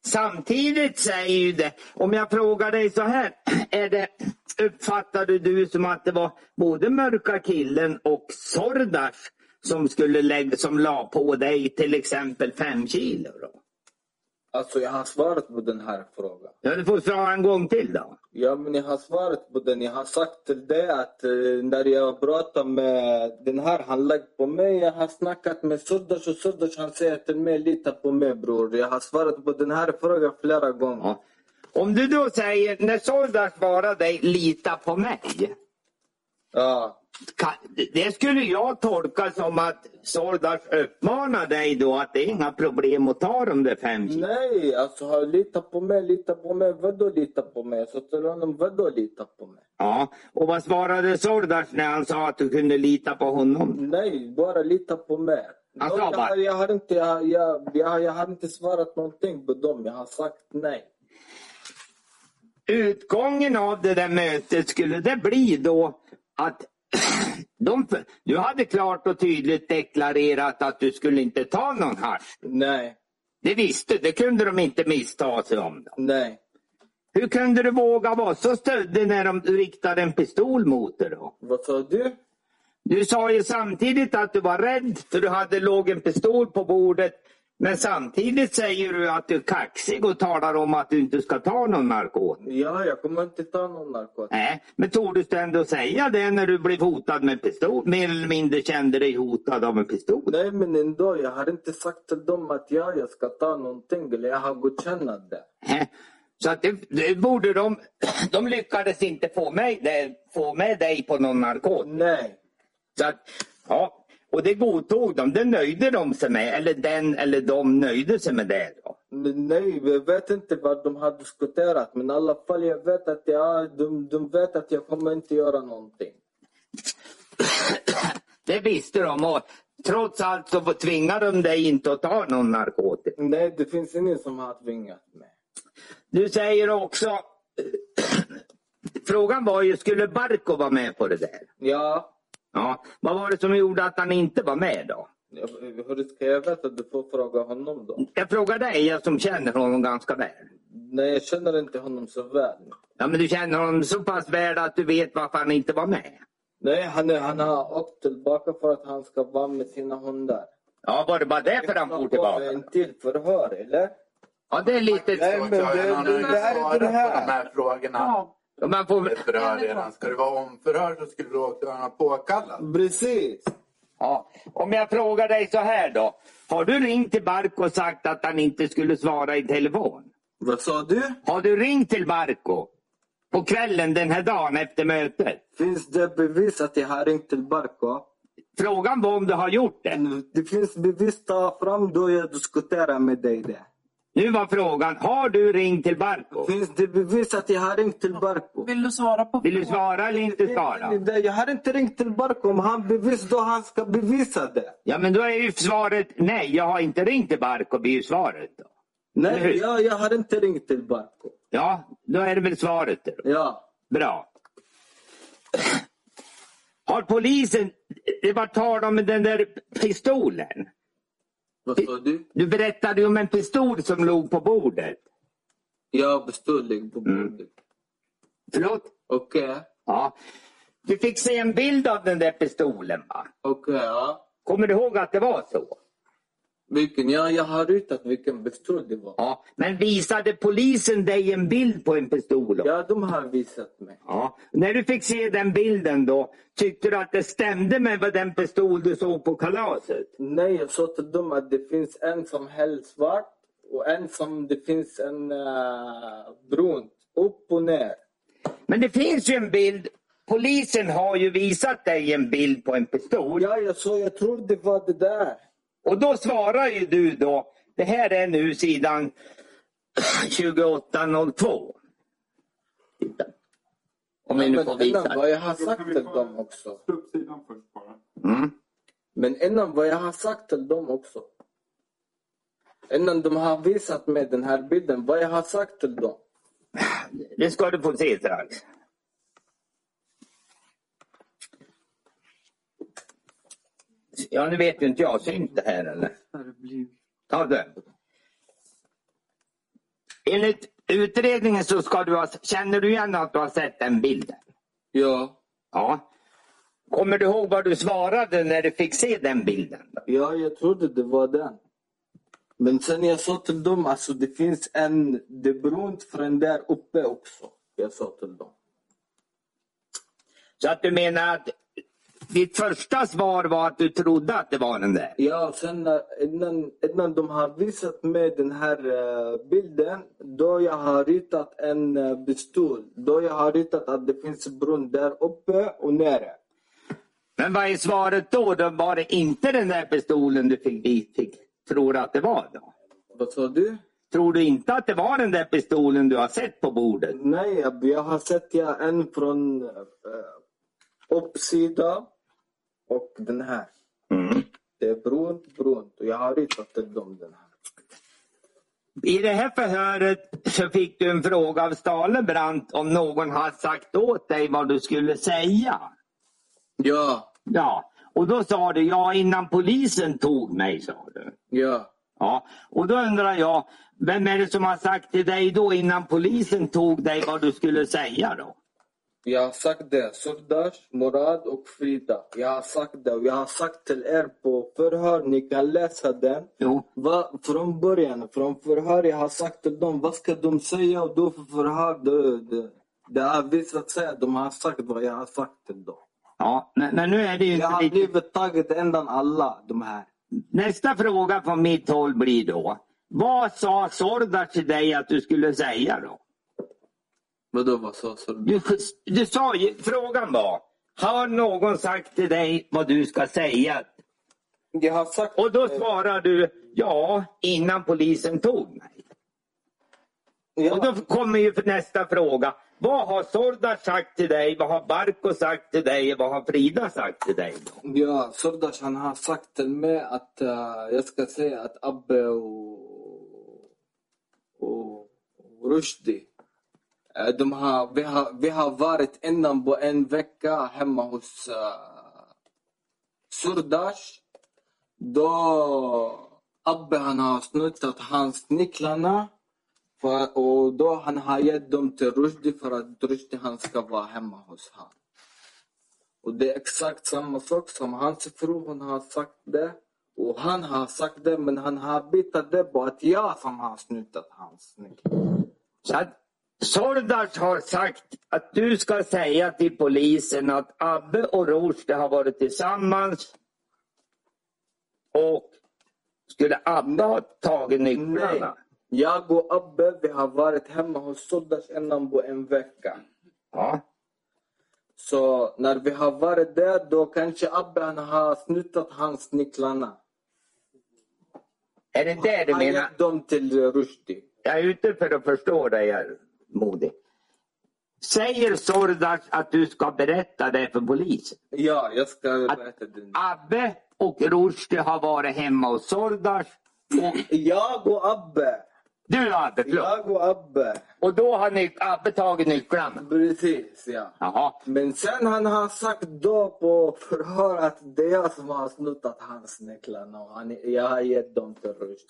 Speaker 4: Samtidigt säger ju det, om jag frågar dig så här, är det, uppfattade du som att det var både mörka killen och Sordas som, skulle lägga, som la på dig till exempel fem kilo? Då?
Speaker 3: Alltså jag har svarat på den här frågan.
Speaker 4: Ja, du får svara en gång till då.
Speaker 3: Ja, men jag har svarat på den. Jag har sagt till dig att eh, när jag pratar med den här, han lagt på mig. Jag har snackat med Surdash och Surdash han säger till mig, lita på mig bror. Jag har svarat på den här frågan flera gånger.
Speaker 4: Om du då säger, när Sordas svarar dig, lita på mig.
Speaker 3: Ja.
Speaker 4: Det skulle jag tolka som att Sordas uppmanar dig då att det är inga problem att ta de där fem kilo.
Speaker 3: Nej, alltså har lita på mig, lita på mig. Vadå lita på mig? Jag sa till honom, vadå lita på mig?
Speaker 4: Ja, och vad svarade Sordas när han sa att du kunde lita på honom?
Speaker 3: Nej, bara lita på mig.
Speaker 4: Han
Speaker 3: Då,
Speaker 4: sa
Speaker 3: jag,
Speaker 4: bara-
Speaker 3: har, jag, har inte, jag, har- jag, jag, har- jag har inte svarat någonting på dem. Jag har sagt nej.
Speaker 4: Utgången av det där mötet, skulle det bli då att de, du hade klart och tydligt deklarerat att du skulle inte ta någon hasch?
Speaker 3: Nej.
Speaker 4: Det visste det kunde de inte missta sig om. Då.
Speaker 3: Nej.
Speaker 4: Hur kunde du våga vara så stöddig när de riktade en pistol mot dig då?
Speaker 3: Vad sa du?
Speaker 4: Du sa ju samtidigt att du var rädd för du hade låg en pistol på bordet. Men samtidigt säger du att du är kaxig och talar om att du inte ska ta någon narkotika.
Speaker 3: Ja, jag kommer inte ta någon narkotika.
Speaker 4: Nej, men tordes du ändå säga det när du blev hotad med pistol? Mer eller mindre kände dig hotad av en pistol.
Speaker 3: Nej, men ändå. Jag har inte sagt till dem att ja, jag ska ta någonting. Eller jag har godkännat det.
Speaker 4: Eh, Så att det, det borde de, de lyckades inte få, mig, det- få med dig på någon narkotika.
Speaker 3: Nej.
Speaker 4: Så att, ja, och det godtog de. Det nöjde de sig med. Eller den eller de nöjde sig med det. Då.
Speaker 3: Men nej, jag vet inte vad de har diskuterat. Men i alla fall, jag vet att jag, de, de vet att jag kommer inte göra någonting.
Speaker 4: Det visste de och trots allt så tvingade de dig inte att ta någon narkotika.
Speaker 3: Nej, det finns ingen som har tvingat mig.
Speaker 4: Du säger också... Frågan var ju, skulle Barko vara med på det där?
Speaker 3: Ja.
Speaker 4: Ja. Vad var det som gjorde att han inte var med då?
Speaker 3: Jag- Hur ska jag veta? Du får fråga honom då.
Speaker 4: Jag frågar dig, jag som känner honom ganska väl.
Speaker 3: Nej, jag känner inte honom så väl.
Speaker 4: Ja, men du känner honom så pass väl att du vet varför han inte var med.
Speaker 3: Nej, han, är- han har åkt tillbaka för att han ska vara med sina hundar.
Speaker 4: Ja, var det bara därför han for tillbaka?
Speaker 3: En till förhör, eller?
Speaker 4: Ja, det är lite...
Speaker 14: Nej, men det,
Speaker 4: han har
Speaker 14: det,
Speaker 4: ju
Speaker 14: här är
Speaker 4: svarat
Speaker 14: inte det här.
Speaker 4: på de
Speaker 14: De
Speaker 4: här
Speaker 14: här frågorna.
Speaker 13: Ja.
Speaker 4: Man får...
Speaker 14: Ett förhör redan. Ska det vara omförhör så skulle åklagaren ha påkallat.
Speaker 3: Precis.
Speaker 4: Ja. Om jag frågar dig så här då. Har du ringt till Barko och sagt att han inte skulle svara i telefon?
Speaker 3: Vad sa du?
Speaker 4: Har du ringt till Barko på kvällen den här dagen efter mötet?
Speaker 3: Finns det bevis att jag har ringt till Barko?
Speaker 4: Frågan var om du har gjort det.
Speaker 3: Det finns bevis. Ta fram då jag diskuterar med dig det.
Speaker 4: Nu var frågan, har du ringt till Barko?
Speaker 3: Finns det bevis att jag har ringt till Barko?
Speaker 13: Vill du svara på
Speaker 4: Vill du svara eller inte svara?
Speaker 3: Det- Jag har inte ringt till Barko. Om han bevis då han ska bevisa det.
Speaker 4: Ja, men då är ju svaret nej, jag har inte ringt till Barko, blir ju svaret. Då. Eller hur?
Speaker 3: Nej, jag, jag har inte ringt till Barko.
Speaker 4: Ja, då är det väl svaret. Då.
Speaker 3: Ja.
Speaker 4: Bra. Har polisen... Det var tal om den där pistolen.
Speaker 3: Vad sa du?
Speaker 4: Du berättade ju om en pistol som låg på bordet. Mm.
Speaker 3: Ja, bestulig på bordet.
Speaker 4: Förlåt?
Speaker 3: Okej.
Speaker 4: Ja. Du fick se en bild av den där pistolen va?
Speaker 3: Okej, ja.
Speaker 4: Kommer du ihåg att det var så?
Speaker 3: Vilken? Ja, jag har ritat vilken pistol det var.
Speaker 4: Ja, men visade polisen dig en bild på en pistol?
Speaker 3: Ja, de har visat mig.
Speaker 4: Ja. När du fick se den bilden då, tyckte du att det stämde med vad den pistol du såg på kalaset?
Speaker 3: Nej, jag sa till dem att det finns en som helt svart och en som det finns en uh, brun. Upp och ner.
Speaker 4: Men det finns ju en bild. Polisen har ju visat dig en bild på en pistol.
Speaker 3: Ja, jag såg. Jag trodde det var det där.
Speaker 4: Och då svarar ju du då. Det här är nu sidan 2802. Titta. Om vi nu får
Speaker 3: Men innan
Speaker 4: visa.
Speaker 3: vad jag har sagt till dem också.
Speaker 4: Mm.
Speaker 3: Men innan vad jag har sagt till dem också. Innan de har visat mig den här bilden, vad jag har sagt till dem.
Speaker 4: Det ska du få se strax. Ja, nu vet ju inte jag. Syns det här eller? Ta den. Enligt utredningen så ska du ha, känner du igen att du har sett den bilden?
Speaker 3: Ja.
Speaker 4: Ja. Kommer du ihåg vad du svarade när du fick se den bilden?
Speaker 3: Ja, jag trodde det var den. Men sen jag sa till dem, alltså det finns en, det är brunt från där uppe också. Jag sa till dem.
Speaker 4: Så att du menar att ditt första svar var att du trodde att det var den där?
Speaker 3: Ja, sen när, innan, innan de har visat mig den här eh, bilden, då jag har ritat en eh, pistol. Då jag har ritat att det finns brunn där uppe och nere.
Speaker 4: Men vad är svaret då? då var det inte den där pistolen du fick, vi fick tror att det var då?
Speaker 3: Vad sa du?
Speaker 4: Tror du inte att det var den där pistolen du har sett på bordet?
Speaker 3: Nej, jag, jag har sett ja, en från eh, uppsida och den här. Det är brunt, brunt. Och jag har ritat till dem den här.
Speaker 4: I det här förhöret så fick du en fråga av Stalebrant om någon har sagt åt dig vad du skulle säga.
Speaker 3: Ja,
Speaker 4: Ja, och då sa du ja innan polisen tog mig. sa du.
Speaker 3: ja.
Speaker 4: Ja, och då undrar jag, vem är det som har sagt till dig då innan polisen tog dig vad du skulle säga då?
Speaker 3: Jag har sagt det. Surdash, Murad och Frida. Jag har sagt det. Och jag har sagt till er på förhör, ni kan läsa den.
Speaker 4: Jo.
Speaker 3: Va, från början, från förhör, jag har sagt till dem vad ska de säga och då för förhör, det, det, det har visat sig att de har sagt vad jag har sagt till dem.
Speaker 4: Ja, men, men nu är det ju
Speaker 3: Jag
Speaker 4: inte
Speaker 3: har blivit taget ändan alla de här.
Speaker 4: Nästa fråga från mitt håll blir då, vad sa Sordar till dig att du skulle säga då?
Speaker 3: Vadå, vad sa du?
Speaker 4: Du, du sa ju, frågan var, har någon sagt till dig vad du ska säga?
Speaker 3: Jag har sagt...
Speaker 4: Och då svarar du, ja, innan polisen tog mig. Och då kommer ju nästa fråga. Vad har Sordar sagt till dig? Vad har Barko sagt till dig? Vad har Frida sagt till dig? Då?
Speaker 3: Ja, Sordash han har sagt till mig att eh, jag ska säga att Abbe och, och, och Rushdie, eh, de har, vi, har, vi har varit innan på en vecka hemma hos uh, Sordash. Då Abbe han har snuttat hans nycklarna för, och då han har gett dem till Rushdie för att Rushdie han ska vara hemma hos honom. Och det är exakt samma sak som hans fru hon har sagt det. Och han har sagt det men han har bitat det på att jag som har snutat hans nyckel.
Speaker 4: Så att Sordas har sagt att du ska säga till polisen att Abbe och Rushdie har varit tillsammans. Och skulle Abbe ha tagit
Speaker 3: Nej.
Speaker 4: nycklarna?
Speaker 3: Jag och Abbe vi har varit hemma hos Soldash innan på en vecka.
Speaker 4: Ja.
Speaker 3: Så när vi har varit där då kanske Abbe han har snutat hans nycklarna.
Speaker 4: Är det det du
Speaker 3: Han
Speaker 4: menar?
Speaker 3: gett dem till Rushdie.
Speaker 4: Jag är ute för att förstå dig, här, modig. Säger Sordas att du ska berätta det för polisen?
Speaker 3: Ja, jag ska berätta det nu.
Speaker 4: Abbe och Rushdie har varit hemma hos Sordas.
Speaker 3: Jag och Abbe.
Speaker 4: Du och Abbe, förlåt. Jag
Speaker 3: och Abbe.
Speaker 4: Och då har nyc- Abbe tagit nycklarna?
Speaker 3: Precis, ja.
Speaker 4: Jaha.
Speaker 3: Men sen han har sagt då på förhör att det är jag som har snuttat hans nycklar och han, jag har gett dem till Rush.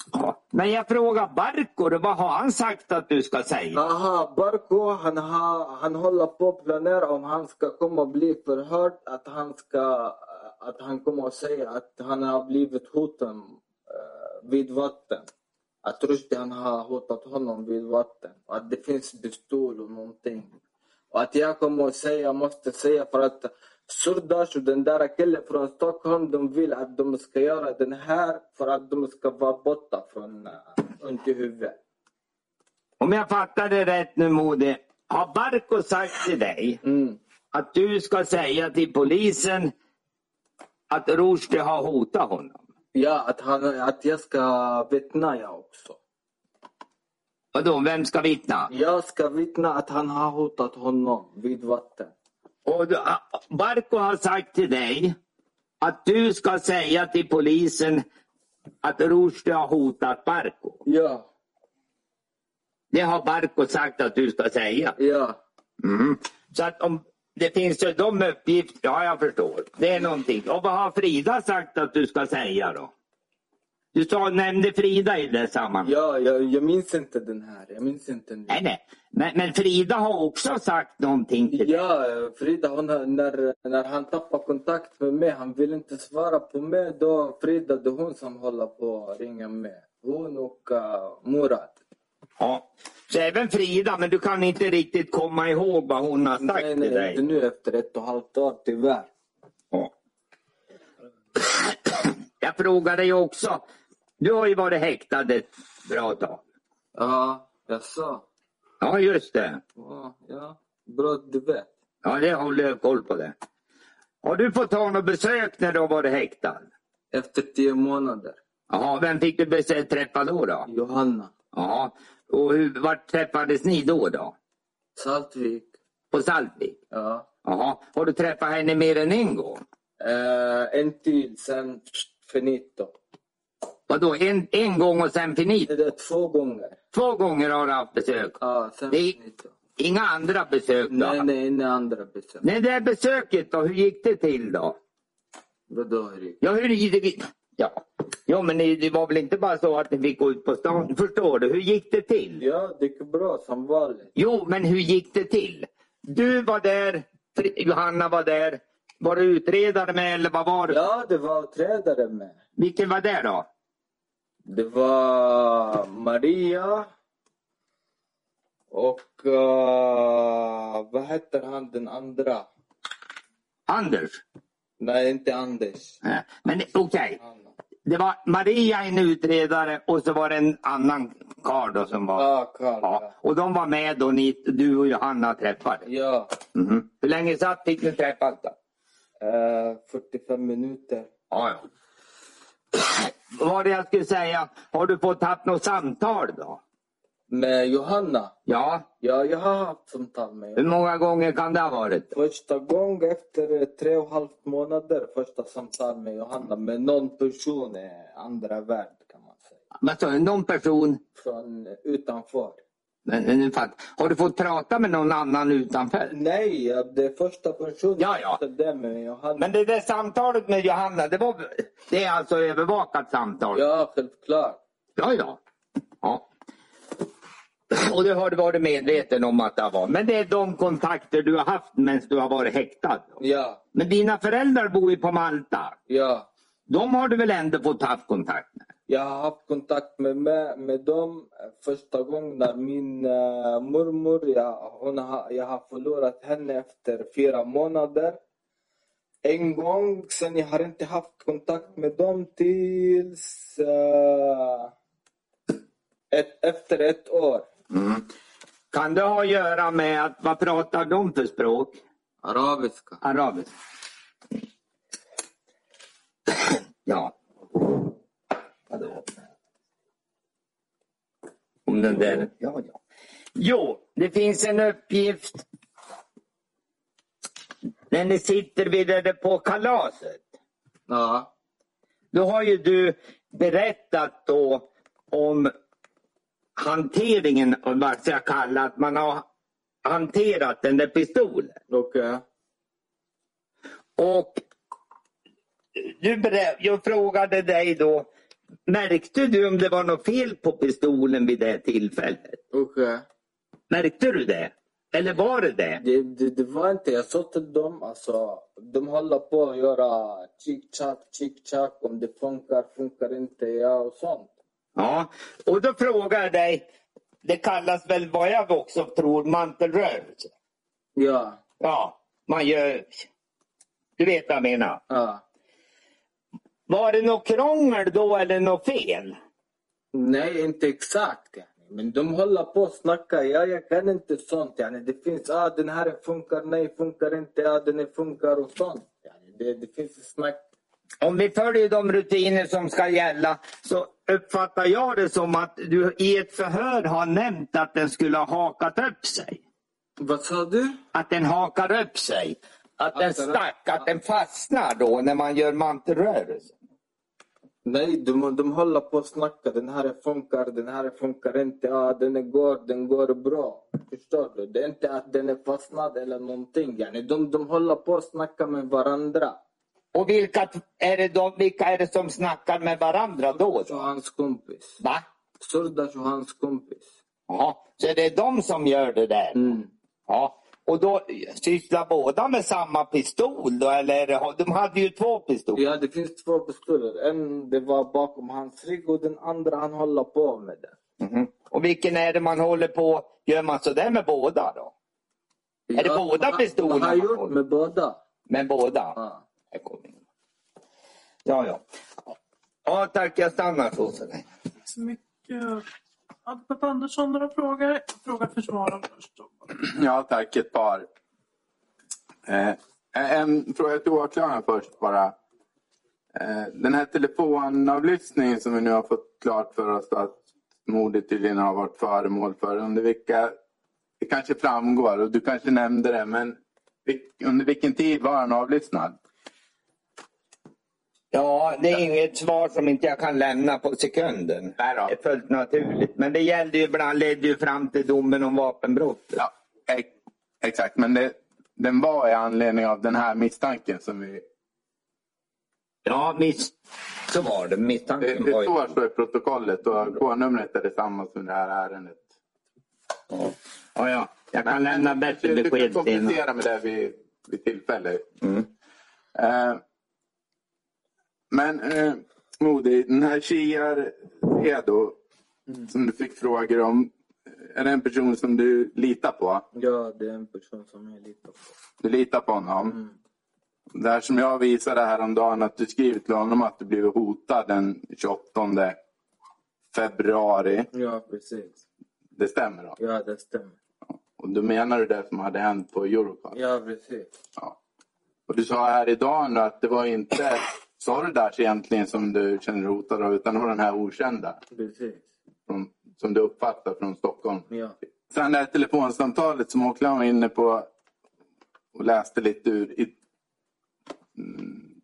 Speaker 4: Men jag frågar Barko, då, vad har han sagt att du ska säga?
Speaker 3: Aha, Barko han, har, han håller på att planera om han ska komma och bli förhörd. Att han, ska, att han kommer att säga att han har blivit hotad eh, vid vatten. Att Rushdie han har hotat honom vid vatten. Och att det finns pistol och någonting. Och att jag kommer att säga, jag måste säga för att Surdash och den där killen från Stockholm de vill att de ska göra den här för att de ska vara borta från eh, ont i huvudet.
Speaker 4: Om jag fattar det rätt nu Modi, har Barko sagt till dig
Speaker 3: Mm.
Speaker 4: att du ska säga till polisen att Rushdie har hotat honom?
Speaker 3: Ja, att, han, att jag ska vittna jag också.
Speaker 4: Vadå, vem ska vittna?
Speaker 3: Jag ska vittna att han har hotat honom vid vatten.
Speaker 4: Och du, Barko har sagt till dig att du ska säga till polisen att Rushdie har hotat Barko.
Speaker 3: Ja.
Speaker 4: Det har Barko sagt att du ska säga.
Speaker 3: Ja.
Speaker 4: Mm. Så att om det finns ju de uppgifter, ja jag förstår. Det är någonting. Och vad har Frida sagt att du ska säga då? Du sa, nämnde Frida i det sammanhanget.
Speaker 3: Ja, jag, jag minns inte den här. Jag minns inte den.
Speaker 4: Nej, nej. Men, men Frida har också sagt någonting till dig.
Speaker 3: Ja, Frida hon, har- när, när han tappar kontakt med mig, han vill inte svara på mig. Då Frida, det är hon som håller på att ringa mig. Hon och uh, Murat.
Speaker 4: Ja. Så även Frida, men du kan inte riktigt komma ihåg vad hon har sagt
Speaker 3: Nej,
Speaker 4: till
Speaker 3: nej,
Speaker 4: dig.
Speaker 3: inte nu efter ett och ett halvt år tyvärr.
Speaker 4: Jag frågade ju också. Du har ju varit häktad ett bra tag.
Speaker 3: Ja, jag sa.
Speaker 4: Ja, just det.
Speaker 3: Ja, ja. Bra att du vet.
Speaker 4: Ja, det håller jag koll på det. Har du fått ta något besök när du har varit häktad?
Speaker 3: Efter tio månader.
Speaker 4: Jaha, vem fick du besök, träffa då? då?
Speaker 3: Johanna.
Speaker 4: Ja, och hur, vart träffades ni då? då?
Speaker 3: Saltvik.
Speaker 4: På Saltvik?
Speaker 3: Ja.
Speaker 4: Jaha, har du träffat henne mer än en gång?
Speaker 3: Eh, en till, sen finito.
Speaker 4: Vadå, en, en gång och sen finito?
Speaker 3: Det är två gånger.
Speaker 4: Två gånger har du haft besök?
Speaker 3: Ja, sen
Speaker 4: Det är inga andra besök då?
Speaker 3: Nej, nej, inga andra besök.
Speaker 4: Nej, det här besöket då, hur gick det till då?
Speaker 3: Vadå, Erik?
Speaker 4: Ja, hur gick det? Ja. ja, men ni- det var väl inte bara så att ni fick gå ut på stan? Förstår du? Hur gick det till?
Speaker 3: Ja, det gick bra som vanligt.
Speaker 4: Jo, men hur gick det till? Du var där, Fri- Johanna var där. Var du utredare med eller vad var det?
Speaker 3: Ja, det var utredare med.
Speaker 4: Vilken var det då?
Speaker 3: Det var Maria och eh, vad heter han den andra?
Speaker 4: Anders?
Speaker 3: Nej, inte Anders.
Speaker 4: Nej, Men okej. Det var Maria, en utredare och så var det en annan karl då som var...
Speaker 3: Ja, Karl.
Speaker 4: Ja. Och de var med då ni, du och Johanna träffade?
Speaker 3: Ja,
Speaker 4: Mhm. Hur länge satt fick ni alltså? träffas då?
Speaker 3: eh, 45 minuter.
Speaker 4: Ja, ja. Vad var det jag skulle säga? Har du fått haft något samtal då?
Speaker 3: Med Johanna?
Speaker 4: Ja.
Speaker 3: Ja, jag har haft samtal med
Speaker 4: Hur
Speaker 3: henne.
Speaker 4: många gånger kan det ha varit?
Speaker 3: Första gången efter eh, tre och en halv månader första samtal med Johanna med någon person i andra värld kan man säga.
Speaker 4: Vad sa du? Någon person?
Speaker 3: Från utanför.
Speaker 4: Men, men, men, fatt- har du fått prata med någon annan utanför?
Speaker 3: Nej, ja, det är första personen
Speaker 4: Ja, ja.
Speaker 3: efter det med Johanna.
Speaker 4: Men det där samtalet med Johanna, det, var, det är alltså övervakat samtal?
Speaker 3: Ja, självklart.
Speaker 4: Ja, ja. ja. Och det har du varit medveten om att det var. Men det är de kontakter du har haft medan du har varit häktad.
Speaker 3: Ja,
Speaker 4: Men dina föräldrar bor ju på Malta.
Speaker 3: ja.
Speaker 4: De har du väl ändå fått haft kontakt med?
Speaker 3: Jag har haft kontakt med, med, med dem eh, första gången när min eh, mormor, jag, hon har, jag har förlorat henne efter fyra månader. En gång, sen jag har inte haft kontakt med dem tills eh, ett, efter ett år.
Speaker 4: Mm. Kan det ha att göra med att vad pratar de för språk?
Speaker 3: Arabiska.
Speaker 4: Arabiska. Ja. Vadå? Om den där. Ja, ja. Jo, det finns en uppgift. När ni sitter vid det där på kalaset.
Speaker 3: Ja,
Speaker 4: Då har ju du berättat då om hanteringen, av vad ska jag kalla att man har hanterat den där pistolen.
Speaker 3: Okej.
Speaker 4: Och du berä- jag frågade dig då, märkte du om det var något fel på pistolen vid det tillfället?
Speaker 3: Okej.
Speaker 4: Märkte du det? Eller var det det?
Speaker 3: Det, det, det var inte, jag sa till dem alltså, de håller på att göra chick-chack, chick-chack, om det funkar, funkar inte, ja och sånt.
Speaker 4: Ja, och då frågar jag dig, det kallas väl vad jag också tror mantelrörelse?
Speaker 3: Ja.
Speaker 4: Ja, man gör... Du vet vad jag menar.
Speaker 3: Ja.
Speaker 4: Var det något krångel då eller något fel?
Speaker 3: Nej, inte exakt. yani. Men de håller på att snacka. Ja, jag kan inte sånt. yani. Det finns, ah, den här funkar, nej funkar inte, ah, den här funkar och sånt. yani. Det, det finns snack.
Speaker 4: Om vi följer de rutiner som ska gälla så uppfattar jag det som att du i ett förhör har nämnt att den skulle ha hakat upp sig.
Speaker 3: Vad sa du?
Speaker 4: Att den hakar upp sig. Att den stack, att den fastnar då när man gör mantelrörelse.
Speaker 3: Nej, de, de håller på att snacka. Den här funkar, den här funkar inte. Ah, den är går, den går bra. Förstår du? Det är inte att den är fastnad eller någonting. yani. De, de håller på att snacka med varandra.
Speaker 4: Och vilka är, det de, vilka är det som snackar med varandra då? då?
Speaker 3: hans kompis.
Speaker 4: Va?
Speaker 3: Surdash och hans kompis.
Speaker 4: Ja, så det är de som gör det där?
Speaker 14: Mm.
Speaker 4: Ja. Och då sysslar båda med samma pistol då? Eller är det, de hade ju två pistoler.
Speaker 3: Ja, det finns två pistoler. En det var bakom hans rygg och den andra han håller på med. Det.
Speaker 12: Mhm.
Speaker 4: Och vilken är det man håller på? Gör man sådär med båda då? är det båda pistolerna?
Speaker 3: Vad har
Speaker 4: man
Speaker 3: jag gjort
Speaker 4: håller?
Speaker 3: med båda?
Speaker 4: Med båda?
Speaker 3: Ja.
Speaker 4: Jag kommer in. Ja, ja. Ja, tack. Jag stannar så. så länge.
Speaker 6: Tack så mycket. Advokat Andersson, några frågor? Fråga försvararen först. då.
Speaker 14: Ja tack, ett par. Eh, en fråga till åklagaren först bara. Eh, den här telefonavlyssningen som vi nu har fått klart för oss att mordet tydligen har varit föremål för. Under vilka, det kanske framgår och du kanske nämnde det men vil- under vilken tid var han avlyssnad?
Speaker 4: Ja, det är inget svar som inte jag kan lämna på sekunden. Det är fullt naturligt. Men det gällde ju bland, ledde ju fram till domen om vapenbrott.
Speaker 14: Ja, ex- exakt, men det, den var i anledning av den här misstanken som vi
Speaker 4: Ja, miss... så var det.
Speaker 14: Det,
Speaker 4: Misstanken
Speaker 14: det
Speaker 4: var ju...
Speaker 14: står så i protokollet och K-numret är detsamma som det här ärendet.
Speaker 4: Ja, ja. Jag kan lämna bättre
Speaker 14: Du kan
Speaker 4: besked senare.
Speaker 14: komplettera med det vid, vid tillfälle.
Speaker 4: Mm.
Speaker 14: Eh, men eh, Modi, den här Shiar Edo
Speaker 3: Mm.
Speaker 14: som du fick frågor om. Är det en person som du litar på?
Speaker 3: Ja, det är en person som jag litar på. Mm.
Speaker 14: Du litar på honom? Det här som jag visade häromdagen att du skrivit till honom att du blev hotad den 28 februari.
Speaker 3: Ja, precis.
Speaker 14: Det stämmer då?
Speaker 3: Ja, det stämmer.
Speaker 14: Och då menar du det som hade hänt på Eurocar?
Speaker 3: Ja, precis.
Speaker 14: Och du sa här idag nu att det var inte Sordas egentligen som du känner dig hotad av utan det var den här okända
Speaker 3: Precis.
Speaker 14: från, som du uppfattar från Stockholm.
Speaker 3: Ja.
Speaker 14: Sen det här telefonsamtalet som åklagaren var inne på och läste lite ur. I, mm,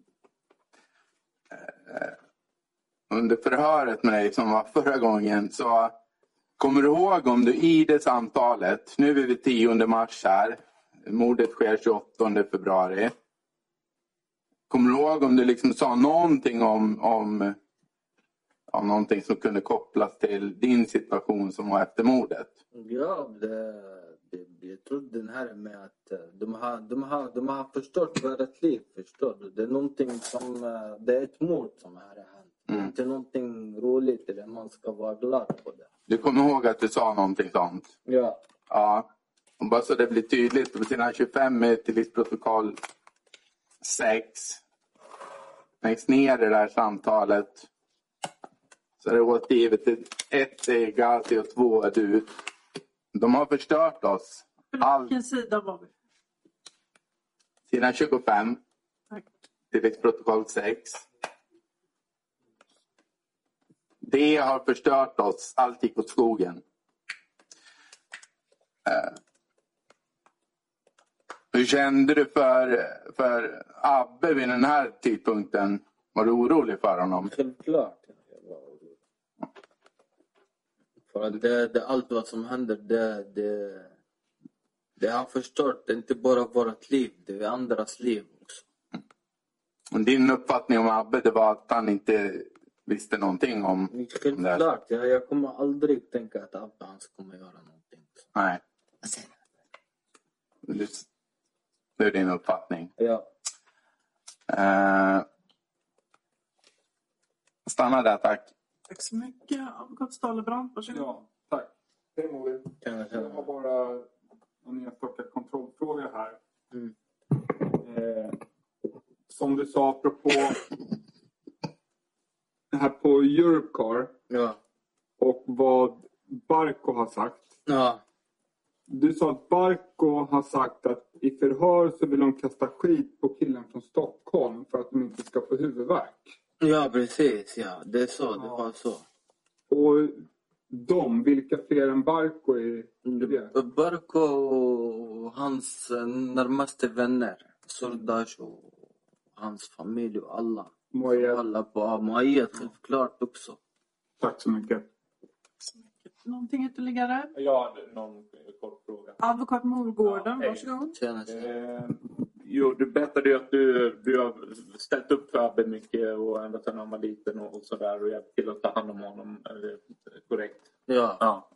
Speaker 14: eh, under förhöret med dig som var förra gången så kommer du ihåg om du i det samtalet, nu är vi vid 10 mars här, mordet sker 28 februari. Kommer du ihåg om du liksom sa någonting om, om, om någonting som kunde kopplas till din situation som var efter mordet?
Speaker 3: Ja, det, det, jag tror den här med att eh, de har, de har, de har förstört vårt liv. Förstår du? Det är någonting som... eh, Det är ett mord som har hänt. Det är inte någonting roligt eller man ska vara glad på det.
Speaker 14: Du kommer ihåg att du sa någonting sånt?
Speaker 3: Ja.
Speaker 14: Ja. Och bara så det blir tydligt, på sidan 25 i Tillis protokoll 6. Längst ner i det här samtalet så är det återgivet att ett är Gazi och två är du. De har förstört oss. All,
Speaker 6: Vilken sida var vi?
Speaker 14: sidan 25
Speaker 6: Tack.
Speaker 14: Tilläggsprotokoll protokoll 6. Det har förstört oss. Allt gick åt skogen. Eh, Hur kände du för, för Abbe vid den här tidpunkten? Var du orolig för honom?
Speaker 3: Självklart. fortfarande. Det, det, allt vad som händer, det, det, det har förstört inte bara vårt liv, det är andras liv.
Speaker 14: Och Din uppfattning om Abbe det var att han inte visste någonting om, om det här?
Speaker 3: Klart, jag, jag kommer aldrig tänka att Abbe han kommer göra något.
Speaker 14: Nej. Du- Det är din uppfattning.
Speaker 3: Ja.
Speaker 14: Eh, stanna där tack.
Speaker 2: Tack så mycket, advokat Stahlebrand. Varsågod.
Speaker 7: Ja, tack. Hej Movi. Jag har bara en enstaka kontrollfråga här. Eh, som du sa apropå det här på Europcar och vad Barko har sagt.
Speaker 3: Ja.
Speaker 7: Du sa att Barko har sagt att i förhör så vill de kasta skit på killen från Stockholm för att de inte ska få huvudvärk.
Speaker 3: Ja, precis. Ja. Det är så. Det var så.
Speaker 7: Och de, vilka fler än Barko är det?
Speaker 3: Barko och hans eh, närmaste vänner, Sordash och hans familj och alla.
Speaker 7: Moayed.
Speaker 3: Alla på Moayed, självklart också.
Speaker 7: Tack så mycket.
Speaker 2: Någonting ytterligare?
Speaker 5: Jag hade någon kort fråga.
Speaker 2: Advokat Morgården,
Speaker 5: Ja, hej.
Speaker 2: varsågod.
Speaker 5: Eh, jo, du berättade ju att du, du har ställt upp för Abbe mycket och ända sedan han var liten och, och sådär och hjälpt till att ta hand om honom eh, korrekt.
Speaker 3: Ja.
Speaker 5: ja.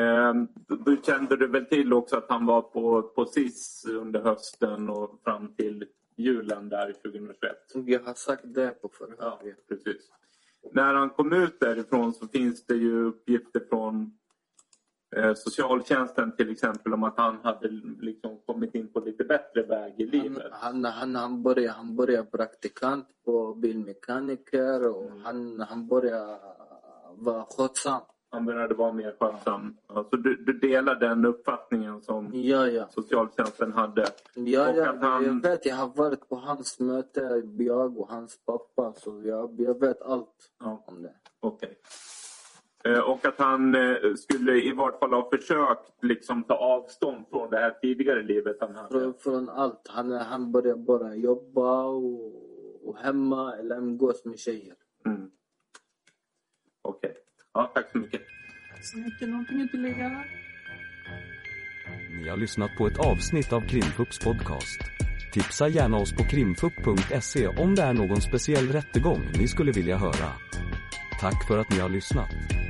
Speaker 5: Ehm, då- då kände du väl till också att han var på, på SIS under hösten och fram till julen där 2021?
Speaker 3: Jag har sagt det på förhör.
Speaker 5: Ja, precis. När han kom ut därifrån så finns det ju uppgifter från eh, socialtjänsten till exempel om att han hade liksom kommit in på lite bättre väg i livet.
Speaker 3: Han, han, han, började, han började praktikant på bilmekaniker och
Speaker 7: Mm.
Speaker 3: han, han började vara skötsam.
Speaker 5: Han började vara mer skötsam. Alltså, du, du delar den uppfattningen som
Speaker 3: ja, ja.
Speaker 5: socialtjänsten hade.
Speaker 3: Ja,
Speaker 5: Och
Speaker 3: ja,
Speaker 5: att
Speaker 3: jag
Speaker 5: han,
Speaker 3: vet. Jag har varit på hans möte, jag och hans pappa. Så jag, jag vet allt om det.
Speaker 5: Okej. eh, och att han eh, skulle i vart fall ha försökt liksom, ta avstånd från det här tidigare livet han hade.
Speaker 3: Från, från allt. Han, han började bara jobba och, och hemma eller umgås med tjejer.
Speaker 5: Mm. Okej. Ja, tack så mycket.
Speaker 2: Tack så mycket. Någonting ytterligare?
Speaker 1: Ni har lyssnat på ett avsnitt av Krimfupps podcast. Tipsa gärna oss på krimfupp.se om det är någon speciell rättegång ni skulle vilja höra. Tack för att ni har lyssnat.